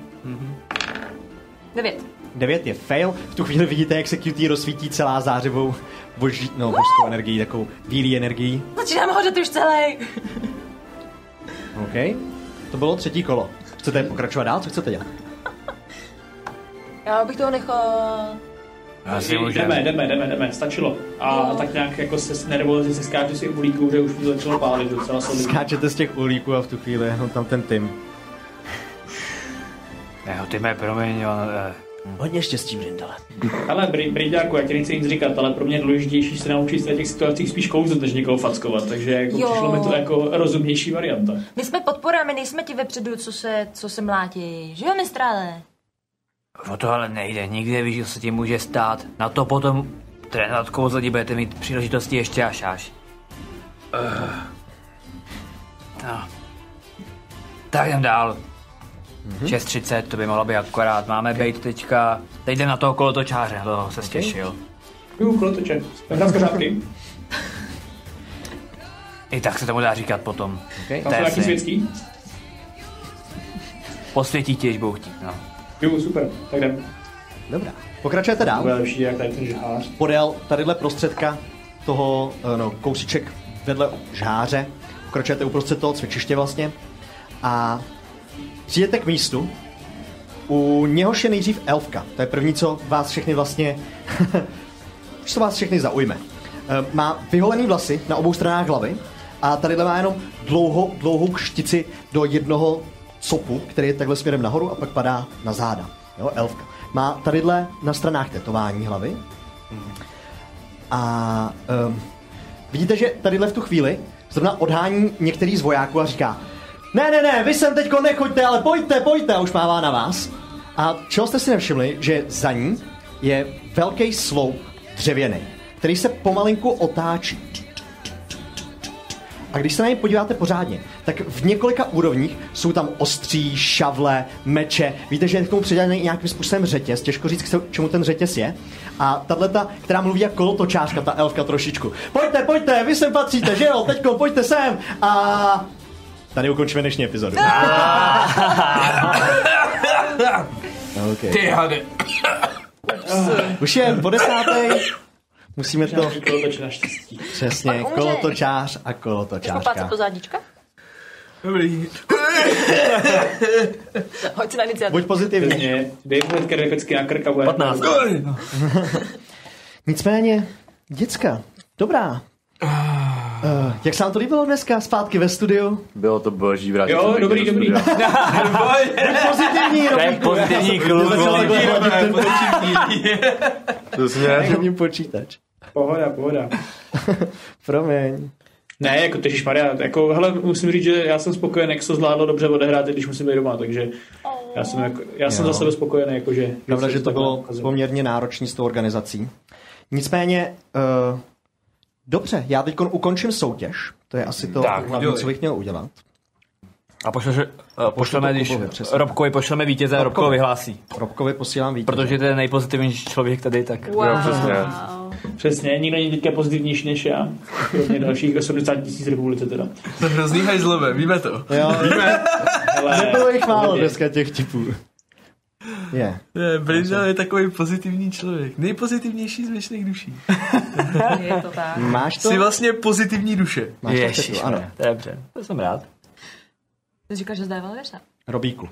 S5: 9.
S1: 9 je fail. V tu chvíli vidíte, jak se QT rozsvítí celá zářivou boží, no, božskou energií, takovou bílý energií.
S5: Začínáme hořet už celý.
S1: OK. To bylo třetí kolo. Chcete pokračovat dál? Co chcete dělat?
S5: Já bych toho nechal.
S2: Asi
S3: jdeme,
S2: můžeme.
S3: jdeme, jdeme, jdeme, jdeme, stačilo. A tak nějak jako se s nervózně se skáču si uhlíku, že už mi to začalo pálit docela solidně.
S1: Skáčete z těch uhlíků a v tu chvíli jenom tam ten tým.
S2: Jo, ty mě promiň, ale...
S9: Hodně štěstí, Brindale.
S3: Ale Bri- Briďáku, já ti nechci nic říkat, ale pro mě je důležitější se naučit z těch situacích spíš kouzet, než někoho fackovat, takže jako
S5: Jo.
S3: přišlo mi to jako rozumnější varianta.
S5: My jsme podpora, my nejsme ti vepředu, co se, co se mlátí. Že jo, mistrále?
S14: O No to ale nejde, nikdy víš, co se ti může stát. Na to potom trénovat kouzlení budete mít příležitosti ještě až až. Eh. No. Tak jdem dál. Mm-hmm. 6.30, to by mohlo být akorát. Máme okay. být teďka, teď jdem na toho kolotočáře, to se stěšil.
S3: Jú, kolotoče, hrát řádky.
S14: I tak se tomu dá říkat potom. Okay.
S3: Tam jsou nějaký světský?
S14: Posvětí ti, když budou chtít, no.
S3: Jú, super, tak jdem.
S1: Dobrá. Pokračujete
S3: To bude
S1: dál.
S3: lepší, jak tady ten žhář.
S1: Podél tadyhle prostředka toho, eh, no, kousíček vedle žháře. Pokračujete uprostřed toho cvičiště vlastně. A přijdete k místu, u něhož je nejdřív elfka. To je první, co vás všechny vlastně co vás všechny zaujme. Eh, Má vyholený vlasy na obou stranách hlavy a tady má jenom dlouho, dlouhou štici do jednoho copu, který je takhle směrem nahoru a pak padá na záda. Jo, elfka. Má tadyhle na stranách tetování hlavy a um, vidíte, že tadyhle v tu chvíli zrovna odhání některý z vojáků a říká ne, ne, ne, vy sem teďko nechoďte, ale pojďte, pojďte, a už mává na vás. A čeho jste si nevšimli, že za ní je velký sloup dřevěný, který se pomalinku otáčí. A když se na něj podíváte pořádně, tak v několika úrovních jsou tam ostří, šavle, meče. Víte, že je k tomu přidělený nějakým způsobem řetěz. Těžko říct, k se- čemu ten řetěz je. A tahle, ta, která mluví jako kolotočářka, ta elfka trošičku. Pojďte, pojďte, vy sem patříte, že jo? Teďko, pojďte sem. A tady ukončíme dnešní epizodu. Okay.
S4: Ty hade.
S1: Už je po desátej. Musíme to...
S3: Nějaký kolotoč naštěstí.
S1: Přesně,
S5: Pak umře. Jako
S1: kolotočář a
S5: Chceš popácat
S1: kolotočářka.
S5: po zádička?
S4: Dobrý.
S5: Hoď si na iniciativu.
S1: Buď pozitivní.
S3: Přesně, dej mu hned kerdepecky na krk a bude. 15.
S1: Nicméně, děcka, dobrá. Uh, jak se vám to líbilo dneska zpátky ve studiu?
S6: Bylo to boží vrátit. se
S3: Jo,
S6: taky
S3: dobrý,
S6: do
S3: dobrý.
S6: studia.
S1: Buď pozitivní,
S14: To je
S1: Robíku.
S14: pozitivní klub, vole.
S6: Přesně.
S1: Není počítač.
S3: Pohoda, pohoda.
S1: Promiň.
S3: Ne, jako ty Maria, jako hele, musím říct, že já jsem spokojen, jak se to zvládlo dobře odehrát, i když musím být doma, takže já jsem, jako, já jsem
S1: Jo.
S3: za sebe spokojený, jako, jakože.
S1: Pravda,
S3: se
S1: že to
S3: takhle
S1: bylo
S3: ukazuje.
S1: poměrně náročný s tou organizací. Nicméně, uh, dobře, já teď ukončím soutěž. To je asi to
S2: Tak,
S1: hlavní,
S2: udělej.
S1: co bych měl udělat.
S2: A pošleš, eh, pošleme,
S1: to
S2: když
S1: Kubovi, přesně.
S2: Robkovi pošleme vítěze a Robko vyhlásí.
S1: Robkovi posílám vítěz.
S2: Protože to je nejpozitivnější člověk tady, tak...
S6: Jo, přesně.
S3: Přesně, nikdo není teďka pozitivnější než já. Kromě dalších 80 tisíc republice teda.
S4: To je hrozný hajzlové, víme to.
S1: Jo,
S3: Ale
S1: nebylo jich málo
S3: Dobrý.
S1: dneska těch tipů. Je.
S4: Ne, Brindal je takový pozitivní člověk. Nejpozitivnější z věčných duší.
S5: Je to tak.
S1: Máš to?
S4: Jsi vlastně pozitivní duše.
S1: Máš to v tetu, ano.
S2: to je dobře, to jsem rád.
S5: Ty říkáš, že zdával věřa.
S1: Robíku.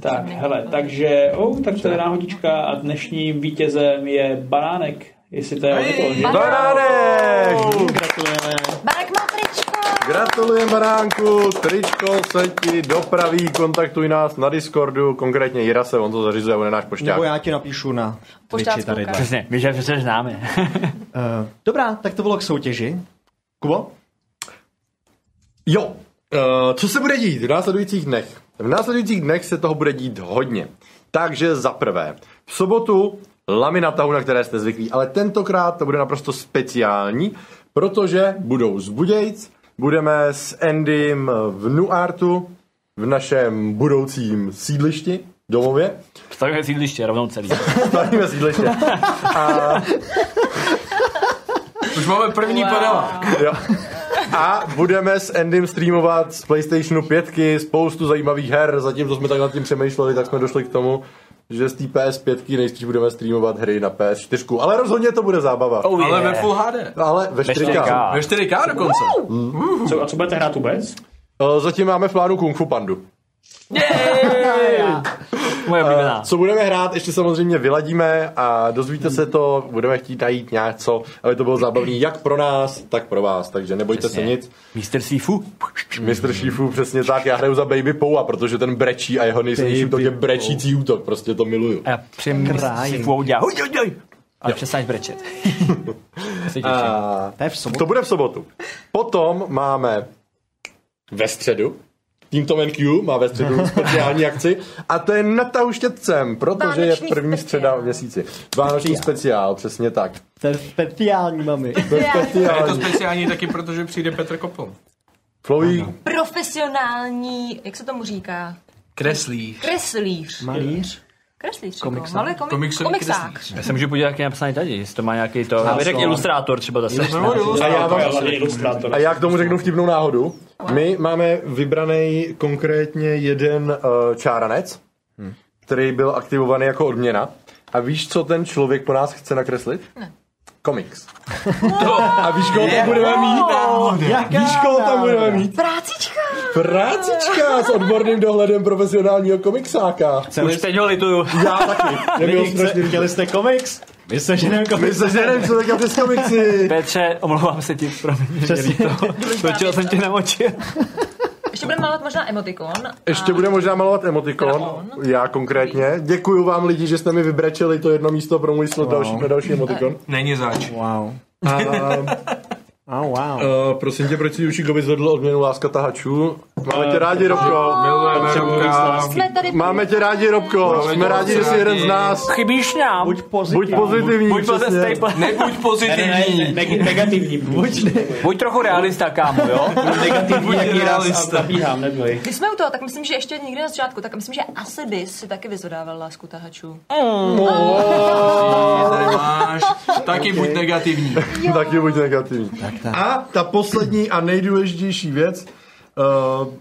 S3: Tak, hele, takže, oh, tak to je náhodička a dnešním vítězem je Banánek. Jestli to je o to, že?
S6: Baránek!
S1: Gratulujeme.
S5: Barek má tričko!
S6: Gratulujem Baránku, tričko se ti dopraví, kontaktuj nás na Discordu, konkrétně Jira se, on to zařizuje, on je náš pošťák.
S1: Nebo já ti napíšu na Twitchi
S5: Pošťáckou
S1: tady.
S5: kartu.
S2: Přesně, víš, že přece známe.
S1: Uh, dobrá, tak to bylo k soutěži. Kubo?
S6: Jo, eh, co se bude dít v následujících dnech? V následujících dnech se toho bude dít hodně. Takže za prvé, v sobotu laminatahu, na které jste zvyklí, ale tentokrát to bude naprosto speciální, protože budou z Budějc, budeme s Endym v Nuartu, v našem budoucím sídlišti, domově.
S2: Stavíme sídliště rovnou celý.
S6: Stavíme sídliště.
S4: Už máme první wow. panela.
S6: Jo. A budeme s Endym streamovat z PlayStationu 5 spoustu zajímavých her. Zatímco jsme tak nad tím přemýšleli, tak jsme došli k tomu, že z té PS5 nejspíš budeme streamovat hry na PS4. Ale rozhodně to bude zábava.
S2: Oh,
S4: Ale
S2: yeah.
S4: ve Full HD.
S6: Ale ve 4K.
S4: Ve 4K dokonce.
S3: Co, a co budete hrát vůbec?
S6: Eh, Zatím máme v plánu Kung Fu Pandu.
S2: Moje
S6: oblíbená. Co budeme hrát, ještě samozřejmě vyladíme a dozvíte se to, budeme chtít najít nějak co, aby to bylo zábavný jak pro nás, tak pro vás, takže nebojte
S2: Přesně.
S6: se nic.
S2: Mr. Sifu?
S6: Mr. Shifu, přesně tak, já hraju za Baby Poua, protože ten brečí a jeho nejsilnější
S2: Baby
S6: útok je brečící útok, prostě to miluju.
S2: A já přijím
S6: Kraj.
S2: Sifu a udělám. Hoj, hoj, hoj. Ale přestaň brečet.
S6: A... To, je v sobotu. to bude v sobotu. Potom máme ve středu. Team Tom and Q má ve středu speciální akci a to je natahu štětcem, protože
S1: Vánoční
S6: je první středa v měsíci. Vánoční speciál, přesně tak.
S1: To je speciální, mami.
S6: To je
S4: A je to
S6: speciální.
S4: speciální taky, protože přijde Petr Kopl.
S6: Flowy
S5: Profesionální, jak se tomu říká?
S4: kreslí.
S5: Kreslíř.
S2: Malíř?
S5: Kreslíř. jako
S2: Komiksák.
S5: Malý komik,
S2: Komiksový
S5: komiksák.
S2: Já se můžu podívat, jak je napsaný tady, jestli to má nějaký to. Já
S6: Krásno.
S2: bych řekl ilustrátor třeba zase.
S6: a, já
S3: jako
S6: vám, a já k tomu řeknu vtipnou náhodu. My máme vybraný konkrétně jeden uh, čáranec, který byl aktivovaný jako odměna. A víš, co ten člověk po nás chce nakreslit?
S5: Ne.
S6: Komiks. A víš, koho tam budeme mít? Víš, koho tam budeme mít?
S5: Prácička.
S6: Prácička s odborným dohledem profesionálního komiksáka.
S2: Už teď ho lituju.
S6: Já taky. Nebyl
S1: Lidi,
S6: strašný.
S1: chce- Chtěli jste komiks? My se ženem komiks.
S6: My se ženem člověka přes komiksy.
S2: Petře, omlouvám se ti, promiň, že mě líto. Točil jsem tě na oči.
S5: Ještě budeme malovat možná emotikon.
S6: Ještě bude možná malovat emotikon, já konkrétně. Děkuji vám lidi, že jste mi vybrečeli to jedno místo pro můj slot další, pro další emotikon.
S4: Není zač.
S7: Wow.
S6: A,
S7: Oh, wow.
S6: uh, prosím tě, proč si Jušík vyzvedl odměnu láska tahačů? Máme tě rádi, Robko.
S4: Milujeme, Robka.
S5: Jsme tady
S6: Máme tě rádi, Robko.
S4: Máme
S6: Jsme
S4: tě
S6: rádi,
S4: moc
S6: že jsi
S4: rádi.
S6: jeden z nás.
S2: Chybíš nám.
S1: Buď
S6: Buď
S1: pozitivní.
S6: pozitivní.
S2: Buď
S6: přesně.
S2: pozitivní.
S4: Nebuď pozitivní.
S3: negativní.
S1: Buď
S2: Buď trochu realista, kámo, jo?
S3: Negativní,
S4: Buď
S3: jaký raz
S4: realista.
S3: zabíhám, neboj.
S5: Když jsme u toho, tak myslím, že ještě někde na začátku, tak myslím, že asi bys si taky vyzvedával lásku tahačů.
S4: Tady máš. Taky buď negativní.
S6: Taky buď negativní. A ta poslední a nejdůležitější věc. Uh,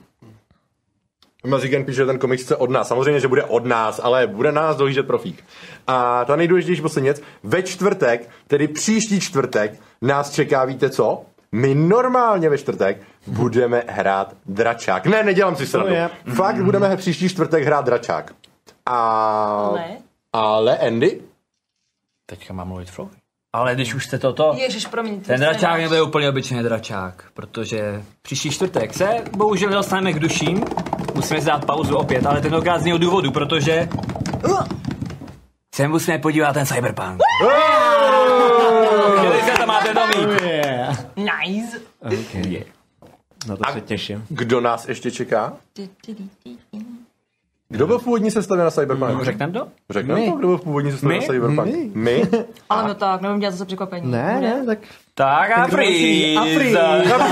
S6: Mazigen píše, že ten komiks chce od nás. Samozřejmě, že bude od nás, ale bude nás dohlížet profík. A ta nejdůležitější poslední věc. Ve čtvrtek, tedy příští čtvrtek, nás čeká, víte co? My normálně ve čtvrtek budeme hrát dračák. Ne, nedělám si srandu.
S1: je.
S6: Fakt budeme příští čtvrtek hrát dračák. A...
S5: Ale?
S6: Ale Andy?
S2: Teďka mám mluvit Flow. Ale když už jste toto,
S5: Ježiš, promiň. ty
S2: ten
S5: jsi
S2: dračák
S5: nemáš.
S2: nebude úplně obyčejný dračák, protože příští čtvrtek se bohužel dostaneme k duším. Musíme si dát pauzu opět, ale tentokrát z něho důvodu, protože se musíme podívat na ten cyberpunk. Chtěli jste to, máte to mít.
S1: Oh, Yeah.
S5: Nice.
S1: Okay. Na to se těším.
S6: Kdo nás ještě čeká? Kdo byl v původní sestavě na Cyberpunk?
S2: Řekneme to?
S6: Řekneme to, kdo byl v původní sestavě na
S2: My?
S6: Cyberpunk? My?
S5: Ale no tak, nevím dělat zase překvapení.
S7: Ne,
S5: Bude?
S7: ne, tak
S2: Tak a
S7: další? A
S2: frýza.
S5: No,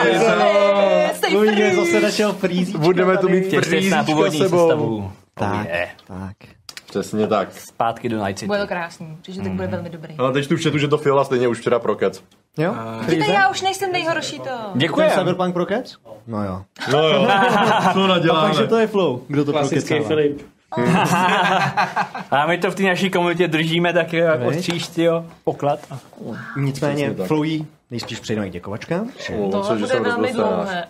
S5: Eh, stay
S1: Luigi
S5: free.
S1: zase našel frýzíčka
S6: Budeme tu
S1: tady.
S6: mít
S2: Těšte se na
S6: prdízíčko
S2: původní
S6: sebou.
S2: sestavu.
S1: Oh,
S7: tak,
S2: Je.
S7: tak.
S6: Přesně tak.
S2: Zpátky do Night City.
S5: Bude to krásný, protože tak
S7: Hmm.
S5: bude velmi dobrý.
S7: Hm.
S6: Ale No, teď tu četu, že to Fiola stejně už včera prokec.
S7: Jo?
S5: Víte, já už nejsem nejhorší to.
S2: Děkujem.
S7: Cyberpunk Rockets? No jo.
S6: No jo, co
S1: A pak, že
S6: naděláme.
S1: to je flow. Kdo to
S3: Klasický
S1: prokecává?
S3: Filip.
S2: A my to v té naší komunitě držíme tak jak od příští, jo, poklad.
S1: Nicméně
S6: Přesně tak.
S1: Flowy nejspíš přejdeme k děkovačkám.
S6: Omlouvám se,
S5: Tohle
S6: že
S5: bude
S6: jsem
S5: velmi
S6: rozbil
S5: dlouhé.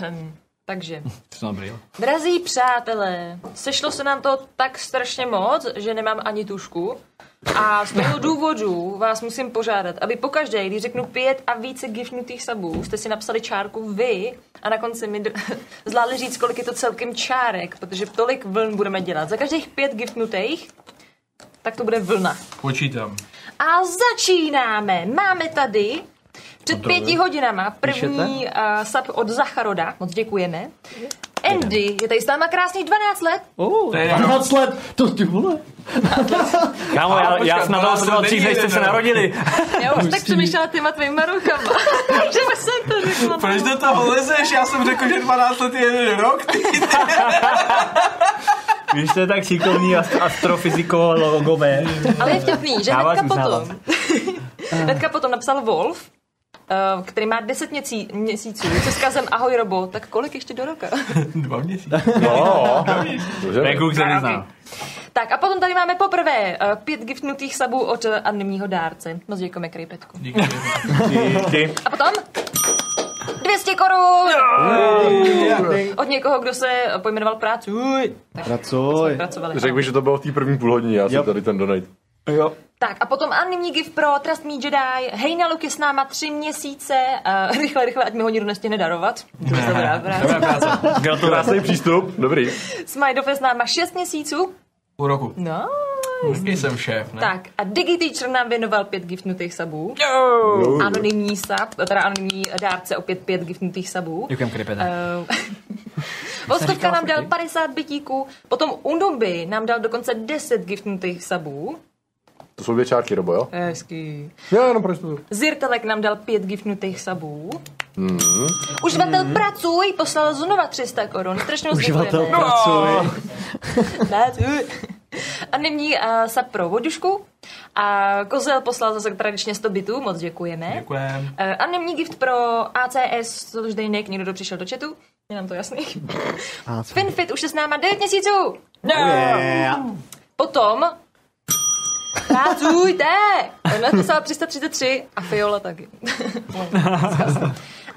S5: Takže,
S2: To dobrý,
S5: drazí přátelé, sešlo se nám to tak strašně moc, že nemám ani tušku. A z toho důvodu vás musím požádat, aby pokaždé, když řeknu pět a více gifnutých sabů, jste si napsali čárku vy a na konci mi dr- zvládli říct, kolik je to celkem čárek, protože tolik vln budeme dělat. Za každých pět gifnutých, tak to bude vlna.
S4: Počítám.
S5: A začínáme. Máme tady před pěti hodinama první uh, sap od Zacharoda. Moc děkujeme. Andy je tady s náma krásných 12 let.
S1: Oh,
S4: To je
S1: 12 let, to ty vole.
S2: Kámo, já, já
S4: počkat,
S2: jsem na
S4: byla
S2: to
S4: jsem
S2: sledoval dřív, než jste se
S4: není
S2: narodili.
S5: Já už tak přemýšlela těma tvýma rukama. že jsem to řekla.
S4: Proč do toho lezeš? Já jsem řekl, že 12 let je jeden rok. Ty.
S2: Víš, to je tak šikovný ast- astrofyziko logové.
S5: Ale je vtipný, že
S2: Já vás Eh.
S5: hnedka
S2: uznávám.
S5: potom, hnedka potom napsal Wolf, eh, který má 10 měcí, měsíců se skazem Ahoj Robo, tak kolik ještě do roka?
S4: Dva měsíce.
S6: No,
S2: Ten kluk se nezná.
S5: tak a potom tady máme poprvé eh, pět giftnutých sabů od eh, anonymního dárce. Moc děkujeme, Krejpetku.
S4: Díky.
S5: A potom 200 korun! Od, od někoho, kdo se pojmenoval práci. Uj, tak,
S6: Pracoj.
S5: pracovali,
S6: Řekl bych, že to bylo v té první půlhodině, já si tady ten donate.
S4: Jo.
S5: tak a potom anonymní gift pro Trust Me Jedi. Hejna Luke je s náma tři měsíce. Uh, rychle, rychle, ať mi ho nikdo nestihne darovat. To je dobrá práce.
S6: Krásný přístup, dobrý.
S5: Smajdoff je s náma šest měsíců.
S4: Půl roku.
S5: No.
S4: Vždy jsem šéf, ne?
S5: Tak a DigiTeacher nám věnoval pět giftnutých sabů.
S4: Jo.
S6: Uhuh.
S5: Anonymní sub, teda anonymní dárce opět pět giftnutých sabů.
S2: Děkujem, Kripete.
S5: Vostovka nám dal 50 bytíků, potom Undomby nám dal dokonce 10 giftnutých sabů.
S6: To jsou dvě čárky, Robo, jo?
S5: Eh, Hezký.
S6: Já jenom prostě to.
S5: Zirtelek nám dal 5 giftnutých sabů.
S6: Hmm.
S5: Uživatel pracuj, poslal znova 300 korun. No, Strašně moc
S1: Uživatel
S5: děkujeme.
S1: pracuj.
S5: Pracuj. A nyní uh, sub pro vodušku. A Kozel poslal zase tradičně 100 bitů, moc děkujeme.
S4: Děkujem.
S5: Eh, A nemní gift pro ACS, to už Dejnek, někdo kdo přišel do chatu, je nám to jasný. Finfit už je s náma 9 měsíců! No!
S1: Oh,
S5: Potom pracujte! Ona to psala 333 a Fiola taky.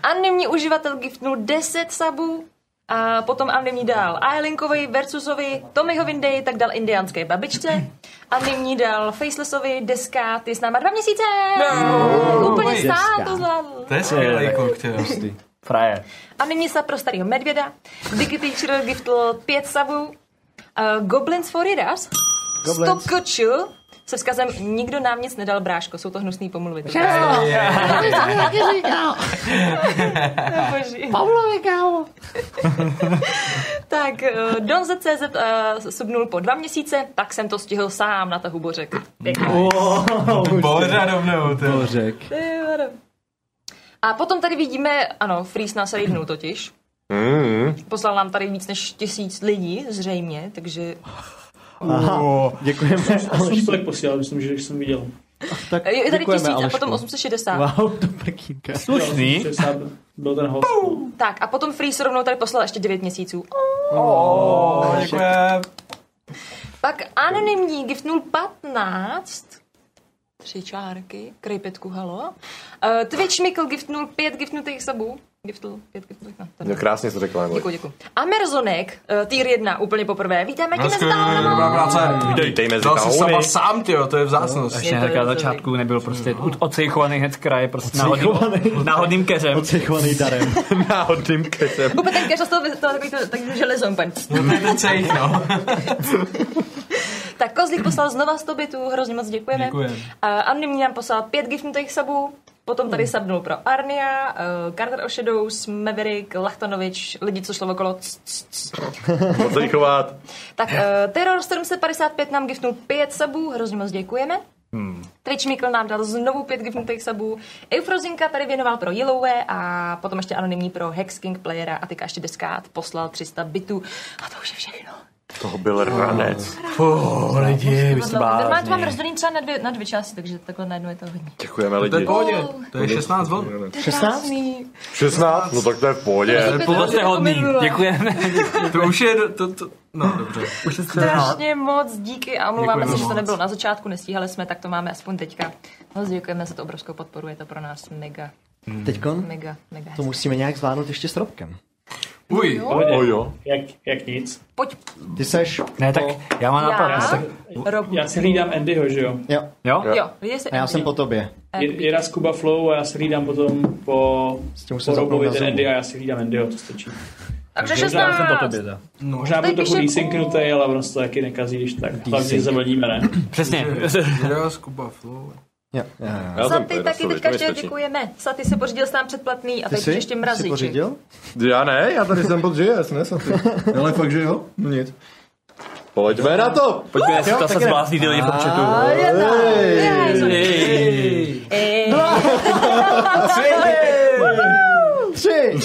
S5: Anonymní uživatel giftnul 10 sabů a potom anonymní dal Ailinkovi, Versusovi, Tommyho Vindej, tak dal indiánské babičce. Anonymní dal Facelessovi, Deska, ty s náma dva měsíce!
S4: No.
S5: Úplně
S4: Deska.
S5: sám to zvládl.
S4: To je skvělý kluk, ty jo.
S2: Frajer.
S5: A nyní se pro starého medvěda. Digiteacher giftl pět savů. Uh, Goblins for Readers.
S4: Goblins.
S5: Stop kočil. Se vzkazem nikdo nám nic nedal, bráško, jsou to hnusný pomluvy. Boží.
S13: Pavlovi, kámo.
S5: tak, uh, Donze.cz uh, subnul po dva měsíce, tak jsem to stihl sám na tahu bořek. Pěkně.
S4: Bořa rovnou, ty.
S7: Bořek.
S5: Ty vado. A potom tady vidíme, ano, Freeze nás raidnul totiž.
S6: Mm-hmm.
S5: Poslal nám tady víc než tisíc lidí, zřejmě, takže
S3: Aha,
S1: děkujeme.
S3: Já jsem tolik posílal, myslím, že jsem viděl.
S5: Tak je tady
S3: děkujeme,
S5: tisíc a
S3: Aleško.
S5: potom 860.
S1: Wow, to prkínka.
S3: Slušný. Byl ten host.
S5: Tak a potom Freeze rovnou tady poslal ještě 9 měsíců.
S4: Oh, děkujem.
S5: Pak anonymní gift 015. Tři čárky, krejpetku, halo. Uh, Twitch Mikl gift 05, giftnutých sabů. Giftl, pět giftnutých, no,
S6: No, krásně jsi to řekla, Emily.
S5: Děkuji, děkuji. Amerzonek, uh, tier 1, úplně poprvé. Vítáme tě mezi
S4: Hezky,
S5: námi.
S4: dobrá práce. Vítejte
S6: mezi
S4: Dal si
S6: tahouny.
S4: sama sám, ty jo, to je vzácnost.
S2: Ještě hnedka na začátku nebyl prostě od- odsejchovaný hned z kraje, prostě náhodným, náhodným keřem.
S1: Odsejchovaný darem.
S6: Náhodným keřem.
S5: Kupe ten keř a z toho vy- to takový to, takový železo, úplně.
S4: Cejch, no.
S5: Tak Kozlík poslal znova 100 bitů, hrozně moc děkujeme.
S4: Děkujem.
S5: A Anonymní nám poslal pět giftnutých sabů, potom tady sabnul pro Arnia, uh, Carter o Shadows, Maverick, Lachtanovič, lidi, co šlo okolo. c- c- c.
S6: Moc se jí chovat.
S5: Tak uh, Terror 755 nám giftnul pět sabů, hrozně moc děkujeme.
S6: Hmm.
S5: Twitch Mikl nám dal znovu pět giftnutých sabů. Eufrozinka tady věnoval pro Yellowé a potom ještě anonymní pro Hex King Playera a teďka ještě deskát poslal 300 bitů. A to už je všechno.
S6: To byl ranec.
S4: Fuh, lidi, vy jste
S5: Normálně to mám
S4: blázni.
S5: rozdělený třeba na dvě, na dvě části, takže takhle najednou je to hodně.
S6: Děkujeme
S4: To je v
S6: lidi.
S4: pohodě, to je 16 vln.
S5: To je krásný.
S6: 16? No tak to je v pohodě.
S5: To je Pohodě jako hodný. minule.
S4: děkujeme. To už je, do- to, to, no dobře. Už je
S5: Strašně moc díky a omlouváme se,
S4: Děkujeme
S5: že to
S4: moc.
S5: nebylo na začátku, nestíhali jsme, tak to máme aspoň teďka. Moc děkujeme za to obrovskou podporu, je to pro nás mega,
S1: Teďkon
S5: mega, mega.
S1: to musíme nějak zvládnout ještě s Robkem.
S4: Uj,
S1: O jo.
S3: Jak, jak nic.
S5: Pojď.
S1: Ty seš...
S2: Ne, tak já mám
S5: nápad. Já?
S3: Já, se,
S5: Rob.
S3: já si hlídám Andyho, že jo?
S1: Jo.
S2: Jo?
S5: Jo, viděj se.
S1: A já jsem po tobě.
S3: Je, je raz Kuba Flow a já si hlídám potom po,
S1: tím už
S3: po
S1: se zapnou
S3: Robovi
S1: na
S3: ten
S1: Zoomu.
S3: Andy a já si hlídám Andyho, to stačí.
S5: Takže 16.
S4: No,
S3: Možná
S5: Tady
S3: byl trochu
S5: píše-
S3: desynknutý, ale ono se to taky nekazí, když tak. Hlavně
S4: Desync.
S3: zavadíme, ne?
S2: Přesně.
S4: Já z Kuba Flow.
S1: Jo, jo, jo.
S5: Saty taky teďka ještě děkujeme. Saty se pořídil sám předplatný a teď ještě mrazíček.
S6: Já ne, já tady jsem pod JS, ne jsem Ale fakt, že jo? No nic. Pojďme na to!
S2: Pojďme, jestli ta se zblázní ty lidi po chatu.
S5: Ej.
S1: Tři!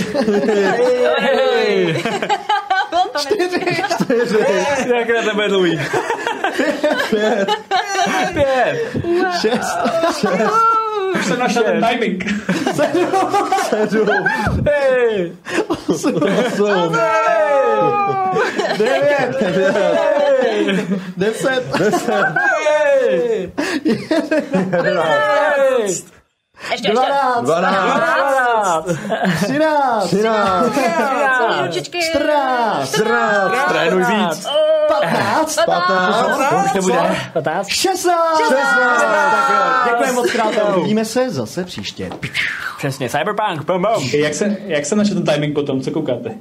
S5: Čtyři.
S2: Jak na tebe je dlouhý.
S1: Pět!
S2: Pět!
S1: Šest!
S3: Už jsem našel ten timing.
S1: Sedm! Sedm!
S2: Hej!
S1: Osm! Osm! Devět! Deset! Deset! Jedenáct!
S5: Ještě, ještě.
S1: Dvanáct!
S5: Dvanáct.
S18: 13.
S1: 13.
S6: 13.
S5: Iya.
S1: 14.
S6: 14. Trénuj víc.
S1: 15.
S18: 15.
S1: To už nebude.
S18: 15.
S1: 16. 16. Tak jo, Děkujeme moc krát a uvidíme se zase příště.
S2: Přesně, Cyberpunk.
S3: Jak se, jak se naše ten timing potom, co koukáte?